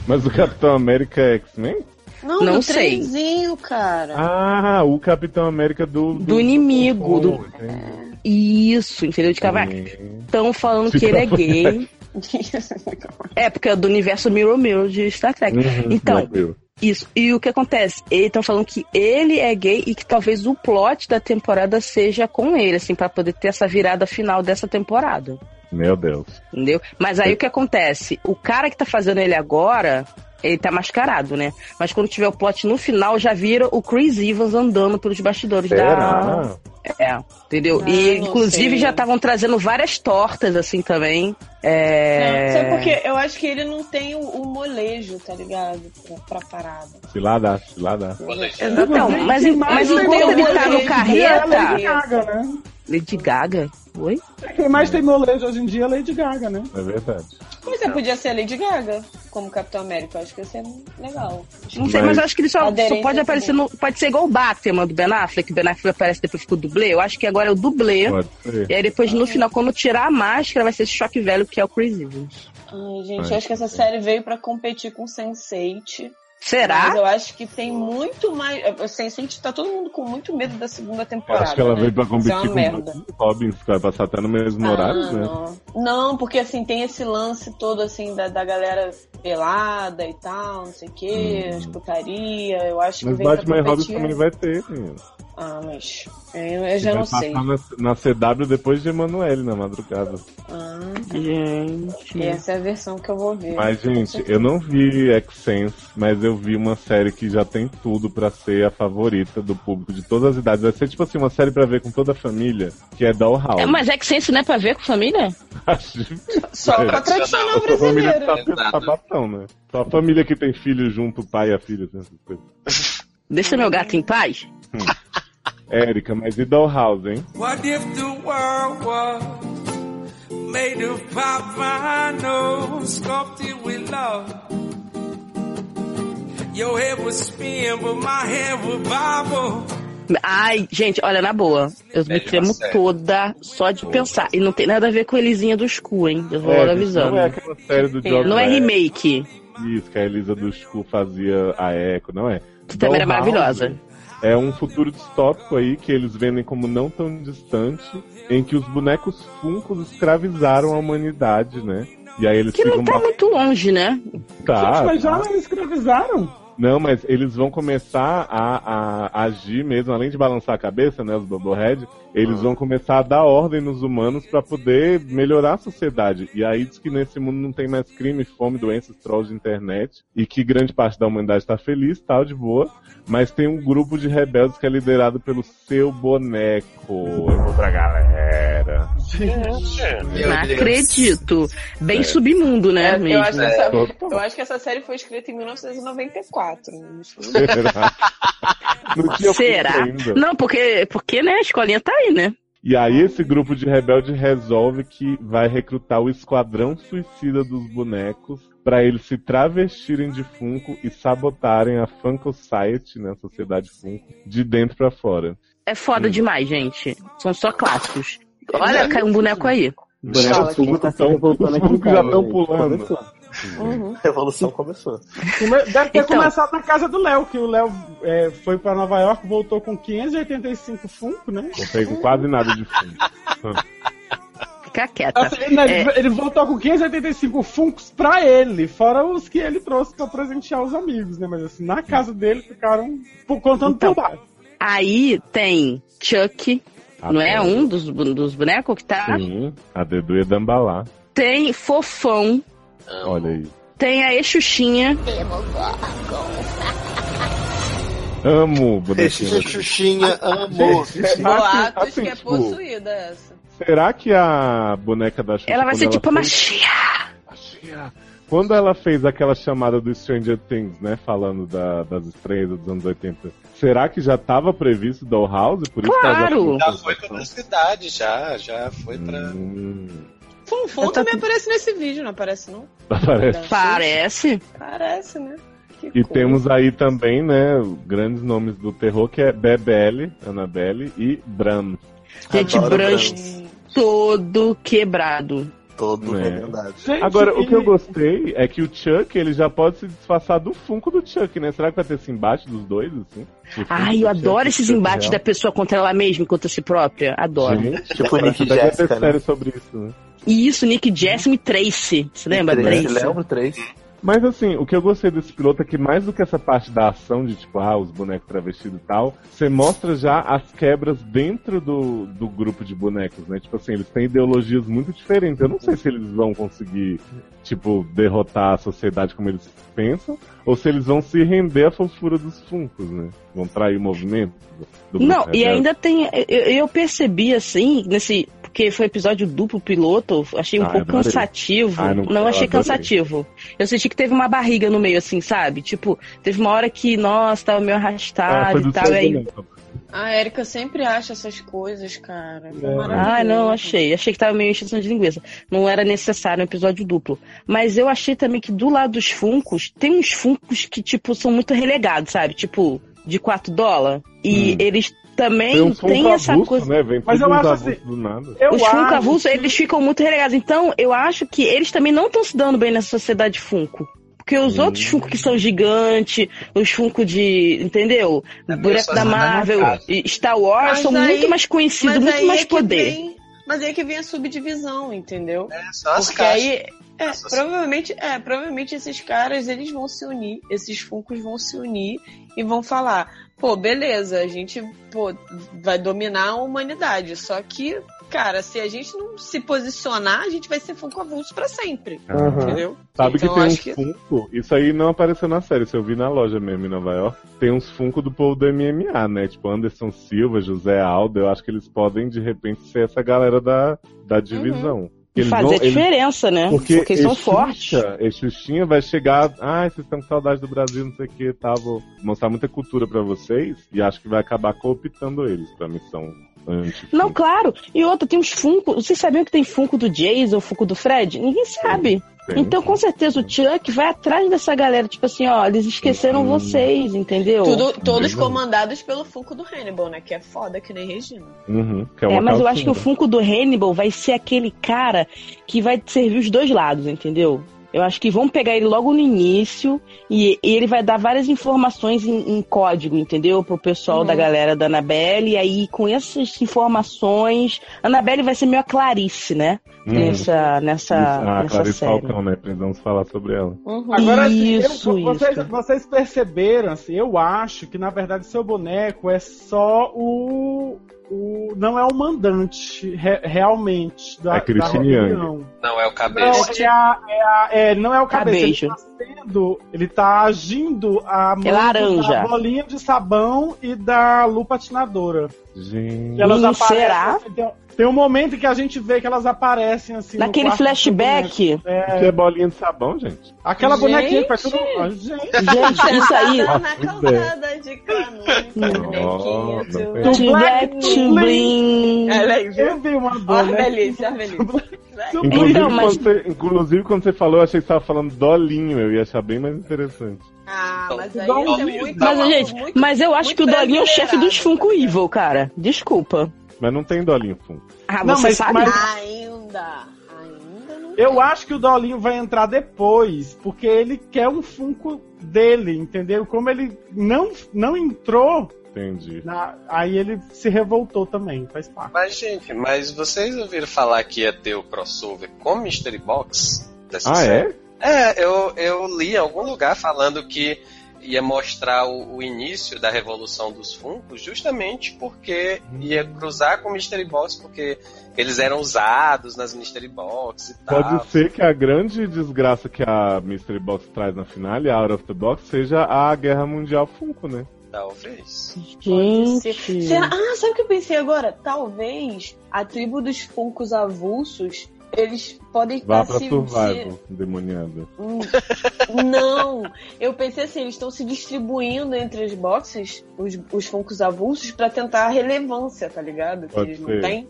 [SPEAKER 1] Mas o Capitão América é X-Men?
[SPEAKER 6] Não,
[SPEAKER 3] Não
[SPEAKER 6] do
[SPEAKER 3] sei.
[SPEAKER 6] trenzinho, cara.
[SPEAKER 1] Ah, o Capitão América do. Do,
[SPEAKER 3] inimigo, do-
[SPEAKER 1] entendi.
[SPEAKER 3] Isso, entendeu? De cavaco.
[SPEAKER 1] Hum.
[SPEAKER 3] Estão falando
[SPEAKER 1] De
[SPEAKER 3] que ele é
[SPEAKER 1] cavaco.
[SPEAKER 3] gay. é, porque é do universo Mirror Mirror de Star Trek.
[SPEAKER 1] Uhum,
[SPEAKER 3] então,
[SPEAKER 1] Black Mirror.
[SPEAKER 3] Isso. E o que acontece? Eles estão falando que ele é gay e que talvez o plot da temporada seja com ele, assim, pra poder ter essa virada final dessa temporada.
[SPEAKER 1] Meu Deus.
[SPEAKER 3] Entendeu? Mas aí o que acontece? O cara que tá fazendo ele agora, ele tá mascarado, né? Mas quando tiver o plot no final, já vira o Chris Evans andando pelos bastidores da.
[SPEAKER 1] Será?
[SPEAKER 3] É, entendeu?
[SPEAKER 8] Ah,
[SPEAKER 3] e
[SPEAKER 8] não
[SPEAKER 3] inclusive
[SPEAKER 8] sei.
[SPEAKER 3] já estavam trazendo várias tortas, assim, também. É...
[SPEAKER 8] Só porque eu acho que ele não tem o, o molejo, tá ligado? Pra, pra parada.
[SPEAKER 1] Se lá dá, se lá dá.
[SPEAKER 3] Então, mas,
[SPEAKER 2] Que
[SPEAKER 3] mas
[SPEAKER 2] mais
[SPEAKER 3] enquanto Tá. ele tá no
[SPEAKER 2] molejo hoje em dia é a Lady
[SPEAKER 3] carreta.
[SPEAKER 2] Gaga, né?
[SPEAKER 3] Lady Gaga? Oi?
[SPEAKER 2] Quem mais tem molejo hoje em dia é Lady Gaga, né?
[SPEAKER 1] É verdade.
[SPEAKER 8] Mas você podia ser a Lady Gaga como Capitão América. Eu acho que ia ser legal.
[SPEAKER 3] Não sei, mas eu acho que ele só, só
[SPEAKER 8] Aderência
[SPEAKER 3] pode
[SPEAKER 8] também.
[SPEAKER 3] aparecer no. Pode ser igual o Batman do Ben Affleck, que o Ben Affleck aparece depois fica o dublê. Eu acho que agora é o dublê.
[SPEAKER 1] Pode ser.
[SPEAKER 3] E aí depois, no final, quando tirar a máscara, vai ser esse choque velho que é o Chris Evans.
[SPEAKER 8] Ai, gente,
[SPEAKER 3] É.
[SPEAKER 8] eu acho que essa série veio pra competir com Sense8.
[SPEAKER 3] Será?
[SPEAKER 8] Mas eu acho que tem muito mais. O Sense8 tá todo mundo com muito medo da segunda
[SPEAKER 1] Eu
[SPEAKER 8] temporada.
[SPEAKER 1] acho que ela
[SPEAKER 8] né?
[SPEAKER 1] veio pra competir
[SPEAKER 8] Isso é uma
[SPEAKER 1] com
[SPEAKER 8] merda.
[SPEAKER 1] o Robbins, que vai passar até no mesmo
[SPEAKER 8] Ah,
[SPEAKER 1] horário, né?
[SPEAKER 8] não. Não, porque assim, tem esse lance todo assim da, da galera pelada e tal, não sei o
[SPEAKER 1] Hum.
[SPEAKER 8] quê, as putaria, eu tá acho
[SPEAKER 1] Mas
[SPEAKER 8] que veio
[SPEAKER 1] Batman e
[SPEAKER 8] pra
[SPEAKER 1] Robin
[SPEAKER 8] competir.
[SPEAKER 1] também vai ter, menino.
[SPEAKER 8] Ah, mas eu, eu já
[SPEAKER 1] vai
[SPEAKER 8] não
[SPEAKER 1] passar
[SPEAKER 8] sei.
[SPEAKER 1] Na, na CW depois de Emanuele na madrugada.
[SPEAKER 8] Ah,
[SPEAKER 3] Gente.
[SPEAKER 8] essa é a versão que eu vou ver.
[SPEAKER 1] Mas, gente, eu não vi X-Sense, mas eu vi uma série que já tem tudo pra ser a favorita do público de todas as idades. Vai ser, tipo assim, uma série pra ver com toda a família, que é Dollhouse.
[SPEAKER 3] É, mas é que senso não é pra ver com família?
[SPEAKER 1] é. Só
[SPEAKER 3] pra tradicional brasileira.
[SPEAKER 1] Sapatão, né? Só a família que tem filho junto, o pai e a filha. Assim, essas coisas.
[SPEAKER 3] Deixa meu gato em paz.
[SPEAKER 1] Érica, mas e Dollhouse, hein?
[SPEAKER 12] What if the world was made of Papano sculpted with love? Your head would spin, but my head would bobble.
[SPEAKER 3] Ai, gente, olha, na boa. Eu me
[SPEAKER 12] Velho,
[SPEAKER 3] tremo
[SPEAKER 12] sério.
[SPEAKER 3] toda só de pensar. E não tem nada a ver com Elisinha dos Cu, hein? Eu vou
[SPEAKER 1] É,
[SPEAKER 3] logo
[SPEAKER 1] gente,
[SPEAKER 3] avisando.
[SPEAKER 1] Não é aquela série do
[SPEAKER 3] É,
[SPEAKER 1] Joss
[SPEAKER 3] não é
[SPEAKER 1] Whedon.
[SPEAKER 3] remake.
[SPEAKER 1] Isso, que a Elisa do Chico fazia a Echo, não é?
[SPEAKER 3] Que também era maravilhosa.
[SPEAKER 1] É um futuro distópico aí que eles vendem como não tão distante, em que os bonecos funcos escravizaram a humanidade, né? E aí eles
[SPEAKER 3] Que não
[SPEAKER 1] ficam
[SPEAKER 3] tá muito longe, né?
[SPEAKER 1] tá,
[SPEAKER 2] Gente, mas já não escravizaram?
[SPEAKER 1] Não, mas eles vão começar a, a agir mesmo, além de balançar a cabeça, né, os Bobohead, eles vão começar a dar ordem nos humanos para poder melhorar a sociedade. E aí diz que nesse mundo não tem mais crime, fome, doenças, trolls de internet, e que grande parte da humanidade tá feliz, tal, de boa, mas tem um grupo de rebeldes que é liderado pelo seu boneco. Eu vou pra galera.
[SPEAKER 3] Não acredito. Bem submundo, né?
[SPEAKER 1] É, Eu
[SPEAKER 3] mesmo.
[SPEAKER 1] acho que essa- É.
[SPEAKER 6] Eu acho que essa série foi escrita em 1994. né?
[SPEAKER 1] Não tinha
[SPEAKER 3] Será?
[SPEAKER 1] feito ainda.
[SPEAKER 3] Não, porque, porque, né, a escolinha tá aí, né?
[SPEAKER 1] E aí esse grupo de rebelde resolve que vai recrutar o esquadrão suicida dos bonecos pra eles se travestirem de Funko e sabotarem a Funko Society, né, a sociedade Funko, de dentro pra fora.
[SPEAKER 3] É foda demais, gente. São só clássicos. Olha, caiu um boneco aí.
[SPEAKER 1] Os Funko
[SPEAKER 4] tá se
[SPEAKER 1] tão-
[SPEAKER 4] revoltando
[SPEAKER 1] os
[SPEAKER 4] aqui em
[SPEAKER 1] Funko já
[SPEAKER 4] casa,
[SPEAKER 1] estão
[SPEAKER 4] gente.
[SPEAKER 1] pulando.
[SPEAKER 4] Começou.
[SPEAKER 1] Uhum.
[SPEAKER 8] Uhum.
[SPEAKER 4] A revolução começou.
[SPEAKER 2] Come- Deve ter
[SPEAKER 3] Então.
[SPEAKER 2] começado na casa do Léo, que o Léo é, foi pra Nova York, voltou com 585 Funko, né?
[SPEAKER 1] Não tem quase nada de Funko.
[SPEAKER 3] Fica quieta.
[SPEAKER 2] Assim, né,
[SPEAKER 3] É,
[SPEAKER 2] ele, ele voltou com 585 Funkos pra ele, fora os que ele trouxe pra presentear os amigos, né? Mas assim, na casa dele ficaram pô, contando
[SPEAKER 3] Então.
[SPEAKER 2] por baixo.
[SPEAKER 3] aí tem Chuck, não é
[SPEAKER 1] bom.
[SPEAKER 3] um dos, bu- dos bonecos que tá?
[SPEAKER 1] Sim, a Dedu ia dambalá.
[SPEAKER 3] Tem Fofão,
[SPEAKER 1] Olha aí.
[SPEAKER 3] tem a Exuxinha.
[SPEAKER 1] Amo o bonequinho.
[SPEAKER 7] Esse Xuxinha, amor.
[SPEAKER 1] Será que,
[SPEAKER 6] Boatos
[SPEAKER 1] assim,
[SPEAKER 6] que é
[SPEAKER 1] tipo,
[SPEAKER 6] possuída essa.
[SPEAKER 1] será que a boneca da Xuxa...
[SPEAKER 3] Ela vai
[SPEAKER 1] quando
[SPEAKER 3] ser tipo a
[SPEAKER 1] foi-
[SPEAKER 3] Machia.
[SPEAKER 1] Quando ela fez aquela chamada do Stranger Things, né? Falando da- das estreias dos anos 80, será que já estava previsto Dollhouse? Por isso
[SPEAKER 3] Claro!
[SPEAKER 1] que ela
[SPEAKER 5] Já
[SPEAKER 1] já
[SPEAKER 5] foi pra cidade, já, já foi pra.
[SPEAKER 1] Hum,
[SPEAKER 6] Funfun
[SPEAKER 3] Eu tô-
[SPEAKER 6] também aparece nesse vídeo, não aparece não?
[SPEAKER 1] parece.
[SPEAKER 3] Parece.
[SPEAKER 6] Parece, né? Que
[SPEAKER 1] E
[SPEAKER 6] coisa.
[SPEAKER 1] temos aí também, né, grandes nomes do terror, que é Bebele, Annabelle e Bram.
[SPEAKER 3] Gente,
[SPEAKER 4] Adoro
[SPEAKER 3] Brans todo quebrado.
[SPEAKER 4] Todo
[SPEAKER 1] É.
[SPEAKER 4] remendado.
[SPEAKER 2] Gente,
[SPEAKER 1] Agora, o que eu
[SPEAKER 2] e-
[SPEAKER 1] gostei é que o Chuck, ele já pode se disfarçar do Funko do Chuck, né? Será que vai ter esse embate dos dois, assim? O Funko
[SPEAKER 3] Ai,
[SPEAKER 1] do
[SPEAKER 3] eu
[SPEAKER 1] Chuck,
[SPEAKER 3] adoro
[SPEAKER 1] o
[SPEAKER 3] esses
[SPEAKER 1] Chuck
[SPEAKER 3] embates
[SPEAKER 1] real.
[SPEAKER 3] da pessoa contra ela mesma e contra si própria. Adoro.
[SPEAKER 1] Gente,
[SPEAKER 4] Tipo o Nick
[SPEAKER 1] daqui vai ter
[SPEAKER 4] Jessica, né?
[SPEAKER 1] série sobre isso, né?
[SPEAKER 3] E isso, Nick Jessamy e Tracy. Você lembra?
[SPEAKER 4] Três,
[SPEAKER 3] Tracy.
[SPEAKER 4] Lembro três.
[SPEAKER 1] Mas assim, o que eu gostei desse piloto é que mais do que essa parte da ação de tipo, ah, os bonecos travestidos e tal, você mostra já as quebras dentro do, do grupo de bonecos, né? Tipo assim, eles têm ideologias muito diferentes. Eu não sei se eles vão conseguir, tipo, derrotar a sociedade como eles pensam, ou se eles vão se render à fofura dos funcos, né? Vão trair o movimento do
[SPEAKER 3] Não,
[SPEAKER 1] grupo
[SPEAKER 3] e
[SPEAKER 1] rebelde.
[SPEAKER 3] ainda tem. Eu, eu percebi assim, nesse. Porque foi episódio duplo piloto, achei um
[SPEAKER 1] Ah, eu
[SPEAKER 3] pouco
[SPEAKER 1] adorei.
[SPEAKER 3] cansativo.
[SPEAKER 1] Ah, eu não-
[SPEAKER 3] não,
[SPEAKER 1] eu adorei.
[SPEAKER 3] achei cansativo. Eu senti que teve uma barriga no meio, assim, sabe? Tipo, teve uma hora que, nossa, tava
[SPEAKER 1] Ah,
[SPEAKER 3] meio arrastado
[SPEAKER 1] foi
[SPEAKER 3] e
[SPEAKER 1] do
[SPEAKER 3] tal. E
[SPEAKER 1] seu
[SPEAKER 3] aí,
[SPEAKER 1] boneco.
[SPEAKER 6] A Erika sempre acha essas coisas, cara.
[SPEAKER 1] É.
[SPEAKER 3] ah, não, achei. Achei que tava meio encheção de linguiça. Não era necessário um episódio duplo. Mas eu achei também que do lado dos funcos, tem uns funcos que, tipo, são muito relegados, sabe? Tipo, de 4 dólares. E
[SPEAKER 1] Hum.
[SPEAKER 3] eles
[SPEAKER 1] Tem
[SPEAKER 3] também
[SPEAKER 1] um Funko
[SPEAKER 3] têm essa
[SPEAKER 1] avulso,
[SPEAKER 3] coisa.
[SPEAKER 1] né? Vem
[SPEAKER 2] Mas
[SPEAKER 1] tudo
[SPEAKER 2] eu
[SPEAKER 1] uns
[SPEAKER 2] acho assim-
[SPEAKER 1] avulsos do nada.
[SPEAKER 2] Eu
[SPEAKER 3] os Funko
[SPEAKER 2] acho
[SPEAKER 3] avulso, eles ficam muito relegados. Então, eu acho que eles também não estão se dando bem nessa sociedade Funko. Porque os
[SPEAKER 1] Hum.
[SPEAKER 3] outros Funko que são gigantes, os Funko de. Entendeu?
[SPEAKER 5] É,
[SPEAKER 3] Boneco
[SPEAKER 5] pessoas
[SPEAKER 3] da
[SPEAKER 5] na minha
[SPEAKER 3] Marvel,
[SPEAKER 5] casa.
[SPEAKER 3] e Star Wars,
[SPEAKER 6] Mas
[SPEAKER 3] são
[SPEAKER 6] aí-
[SPEAKER 3] muito mais conhecidos,
[SPEAKER 6] Mas
[SPEAKER 3] muito
[SPEAKER 6] aí
[SPEAKER 3] mais
[SPEAKER 6] é que
[SPEAKER 3] poder.
[SPEAKER 6] vem- mas aí é que vem a subdivisão, entendeu?
[SPEAKER 5] É, só as
[SPEAKER 6] Porque
[SPEAKER 5] caixas.
[SPEAKER 6] aí. É,
[SPEAKER 5] Nossa,
[SPEAKER 6] provavelmente, é, provavelmente esses caras eles vão se unir, esses funcos vão se unir e vão falar, pô, beleza, a gente pô, vai dominar a humanidade. Só que, cara, se a gente não se posicionar, a gente vai ser funko avulso pra sempre. Entendeu?
[SPEAKER 1] Sabe
[SPEAKER 6] Então,
[SPEAKER 1] que tem
[SPEAKER 6] eu
[SPEAKER 1] uns
[SPEAKER 6] acho que-
[SPEAKER 1] Funko? Isso aí não apareceu na série, isso eu vi na loja mesmo em Nova York. Tem uns Funko do povo do MMA, né? Tipo Anderson Silva, José Aldo. Eu acho que eles podem, de repente, ser essa galera da, da divisão.
[SPEAKER 3] E
[SPEAKER 1] Eles
[SPEAKER 3] Uhum. fazer
[SPEAKER 1] vão-
[SPEAKER 3] a
[SPEAKER 1] eles-
[SPEAKER 3] diferença, né? Porque,
[SPEAKER 1] Porque,
[SPEAKER 3] eles são
[SPEAKER 1] Exuxa-
[SPEAKER 3] fortes.
[SPEAKER 1] Exuxinha vai chegar. Ah, vocês estão com saudade do Brasil, não sei o que, tá? Vou mostrar muita cultura pra vocês. E acho que vai acabar cooptando eles pra missão anti
[SPEAKER 3] Não, claro. E outra, tem uns Funko. Vocês sabiam que tem Funko do Jason, Funko do Fred? Ninguém sabe. Então, com certeza, o Chuck vai atrás dessa galera. Tipo assim, ó, eles esqueceram
[SPEAKER 1] Hum.
[SPEAKER 3] vocês, entendeu?
[SPEAKER 6] Tudo- todos
[SPEAKER 1] Entendeu?
[SPEAKER 6] comandados pelo funko do Hannibal, né? Que é foda, que nem Regina.
[SPEAKER 1] Uhum, que
[SPEAKER 3] É,
[SPEAKER 1] uma
[SPEAKER 3] mas eu acho que o
[SPEAKER 1] calcinha.
[SPEAKER 3] Funko do Hannibal vai ser aquele cara que vai servir os dois lados, entendeu? Eu acho que vão pegar ele logo no início e, e ele vai dar várias informações em, em código, entendeu? Pro pessoal
[SPEAKER 6] Uhum.
[SPEAKER 3] da galera da Anabelle. E aí, com essas informações, a Anabelle vai ser meio a Clarice, né?
[SPEAKER 1] Uhum.
[SPEAKER 3] Nessa, nessa,
[SPEAKER 1] ah,
[SPEAKER 3] nessa
[SPEAKER 1] Clarice
[SPEAKER 3] série.
[SPEAKER 1] Falcão, né? Precisamos falar sobre ela.
[SPEAKER 6] Uhum.
[SPEAKER 2] Agora, assim, eu-
[SPEAKER 3] Isso,
[SPEAKER 2] vocês,
[SPEAKER 3] isso.
[SPEAKER 2] vocês perceberam, assim, eu acho que, na verdade, seu boneco é só o. o não é o mandante, re- realmente, da,
[SPEAKER 1] É Christine
[SPEAKER 2] da
[SPEAKER 1] Yang.
[SPEAKER 2] reunião.
[SPEAKER 5] Não é o cabeça.
[SPEAKER 2] Não, é a- é a- é, não é o cabeça.
[SPEAKER 3] Cabeça. É
[SPEAKER 2] Ele tá, sendo, ele tá agindo a mão
[SPEAKER 3] laranja.
[SPEAKER 2] da bolinha de sabão e da Lu patinadora.
[SPEAKER 1] Gente.
[SPEAKER 2] E elas
[SPEAKER 3] Hum,
[SPEAKER 2] aparecem,
[SPEAKER 3] será?
[SPEAKER 2] assim, tem, tem um momento que a gente vê que elas aparecem assim. no
[SPEAKER 3] Naquele
[SPEAKER 2] quarto do boneco.
[SPEAKER 3] flashback.
[SPEAKER 1] Isso é bolinha de sabão, gente.
[SPEAKER 2] Aquela
[SPEAKER 6] Gente!
[SPEAKER 2] bonequinha que faz tudo. Ah, Gente,
[SPEAKER 3] Gente, isso aí.
[SPEAKER 6] na
[SPEAKER 1] Pois é.
[SPEAKER 6] calçada de canudo.
[SPEAKER 1] Nossa,
[SPEAKER 6] bonequinho,
[SPEAKER 1] não
[SPEAKER 6] tu-
[SPEAKER 1] foi-
[SPEAKER 3] To black to bling.
[SPEAKER 6] Olha aí, viu?
[SPEAKER 2] eu vi uma
[SPEAKER 6] Olha a
[SPEAKER 2] boneca.
[SPEAKER 6] velhice, olha a velhice.
[SPEAKER 1] Inclusive,
[SPEAKER 3] Então, mas-
[SPEAKER 1] quando você, inclusive, quando você falou, eu achei que você tava falando dolinho. Eu ia achar bem mais interessante.
[SPEAKER 6] Ah, mas aí
[SPEAKER 2] Dom-
[SPEAKER 6] isso é muito...
[SPEAKER 3] Mas,
[SPEAKER 6] muito-
[SPEAKER 3] gente,
[SPEAKER 6] muito-
[SPEAKER 3] mas eu acho
[SPEAKER 6] muito
[SPEAKER 3] que o Dolinho é o chefe
[SPEAKER 6] brasileirado,
[SPEAKER 3] dos Funko
[SPEAKER 6] tá ligado?
[SPEAKER 3] Evil, cara. Desculpa.
[SPEAKER 1] Mas não tem dolinho fundo.
[SPEAKER 3] Ah,
[SPEAKER 2] Não,
[SPEAKER 3] você
[SPEAKER 2] mas-
[SPEAKER 3] sabe?
[SPEAKER 2] mas-
[SPEAKER 6] Ainda. Ainda não.
[SPEAKER 2] Eu acho que o Dolinho vai entrar depois, porque ele quer um Funko dele, entendeu? Como ele não, não entrou,
[SPEAKER 1] Entendi.
[SPEAKER 2] na- aí ele se revoltou também, faz parte.
[SPEAKER 5] Mas, gente, mas vocês ouviram falar que ia ter o crossover com Mystery Box? Dessa
[SPEAKER 1] Ah, é?
[SPEAKER 5] É, eu, eu li em algum lugar falando que ia mostrar o, o início da revolução dos Funkos justamente porque
[SPEAKER 1] Hum.
[SPEAKER 5] ia cruzar com o Mystery Box, porque eles eram usados nas Mystery Box e tal.
[SPEAKER 1] Pode ser que a grande desgraça que a Mystery Box traz na finale, a Out of the Box, seja a Guerra Mundial Funko, né?
[SPEAKER 5] Talvez.
[SPEAKER 3] Gente.
[SPEAKER 6] Será- Ah, sabe o que eu pensei agora? Talvez a tribo dos Funkos avulsos, eles podem
[SPEAKER 1] Vá
[SPEAKER 6] estar
[SPEAKER 1] pra
[SPEAKER 6] se... se-
[SPEAKER 1] Survival, demoniada.
[SPEAKER 6] Hum, Não, eu pensei assim, eles estão se distribuindo entre os boxes, os, os Funkos avulsos, pra tentar a relevância, tá ligado? Que
[SPEAKER 1] Pode
[SPEAKER 6] eles
[SPEAKER 1] ser.
[SPEAKER 6] não têm.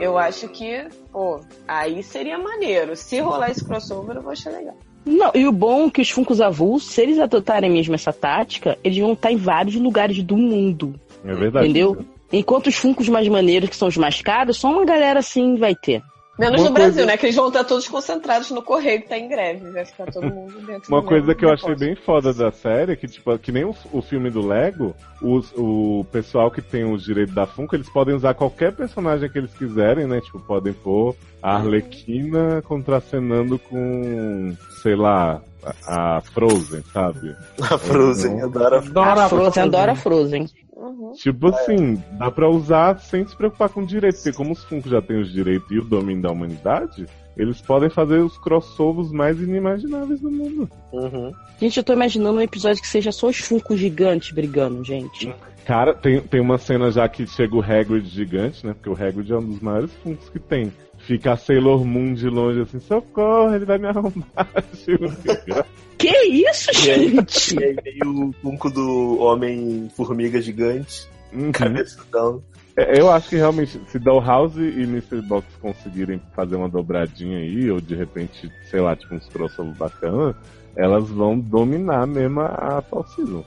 [SPEAKER 6] Eu acho que, pô, aí seria maneiro. Se rolar esse crossover, eu vou achar legal.
[SPEAKER 3] Não, e o bom é que os Funkos avulsos, se eles adotarem mesmo essa tática, eles vão estar em vários lugares do mundo.
[SPEAKER 1] É verdade.
[SPEAKER 3] Entendeu? Enquanto os Funkos mais maneiros, que são os mais caros, só uma galera assim vai ter.
[SPEAKER 6] Menos
[SPEAKER 1] Uma
[SPEAKER 6] no Brasil,
[SPEAKER 1] coisa-
[SPEAKER 6] né? Que eles vão estar todos concentrados no correio que tá em greve. Vai ficar todo mundo dentro
[SPEAKER 1] Uma
[SPEAKER 6] do
[SPEAKER 1] coisa
[SPEAKER 6] mesmo
[SPEAKER 1] que eu achei
[SPEAKER 6] depósito.
[SPEAKER 1] bem foda da série é que, tipo, que nem o, o filme do Lego, os- o pessoal que tem os direitos da Funko, eles podem usar qualquer personagem que eles quiserem, né? Tipo, podem pôr a Arlequina contracenando com, sei lá, a, a Frozen, sabe? Então,
[SPEAKER 4] A Frozen, adora.
[SPEAKER 3] Adora a Frozen, adora a Frozen.
[SPEAKER 6] Uhum.
[SPEAKER 1] Tipo assim, dá pra usar sem se preocupar com direito, porque como os Funko já têm os direitos e o domínio da humanidade, eles podem fazer os crossovers mais inimagináveis do mundo.
[SPEAKER 4] Uhum.
[SPEAKER 3] Gente, eu tô imaginando um episódio que seja só os Funkos gigantes brigando, gente.
[SPEAKER 1] Cara, tem, tem uma cena já que chega o Hagrid gigante, né? Porque o Hagrid é um dos maiores funkos que tem. Fica a Sailor Moon de longe assim, socorro, ele vai me arrombar.
[SPEAKER 3] Que isso,
[SPEAKER 4] E aí?
[SPEAKER 3] gente?
[SPEAKER 4] E aí veio o punco do Homem-Formiga Gigante,
[SPEAKER 1] Uhum.
[SPEAKER 4] cabeçudão.
[SPEAKER 1] É, Eu acho que realmente, se Dollhouse e Mystery Box conseguirem fazer uma dobradinha aí, ou de repente, sei lá, tipo uns crossover bacana, elas vão dominar mesmo a Fall Season.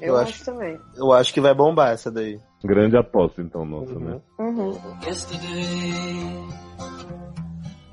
[SPEAKER 6] Eu,
[SPEAKER 4] Eu
[SPEAKER 6] acho,
[SPEAKER 4] acho-
[SPEAKER 6] também.
[SPEAKER 4] Eu acho que vai bombar essa daí.
[SPEAKER 1] Grande aposta, então, nossa, né?
[SPEAKER 6] Uhum.
[SPEAKER 11] Yesterday,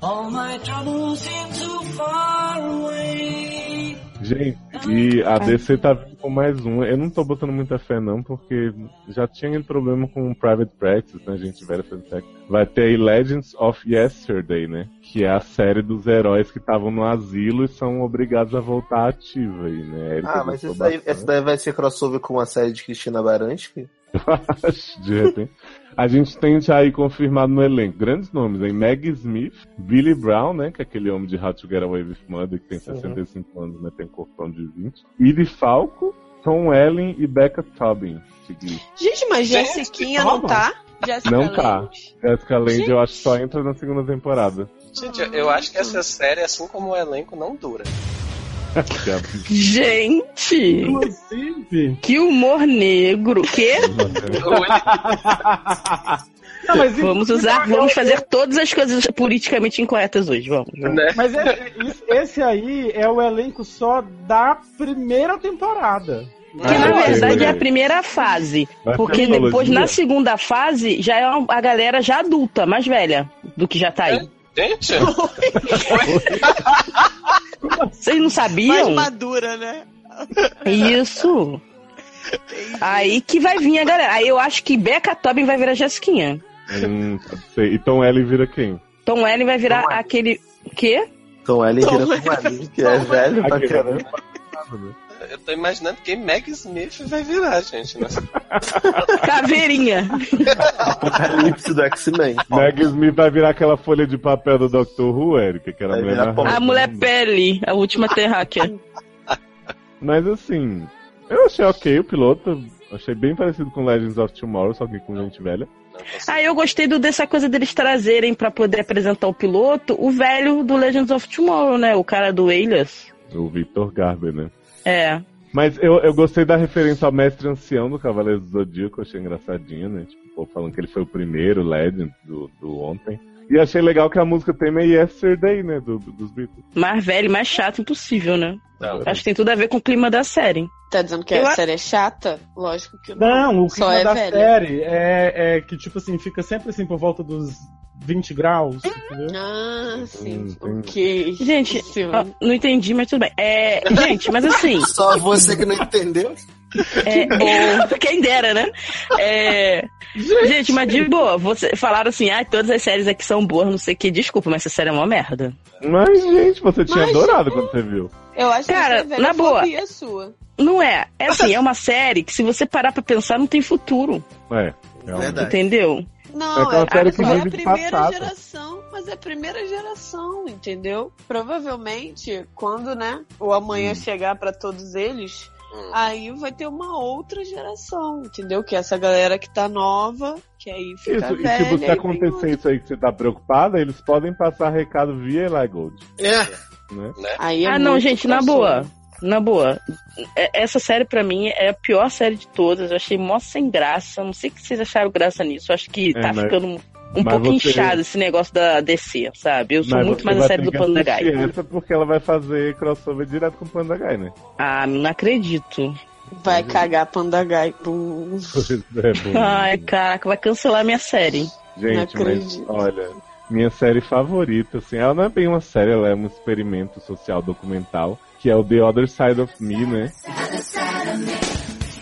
[SPEAKER 11] all my troubles seem so far away.
[SPEAKER 1] Gente, e a DC tá vindo com mais uma. Eu não tô botando muita fé, não, porque já tinha um problema com o Private Practice, né? Gente, velha Fantech. Vai ter aí Legends of Yesterday, né? Que é a série dos heróis que estavam no asilo e são obrigados a voltar ativa aí, né? A Erika
[SPEAKER 4] Ah, mas
[SPEAKER 1] gostou
[SPEAKER 4] essa daí,
[SPEAKER 1] bastante.
[SPEAKER 4] essa daí vai ser crossover com a série de Cristina Baranski?
[SPEAKER 1] De repente. A gente tem já aí confirmado no elenco grandes nomes, hein? Meg Smith, Billy Brown, né? Que é aquele homem de How to Get Away with Murder, que tem 65 anos, mas tem corpão de 20. Iri Falco, Tom Ellen e Becca Tobin. Seguinte.
[SPEAKER 6] Gente, mas
[SPEAKER 5] Gente,
[SPEAKER 6] Jessiquinha não
[SPEAKER 1] toma.
[SPEAKER 6] tá? Jessica
[SPEAKER 1] Não tá.
[SPEAKER 6] Lange?
[SPEAKER 1] Jessica Lange,
[SPEAKER 6] Gente.
[SPEAKER 1] eu acho que só entra na segunda temporada.
[SPEAKER 5] Gente, eu- eu acho que essa série, assim como o elenco, não dura.
[SPEAKER 1] Que é-
[SPEAKER 3] Gente!
[SPEAKER 2] Inclusive.
[SPEAKER 3] Que humor negro! Que?
[SPEAKER 2] Não, mas
[SPEAKER 3] Vamos
[SPEAKER 2] inclusive,
[SPEAKER 3] usar,
[SPEAKER 2] eu-
[SPEAKER 3] vamos fazer todas as coisas politicamente incorretas hoje, vamos. vamos.
[SPEAKER 5] né?
[SPEAKER 2] Mas esse, esse- esse aí é o elenco só da primeira temporada.
[SPEAKER 3] Que na
[SPEAKER 1] Ah, ok,
[SPEAKER 3] verdade é a
[SPEAKER 1] ok.
[SPEAKER 3] primeira fase.
[SPEAKER 1] Vai
[SPEAKER 3] Porque
[SPEAKER 1] ter antologia?
[SPEAKER 3] depois, na segunda fase, já é uma- a galera já adulta, mais velha do que já tá aí.
[SPEAKER 5] Gente,
[SPEAKER 3] Vocês não sabiam?
[SPEAKER 4] é
[SPEAKER 13] Mais
[SPEAKER 4] um.
[SPEAKER 13] madura, né?
[SPEAKER 3] Isso. Aí que vai vir a galera. Aí eu acho que Becca Tobin vai virar Jessiquinha.
[SPEAKER 1] Hum, pode ser. E Tom Ellen vira quem?
[SPEAKER 3] Tom Ellen vai virar aquele. Quê?
[SPEAKER 4] Tom Ellen vira com marido, que é velho pra
[SPEAKER 1] Aquele.
[SPEAKER 4] caramba.
[SPEAKER 1] né?
[SPEAKER 5] Eu tô imaginando quem Meg Smith vai virar, gente. Né?
[SPEAKER 3] Caveirinha.
[SPEAKER 4] Apocalipse do X-Men.
[SPEAKER 1] Meg Smith vai virar aquela folha de papel do Dr. Who, Erika, que era a
[SPEAKER 4] Vai
[SPEAKER 1] mulher
[SPEAKER 4] virar
[SPEAKER 1] marrom.
[SPEAKER 3] A mulher pele, a última terráquea.
[SPEAKER 1] Mas assim, eu achei ok o piloto. Achei bem parecido com Legends of Tomorrow, só que com gente velha.
[SPEAKER 3] Aí eu gostei do- dessa coisa deles trazerem pra poder apresentar o piloto o velho do Legends of Tomorrow, né? O cara do Alias.
[SPEAKER 1] O Victor Garber, né?
[SPEAKER 3] É.
[SPEAKER 1] Mas eu, eu gostei da referência ao mestre ancião do Cavaleiro do Zodíaco, achei engraçadinho, né? Tipo, pô, falando que ele foi o primeiro Legend do, do ontem. E achei legal que a música tema é Yesterday, né? Do, do- dos Beatles.
[SPEAKER 3] Mais velho, mais chato impossível, né? Acho que tem tudo a ver com o clima da série.
[SPEAKER 6] Tá dizendo que
[SPEAKER 3] Eu
[SPEAKER 6] a
[SPEAKER 3] a-
[SPEAKER 6] série é chata? Lógico que não.
[SPEAKER 2] Não, o clima
[SPEAKER 6] Só é
[SPEAKER 2] da
[SPEAKER 6] velha.
[SPEAKER 2] série é, é que, tipo assim, fica sempre assim por volta dos 20 graus, entendeu?
[SPEAKER 6] Ah, sim.
[SPEAKER 1] Hum, tem-
[SPEAKER 6] Ok.
[SPEAKER 3] Gente,
[SPEAKER 8] Hum.
[SPEAKER 6] Sim.
[SPEAKER 3] ó, Ah, não entendi, mas tudo bem. É, gente, mas assim.
[SPEAKER 13] Só você que não entendeu.
[SPEAKER 3] É, ou- Quem dera, né? É, gente, mas de boa, você falaram assim, ah, todas as séries aqui são boas, não sei o que. Desculpa, mas essa série é uma merda.
[SPEAKER 1] Mas, gente, você tinha
[SPEAKER 6] Mas-
[SPEAKER 1] adorado quando você viu.
[SPEAKER 6] Eu acho
[SPEAKER 3] Cara,
[SPEAKER 6] que essa é
[SPEAKER 3] na boa.
[SPEAKER 6] velhofobia sua.
[SPEAKER 3] Não é. É assim, é uma série que se você parar pra pensar, não tem futuro.
[SPEAKER 1] É, realmente.
[SPEAKER 13] Verdade.
[SPEAKER 3] Entendeu?
[SPEAKER 1] É
[SPEAKER 6] Não,
[SPEAKER 1] aquela
[SPEAKER 6] é,
[SPEAKER 1] série que
[SPEAKER 6] é a
[SPEAKER 1] vive de
[SPEAKER 6] primeira
[SPEAKER 1] batata.
[SPEAKER 6] geração, mas é a primeira geração, entendeu? Provavelmente, quando, né, o amanhã
[SPEAKER 1] Hum.
[SPEAKER 6] chegar pra todos eles,
[SPEAKER 5] Hum.
[SPEAKER 6] aí vai ter uma outra geração, entendeu? Que é essa galera que tá nova, que aí
[SPEAKER 1] Isso,
[SPEAKER 8] Tá
[SPEAKER 6] fica
[SPEAKER 1] e
[SPEAKER 6] velha.
[SPEAKER 1] tipo, se
[SPEAKER 6] aí vem
[SPEAKER 1] acontecer
[SPEAKER 6] outra.
[SPEAKER 1] isso aí que você tá preocupada, eles podem passar recado via Eli Gold.
[SPEAKER 7] É.
[SPEAKER 1] Né?
[SPEAKER 6] Aí é
[SPEAKER 3] ah, não,
[SPEAKER 6] muito
[SPEAKER 3] gente, na
[SPEAKER 6] transtorno.
[SPEAKER 3] boa. Na boa. É- Essa série pra mim é a pior série de todas. Eu achei mó sem graça. Não sei o que vocês acharam graça nisso. Eu acho que
[SPEAKER 1] É,
[SPEAKER 3] tá
[SPEAKER 1] mas-
[SPEAKER 3] ficando um um
[SPEAKER 1] mas
[SPEAKER 3] pouco
[SPEAKER 1] você-
[SPEAKER 3] inchado esse negócio da DC, sabe? Eu sou muito
[SPEAKER 1] você
[SPEAKER 3] mais a
[SPEAKER 1] vai
[SPEAKER 3] série
[SPEAKER 1] ter
[SPEAKER 3] do
[SPEAKER 1] que
[SPEAKER 3] Panda
[SPEAKER 1] assistir
[SPEAKER 3] Guy.
[SPEAKER 1] Essa porque ela vai fazer crossover direto com o Panda Guy, né?
[SPEAKER 3] Ah, não acredito.
[SPEAKER 6] Vai
[SPEAKER 1] Uhum.
[SPEAKER 6] cagar pandagai. Bum.
[SPEAKER 1] Pois é, bom.
[SPEAKER 3] Ai, caraca, vai cancelar minha série.
[SPEAKER 6] Não
[SPEAKER 1] Gente, mas
[SPEAKER 6] acredito.
[SPEAKER 1] olha, minha série favorita, assim, ela não é bem uma série, ela é um experimento social documental, que é o The Other Side of Me, né?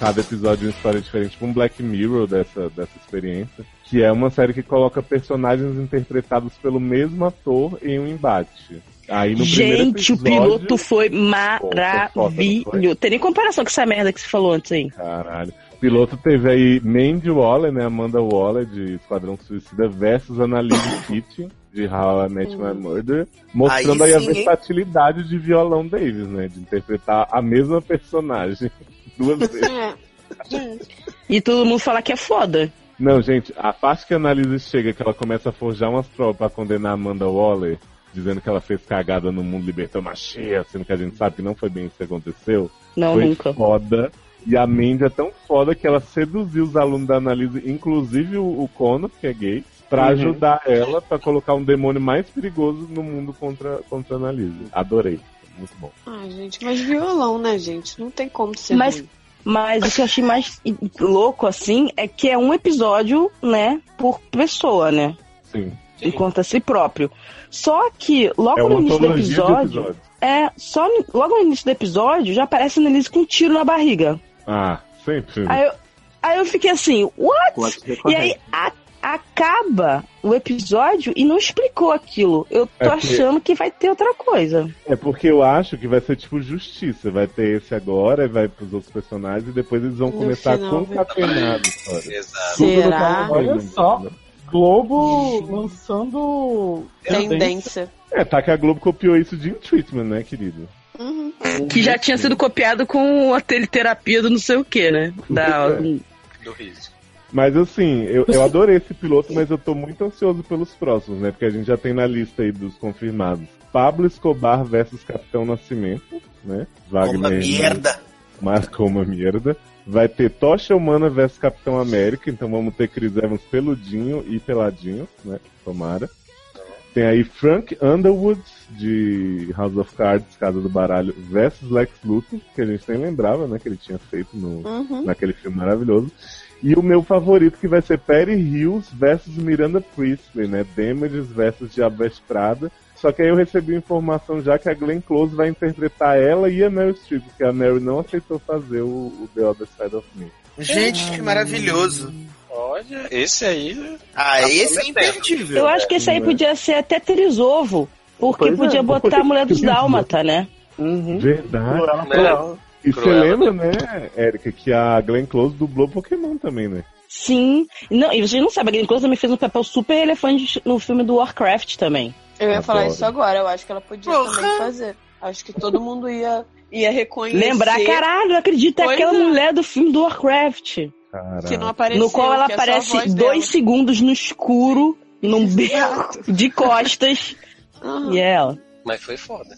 [SPEAKER 1] Cada episódio é uma história diferente, tipo um Black Mirror dessa, dessa experiência, que é uma série que coloca personagens interpretados pelo mesmo ator em um embate. Aí no primeiro
[SPEAKER 3] Gente, o
[SPEAKER 1] episódio-
[SPEAKER 3] piloto foi
[SPEAKER 1] Pô, foi foda,
[SPEAKER 3] maravilhoso.
[SPEAKER 1] não
[SPEAKER 3] Tem nem comparação com essa merda que você falou antes aí.
[SPEAKER 1] Caralho. Piloto teve aí Mandy Waller, né? Amanda Waller de Esquadrão Suicida versus Annalise Kitty de How I Met My Murder, mostrando aí,
[SPEAKER 7] Hum.
[SPEAKER 1] a
[SPEAKER 7] Aí sim, hein?
[SPEAKER 1] versatilidade de Violão Davis, né? De interpretar a mesma personagem duas vezes.
[SPEAKER 6] É.
[SPEAKER 3] E todo mundo fala que é foda.
[SPEAKER 1] Não, gente, a parte que a Annalise chega, que ela começa a forjar umas provas pra condenar a Amanda Waller, dizendo que ela fez cagada no mundo libertou machia, sendo que a gente sabe que não foi bem isso que aconteceu.
[SPEAKER 3] Não,
[SPEAKER 1] foi
[SPEAKER 3] nunca.
[SPEAKER 1] foda. E a Mandy é tão foda que ela seduziu os alunos da Analise, inclusive o, o Conan, que é gay, pra ajudar ela pra colocar um demônio mais perigoso no mundo contra, contra a Analise. Adorei. Muito bom.
[SPEAKER 6] Ai, gente, mas violão, né, gente? Não tem como ser.
[SPEAKER 3] Mas-
[SPEAKER 6] ruim.
[SPEAKER 3] Mas o que eu achei mais i- louco, assim, é que é um episódio, né, por pessoa, né?
[SPEAKER 1] Sim.
[SPEAKER 3] Enquanto a si próprio. Só que logo
[SPEAKER 1] é
[SPEAKER 3] no
[SPEAKER 1] uma
[SPEAKER 3] início do
[SPEAKER 1] antologia de
[SPEAKER 3] episódio.
[SPEAKER 1] episódios.
[SPEAKER 3] É, só no- logo no início do episódio já aparece a Annalise com um tiro na barriga.
[SPEAKER 1] Ah, sempre.
[SPEAKER 3] Aí eu, aí eu fiquei assim, what?
[SPEAKER 4] Plot
[SPEAKER 3] E aí a- acaba o episódio e não explicou aquilo. Eu tô
[SPEAKER 1] É porque-
[SPEAKER 3] achando que vai ter outra coisa.
[SPEAKER 1] É porque eu acho que vai ser tipo justiça. Vai ter esse agora, vai pros outros personagens e depois eles vão
[SPEAKER 6] No
[SPEAKER 1] começar
[SPEAKER 6] final,
[SPEAKER 1] a concatenar a história.
[SPEAKER 5] Exato.
[SPEAKER 1] Tudo no
[SPEAKER 6] Será?
[SPEAKER 3] Ah,
[SPEAKER 1] carnaval,
[SPEAKER 2] Olha
[SPEAKER 1] né?
[SPEAKER 2] só. Globo lançando
[SPEAKER 6] Tendência.
[SPEAKER 1] É, tá que a Globo copiou isso de In Treatment, né, querido?
[SPEAKER 6] Uhum.
[SPEAKER 3] Que já tinha sido copiado com a teleterapia do não sei o que, né? Da,
[SPEAKER 1] é.
[SPEAKER 5] Do risco.
[SPEAKER 1] Mas assim, eu, eu adorei esse piloto, mas eu tô muito ansioso pelos próximos, né? Porque a gente já tem na lista aí dos confirmados. Pablo Escobar versus Capitão Nascimento, né?
[SPEAKER 7] Uma merda.
[SPEAKER 1] marcou uma merda. Vai ter Tocha Humana versus Capitão América, então vamos ter Chris Evans peludinho e peladinho, né? Tomara. Tem aí Frank Underwood, de House of Cards, Casa do Baralho, versus Lex Luthor, que a gente nem lembrava, né? Que ele tinha feito no,
[SPEAKER 6] Uhum.
[SPEAKER 1] naquele filme maravilhoso. E o meu favorito que vai ser Perry Hills versus Miranda Priestley, né? Damages versus Diabo Estrada. Só que aí eu recebi informação já que a Glenn Close vai interpretar ela e a Meryl Streep, porque a Meryl não aceitou fazer o, o The Other Side of Me.
[SPEAKER 7] Gente, que maravilhoso.
[SPEAKER 5] Olha, esse aí.
[SPEAKER 1] Tá
[SPEAKER 7] Ah,
[SPEAKER 1] né?
[SPEAKER 7] esse é
[SPEAKER 5] prometendo.
[SPEAKER 7] imperdível.
[SPEAKER 3] Eu acho que esse aí podia ser até Teresovo, porque
[SPEAKER 7] Pois é,
[SPEAKER 3] podia botar a mulher dos
[SPEAKER 7] Teresovo.
[SPEAKER 3] Dálmata, né?
[SPEAKER 1] Verdade.
[SPEAKER 7] Cruella,
[SPEAKER 5] Né? Cruella.
[SPEAKER 1] E você
[SPEAKER 5] Cruella.
[SPEAKER 1] lembra, né, Érica, que a Glenn Close dublou Pokémon também, né?
[SPEAKER 3] Sim. Não, e vocês não sabem, a Glenn Close também fez um papel super relevante no filme do Warcraft também.
[SPEAKER 8] Eu ia falar
[SPEAKER 3] Adoro.
[SPEAKER 8] isso agora, eu acho que ela podia também fazer. Acho que todo mundo ia, ia reconhecer.
[SPEAKER 3] Lembrar, caralho, não acredita
[SPEAKER 8] Pois
[SPEAKER 3] aquela
[SPEAKER 8] é.
[SPEAKER 3] mulher do filme do Warcraft.
[SPEAKER 8] Que não apareceu,
[SPEAKER 3] no qual ela
[SPEAKER 8] que é só a
[SPEAKER 3] aparece
[SPEAKER 8] voz
[SPEAKER 3] dois
[SPEAKER 8] dela.
[SPEAKER 3] segundos no escuro, num beco de costas. E é ela.
[SPEAKER 5] Mas foi foda.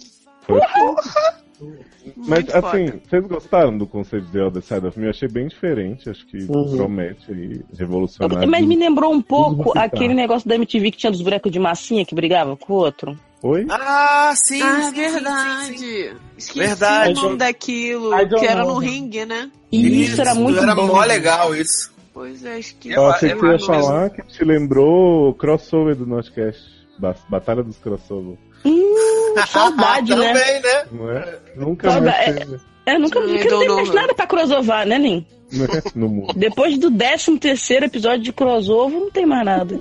[SPEAKER 1] Mas assim, vocês gostaram do conceito de The Other Side of Me? Eu achei bem diferente, acho que
[SPEAKER 3] Uhum.
[SPEAKER 1] promete aí revolucionar.
[SPEAKER 3] Mas me lembrou um pouco
[SPEAKER 7] tá?
[SPEAKER 1] Tudo
[SPEAKER 3] aquele negócio da MTV que tinha dos bonecos de massinha que brigavam com o outro.
[SPEAKER 1] Oi?
[SPEAKER 7] Ah, sim,
[SPEAKER 8] Ah,
[SPEAKER 7] sim,
[SPEAKER 8] verdade.
[SPEAKER 7] sim, sim,
[SPEAKER 8] Esqueci
[SPEAKER 7] Verdade.
[SPEAKER 8] o nome daquilo,
[SPEAKER 7] I don't
[SPEAKER 8] que era
[SPEAKER 7] know.
[SPEAKER 8] no ringue, né?
[SPEAKER 3] Isso, era muito
[SPEAKER 7] era
[SPEAKER 3] bom. né?
[SPEAKER 7] mó legal isso.
[SPEAKER 8] Pois é, esqueci.
[SPEAKER 1] Eu achei que tu ia
[SPEAKER 8] maravilhoso.
[SPEAKER 1] falar que te lembrou o crossover do Notcast. Ba- Batalha dos crossover.
[SPEAKER 3] saudade, né?
[SPEAKER 7] Também, né?
[SPEAKER 1] Não é? Nunca
[SPEAKER 3] Saudade-
[SPEAKER 1] mais
[SPEAKER 3] é-
[SPEAKER 1] teve,
[SPEAKER 3] Eu nunca,
[SPEAKER 8] Ai,
[SPEAKER 3] nunca não
[SPEAKER 8] don't
[SPEAKER 3] tem
[SPEAKER 8] know,
[SPEAKER 3] mais
[SPEAKER 8] não.
[SPEAKER 3] nada pra crossover, né, Nin?
[SPEAKER 1] né? No mundo.
[SPEAKER 3] Depois do 13 terceiro episódio de crossover, não tem mais nada.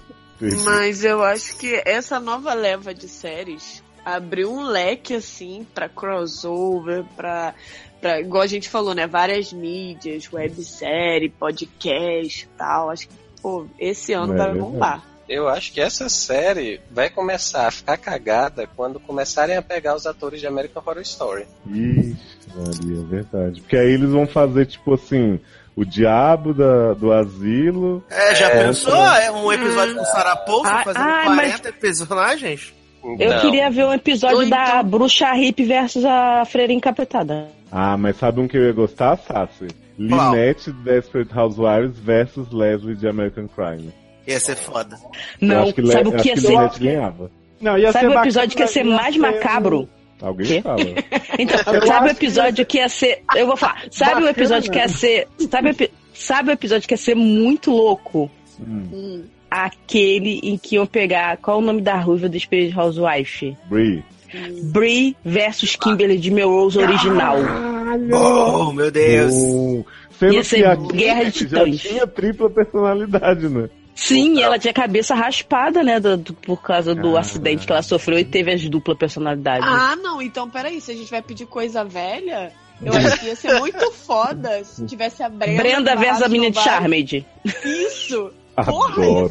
[SPEAKER 8] Mas eu acho que essa nova leva de séries abriu um leque assim pra crossover, pra, pra igual a gente falou, né, várias mídias, websérie, podcast, e tal. Acho que pô, esse ano
[SPEAKER 5] É,
[SPEAKER 8] vai
[SPEAKER 5] verdade.
[SPEAKER 8] bombar.
[SPEAKER 5] Eu acho que essa série vai começar a ficar cagada quando começarem a pegar os atores de American Horror Story.
[SPEAKER 1] Ixi, Maria, é verdade. Porque aí eles vão fazer, tipo assim, o diabo da, do asilo.
[SPEAKER 7] É, já
[SPEAKER 1] É,
[SPEAKER 7] pensou?
[SPEAKER 1] tá.
[SPEAKER 7] É um episódio com Sarah Paulson
[SPEAKER 3] Ah,
[SPEAKER 7] fazendo
[SPEAKER 3] ah,
[SPEAKER 7] 40 personagens?
[SPEAKER 3] Eu
[SPEAKER 5] Então,
[SPEAKER 3] queria ver um episódio da bruxa hippie versus a freira encapetada.
[SPEAKER 1] Ah, mas sabe um que eu ia gostar, Sassi? Linette de Desperate Housewives versus Leslie de American Crime.
[SPEAKER 7] Ia ser foda.
[SPEAKER 1] eu
[SPEAKER 3] Não,
[SPEAKER 1] acho que, Le-
[SPEAKER 3] sabe o que
[SPEAKER 1] acho
[SPEAKER 3] ia
[SPEAKER 1] que
[SPEAKER 3] ser?
[SPEAKER 1] Linette ganhava.
[SPEAKER 2] Não, ia ser
[SPEAKER 3] sabe o
[SPEAKER 2] bacana,
[SPEAKER 3] episódio que ia ser mais macabro?
[SPEAKER 1] Alguém
[SPEAKER 3] Quê?
[SPEAKER 1] fala.
[SPEAKER 3] Então,
[SPEAKER 2] Eu
[SPEAKER 3] sabe o
[SPEAKER 2] acho que
[SPEAKER 3] episódio que ia ser. Eu vou falar. Sabe o
[SPEAKER 2] Bacana.
[SPEAKER 3] episódio que ia ser. Sabe, o epi- sabe o episódio que ia ser muito louco?
[SPEAKER 1] Hum.
[SPEAKER 3] Aquele em que iam pegar. Qual é o nome da ruiva do Spirit Housewife?
[SPEAKER 1] Bree.
[SPEAKER 3] Brie versus Kimberly de Melrose original.
[SPEAKER 7] Oh, meu Deus.
[SPEAKER 1] Bom, Sendo
[SPEAKER 3] Ia
[SPEAKER 1] que
[SPEAKER 3] ser
[SPEAKER 1] a
[SPEAKER 3] Guerra de
[SPEAKER 1] Kate já
[SPEAKER 3] Titãs.
[SPEAKER 1] tinha tripla personalidade, né?
[SPEAKER 3] Sim, e ela tinha a cabeça raspada, né? do- do- por causa
[SPEAKER 1] Ah,
[SPEAKER 3] do
[SPEAKER 1] é.
[SPEAKER 3] acidente que ela sofreu e teve as dupla personalidades.
[SPEAKER 8] Ah, não, então peraí, se a gente vai pedir coisa velha, eu acho que ia ser muito foda se tivesse a Brenda.
[SPEAKER 3] Brenda versus a menina de Charmed.
[SPEAKER 8] Isso!
[SPEAKER 1] Adoro.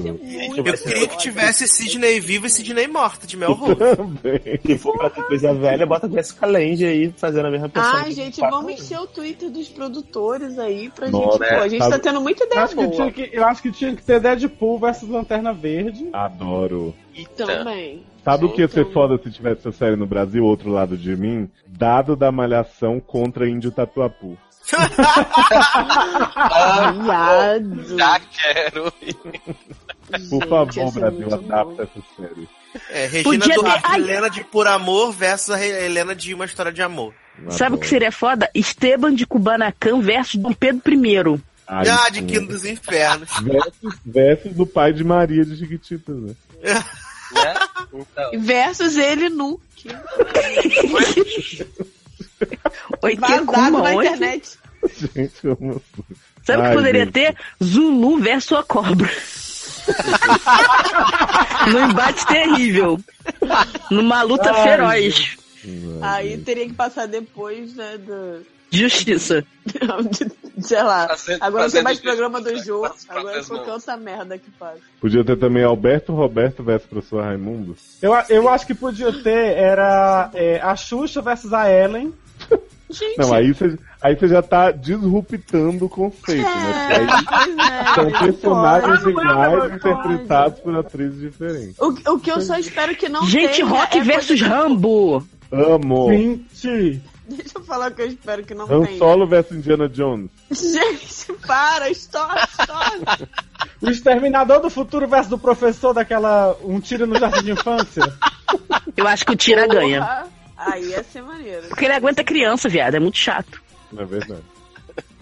[SPEAKER 7] Eu queria que tivesse Sidney vivo e Sidney morta de Mel
[SPEAKER 4] Se for pra ter coisa velha, bota a Jessica Lange aí fazendo a mesma pessoa.
[SPEAKER 8] Ai, gente, vamos encher o Twitter dos produtores aí pra
[SPEAKER 4] Nossa,
[SPEAKER 8] gente. Pô, a gente
[SPEAKER 4] sabe-
[SPEAKER 8] tá tendo muita ideia
[SPEAKER 2] acho que
[SPEAKER 8] boa.
[SPEAKER 2] tinha que, eu acho que tinha que ter Deadpool versus Lanterna Verde.
[SPEAKER 1] Adoro.
[SPEAKER 8] Também.
[SPEAKER 1] Sabe o que ia ser foda se tivesse essa série no Brasil, Outro Lado de Mim? Dado da Malhação contra Índio Tatuapu.
[SPEAKER 5] Ah, tá
[SPEAKER 8] Viado. assim,
[SPEAKER 5] Já quero.
[SPEAKER 1] Por favor, Brasil, adapta essa série.
[SPEAKER 7] É, Regina
[SPEAKER 3] Podia ter-
[SPEAKER 7] Duarte,
[SPEAKER 3] ai.
[SPEAKER 7] Helena de Por Amor versus a Re- Helena de Uma História de Amor.
[SPEAKER 1] Tá
[SPEAKER 3] Sabe o que seria foda? Esteban de Kubanacan versus Dom Pedro I.
[SPEAKER 1] Ai,
[SPEAKER 7] ah, de
[SPEAKER 1] sim.
[SPEAKER 7] Quino dos Infernos.
[SPEAKER 1] Versus, versus do pai de Maria de Chiquititas, né?
[SPEAKER 5] né? Então,
[SPEAKER 8] Versus ele nu.
[SPEAKER 3] Oi, que
[SPEAKER 8] Vazado
[SPEAKER 3] Kuma,
[SPEAKER 8] na
[SPEAKER 3] oi?
[SPEAKER 8] internet.
[SPEAKER 1] Gente, eu amo tudo.
[SPEAKER 3] Sabe o
[SPEAKER 1] Ai,
[SPEAKER 3] que poderia
[SPEAKER 1] gente.
[SPEAKER 3] ter? Zulu versus a cobra. Num embate terrível. Numa luta
[SPEAKER 8] Ai,
[SPEAKER 3] feroz.
[SPEAKER 8] Aí teria que passar depois, né? Do...
[SPEAKER 3] Justiça.
[SPEAKER 8] Sei lá. Agora não tem
[SPEAKER 5] fazendo
[SPEAKER 8] mais
[SPEAKER 5] isso, né?
[SPEAKER 8] programa do jogo.
[SPEAKER 3] é
[SPEAKER 8] Agora
[SPEAKER 5] próprias
[SPEAKER 8] foi
[SPEAKER 5] mãos.
[SPEAKER 8] tanta merda que faz.
[SPEAKER 1] Podia ter também Alberto Roberto versus Professor Raimundo.
[SPEAKER 2] Eu, eu acho que podia ter era é, a Xuxa versus a Ellen.
[SPEAKER 8] Gente,
[SPEAKER 1] Não, aí você aí você já tá disruptando o conceito, né? Porque
[SPEAKER 3] Ah,
[SPEAKER 1] aí
[SPEAKER 3] é.
[SPEAKER 1] são personagens iguais interpretados por atrizes diferentes.
[SPEAKER 8] O, o que eu só espero que não
[SPEAKER 3] Gente,
[SPEAKER 8] tenha
[SPEAKER 3] Rock
[SPEAKER 8] é
[SPEAKER 3] versus Rambo.
[SPEAKER 1] Amo!
[SPEAKER 2] Gente!
[SPEAKER 8] Deixa eu falar o que eu espero que não
[SPEAKER 1] Han
[SPEAKER 8] tenha.
[SPEAKER 1] Solo versus Indiana Jones.
[SPEAKER 8] Gente, para, estoura, estoura.
[SPEAKER 2] O Exterminador do Futuro versus do Professor daquela Um Tiro no Jardim de Infância.
[SPEAKER 3] Eu acho que o Tira ganha.
[SPEAKER 8] Porra. tá? Aí ia ser maneiro.
[SPEAKER 3] É. Porque ele aguenta criança, viado. É muito chato.
[SPEAKER 1] Não é verdade.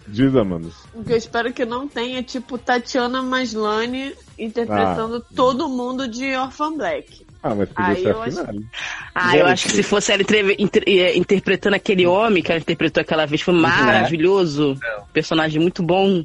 [SPEAKER 1] Diz, Amanda.
[SPEAKER 8] O que eu espero que não tenha é tipo Tatiana Maslany interpretando todo mundo de Orphan Black.
[SPEAKER 1] Ah, mas podia
[SPEAKER 3] Ah,
[SPEAKER 1] ser
[SPEAKER 3] eu
[SPEAKER 1] a final.
[SPEAKER 3] Ah, eu acho que se fosse ela entrev- inter- eh, interpretando aquele homem que ela interpretou aquela vez,
[SPEAKER 1] é?
[SPEAKER 3] foi maravilhoso. Personagem muito bom.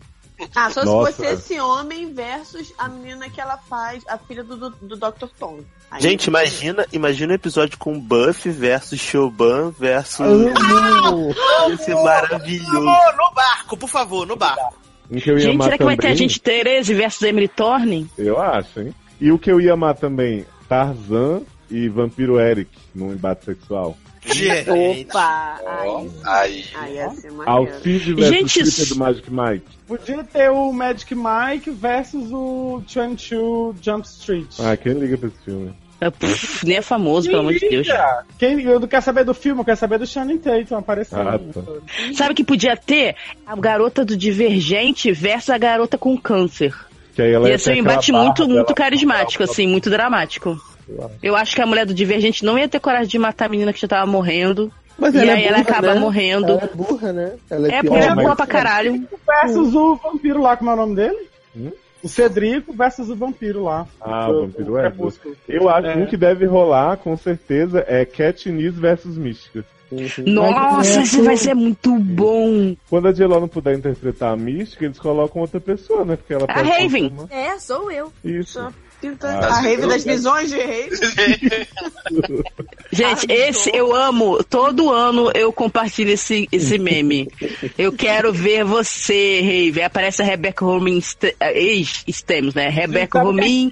[SPEAKER 6] Ah, só
[SPEAKER 3] Nossa.
[SPEAKER 6] se fosse esse homem versus a menina que ela faz, a filha do, do, do Dr. Tom. Aí-
[SPEAKER 4] Gente, imagina, imagina um episódio com Buffy versus Shoban versus.
[SPEAKER 7] Amo!
[SPEAKER 4] Ia ser maravilhoso.
[SPEAKER 7] Amor, no barco, por favor, no barco.
[SPEAKER 1] Em Um que eu ia
[SPEAKER 3] gente,
[SPEAKER 1] amar
[SPEAKER 3] será que vai ter a
[SPEAKER 1] também-
[SPEAKER 3] gente Therese versus Emily Thorne?
[SPEAKER 1] Eu acho, hein? E o que eu ia amar também, Tarzan e Vampiro Eric num embate sexual.
[SPEAKER 7] é
[SPEAKER 6] Opa! Aí,
[SPEAKER 1] É.
[SPEAKER 5] aí.
[SPEAKER 6] aí Ah, ia ser maneiro.
[SPEAKER 1] Alcide versus Peter do Magic Mike.
[SPEAKER 2] Podia ter o Magic Mike versus o 22 Jump Street.
[SPEAKER 1] Ah, quem liga pra esse filme?
[SPEAKER 3] nem é famoso, pelo amor de Deus.
[SPEAKER 2] Quem eu não quer saber do filme, eu quero saber do Shannon Tatum aparecendo.
[SPEAKER 1] Ah, tá.
[SPEAKER 3] Sabe que podia ter a garota do Divergente versus a garota com câncer.
[SPEAKER 1] Que aí ela
[SPEAKER 3] Ia
[SPEAKER 1] ia
[SPEAKER 3] ser um
[SPEAKER 1] ter aquela
[SPEAKER 3] embate
[SPEAKER 1] barra
[SPEAKER 3] muito,
[SPEAKER 1] dela
[SPEAKER 3] muito carismático, assim, muito dramático. Eu acho que a mulher do Divergente não ia ter coragem de matar a menina que já tava morrendo. e aí ela acaba morrendo.
[SPEAKER 14] é Ela é burra, né? Ela pior.
[SPEAKER 3] É, porque ela é boa pra caralho.
[SPEAKER 2] Versus o vampiro lá, como é o nome dele? O Cedrico versus o vampiro lá.
[SPEAKER 1] Hum? Ah,
[SPEAKER 2] o,
[SPEAKER 1] o Vampiro Eric.
[SPEAKER 2] Crepúsculo.
[SPEAKER 1] Eu acho que
[SPEAKER 2] É.
[SPEAKER 1] um que deve rolar, com certeza, é Katniss versus Mística.
[SPEAKER 3] Nossa, esse vai ser muito bom.
[SPEAKER 1] Quando a Jeló não puder interpretar a Mística, eles colocam outra pessoa, né? Porque ela
[SPEAKER 3] A
[SPEAKER 1] pode
[SPEAKER 3] Raven.
[SPEAKER 1] confirmar.
[SPEAKER 6] É, sou eu.
[SPEAKER 1] Isso. Ah,
[SPEAKER 6] a Então, tá. rave
[SPEAKER 1] eu-
[SPEAKER 6] das visões de rei.
[SPEAKER 3] Gente, esse eu amo. Todo ano eu compartilho esse, esse meme. Eu quero ver você, Rave. Aparece a Rebecca Romin, St- eh, ex-Stems, né? Rebecca Romin.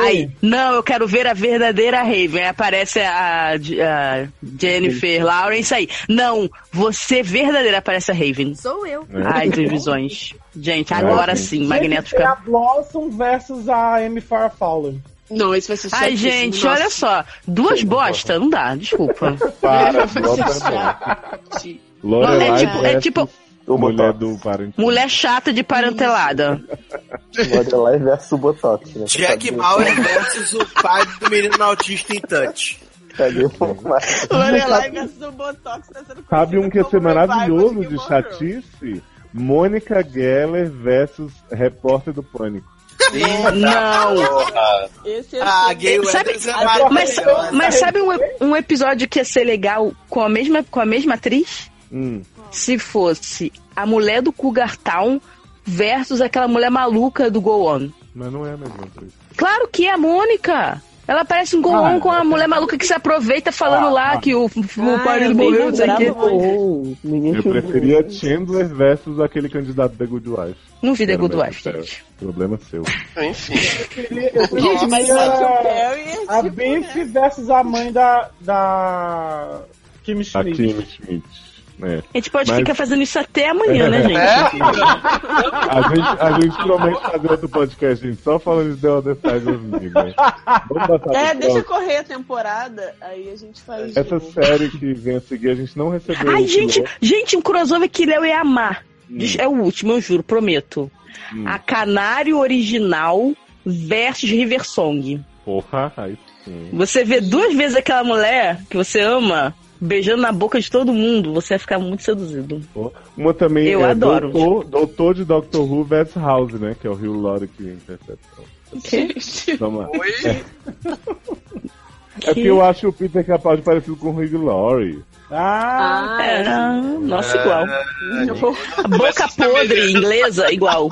[SPEAKER 3] Aí, não, eu quero ver a verdadeira Raven. Aí aparece a, a Jennifer Lawrence aí. Não, você verdadeira aparece a Raven.
[SPEAKER 6] Sou eu.
[SPEAKER 1] É.
[SPEAKER 3] Ai,
[SPEAKER 1] Né?
[SPEAKER 3] entre visões. Gente, agora sim, Magneto
[SPEAKER 2] Tem a
[SPEAKER 3] fica.
[SPEAKER 2] é Blossom versus a M. Farrah Fowler.
[SPEAKER 6] Não, isso vai ser
[SPEAKER 3] Ai, gente, olha só. Duas bosta, não dá, desculpa.
[SPEAKER 1] Para,
[SPEAKER 3] Não, é
[SPEAKER 1] Lorelai
[SPEAKER 3] tipo- é
[SPEAKER 1] versus
[SPEAKER 3] tipo-
[SPEAKER 1] mulher do Parent
[SPEAKER 3] Mulher chata de parentelada.
[SPEAKER 4] Lorelai versus Botox, né?
[SPEAKER 7] Jack Bauer versus o pai do menino autista em touch.
[SPEAKER 4] Cadê o
[SPEAKER 6] Lorelai versus o Botox tá sendo
[SPEAKER 1] Sabe um que ia
[SPEAKER 3] é
[SPEAKER 1] ser maravilhoso de chatice? Mônica Geller versus repórter do Pânico.
[SPEAKER 3] Não!
[SPEAKER 6] Esse
[SPEAKER 7] Ah, gay
[SPEAKER 3] Sabe,
[SPEAKER 7] Weathers é maravilhoso.
[SPEAKER 3] mas, mas sabe um, ep- um episódio que ia ser legal com a mesma, com a mesma atriz?
[SPEAKER 1] Hum.
[SPEAKER 3] Se fosse a mulher do Cougar Town versus aquela mulher maluca do Go On.
[SPEAKER 1] Mas não é a mesma coisa.
[SPEAKER 3] Claro que é a Mônica! Ela parece um Go
[SPEAKER 1] Ah,
[SPEAKER 3] On com a mulher maluca que se aproveita falando lá que o, o
[SPEAKER 14] Ah,
[SPEAKER 3] marido
[SPEAKER 14] eu nem
[SPEAKER 3] morreu, não sei o quê.
[SPEAKER 14] lembrava, Mônica.
[SPEAKER 1] Eu preferia Chandler versus aquele candidato da Good Wife.
[SPEAKER 3] Não vi The
[SPEAKER 1] Quero
[SPEAKER 3] Good
[SPEAKER 1] ver,
[SPEAKER 3] Wife,
[SPEAKER 1] sério. Problema seu.
[SPEAKER 5] Enfim.
[SPEAKER 2] Gente, mas é tipo,
[SPEAKER 6] Nossa.
[SPEAKER 2] a, a Biff versus a mãe da. da. Kim
[SPEAKER 1] A
[SPEAKER 2] Schmidt.
[SPEAKER 1] Kim Schmidt. né?
[SPEAKER 3] A gente pode
[SPEAKER 1] Mas
[SPEAKER 3] ficar fazendo isso até amanhã, né, gente?
[SPEAKER 1] A gente, a gente promete fazer outro podcast, gente, só falando de The Other Side of Me, né? Vamos passar
[SPEAKER 6] É,
[SPEAKER 1] pro
[SPEAKER 6] deixa
[SPEAKER 1] próximo.
[SPEAKER 6] correr a temporada, aí a gente faz.
[SPEAKER 1] Essa série que vem a seguir, a gente não recebeu.
[SPEAKER 3] Ai,
[SPEAKER 1] o
[SPEAKER 3] gente,
[SPEAKER 1] piloto.
[SPEAKER 3] gente, um crossover que Léo ia amar. Diz- É o último, eu juro, prometo.
[SPEAKER 1] Hum.
[SPEAKER 3] A Canário Original versus Riversong.
[SPEAKER 1] Porra, aí sim.
[SPEAKER 3] Você vê duas vezes aquela mulher que você ama beijando na boca de todo mundo, você vai ficar muito seduzido.
[SPEAKER 1] Uma também
[SPEAKER 3] Eu
[SPEAKER 1] é
[SPEAKER 3] adoro.
[SPEAKER 1] Doutor, doutor de Doctor Who versus House, né? Que é o Rio Lore que interpretou. Vamos lá. É porque eu acho o Peter Capaldi parecido com o Hugh Laurie.
[SPEAKER 2] Ah,
[SPEAKER 3] é, nossa, igual.
[SPEAKER 1] Ah,
[SPEAKER 3] A boca podre inglesa, igual.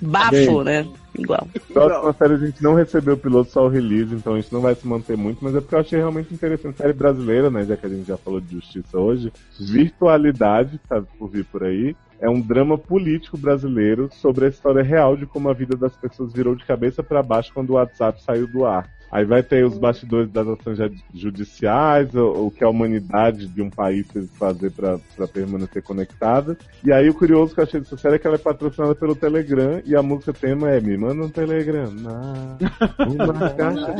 [SPEAKER 3] Bafo,
[SPEAKER 1] Bem.
[SPEAKER 3] né? Igual.
[SPEAKER 1] Próxima série a gente não recebeu o piloto, só o release, então a gente não vai se manter muito, mas é porque eu achei realmente interessante. Série brasileira, né? Já que a gente já falou de justiça hoje. Virtualidade, tá por vir por aí. É um drama político brasileiro sobre a história real de como a vida das pessoas virou de cabeça pra baixo quando o WhatsApp saiu do ar. Aí vai ter os bastidores das ações judi- judiciais, o, o que a humanidade de um país teve que fazer pra pra permanecer conectada. E aí o curioso que eu achei dessa série é que ela é patrocinada pelo Telegram e a música tema é Me Manda um Telegram. na- Uma caixa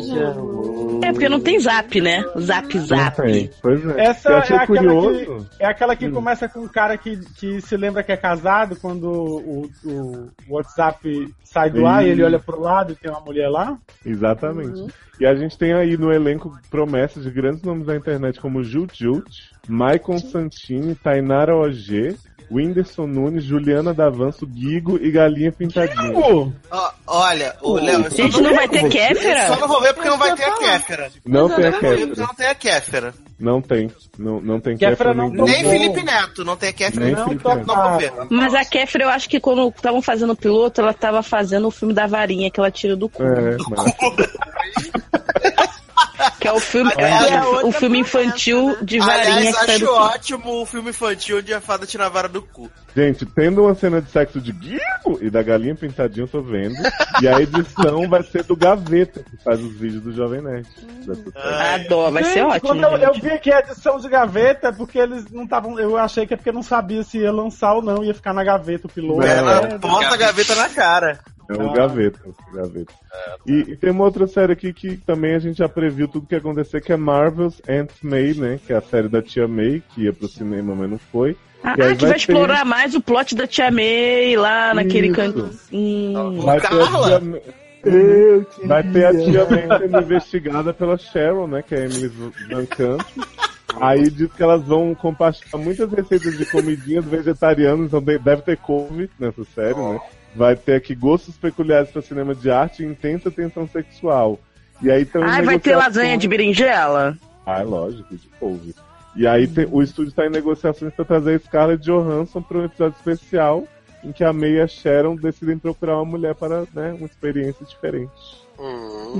[SPEAKER 1] de amor.
[SPEAKER 3] É porque não tem zap, né? Zap, zap.
[SPEAKER 1] Não tem. Pois é.
[SPEAKER 2] Essa
[SPEAKER 1] eu
[SPEAKER 2] é
[SPEAKER 1] achei
[SPEAKER 2] aquela
[SPEAKER 1] curioso.
[SPEAKER 2] que, é aquela
[SPEAKER 1] Hum.
[SPEAKER 2] que começa com um cara que, que se lembra que é casado quando o, o WhatsApp sai do ar
[SPEAKER 1] Ih.
[SPEAKER 2] e ele olha pro lado e tem uma mulher lá.
[SPEAKER 1] Exatamente.
[SPEAKER 7] Uhum.
[SPEAKER 1] E a gente tem aí no elenco promessas de grandes nomes da internet como Jut Jut, Maicon Santini, Tainara OG, Whindersson Nunes, Juliana Davanço, Guigo e Galinha Pintadinha.
[SPEAKER 7] Ó, olha, o
[SPEAKER 1] Ô,
[SPEAKER 7] Léo. eu só
[SPEAKER 1] gente, não vai ter Kéfera?
[SPEAKER 7] Só não vou ver porque não vai ter a Kéfera.
[SPEAKER 1] Não tem a Kéfera.
[SPEAKER 7] Porque Não tem a Kéfera.
[SPEAKER 1] Não tem. Não, não tem
[SPEAKER 7] Kéfera
[SPEAKER 1] Kéfera
[SPEAKER 7] não um
[SPEAKER 1] nenhuma.
[SPEAKER 7] Nem Felipe Neto, não tem a Kéfera,
[SPEAKER 1] Nem
[SPEAKER 7] não. então
[SPEAKER 1] Felipe
[SPEAKER 7] Não,
[SPEAKER 1] Neto.
[SPEAKER 7] vou ver.
[SPEAKER 3] Mas a Kéfera, eu acho que quando estavam fazendo o piloto, ela tava fazendo o filme da varinha que ela tira do cu.
[SPEAKER 1] É, mas-
[SPEAKER 3] Que é o filme,
[SPEAKER 7] Aliás,
[SPEAKER 3] é
[SPEAKER 7] é outra né?
[SPEAKER 3] o filme infantil de varinha
[SPEAKER 7] Aliás,
[SPEAKER 3] que sai
[SPEAKER 7] acho
[SPEAKER 3] do cu.
[SPEAKER 7] ótimo o filme infantil onde a fada tira a vara do cu.
[SPEAKER 1] Gente, tendo uma cena de sexo de Guigo e da Galinha Pintadinha, eu tô vendo. E a edição vai ser do Gaveta, que faz os vídeos do Jovem Nerd.
[SPEAKER 7] Hum.
[SPEAKER 3] Adoro, vai ser
[SPEAKER 2] Gente,
[SPEAKER 3] ótimo.
[SPEAKER 2] Quando eu, eu vi aqui a edição de gaveta, é porque eles não estavam. Eu achei que é porque não sabia se ia lançar ou não, ia ficar na gaveta o piloto.
[SPEAKER 1] Não,
[SPEAKER 2] É,
[SPEAKER 7] Bota a gaveta na cara.
[SPEAKER 1] É o Gaveta. o Gaveta. E, e tem uma outra série aqui que também a gente já previu tudo que ia acontecer, que é Marvel's Aunt May, né? Que é a série da tia May, que ia pro cinema, mas não foi.
[SPEAKER 3] Ah,
[SPEAKER 1] E aí
[SPEAKER 3] que vai
[SPEAKER 1] ter-
[SPEAKER 3] explorar mais o plot da Tia May lá naquele
[SPEAKER 1] Isso.
[SPEAKER 3] canto. Hum.
[SPEAKER 1] Vai ter a tia May. Vai ter a tia May sendo investigada pela Cheryl, né? Que é a Emily Van Camp. Aí diz que elas vão compartilhar muitas receitas de comidinhas vegetarianas, então de- deve ter couve nessa série, né? Vai ter aqui gostos peculiares para cinema de arte e intensa tensão sexual. E aí um também
[SPEAKER 3] Ai, vai ter
[SPEAKER 1] é
[SPEAKER 3] lasanha de berinjela?
[SPEAKER 1] Ah, lógico, de couve. E aí tem- o estúdio está em negociações para trazer a Scarlett Johansson para um episódio especial em que a May e a Sharon decidem procurar uma mulher para né, uma experiência diferente.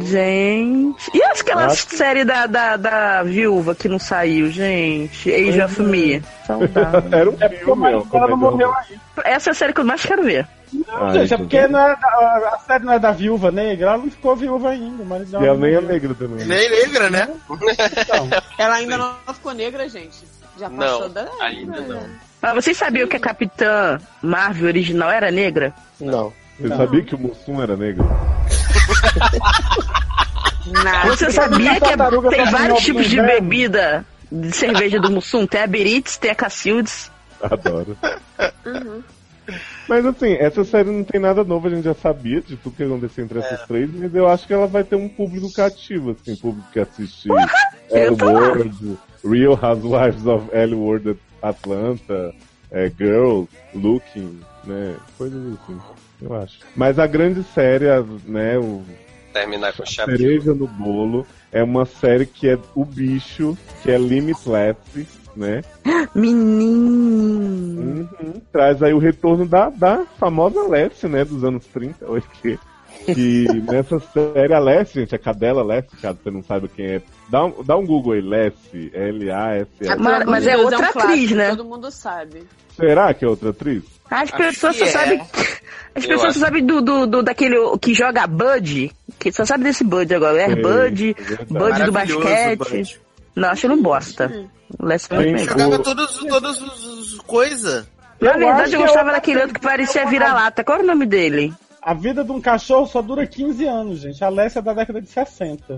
[SPEAKER 3] Gente. E aquela
[SPEAKER 1] Acho que-
[SPEAKER 3] série da, da, da viúva que não saiu, gente? Age of Me. Saudade.
[SPEAKER 1] Era
[SPEAKER 2] É
[SPEAKER 1] um filme,
[SPEAKER 2] mas
[SPEAKER 1] ó,
[SPEAKER 2] ela
[SPEAKER 1] comédia
[SPEAKER 2] não morreu
[SPEAKER 1] romântica.
[SPEAKER 3] Essa é a série que eu mais quero ver.
[SPEAKER 1] Ai,
[SPEAKER 2] gente, é
[SPEAKER 1] gente.
[SPEAKER 2] porque não é da- a, a série não é da viúva negra, ela não ficou viúva ainda, mas
[SPEAKER 1] E ela nem é negra também.
[SPEAKER 7] Nem negra, né?
[SPEAKER 6] Ela ainda não ficou negra, gente. Já passou da.
[SPEAKER 5] ainda não.
[SPEAKER 3] Mas vocês sabiam que a Capitã Marvel original era negra?
[SPEAKER 1] Não. Você sabia que o Mussum era negro?
[SPEAKER 3] Você sabia que é- tem vários tipos de bebida de cerveja do Mussum? Tem a Beritz, tem a Cacildes.
[SPEAKER 1] Adoro. Mas assim, essa série não tem nada novo, a gente já sabia de tudo que aconteceu entre essas três, mas eu acho que ela vai ter um público cativo, assim, público que assiste
[SPEAKER 3] Eu
[SPEAKER 1] L
[SPEAKER 3] tô lá.
[SPEAKER 1] World, Real Housewives of L World Atlanta, é, Girls, Looking, né? Coisas assim, eu acho. Mas a grande série, a- né, o
[SPEAKER 5] Terminar com chave de
[SPEAKER 1] cereja no bolo, é uma série que é o bicho, que é Limitless, né?
[SPEAKER 3] Menino.
[SPEAKER 1] Uhum. Traz aí o retorno da, da famosa Leste, né? Dos anos 30, hoje que. que nessa série, a Leste, gente, a cadela Leste, caso você não saiba quem é. Dá um, dá um Google aí, Leste, L-A-S-S.
[SPEAKER 3] Mas- mas é outra atriz, né?
[SPEAKER 6] Todo mundo sabe.
[SPEAKER 1] Será que é outra atriz?
[SPEAKER 3] As
[SPEAKER 6] Acho
[SPEAKER 3] pessoas
[SPEAKER 6] que
[SPEAKER 3] só
[SPEAKER 6] é.
[SPEAKER 3] sabem. As
[SPEAKER 1] Eu
[SPEAKER 3] pessoas
[SPEAKER 1] acho.
[SPEAKER 3] só sabem do, do, do- daquele que joga Bud, que só sabe desse Bud agora. É
[SPEAKER 1] Sei,
[SPEAKER 3] Bud,
[SPEAKER 1] é verdade.
[SPEAKER 3] Bud
[SPEAKER 1] Maravilhoso,
[SPEAKER 3] do basquete.
[SPEAKER 1] Bud.
[SPEAKER 3] Não, acho ele um bosta. Less
[SPEAKER 1] Sim,
[SPEAKER 7] Jogava todas todas as coisas.
[SPEAKER 3] Na verdade, eu
[SPEAKER 2] é
[SPEAKER 3] gostava daquele outro que parecia vira-lata. Qual era o nome dele?
[SPEAKER 2] A vida de um cachorro só dura 15 anos, gente. A Alessia é da década de 60.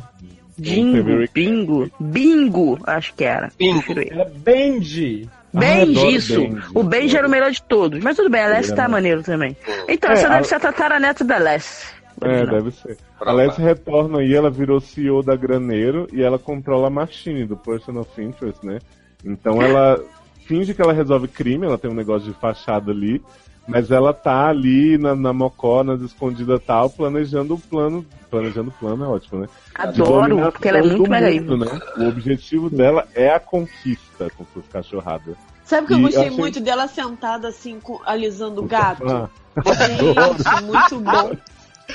[SPEAKER 3] Dingo, bingo, bingo, acho que era. Prefiro ele.
[SPEAKER 2] Era é Benji.
[SPEAKER 3] Benji, isso. O Benji era o melhor de todos. Mas tudo bem, a Less
[SPEAKER 1] Ele
[SPEAKER 3] tá
[SPEAKER 1] era-
[SPEAKER 3] maneiro também. Então,
[SPEAKER 1] É,
[SPEAKER 3] essa
[SPEAKER 1] a-
[SPEAKER 3] deve ser a tataraneta da Less.
[SPEAKER 1] É, deve ser. A Leslie retorna aí, ela virou CEO da Graneiro e ela controla a Machine, do Person of Interest, né? Então ela finge que ela resolve crime, ela tem um negócio de fachada ali, mas ela tá ali na, na mocó, nas escondidas e tal, planejando o plano. Planejando o plano é ótimo, né? De
[SPEAKER 3] Adoro,
[SPEAKER 1] dominação
[SPEAKER 3] porque ela é muito
[SPEAKER 1] do
[SPEAKER 3] mega
[SPEAKER 1] mundo, né? O objetivo dela é a conquista com suas cachorradas.
[SPEAKER 6] Sabe que eu
[SPEAKER 1] E
[SPEAKER 6] gostei
[SPEAKER 1] achei-
[SPEAKER 6] muito dela sentada assim, com- alisando o gato?
[SPEAKER 1] Ah,
[SPEAKER 6] Gente, muito bom.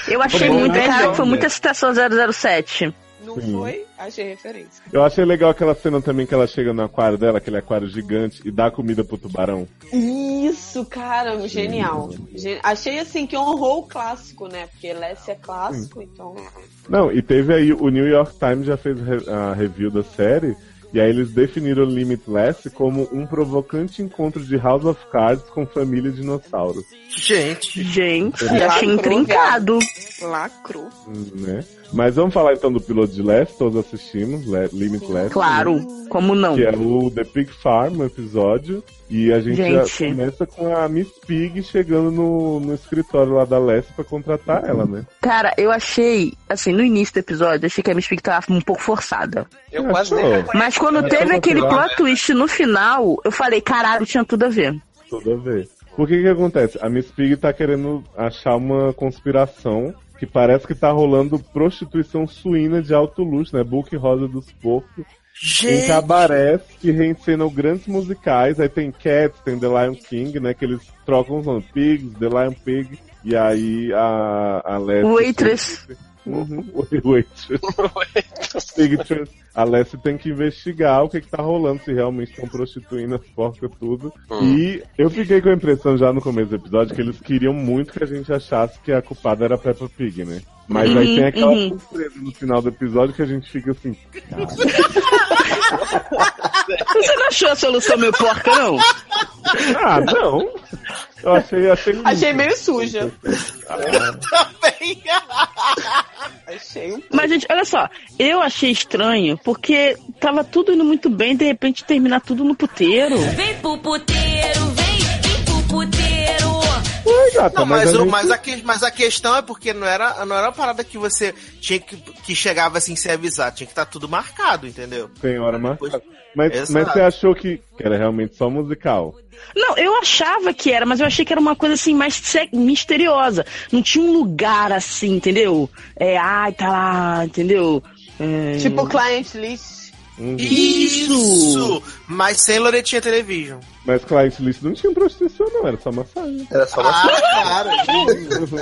[SPEAKER 3] Eu achei
[SPEAKER 1] Bom,
[SPEAKER 3] muito,
[SPEAKER 1] né?
[SPEAKER 3] cara, que foi
[SPEAKER 1] Bom, né?
[SPEAKER 3] muita citação 007.
[SPEAKER 6] Não
[SPEAKER 1] Sim.
[SPEAKER 6] foi? Achei referência.
[SPEAKER 1] Eu achei legal aquela cena também que ela chega no aquário dela, aquele aquário gigante, e dá comida pro tubarão.
[SPEAKER 6] Isso, cara, genial. Gen- Achei assim que honrou o clássico, né? Porque Lessie é clássico, então.
[SPEAKER 1] Não, e teve aí, o New York Times já fez re- a review da série, e aí eles definiram Limitless como um provocante encontro de House of Cards com família dinossauro.
[SPEAKER 7] Gente.
[SPEAKER 3] Gente,
[SPEAKER 1] Lacrou,
[SPEAKER 3] achei intrincado.
[SPEAKER 6] Lacro.
[SPEAKER 1] Né? Mas vamos falar então do piloto de Less, todos assistimos, Le Limitless. né?
[SPEAKER 3] Claro, como não?
[SPEAKER 1] Que é o The Pig Farm, o episódio. E a gente, já
[SPEAKER 3] Gente.
[SPEAKER 1] começa com a Miss Pig chegando no, no escritório lá da Less pra contratar ela, né?
[SPEAKER 3] Cara, eu achei, assim, no início do episódio, achei que a Miss Pig tava um pouco forçada.
[SPEAKER 5] Eu
[SPEAKER 1] quase nem
[SPEAKER 3] Mas quando
[SPEAKER 1] É,
[SPEAKER 3] teve
[SPEAKER 1] eu
[SPEAKER 3] aquele
[SPEAKER 1] gosto dela,
[SPEAKER 3] plot twist no final, eu falei, caralho, tinha tudo a ver.
[SPEAKER 1] Tudo a ver. O que que acontece? A Miss Pig tá querendo achar uma conspiração que parece que tá rolando prostituição suína de alto luxo, né? Book Rosa dos Porcos. Em cabarés que reencenam grandes musicais. Aí tem Cats, tem The Lion King, né? Que eles trocam os nomes. Pigs, The Lion Pig. E aí a, a Leslie...
[SPEAKER 3] Waitress.
[SPEAKER 1] Uhum. Wait- Waitress. Pig Trans- A Lessie tem que investigar o que, que tá rolando, se realmente estão prostituindo as porcas tudo.
[SPEAKER 5] Hum,
[SPEAKER 11] Hum.
[SPEAKER 1] E eu fiquei com a impressão já no começo do episódio que eles queriam muito que a gente achasse que a culpada era a Peppa Pig, né? Mas aí
[SPEAKER 11] Uhum,
[SPEAKER 1] tem aquela
[SPEAKER 11] uhum.
[SPEAKER 1] surpresa no final do episódio que a gente fica assim.
[SPEAKER 3] "Ah, Você não achou a solução meio porca, não?
[SPEAKER 1] Ah, não. Eu achei, achei
[SPEAKER 6] Achei meio suja.
[SPEAKER 7] Também.
[SPEAKER 6] Achei um
[SPEAKER 3] Mas, gente, olha só, eu achei estranho, porque tava tudo indo muito bem, de repente terminar tudo no puteiro.
[SPEAKER 9] Vem pro puteiro, vem, vem pro puteiro.
[SPEAKER 7] Não, mas,
[SPEAKER 1] Tá, mas a
[SPEAKER 7] o-
[SPEAKER 1] gente-
[SPEAKER 7] mas, a que- mas a questão é porque não era, não era uma parada que você tinha que, que chegava assim sem avisar, tinha que estar tudo marcado, entendeu?
[SPEAKER 1] Tem hora marcada. Mas,
[SPEAKER 7] Exato.
[SPEAKER 1] mas você achou que, que era realmente só musical?
[SPEAKER 3] Não, eu achava que era, mas eu achei que era uma coisa assim mais se- misteriosa. Não tinha um lugar assim, entendeu? É, ai, tá lá, entendeu? É...
[SPEAKER 6] Tipo client list.
[SPEAKER 1] Um
[SPEAKER 7] Isso! Mas sem Loretinha Television.
[SPEAKER 1] Mas Client List não tinha prostituição, não, era só massagem.
[SPEAKER 4] Era só
[SPEAKER 7] Ah,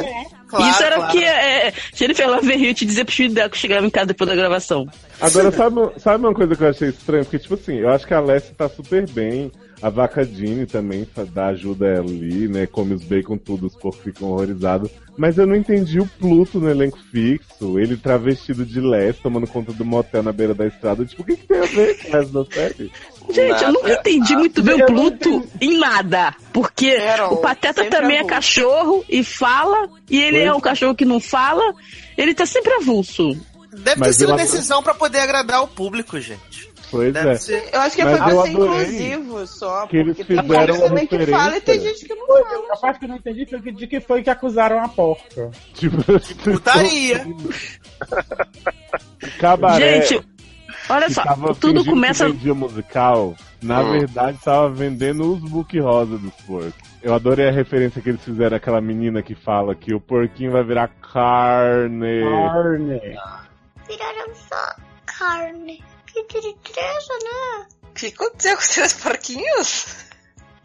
[SPEAKER 7] claro.
[SPEAKER 3] Isso era
[SPEAKER 7] claro.
[SPEAKER 3] o que é, Jennifer Love Hewitt dizia pro filho dela que chegava em casa depois da gravação.
[SPEAKER 1] Agora, sabe, sabe uma coisa que eu achei estranha? Porque, tipo assim, eu acho que a Alessia tá super bem, a Vaca Dini também fa- dá ajuda a ela ali, né? Come os bacon tudo, os porcos ficam horrorizados. Mas eu não entendi o Pluto no elenco fixo, ele travestido de Less, tomando conta do motel na beira da estrada. Tipo, o que, que tem a ver com o resto da série?
[SPEAKER 3] Gente, eu nunca entendi muito bem o Pluto em nada. Porque o Pateta
[SPEAKER 6] um sempre
[SPEAKER 3] também é
[SPEAKER 6] avulso.
[SPEAKER 3] cachorro e fala, e ele é um cachorro que não fala, ele tá sempre avulso.
[SPEAKER 7] Deve ter
[SPEAKER 1] Mas
[SPEAKER 7] sido
[SPEAKER 1] eu-
[SPEAKER 7] decisão pra poder agradar o público, gente.
[SPEAKER 1] Pois
[SPEAKER 7] Deve
[SPEAKER 1] é.
[SPEAKER 7] ser-
[SPEAKER 6] Eu acho que
[SPEAKER 1] Mas
[SPEAKER 6] foi
[SPEAKER 1] eu
[SPEAKER 6] pra ser
[SPEAKER 1] adorei
[SPEAKER 6] inclusivo só.
[SPEAKER 1] que eles
[SPEAKER 6] porque tem
[SPEAKER 1] fizeram
[SPEAKER 6] gente também que
[SPEAKER 1] referência.
[SPEAKER 6] fala e tem gente que não fala.
[SPEAKER 2] A parte que eu não entendi foi que- de que foi que acusaram a porca.
[SPEAKER 1] Tipo,
[SPEAKER 7] tá Putaria.
[SPEAKER 1] cabaré.
[SPEAKER 3] Gente, olha
[SPEAKER 1] que
[SPEAKER 3] É só,
[SPEAKER 1] tava
[SPEAKER 3] tudo
[SPEAKER 1] fingindo que
[SPEAKER 3] começa.
[SPEAKER 1] vendia musical, na
[SPEAKER 5] Hum.
[SPEAKER 1] verdade tava vendendo os book rosa dos porcos. Eu adorei a referência que eles fizeram àquela menina que fala que o porquinho vai virar carne.
[SPEAKER 3] Ah.
[SPEAKER 2] Carne.
[SPEAKER 10] Viraram só carne. Que tristeza, né?
[SPEAKER 6] O que aconteceu com os seus porquinhos?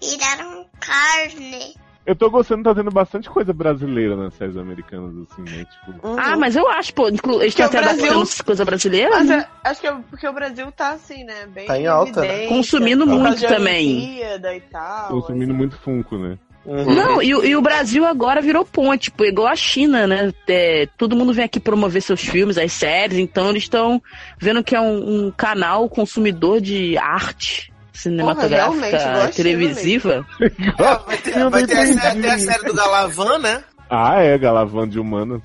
[SPEAKER 10] Viraram carne.
[SPEAKER 1] Eu tô gostando, tá tendo bastante coisa brasileira nas séries americanas, assim, né? Tipo,
[SPEAKER 6] Hum.
[SPEAKER 3] Ah, mas eu acho, pô, inclu... eles estão
[SPEAKER 6] Porque
[SPEAKER 3] até
[SPEAKER 6] É o Brasil-
[SPEAKER 3] adaptando coisa brasileira,
[SPEAKER 6] Mas
[SPEAKER 3] né?
[SPEAKER 6] é- acho que é porque o Brasil tá assim, né? Bem
[SPEAKER 4] Uhum. Tá em alta, né?
[SPEAKER 6] evidente,
[SPEAKER 3] Consumindo
[SPEAKER 6] por causa
[SPEAKER 3] muito
[SPEAKER 6] de
[SPEAKER 3] também.
[SPEAKER 6] Olimpíada E
[SPEAKER 3] Ah,
[SPEAKER 6] tal, assim.
[SPEAKER 1] consumindo muito funko, né?
[SPEAKER 6] Uhum.
[SPEAKER 3] Não, e, o- e o Brasil agora virou ponte, tipo, igual a China, né? É, todo mundo vem aqui promover seus filmes, as séries, então eles estão vendo que é um, um canal consumidor de arte
[SPEAKER 6] realmente, igual a
[SPEAKER 3] cinematográfica,
[SPEAKER 6] China
[SPEAKER 3] televisiva.
[SPEAKER 7] É, vai ter,
[SPEAKER 1] Eu
[SPEAKER 7] vai
[SPEAKER 1] não
[SPEAKER 7] ter a,
[SPEAKER 1] entendi.
[SPEAKER 7] série, a série do Galavan, né?
[SPEAKER 1] Ah, é, Galavan de Humana.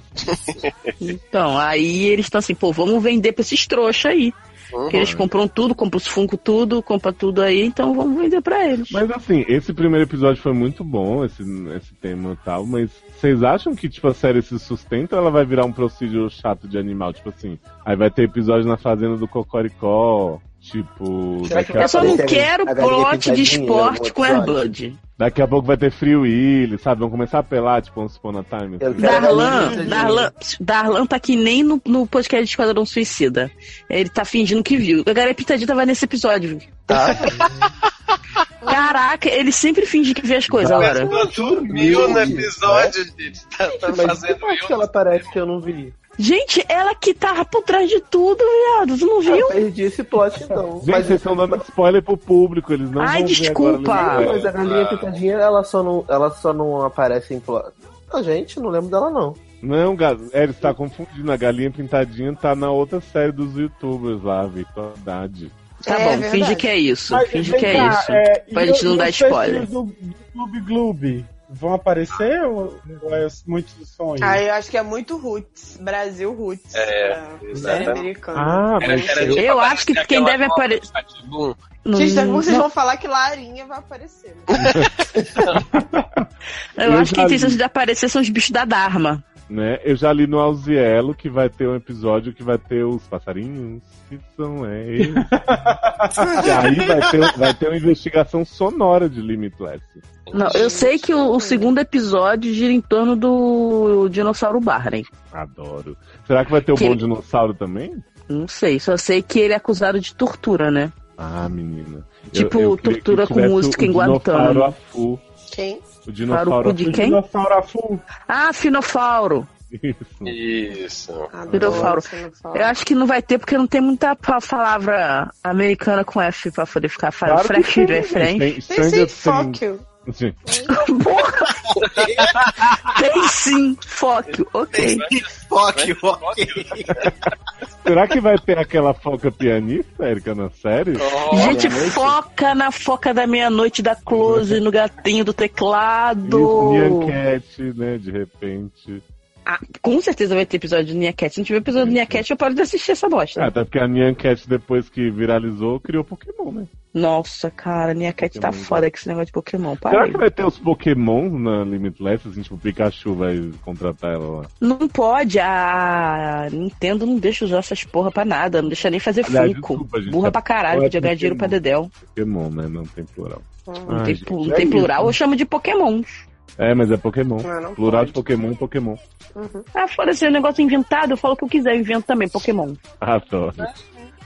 [SPEAKER 3] Então, aí eles estão assim, pô, vamos vender pra esses trouxas aí.
[SPEAKER 5] Uhum.
[SPEAKER 3] Que eles compram tudo, compram os Funko tudo, compra tudo aí, então vamos vender pra eles.
[SPEAKER 1] Mas assim, esse primeiro episódio foi muito bom, esse, esse tema e tal, mas vocês acham que, tipo, a série se sustenta ou ela vai virar um procedimento chato de animal? Tipo assim, aí vai ter episódio na Fazenda do Cocoricó, tipo...
[SPEAKER 4] Será que
[SPEAKER 1] Daqui a,
[SPEAKER 3] Eu só não
[SPEAKER 1] pouco,
[SPEAKER 4] Aparece a
[SPEAKER 3] quero
[SPEAKER 4] galinha- a galinha
[SPEAKER 3] plot de
[SPEAKER 4] pintadinha em algum
[SPEAKER 3] esporte com
[SPEAKER 4] episódio.
[SPEAKER 3] Airbud.
[SPEAKER 1] daqui a pouco vai ter Free Willy, sabe? Vão começar a pelar, tipo, Once Upon a Time.
[SPEAKER 4] Eu
[SPEAKER 1] assim.
[SPEAKER 4] quero-
[SPEAKER 2] é
[SPEAKER 3] Darlan,
[SPEAKER 4] Galinha.
[SPEAKER 3] Darlan, Darlan tá que nem no, no podcast de Esquadrão Suicida. Ele tá fingindo que viu. A Galinha Pitadita vai nesse episódio.
[SPEAKER 4] Tá?
[SPEAKER 3] Caraca, ele sempre finge que vê as coisas agora.
[SPEAKER 5] Ela dormiu
[SPEAKER 1] né?
[SPEAKER 5] no episódio, gente. Tá, tá
[SPEAKER 4] Mas que
[SPEAKER 5] fazendo
[SPEAKER 4] parte que ela aparece que eu não vi?
[SPEAKER 3] Gente, ela que tava por trás de tudo, viado. Tu não
[SPEAKER 4] Eu
[SPEAKER 3] viu?
[SPEAKER 4] perdi esse plot então.
[SPEAKER 1] Gente, vocês estão dando
[SPEAKER 4] mas,
[SPEAKER 1] spoiler pro público, eles não
[SPEAKER 3] Ai,
[SPEAKER 1] vão
[SPEAKER 3] desculpa.
[SPEAKER 1] ver agora. no
[SPEAKER 4] mas
[SPEAKER 1] universo.
[SPEAKER 4] a galinha pintadinha, ela só não, ela só não aparece em plot. Ah, gente, não lembro dela não.
[SPEAKER 1] Não, Gal- é, ele está confundindo, a Galinha Pintadinha tá na outra série dos youtubers lá, Victor Haddad.
[SPEAKER 3] Tá
[SPEAKER 6] É,
[SPEAKER 3] bom,
[SPEAKER 6] verdade.
[SPEAKER 3] finge que é isso.
[SPEAKER 2] Mas,
[SPEAKER 3] finge
[SPEAKER 2] vem
[SPEAKER 1] um
[SPEAKER 3] que é
[SPEAKER 2] cá,
[SPEAKER 3] isso.
[SPEAKER 2] é,
[SPEAKER 3] pra
[SPEAKER 2] e
[SPEAKER 3] gente
[SPEAKER 2] o-
[SPEAKER 3] não
[SPEAKER 2] e
[SPEAKER 3] dar
[SPEAKER 2] os perfis
[SPEAKER 3] spoiler.
[SPEAKER 2] Do, do Gloob Gloob vão aparecer ou, ou é muito sonho?
[SPEAKER 6] Ah, eu acho que é muito roots. Brasil roots. né,
[SPEAKER 5] É,
[SPEAKER 6] pra série
[SPEAKER 5] exatamente.
[SPEAKER 6] americana.
[SPEAKER 1] Ah, mas
[SPEAKER 5] Era- era de-
[SPEAKER 3] Eu acho que quem deve aparecer.
[SPEAKER 5] Bum.
[SPEAKER 6] Gente, daqui a pouco vocês vão falar que Larinha vai aparecer. né?
[SPEAKER 3] Eu
[SPEAKER 1] Eu
[SPEAKER 3] acho
[SPEAKER 1] já
[SPEAKER 3] que quem
[SPEAKER 1] vi.
[SPEAKER 3] tem chance de aparecer são os bichos da Dharma.
[SPEAKER 1] né? Eu já li no Alzielo que vai ter um episódio que vai ter os passarinhos que são eles. e aí vai ter, um, vai ter uma investigação sonora de Limitless.
[SPEAKER 3] Não, eu sei que o, o segundo episódio gira em torno do dinossauro Barney.
[SPEAKER 1] Adoro. Será que vai ter o
[SPEAKER 3] Que-
[SPEAKER 1] Bom Dinossauro também?
[SPEAKER 3] Não sei, só sei que ele é acusado de tortura, né?
[SPEAKER 1] Ah, menina.
[SPEAKER 3] Tipo,
[SPEAKER 1] queria que
[SPEAKER 3] tortura com
[SPEAKER 1] tivesse
[SPEAKER 3] música
[SPEAKER 1] o
[SPEAKER 3] em Guantánamo.
[SPEAKER 1] dinossauro Afu.
[SPEAKER 6] Quem?
[SPEAKER 1] O dinossauro
[SPEAKER 3] Faruco de
[SPEAKER 1] Afu.
[SPEAKER 3] quem?
[SPEAKER 2] Dinossauro Afu.
[SPEAKER 3] Ah, Finofauro.
[SPEAKER 5] Isso.
[SPEAKER 6] Ah,
[SPEAKER 3] Finofauro. Eu
[SPEAKER 1] Ah.
[SPEAKER 3] acho que não vai ter porque não tem muita pa- palavra americana com F pra poder ficar falando.
[SPEAKER 1] Claro que
[SPEAKER 3] Fresh,
[SPEAKER 1] tem,
[SPEAKER 3] fresh.
[SPEAKER 1] tem Stranger Tem sim, Things. fuck Sim.
[SPEAKER 3] Tem sim,
[SPEAKER 1] né?
[SPEAKER 3] foco, ok.
[SPEAKER 7] Foque, foque.
[SPEAKER 1] Será que vai ter aquela foca pianista, Erika, na série?
[SPEAKER 3] Gente, foca na foca da meia-noite da Close, no gatinho do teclado.
[SPEAKER 1] Nyanquete, né? De repente.
[SPEAKER 3] Ah, com certeza vai ter episódio do Nia Cat. Se não tiver episódio do Nia Cat, eu paro de assistir essa bosta.
[SPEAKER 1] Uhum. Ah, até porque a Nyanquete, depois que viralizou, criou Pokémon, né?
[SPEAKER 3] Nossa, cara, Nia Cat tá
[SPEAKER 1] Pokémon.
[SPEAKER 3] foda com esse negócio de Pokémon.
[SPEAKER 1] Será
[SPEAKER 3] Parei.
[SPEAKER 1] que vai ter os Pokémon na Limitless? Assim, tipo, o Pikachu vai contratar ela lá.
[SPEAKER 3] Não pode, a Nintendo não deixa usar essas porra pra nada, não deixa nem fazer
[SPEAKER 1] Aliás,
[SPEAKER 3] funko.
[SPEAKER 1] desculpa, gente,
[SPEAKER 3] Burra
[SPEAKER 1] tá-
[SPEAKER 3] pra caralho,
[SPEAKER 1] Olha,
[SPEAKER 3] podia ganhar dinheiro pra
[SPEAKER 1] Pokémon.
[SPEAKER 3] dedéu.
[SPEAKER 1] Pokémon, né? Não tem plural.
[SPEAKER 3] Não
[SPEAKER 1] Ai,
[SPEAKER 3] Hum, tem,
[SPEAKER 1] gente,
[SPEAKER 3] plu- não
[SPEAKER 1] é
[SPEAKER 3] tem
[SPEAKER 1] isso,
[SPEAKER 3] plural,
[SPEAKER 1] né?
[SPEAKER 3] eu chamo de Pokémon.
[SPEAKER 1] É, mas é Pokémon.
[SPEAKER 3] Ah, não
[SPEAKER 1] plural de Pokémon é Pokémon.
[SPEAKER 3] Ah, foda-se, é um negócio inventado, eu falo o que eu quiser, eu invento também Pokémon.
[SPEAKER 1] Adoro.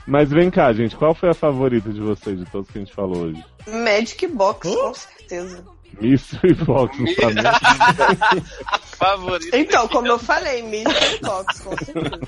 [SPEAKER 1] Mas vem cá, gente, qual foi a favorita de vocês, de todos que a gente falou hoje?
[SPEAKER 6] Magic Box, com certeza.
[SPEAKER 1] Mystery Box, não sabia.
[SPEAKER 5] Favorito.
[SPEAKER 6] Então, como eu falei, Magic Box, com certeza.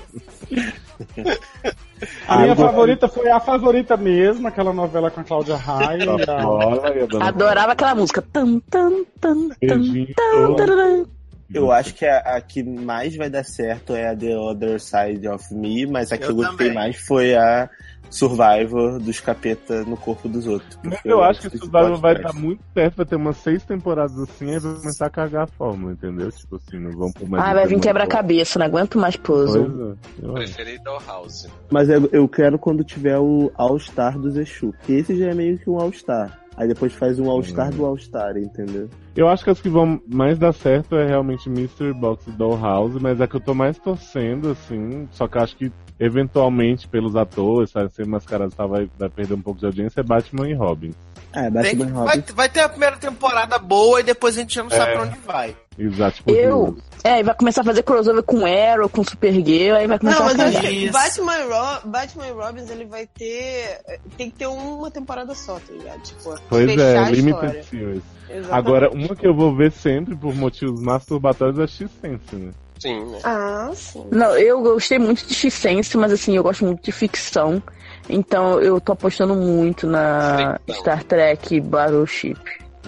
[SPEAKER 2] A minha favorita foi a favorita mesmo, aquela novela com a Cláudia Raia.
[SPEAKER 1] tá
[SPEAKER 2] e a-
[SPEAKER 3] Adorava aquela música. Tan, tan, tan,
[SPEAKER 1] Beijinho.
[SPEAKER 3] tan, tararã.
[SPEAKER 4] Eu acho que a, a que mais vai dar certo é a The Other Side of Me, mas a que eu, gostei mais foi a Survivor dos capeta no corpo dos outros.
[SPEAKER 1] Mas eu acho que o Survivor vai dar muito certo, vai ter umas seis temporadas assim, aí vai começar a cagar a forma, entendeu? Tipo assim, não vamos por mais.
[SPEAKER 3] Ah, vai vir quebra-cabeça, não aguento mais puzzle.
[SPEAKER 5] Preferi Dollhouse.
[SPEAKER 4] Mas eu, eu quero quando tiver o All-Star dos Exu. que Esse já é meio que um All-Star. Aí depois faz um All-Star do All-Star, entendeu?
[SPEAKER 1] Eu acho que as que vão mais dar certo é realmente Mystery Box e Dollhouse, mas a que eu tô mais torcendo, assim, só que eu acho que eventualmente pelos atores, sabe, sem mascarados tá, vai, vai perder um pouco de audiência, é Batman e Robin.
[SPEAKER 4] É,
[SPEAKER 7] Tem que- vai, vai ter a primeira temporada boa e depois a gente já não sabe
[SPEAKER 1] É.
[SPEAKER 7] pra onde vai.
[SPEAKER 1] Exato. tipo,
[SPEAKER 3] Eu. É, e vai começar a fazer crossover com Arrow, com Supergirl, aí vai começar
[SPEAKER 6] Não,
[SPEAKER 3] a
[SPEAKER 6] mas eu acho
[SPEAKER 3] fazer.
[SPEAKER 6] que Batman, e Ro- Batman e Robbins, ele vai ter. Tem que ter uma temporada só, tá ligado? Tipo,
[SPEAKER 1] Pois
[SPEAKER 6] fechar
[SPEAKER 1] é,
[SPEAKER 6] a
[SPEAKER 1] Limited
[SPEAKER 6] história.
[SPEAKER 1] Series.
[SPEAKER 6] Exatamente.
[SPEAKER 1] Agora, uma que eu vou ver sempre por motivos masturbatórios é a X-Sense, né?
[SPEAKER 5] Sim, né?
[SPEAKER 6] Ah, sim.
[SPEAKER 3] Não, eu gostei muito de Sense, mas assim, eu gosto muito de ficção. Então eu tô apostando muito na Star Trek Battleship.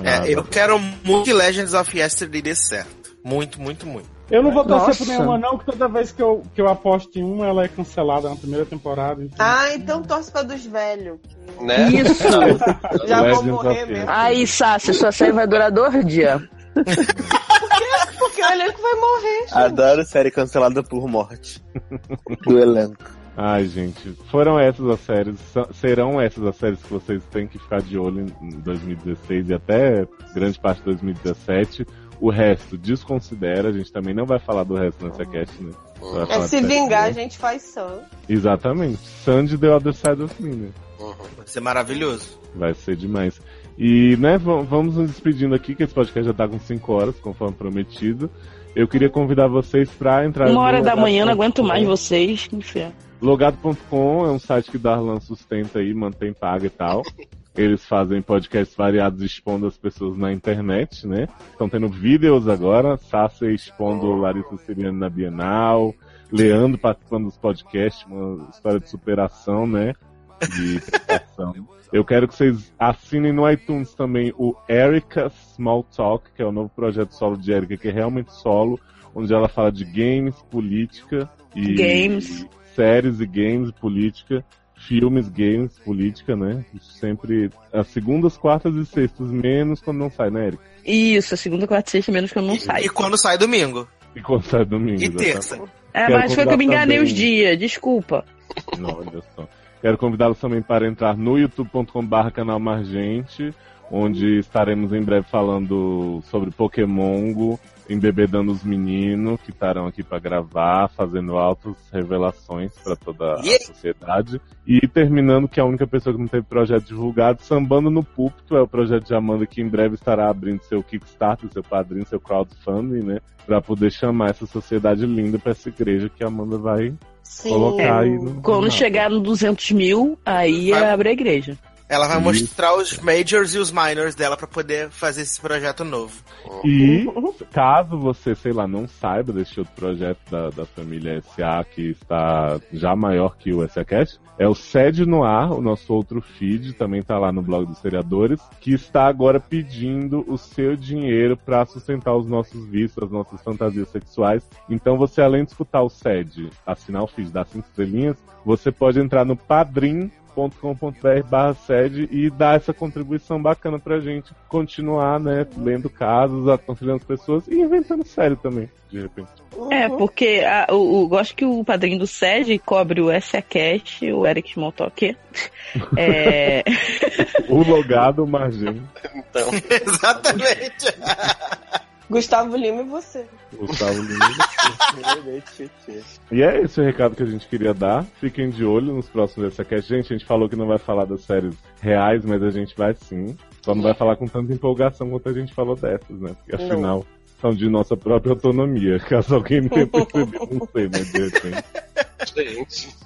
[SPEAKER 1] Ah,
[SPEAKER 7] É, eu quero muito que Legends of Yesterday dê certo. Muito, muito, muito.
[SPEAKER 2] Eu não vou torcer
[SPEAKER 7] Nossa.
[SPEAKER 2] por nenhuma, não, que toda vez que eu, que eu aposto em uma, ela é cancelada na primeira temporada. Então...
[SPEAKER 6] Ah, então torce pra dos velhos.
[SPEAKER 5] Né?
[SPEAKER 3] Isso!
[SPEAKER 6] Já vou
[SPEAKER 2] Legends
[SPEAKER 6] morrer
[SPEAKER 2] of
[SPEAKER 6] mesmo. Ah,
[SPEAKER 3] Aí, Sassi, sua série vai durar dois dias.
[SPEAKER 6] Porque o elenco vai morrer.
[SPEAKER 4] Adoro série cancelada por morte. do elenco.
[SPEAKER 1] Ai, gente, foram essas as séries, sa- serão essas as séries que vocês têm que ficar de olho em 2016 e até grande parte de 2017. O resto desconsidera, a gente também não vai falar do resto nessa cast, né? Só vai
[SPEAKER 6] É
[SPEAKER 1] falar
[SPEAKER 6] se
[SPEAKER 1] de série.
[SPEAKER 6] vingar, a gente faz só.
[SPEAKER 1] Exatamente. Sandy The Other Side of Me, né?
[SPEAKER 7] Vai ser maravilhoso.
[SPEAKER 1] Vai ser demais. E, né, va- vamos nos despedindo aqui, que esse podcast já tá com 5 horas, conforme prometido. Eu queria convidar vocês pra entrar
[SPEAKER 3] Uma hora
[SPEAKER 1] no
[SPEAKER 3] da manhã, não
[SPEAKER 1] logado.com.
[SPEAKER 3] aguento mais vocês. Enfim.
[SPEAKER 1] Logado.com é um site que Darlan sustenta aí, mantém paga e tal. Eles fazem podcasts variados expondo as pessoas na internet, né? Estão tendo vídeos agora, Sassi expondo Larissa Siriano na Bienal, Leandro participando dos podcasts, uma história de superação, né? De prestação. Eu quero que vocês assinem no iTunes também o Erica Small Talk, que é o novo projeto solo de Erika, que é realmente solo, onde ela fala de games, política e
[SPEAKER 3] Games.
[SPEAKER 1] séries e games, política, filmes, games, política, né? Sempre as segundas, quartas e sextas, menos quando não sai, né, Erika?
[SPEAKER 3] Isso, a segunda, quarta e sexta, menos que eu
[SPEAKER 4] Tá
[SPEAKER 3] não saio.
[SPEAKER 7] E quando sai domingo.
[SPEAKER 1] E quando sai domingo.
[SPEAKER 7] E
[SPEAKER 1] já tá?
[SPEAKER 7] terça.
[SPEAKER 3] É,
[SPEAKER 1] Quero
[SPEAKER 3] mas foi que eu me
[SPEAKER 1] convidar
[SPEAKER 3] enganei
[SPEAKER 1] também-
[SPEAKER 3] os dias, desculpa.
[SPEAKER 1] Não, olha só. Quero convidá-los também para entrar no youtube.com.br canal Margente, onde estaremos em breve falando sobre Pokémon Go, embebedando os meninos que estarão aqui para gravar, fazendo altas revelações para toda a sociedade. E terminando que é a única pessoa que não teve projeto divulgado, Sambando no Púlpito, é o projeto de Amanda que em breve estará abrindo seu Kickstarter, seu padrinho, seu crowdfunding, né? Para poder chamar essa sociedade linda para essa igreja que a Amanda vai
[SPEAKER 3] Sim.
[SPEAKER 1] colocar aí. no-
[SPEAKER 3] Quando chegar no 200 mil, aí abre a igreja.
[SPEAKER 7] Ela vai
[SPEAKER 1] Isso.
[SPEAKER 7] mostrar os majors e os minors dela pra poder fazer esse projeto novo.
[SPEAKER 1] E caso você, sei lá, não saiba deste outro projeto da, da família SA que está já maior que o SA Cast, é o Sede no Ar, o nosso outro feed, também tá lá no blog dos seriadores, que está agora pedindo o seu dinheiro para sustentar os nossos vícios, as nossas fantasias sexuais. Então você, além de escutar o Sede, assinar o feed das cinco estrelinhas, você pode entrar no Padrim .com.br barra sede e dar essa contribuição bacana pra gente continuar, né, lendo casos, aconselhando as pessoas e inventando série também, de repente.
[SPEAKER 3] É, porque a, o, o- eu acho que o padrinho do SED cobre o SA Cash, o Eric Montoque. É,
[SPEAKER 1] O logado, o margem,
[SPEAKER 5] Então.
[SPEAKER 7] Exatamente.
[SPEAKER 6] Gustavo Lima e você.
[SPEAKER 1] Gustavo Lima. E é esse o recado que a gente queria dar. Fiquem de olho nos próximos SACast. Gente, a gente falou que não vai falar das séries reais, mas a gente vai sim. Só não vai falar com tanta empolgação quanto a gente falou dessas, né? Porque
[SPEAKER 11] Não.
[SPEAKER 1] afinal são de nossa própria autonomia. Caso alguém tenha percebido, não sei, mas de repente.
[SPEAKER 5] Gente.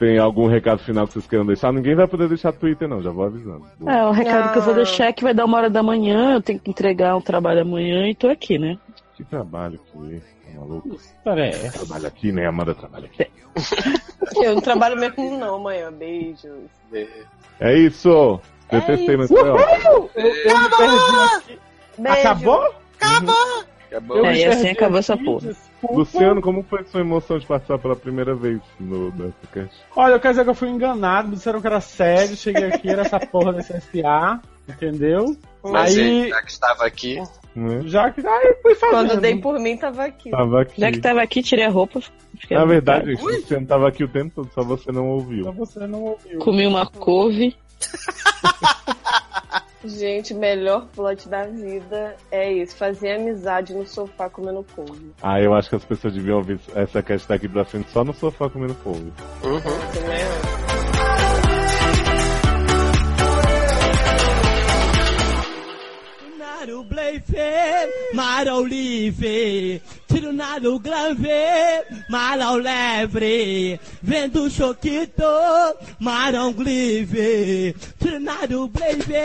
[SPEAKER 1] Tem algum recado final que vocês queiram deixar? Ninguém vai poder deixar Twitter, não, já vou avisando.
[SPEAKER 3] é, o recado que eu vou
[SPEAKER 6] Ah.
[SPEAKER 3] deixar é que vai dar uma hora da manhã, eu tenho que entregar um trabalho amanhã e tô aqui, né?
[SPEAKER 1] Que trabalho que é esse, tá maluco?
[SPEAKER 2] Parece.
[SPEAKER 1] Trabalha aqui, né? Amanda trabalha aqui.
[SPEAKER 6] Eu não trabalho mesmo não amanhã. Beijos.
[SPEAKER 1] É isso! Detestei, mas foi ótimo.
[SPEAKER 6] Uhul! Eu, eu me perdi aqui. Beijo.
[SPEAKER 2] Acabou? Uhum.
[SPEAKER 7] Acabou!
[SPEAKER 5] Acabou.
[SPEAKER 3] É, e assim acabou essa porra.
[SPEAKER 1] Luciano, como foi sua emoção de participar pela primeira vez no podcast?
[SPEAKER 2] Olha, eu quero dizer que eu fui enganado, me disseram que era sério, cheguei aqui, era essa porra desse SA, entendeu?
[SPEAKER 5] Mas
[SPEAKER 2] aí,
[SPEAKER 5] já que estava aqui,
[SPEAKER 1] é.
[SPEAKER 2] já que. Aí fui fazendo.
[SPEAKER 6] Quando dei por mim, tava aqui.
[SPEAKER 1] Né? Tava aqui.
[SPEAKER 3] Já é que tá tava aqui, tirei a roupa. fiquei
[SPEAKER 1] Na
[SPEAKER 3] à
[SPEAKER 1] verdade,
[SPEAKER 3] vontade.
[SPEAKER 1] gente, Luciano tava aqui o tempo todo, só você não ouviu.
[SPEAKER 2] Você não ouviu.
[SPEAKER 3] tá? Comi uma couve.
[SPEAKER 6] Gente, melhor plot da vida é isso. Fazer amizade no sofá comendo couve.
[SPEAKER 1] Ah, eu acho que as pessoas deviam ouvir essa cast daqui pra frente só no sofá comendo polvo.
[SPEAKER 15] Naru blave, maro livre, tiro naru grave, maro leve, vendo choquito, marão glive, tiro naru blave,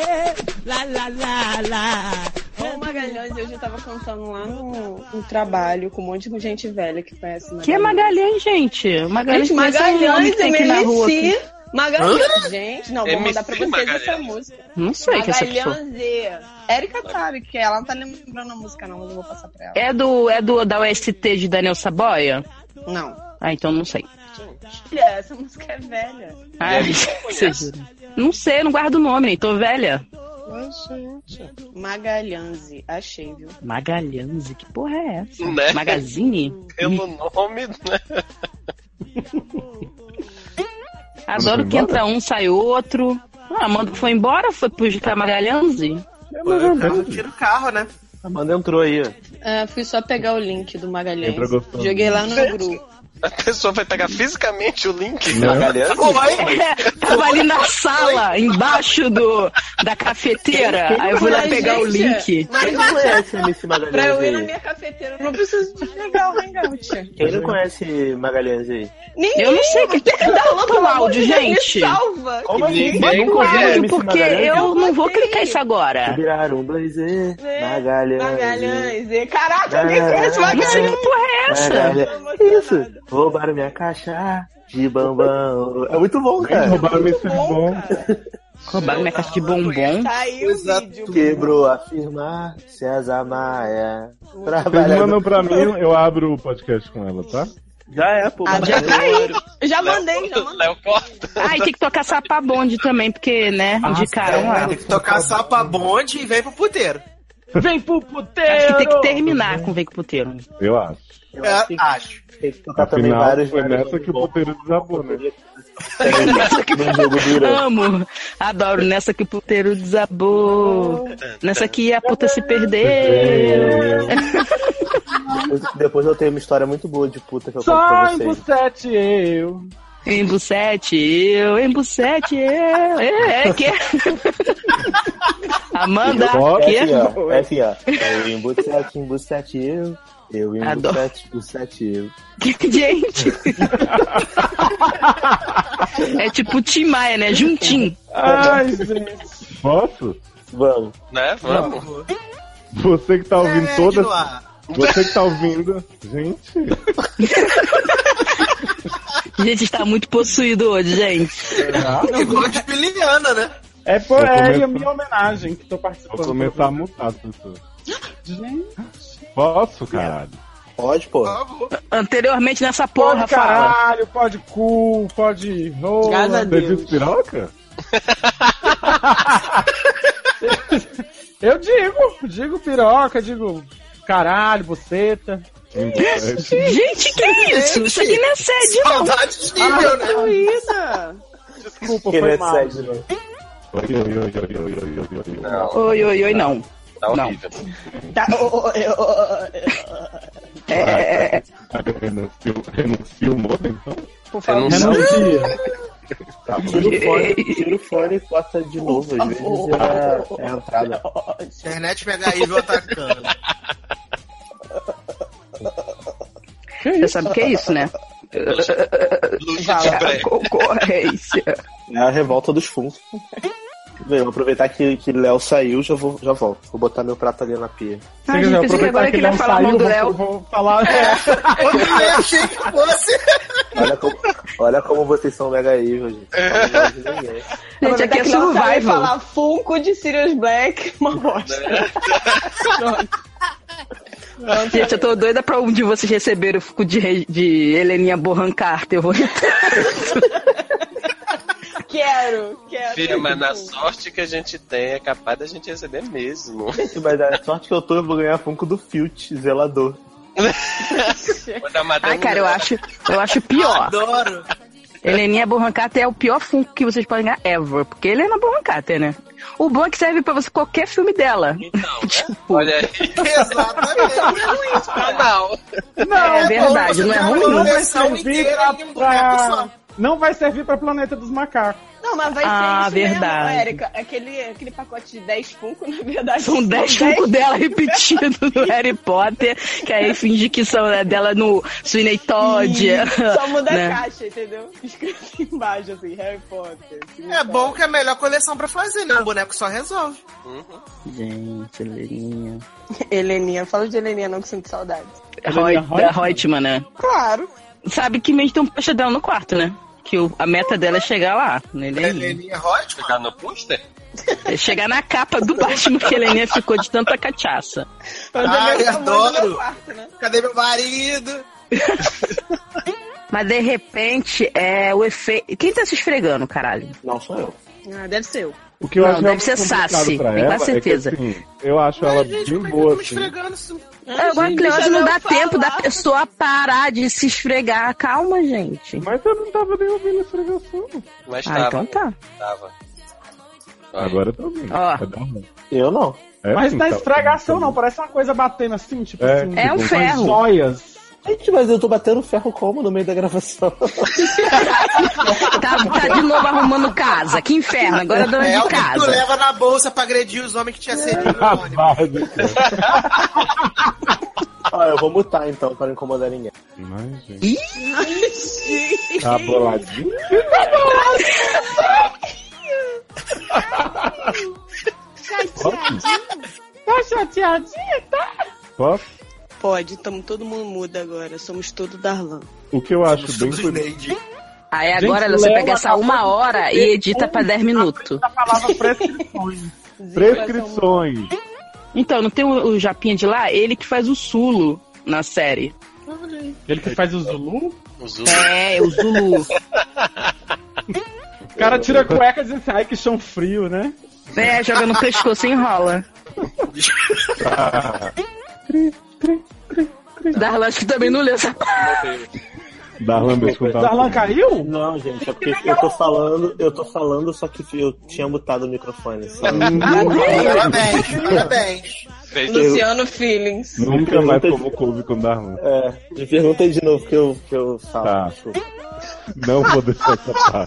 [SPEAKER 15] la la la la.
[SPEAKER 6] O Magalhães hoje eu tava cantando lá no, no trabalho com um monte de gente velha que conhece né?
[SPEAKER 3] Que é Magalhães, gente? Magalhães,
[SPEAKER 6] Gente,
[SPEAKER 3] parece um homem
[SPEAKER 6] Magalhães,
[SPEAKER 3] que tem aqui na rua.
[SPEAKER 6] MLC.
[SPEAKER 3] aqui.
[SPEAKER 6] Magalhães,
[SPEAKER 3] Hã?
[SPEAKER 6] gente. Não, vou
[SPEAKER 3] MC
[SPEAKER 6] mandar pra vocês essa
[SPEAKER 3] Magalhães.
[SPEAKER 6] música.
[SPEAKER 3] Não sei que é essa pessoa.
[SPEAKER 6] Magalhães e- Érica sabe que ela não tá lembrando a música, não, mas eu vou passar pra ela.
[SPEAKER 3] É do, é do da OST de Daniel Saboia?
[SPEAKER 6] Não.
[SPEAKER 3] Ah, então não sei.
[SPEAKER 6] Olha, essa música é velha.
[SPEAKER 3] Ah, você jura? não sei, não guardo o nome, tô velha.
[SPEAKER 6] Ai, gente. Magalhães, achei, viu?
[SPEAKER 3] Magalhães, que porra é essa?
[SPEAKER 5] Né?
[SPEAKER 3] Magazine?
[SPEAKER 5] pelo nome, né?
[SPEAKER 3] Adoro que entra um, sai outro. Ah, Amanda foi embora, foi prejudicar Magalhães?
[SPEAKER 7] Tira o carro, né?
[SPEAKER 4] Amanda entrou aí.
[SPEAKER 6] Ah, fui só pegar o link do Magalhães.
[SPEAKER 4] Entra gostoso.
[SPEAKER 6] Joguei lá no grupo.
[SPEAKER 5] A pessoa vai pegar fisicamente o link.
[SPEAKER 1] Né?
[SPEAKER 4] Não. Magalhães?
[SPEAKER 5] Oi?
[SPEAKER 3] Tava ali na sala, embaixo do, da cafeteira. Aí eu fui lá pegar o link.
[SPEAKER 4] Quem não conhece MC
[SPEAKER 6] Pra eu ir na
[SPEAKER 4] Magalhães aí?
[SPEAKER 6] minha cafeteira, eu não preciso de pegar o Hangout.
[SPEAKER 4] Quem não conhece Magalhães aí?
[SPEAKER 6] Ninguém,
[SPEAKER 3] Eu não sei o que que tá
[SPEAKER 6] Pelo
[SPEAKER 3] botando o
[SPEAKER 6] amor
[SPEAKER 3] áudio,
[SPEAKER 6] de Deus, me
[SPEAKER 3] gente.
[SPEAKER 6] salva.
[SPEAKER 4] Como assim?
[SPEAKER 3] Bota
[SPEAKER 4] Ninguém
[SPEAKER 3] o
[SPEAKER 4] conhece
[SPEAKER 3] áudio,
[SPEAKER 4] MC
[SPEAKER 3] porque
[SPEAKER 4] Magalhães?
[SPEAKER 3] eu não vou clicar isso agora.
[SPEAKER 4] Viraram um blazer.
[SPEAKER 7] assim?
[SPEAKER 4] Magalhães.
[SPEAKER 6] Magalhães. e- Caraca,
[SPEAKER 7] É.
[SPEAKER 6] alguém conhece
[SPEAKER 4] Magalhães.
[SPEAKER 6] Magalhães.
[SPEAKER 3] é
[SPEAKER 4] É. Magalhães. Isso. Roubaram minha caixa de bambão. É muito bom, cara.
[SPEAKER 1] Roubaram meu bom.
[SPEAKER 3] Roubaram minha caixa de bombom.
[SPEAKER 4] Quebrou a firma César Maia.
[SPEAKER 1] Vocês
[SPEAKER 4] Trabalhando-
[SPEAKER 1] mandam pra mim, eu abro o podcast com ela, tá?
[SPEAKER 4] Já é, pô.
[SPEAKER 3] Ah, já tá aí.
[SPEAKER 6] Já
[SPEAKER 5] né?
[SPEAKER 6] mandei, já mandei.
[SPEAKER 3] Ah, e tem que tocar
[SPEAKER 7] Ah,
[SPEAKER 3] sapabonde também, porque, né, indicaram lá.
[SPEAKER 7] Tem que tocar sapa bonde e vem pro puteiro.
[SPEAKER 2] Vem pro puteiro!
[SPEAKER 3] Acho que tem que terminar com Vem pro puteiro.
[SPEAKER 1] Eu acho.
[SPEAKER 7] Eu acho.
[SPEAKER 4] Tem que tocar também
[SPEAKER 1] Afinal,
[SPEAKER 4] vários.
[SPEAKER 1] foi nessa que o puteiro desabou, né?
[SPEAKER 3] Amo! Adoro. Nessa que o puteiro desabou. Nessa que a puta se perdeu.
[SPEAKER 4] Depois, depois eu tenho uma história muito boa de puta que eu conto
[SPEAKER 2] Só
[SPEAKER 4] pra
[SPEAKER 2] em
[SPEAKER 4] vocês.
[SPEAKER 2] Bussete eu.
[SPEAKER 3] Em bucete eu, em bucete eu. É, é que. Amanda,
[SPEAKER 4] eu,
[SPEAKER 3] que. é?
[SPEAKER 4] F.A. F.A. Eu em Bussete, em Bussete, eu. Eu em
[SPEAKER 3] Adoro.
[SPEAKER 4] Bussete, Bussete, eu.
[SPEAKER 3] Gente! é tipo Tim Maia, né? Juntinho.
[SPEAKER 2] Ai, gente.
[SPEAKER 1] Posso?
[SPEAKER 4] Vamos.
[SPEAKER 5] Né? Vamos.
[SPEAKER 1] Você que tá ouvindo
[SPEAKER 7] É,
[SPEAKER 1] todas.
[SPEAKER 7] de lá.
[SPEAKER 1] Você que tá ouvindo. Gente.
[SPEAKER 3] Gente, está muito possuído hoje, gente.
[SPEAKER 7] Igual de Piliana, né?
[SPEAKER 2] É, por,
[SPEAKER 1] Vou
[SPEAKER 2] é
[SPEAKER 1] começar.
[SPEAKER 2] a minha homenagem que tô participando.
[SPEAKER 1] Vou começar a mutar as pessoas.
[SPEAKER 2] Gente,
[SPEAKER 1] Posso, caralho?
[SPEAKER 4] Pode, pô.
[SPEAKER 3] Anteriormente nessa porra,
[SPEAKER 2] Pode
[SPEAKER 3] fala.
[SPEAKER 2] caralho, pode cu, pode rola.
[SPEAKER 6] Graças a
[SPEAKER 1] Você
[SPEAKER 6] Deus.
[SPEAKER 1] disse piroca?
[SPEAKER 2] Eu digo, digo piroca, digo caralho, buceta.
[SPEAKER 1] Em bucete.
[SPEAKER 3] Gente, que é isso? Isso aqui não é sede, não.
[SPEAKER 7] Saudade de nível, né?
[SPEAKER 6] Doida.
[SPEAKER 2] Desculpa,
[SPEAKER 4] Que não
[SPEAKER 2] foi
[SPEAKER 4] é
[SPEAKER 2] mal.
[SPEAKER 4] sede, não.
[SPEAKER 1] Oi, oi, oi, oi, oi, oi, oi, oi, oi.
[SPEAKER 5] Não,
[SPEAKER 3] Oi, oi, oi, não.
[SPEAKER 5] tá
[SPEAKER 3] Não.
[SPEAKER 5] horrível.
[SPEAKER 6] Tá, ô, ô, ô, ô, ô,
[SPEAKER 3] É, é, é, é.
[SPEAKER 1] Renuncio, renuncio o modem, então?
[SPEAKER 3] Por
[SPEAKER 5] Você não
[SPEAKER 2] É,
[SPEAKER 3] favor.
[SPEAKER 5] sabe.
[SPEAKER 1] Tá bom.
[SPEAKER 4] Tira o fone, tira o fone e bota de novo. Às vezes é, é a entrada.
[SPEAKER 7] Internet pega aí e vou atacando.
[SPEAKER 3] Você sabe o que é isso, né?
[SPEAKER 5] Luz de
[SPEAKER 3] Fala,
[SPEAKER 5] prego.
[SPEAKER 3] concorrência.
[SPEAKER 4] É a revolta dos fundos. Bem, vou aproveitar que que Léo saiu, já, vou, já volto. Vou botar meu prato ali na pia.
[SPEAKER 3] Ah, gente, pensei que agora que
[SPEAKER 2] um
[SPEAKER 3] ele ia falar mal do
[SPEAKER 2] vou,
[SPEAKER 3] Léo.
[SPEAKER 2] vou falar. É.
[SPEAKER 7] Eu também achei que fosse.
[SPEAKER 4] Olha como, olha como vocês são mega evil, gente. Não gosto de ninguém.
[SPEAKER 3] Gente, aqui é
[SPEAKER 6] Vai
[SPEAKER 3] survival.
[SPEAKER 6] falar Funko de Sirius Black, uma bosta.
[SPEAKER 3] Gente, eu tô doida pra um de vocês receber o fico de, re- de Heleninha Borran Carter. Eu vou
[SPEAKER 7] Né?
[SPEAKER 6] Quero, quero.
[SPEAKER 5] Filho, mas na sorte que a gente tem, é capaz da gente receber mesmo.
[SPEAKER 4] Gente, Mas a sorte que eu tô, eu vou ganhar Funko do Filt, zelador.
[SPEAKER 5] Quando a madame-
[SPEAKER 3] Ai, cara, eu acho, eu acho
[SPEAKER 7] Ah,
[SPEAKER 3] pior.
[SPEAKER 7] Adoro.
[SPEAKER 3] Heleninha Borran Carter é o pior funko que vocês podem ganhar ever. Porque Helena Borran Carter, né? O bom é que serve pra você qualquer filme dela.
[SPEAKER 5] Então, né? Olha aí,
[SPEAKER 7] Exatamente.
[SPEAKER 5] tá mal.
[SPEAKER 2] Não,
[SPEAKER 3] é verdade,
[SPEAKER 7] você
[SPEAKER 3] não é
[SPEAKER 7] tá
[SPEAKER 3] ruim.
[SPEAKER 2] não
[SPEAKER 7] falando
[SPEAKER 2] vai
[SPEAKER 7] essa um
[SPEAKER 2] servir
[SPEAKER 7] inteiro
[SPEAKER 2] pra,
[SPEAKER 7] em um boneco só.
[SPEAKER 2] pra- Não vai servir pra Planeta dos Macacos.
[SPEAKER 6] Não, mas vai
[SPEAKER 3] Ah,
[SPEAKER 6] ser isso
[SPEAKER 3] verdade.
[SPEAKER 6] mesmo, Érica. Aquele, aquele pacote de 10 Funko, na verdade.
[SPEAKER 3] São 10 funko dela repetido no Harry Potter. Que aí finge que são né, dela no Sweeney Todd.
[SPEAKER 6] Só muda
[SPEAKER 3] né?
[SPEAKER 6] a caixa, entendeu? Escrito embaixo, assim, Harry Potter.
[SPEAKER 7] É bom que é a melhor coleção pra fazer, né? Um boneco só resolve.
[SPEAKER 3] Gente, Heleninha.
[SPEAKER 6] Heleninha, fala de Heleninha não que sinto saudade.
[SPEAKER 3] Roy,
[SPEAKER 2] Heleninha
[SPEAKER 3] da Reutemann, né?
[SPEAKER 6] Claro.
[SPEAKER 3] Sabe que mente tem um poxa dela no quarto, né? Que o- a meta dela é chegar lá, né, Heleninha.
[SPEAKER 7] Heleninha Rodman.
[SPEAKER 5] Tá no pôster?
[SPEAKER 3] É chegar na capa do Batman que a Heleninha ficou de tanta cachaça.
[SPEAKER 6] Mas
[SPEAKER 7] Ai,
[SPEAKER 6] é meu tamanho do
[SPEAKER 7] adoro.
[SPEAKER 6] meu quarto, né?
[SPEAKER 7] Cadê meu marido?
[SPEAKER 3] Mas de repente, é o efeito. Quem tá se esfregando, caralho?
[SPEAKER 4] Não sou eu.
[SPEAKER 6] Ah, deve ser eu.
[SPEAKER 1] O que eu
[SPEAKER 3] Não,
[SPEAKER 1] acho
[SPEAKER 3] deve
[SPEAKER 1] realmente
[SPEAKER 3] ser
[SPEAKER 1] complicado
[SPEAKER 3] sassy,
[SPEAKER 1] pra
[SPEAKER 3] com
[SPEAKER 1] ela é que,
[SPEAKER 3] certeza.
[SPEAKER 1] assim, eu acho ela bem
[SPEAKER 7] como é que eu
[SPEAKER 1] boa,
[SPEAKER 7] tô me
[SPEAKER 1] assim.
[SPEAKER 7] esfregando isso?
[SPEAKER 3] Agora a
[SPEAKER 6] gente,
[SPEAKER 3] Cleose
[SPEAKER 6] deixa
[SPEAKER 3] É não
[SPEAKER 6] eu
[SPEAKER 3] dá
[SPEAKER 6] falar.
[SPEAKER 3] tempo da pessoa parar de se esfregar. Calma, gente.
[SPEAKER 1] Mas eu não tava nem ouvindo a esfregação.
[SPEAKER 5] Mas
[SPEAKER 3] Ah,
[SPEAKER 5] tava.
[SPEAKER 3] então tá.
[SPEAKER 5] Tava.
[SPEAKER 1] Agora eu tô ouvindo.
[SPEAKER 3] Ó.
[SPEAKER 1] Tá bom.
[SPEAKER 4] Eu não.
[SPEAKER 1] É,
[SPEAKER 2] Mas
[SPEAKER 1] sim,
[SPEAKER 2] não é
[SPEAKER 1] tá-
[SPEAKER 2] esfregação, não. Parece uma coisa batendo assim, tipo
[SPEAKER 1] É.
[SPEAKER 2] assim.
[SPEAKER 3] É um
[SPEAKER 2] umas
[SPEAKER 3] ferro.
[SPEAKER 2] joias.
[SPEAKER 4] Gente, mas eu tô batendo ferro como no meio da gravação?
[SPEAKER 3] Tá, tá de novo arrumando casa. Que inferno. Agora é dona
[SPEAKER 7] É o
[SPEAKER 3] de
[SPEAKER 7] que tu
[SPEAKER 3] casa.
[SPEAKER 7] leva na bolsa pra agredir os homens que te assediam no
[SPEAKER 1] Ah,
[SPEAKER 7] ônibus.
[SPEAKER 1] barba, cara.
[SPEAKER 4] Ó, eu vou mutar então, pra não incomodar ninguém.
[SPEAKER 1] Mas, gente,
[SPEAKER 3] Ih,
[SPEAKER 1] tá boladinho. Posso?
[SPEAKER 2] Tá chateadinha, tá?
[SPEAKER 1] Posso?
[SPEAKER 6] Pode, tamo, todo mundo muda agora. Somos todo Darlan.
[SPEAKER 1] O que eu acho bem curioso.
[SPEAKER 7] Neide.
[SPEAKER 3] Aí agora
[SPEAKER 2] Gente,
[SPEAKER 3] você
[SPEAKER 2] Léo
[SPEAKER 3] pega essa
[SPEAKER 2] acabou
[SPEAKER 3] uma
[SPEAKER 2] de
[SPEAKER 3] hora e
[SPEAKER 2] dizer
[SPEAKER 3] edita
[SPEAKER 2] um
[SPEAKER 3] pra 10 minutos.
[SPEAKER 2] A palavra prescrições.
[SPEAKER 1] Prescrições.
[SPEAKER 3] Então, não tem o, o Japinha de lá? Ele que faz o Sulo na série.
[SPEAKER 2] Ele que faz o Zulu?
[SPEAKER 5] Os outros.
[SPEAKER 3] É, o Zulu.
[SPEAKER 2] O cara tira a cueca e diz assim, ai que chão frio, né?
[SPEAKER 3] É, joga no pescoço e enrola.
[SPEAKER 5] bicho.
[SPEAKER 3] Darlan, acho que também não leu essa
[SPEAKER 1] Darlan Biscoito.
[SPEAKER 2] Darlan caiu?
[SPEAKER 4] Não, gente, é porque eu tô falando, eu tô falando, só que eu tinha mutado o microfone. sabe?
[SPEAKER 7] Parabéns, parabéns.
[SPEAKER 6] Luciano Feelings.
[SPEAKER 1] Nunca mais como couve com Darlan.
[SPEAKER 4] É, me perguntem de novo que eu, que eu falo.
[SPEAKER 1] Tá.
[SPEAKER 4] desculpa.
[SPEAKER 1] Não vou deixar escapar.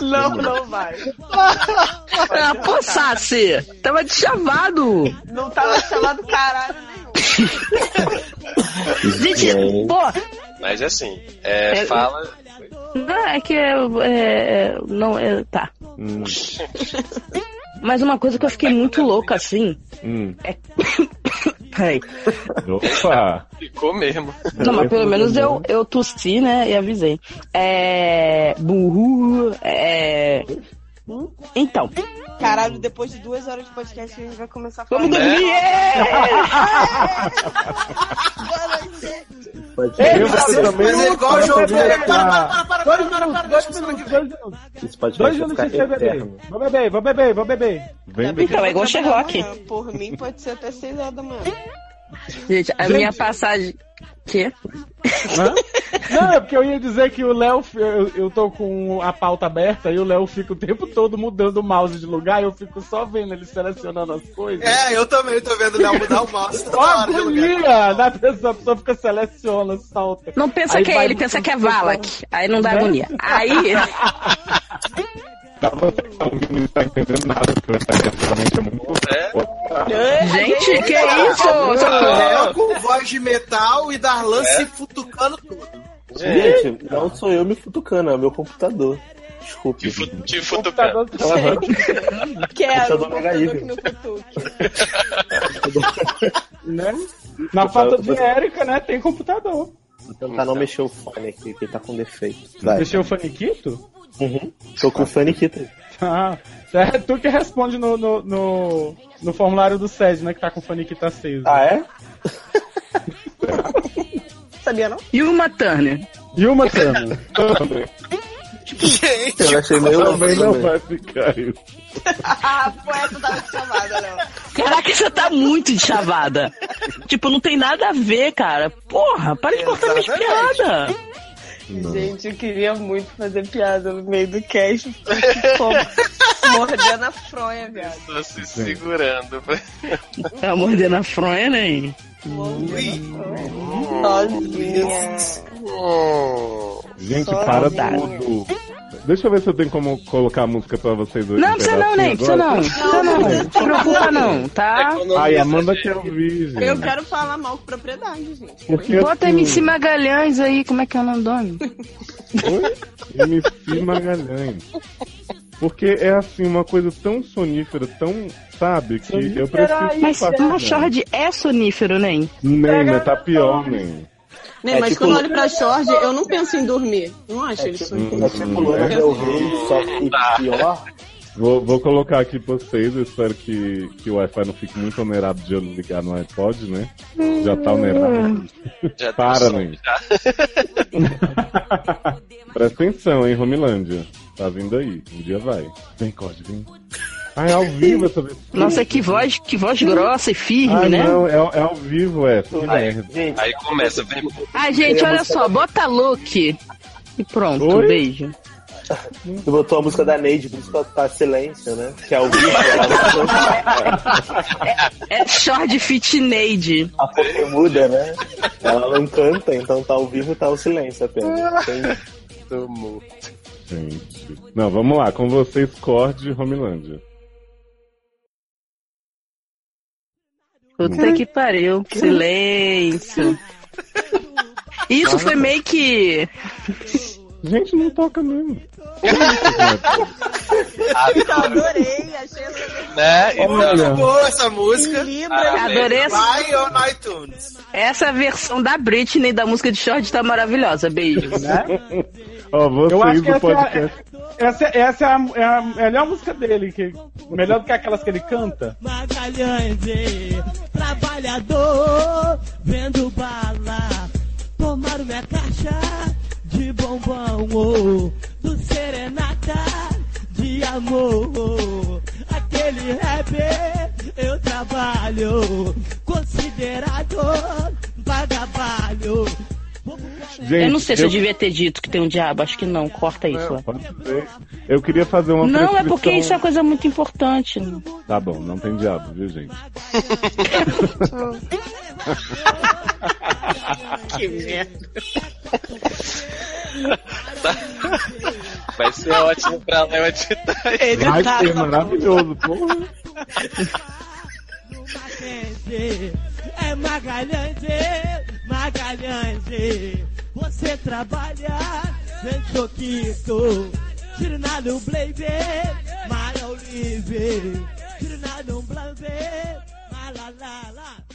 [SPEAKER 6] Não, não vai.
[SPEAKER 3] Ah, pô, Sassi! Tava de chavado!
[SPEAKER 6] Não tava chamado caralho nenhum.
[SPEAKER 3] Gente, pô,
[SPEAKER 5] Mas assim, é,
[SPEAKER 3] É-
[SPEAKER 5] fala.
[SPEAKER 3] Não, é que eu, é, não é, tá. Mas uma coisa que eu fiquei muito louca assim.
[SPEAKER 1] Hum.
[SPEAKER 3] Peraí.
[SPEAKER 1] Opa!
[SPEAKER 5] Ficou mesmo.
[SPEAKER 3] Não, mas pelo menos eu, eu tossi, né? E avisei. É. Burro. É. Então,
[SPEAKER 8] Caralho, depois de duas horas de podcast, a gente vai começar a falar.
[SPEAKER 3] vamos dormir! é!
[SPEAKER 4] Pode
[SPEAKER 2] Ei,
[SPEAKER 4] Eu-
[SPEAKER 2] Darlan,
[SPEAKER 7] Mas é igual o
[SPEAKER 2] Para,
[SPEAKER 7] jogo.
[SPEAKER 2] para,
[SPEAKER 7] Para, para, para, para, para,
[SPEAKER 2] Dois minutos,
[SPEAKER 7] para,
[SPEAKER 2] dois
[SPEAKER 7] para, deixa eu
[SPEAKER 2] minutos,
[SPEAKER 7] ver.
[SPEAKER 2] dois minutos.
[SPEAKER 4] Esse
[SPEAKER 2] Dois
[SPEAKER 4] podcast vai
[SPEAKER 2] minutos
[SPEAKER 4] ficar
[SPEAKER 2] sem você beber.
[SPEAKER 4] eterno.
[SPEAKER 2] Vou beber, vou beber, vou beber.
[SPEAKER 1] Vem
[SPEAKER 3] Então, é igual Sherlock.
[SPEAKER 8] Amanhã, Por mim, pode ser até seis horas da manhã.
[SPEAKER 3] Gente, a minha passagem. Quê?
[SPEAKER 2] Não, é porque eu ia dizer que o Léo. Eu, eu tô com a pauta aberta e o Léo fica o tempo todo mudando o mouse de lugar e eu fico só vendo ele selecionando as coisas.
[SPEAKER 7] É, eu também tô vendo o Léo mudar o mouse
[SPEAKER 2] Ó,
[SPEAKER 7] toda hora de lugar.
[SPEAKER 2] agonia! Da pessoa, a pessoa fica seleciona, salta.
[SPEAKER 3] Não pensa
[SPEAKER 2] Aí
[SPEAKER 3] que é
[SPEAKER 2] vai
[SPEAKER 3] ele,
[SPEAKER 2] no-
[SPEAKER 3] pensa que é Valak. Aí não dá agonia. Aí.
[SPEAKER 1] Tava o menino tá entendendo nada, porque o Instagram realmente é muito.
[SPEAKER 3] Gente, que isso? Socorro!
[SPEAKER 7] Léo com voz de metal e Darlan se futucando tudo.
[SPEAKER 4] Gente, não sou eu me futucando, é o meu computador. Desculpe.
[SPEAKER 5] Te, fu te
[SPEAKER 2] Tá
[SPEAKER 5] futucando.
[SPEAKER 2] dando certo.
[SPEAKER 8] Quero.
[SPEAKER 4] Computador HI,
[SPEAKER 8] que no cutuque.
[SPEAKER 2] né? Na falta de Érica, né? Tem computador.
[SPEAKER 4] Vou tentar não mexer o fone aqui, que tá com defeito. Vai.
[SPEAKER 2] Deixei o faniquito?
[SPEAKER 4] Uhum. Tô com o fone aqui. tá?
[SPEAKER 2] Tá. É tu que responde no, no, no, no formulário do SED, né? Que tá com o faniquito aceso.
[SPEAKER 4] Ah, é?
[SPEAKER 8] Sabia não?
[SPEAKER 3] E né? uma Turner?
[SPEAKER 2] E uma câmera.
[SPEAKER 7] Tipo, Gente,
[SPEAKER 4] Eu achei meio
[SPEAKER 1] Também não
[SPEAKER 4] louco.
[SPEAKER 1] vai ficar isso.
[SPEAKER 8] Ah, pô, essa tava de chamada, Léo.
[SPEAKER 3] Caraca, você tá muito enchavada. tipo, não tem nada a ver, cara. Porra, para de cortar minhas
[SPEAKER 7] Exatamente.
[SPEAKER 3] piadas.
[SPEAKER 8] Gente, eu queria muito fazer piada no meio do cast. Como... Mordendo a fronha, viado.
[SPEAKER 5] Tô se segurando.
[SPEAKER 3] Tá mordendo a fronha, né? hein?
[SPEAKER 8] Sozinha.
[SPEAKER 5] Hum.
[SPEAKER 1] Gente,
[SPEAKER 8] Só
[SPEAKER 1] para
[SPEAKER 8] dá.
[SPEAKER 1] tudo. Deixa eu ver se eu tenho como colocar a música pra vocês hoje.
[SPEAKER 3] Não, precisa não, Ney, precisa não. Precisa não. Não se preocupa não, tá?
[SPEAKER 1] Ai, Amanda quer ouvir, gente.
[SPEAKER 8] Eu quero falar mal com propriedade, gente.
[SPEAKER 1] Porque,
[SPEAKER 3] Bota
[SPEAKER 1] assim,
[SPEAKER 3] MC Magalhães aí, como é que é o nome do homem?
[SPEAKER 1] Oi? MC Magalhães. Porque é assim, uma coisa tão sonífera, tão, sabe, que eu preciso
[SPEAKER 3] Mas
[SPEAKER 1] passar.
[SPEAKER 3] Machord é sonífero, Ney.
[SPEAKER 1] Nem, né? Tá pior, nem.
[SPEAKER 8] Né,
[SPEAKER 4] É
[SPEAKER 8] mas
[SPEAKER 4] tipo-
[SPEAKER 8] quando eu olho pra Jorge, eu não penso em dormir. Não acho
[SPEAKER 4] É
[SPEAKER 8] ele
[SPEAKER 4] tipo,
[SPEAKER 8] sonho.
[SPEAKER 4] é tipo Lana Del Rey, só que pior.
[SPEAKER 1] Vou, vou colocar aqui pra vocês, eu espero que, que o Wi-Fi não fique muito onerado de eu ligar no iPod, né? Já
[SPEAKER 3] Hum.
[SPEAKER 1] tá onerado.
[SPEAKER 5] Já deu
[SPEAKER 1] Para, né?
[SPEAKER 5] som,
[SPEAKER 1] Ney.
[SPEAKER 5] já.
[SPEAKER 1] Presta atenção, hein, Romilândia. Tá vindo aí, um dia vai. Vem, Code, vem. Ah, é ao vivo essa vez.
[SPEAKER 3] Nossa, que voz, que voz grossa e firme,
[SPEAKER 1] Ah,
[SPEAKER 3] né?
[SPEAKER 1] não, é, é ao vivo essa. que
[SPEAKER 4] Ai,
[SPEAKER 1] merda.
[SPEAKER 4] Gente,
[SPEAKER 5] Aí começa, vem.
[SPEAKER 3] Ah, gente, olha só, bota look. E pronto,
[SPEAKER 1] Oi?
[SPEAKER 3] beijo.
[SPEAKER 4] tu botou a música da Neide, por isso que ela tá silêncio, né? Que é ao vivo, ela
[SPEAKER 3] É short fit Neide.
[SPEAKER 4] a pouco muda, né? Ela não canta, então tá ao vivo, tá o silêncio apenas. Tem-
[SPEAKER 5] Tomou.
[SPEAKER 1] Gente. Não, vamos lá, com vocês, Cord e Romilândia.
[SPEAKER 3] Puta Né? que pariu. Silêncio. Isso foi meio que.
[SPEAKER 1] Gente, não toca mesmo.
[SPEAKER 8] Eu adorei, achei essa
[SPEAKER 5] Né? Então,
[SPEAKER 1] Olha,
[SPEAKER 7] Boa é essa música. Ah,
[SPEAKER 3] Adorei essa,
[SPEAKER 7] Vai ou no iTunes.
[SPEAKER 3] essa versão da Britney da música de short tá maravilhosa. Beijo.
[SPEAKER 1] ó,
[SPEAKER 2] Eu
[SPEAKER 1] vocês
[SPEAKER 2] acho que essa
[SPEAKER 1] do
[SPEAKER 2] é
[SPEAKER 1] podcast.
[SPEAKER 2] Essa, essa é, a, é a melhor música dele, que, melhor do que aquelas que ele canta.
[SPEAKER 15] Magalhães, ê, trabalhador, vendo bala, tomaram minha caixa de bombom, ô, do serenata de amor. Aquele rap eu
[SPEAKER 8] trabalho, considerado vagabalho.
[SPEAKER 3] eu não sei se eu... devia ter dito que tem um diabo, acho que não. Corta isso. ó.
[SPEAKER 1] Eu queria fazer uma
[SPEAKER 3] Não, é
[SPEAKER 1] prescrição-
[SPEAKER 3] porque isso é uma coisa muito importante.
[SPEAKER 1] Tá bom, não tem diabo, viu, gente?
[SPEAKER 16] que merda.
[SPEAKER 5] Vai ser ótimo pra Léo editar.
[SPEAKER 16] Ele
[SPEAKER 1] Vai
[SPEAKER 16] tá-
[SPEAKER 1] ser maravilhoso, porra.
[SPEAKER 8] Magalhães, é Magalhães, é Magalhães, é. você trabalha em Choquito, Tirinado Blaze, Mara Olive, Tirinado Blaze, Malalala.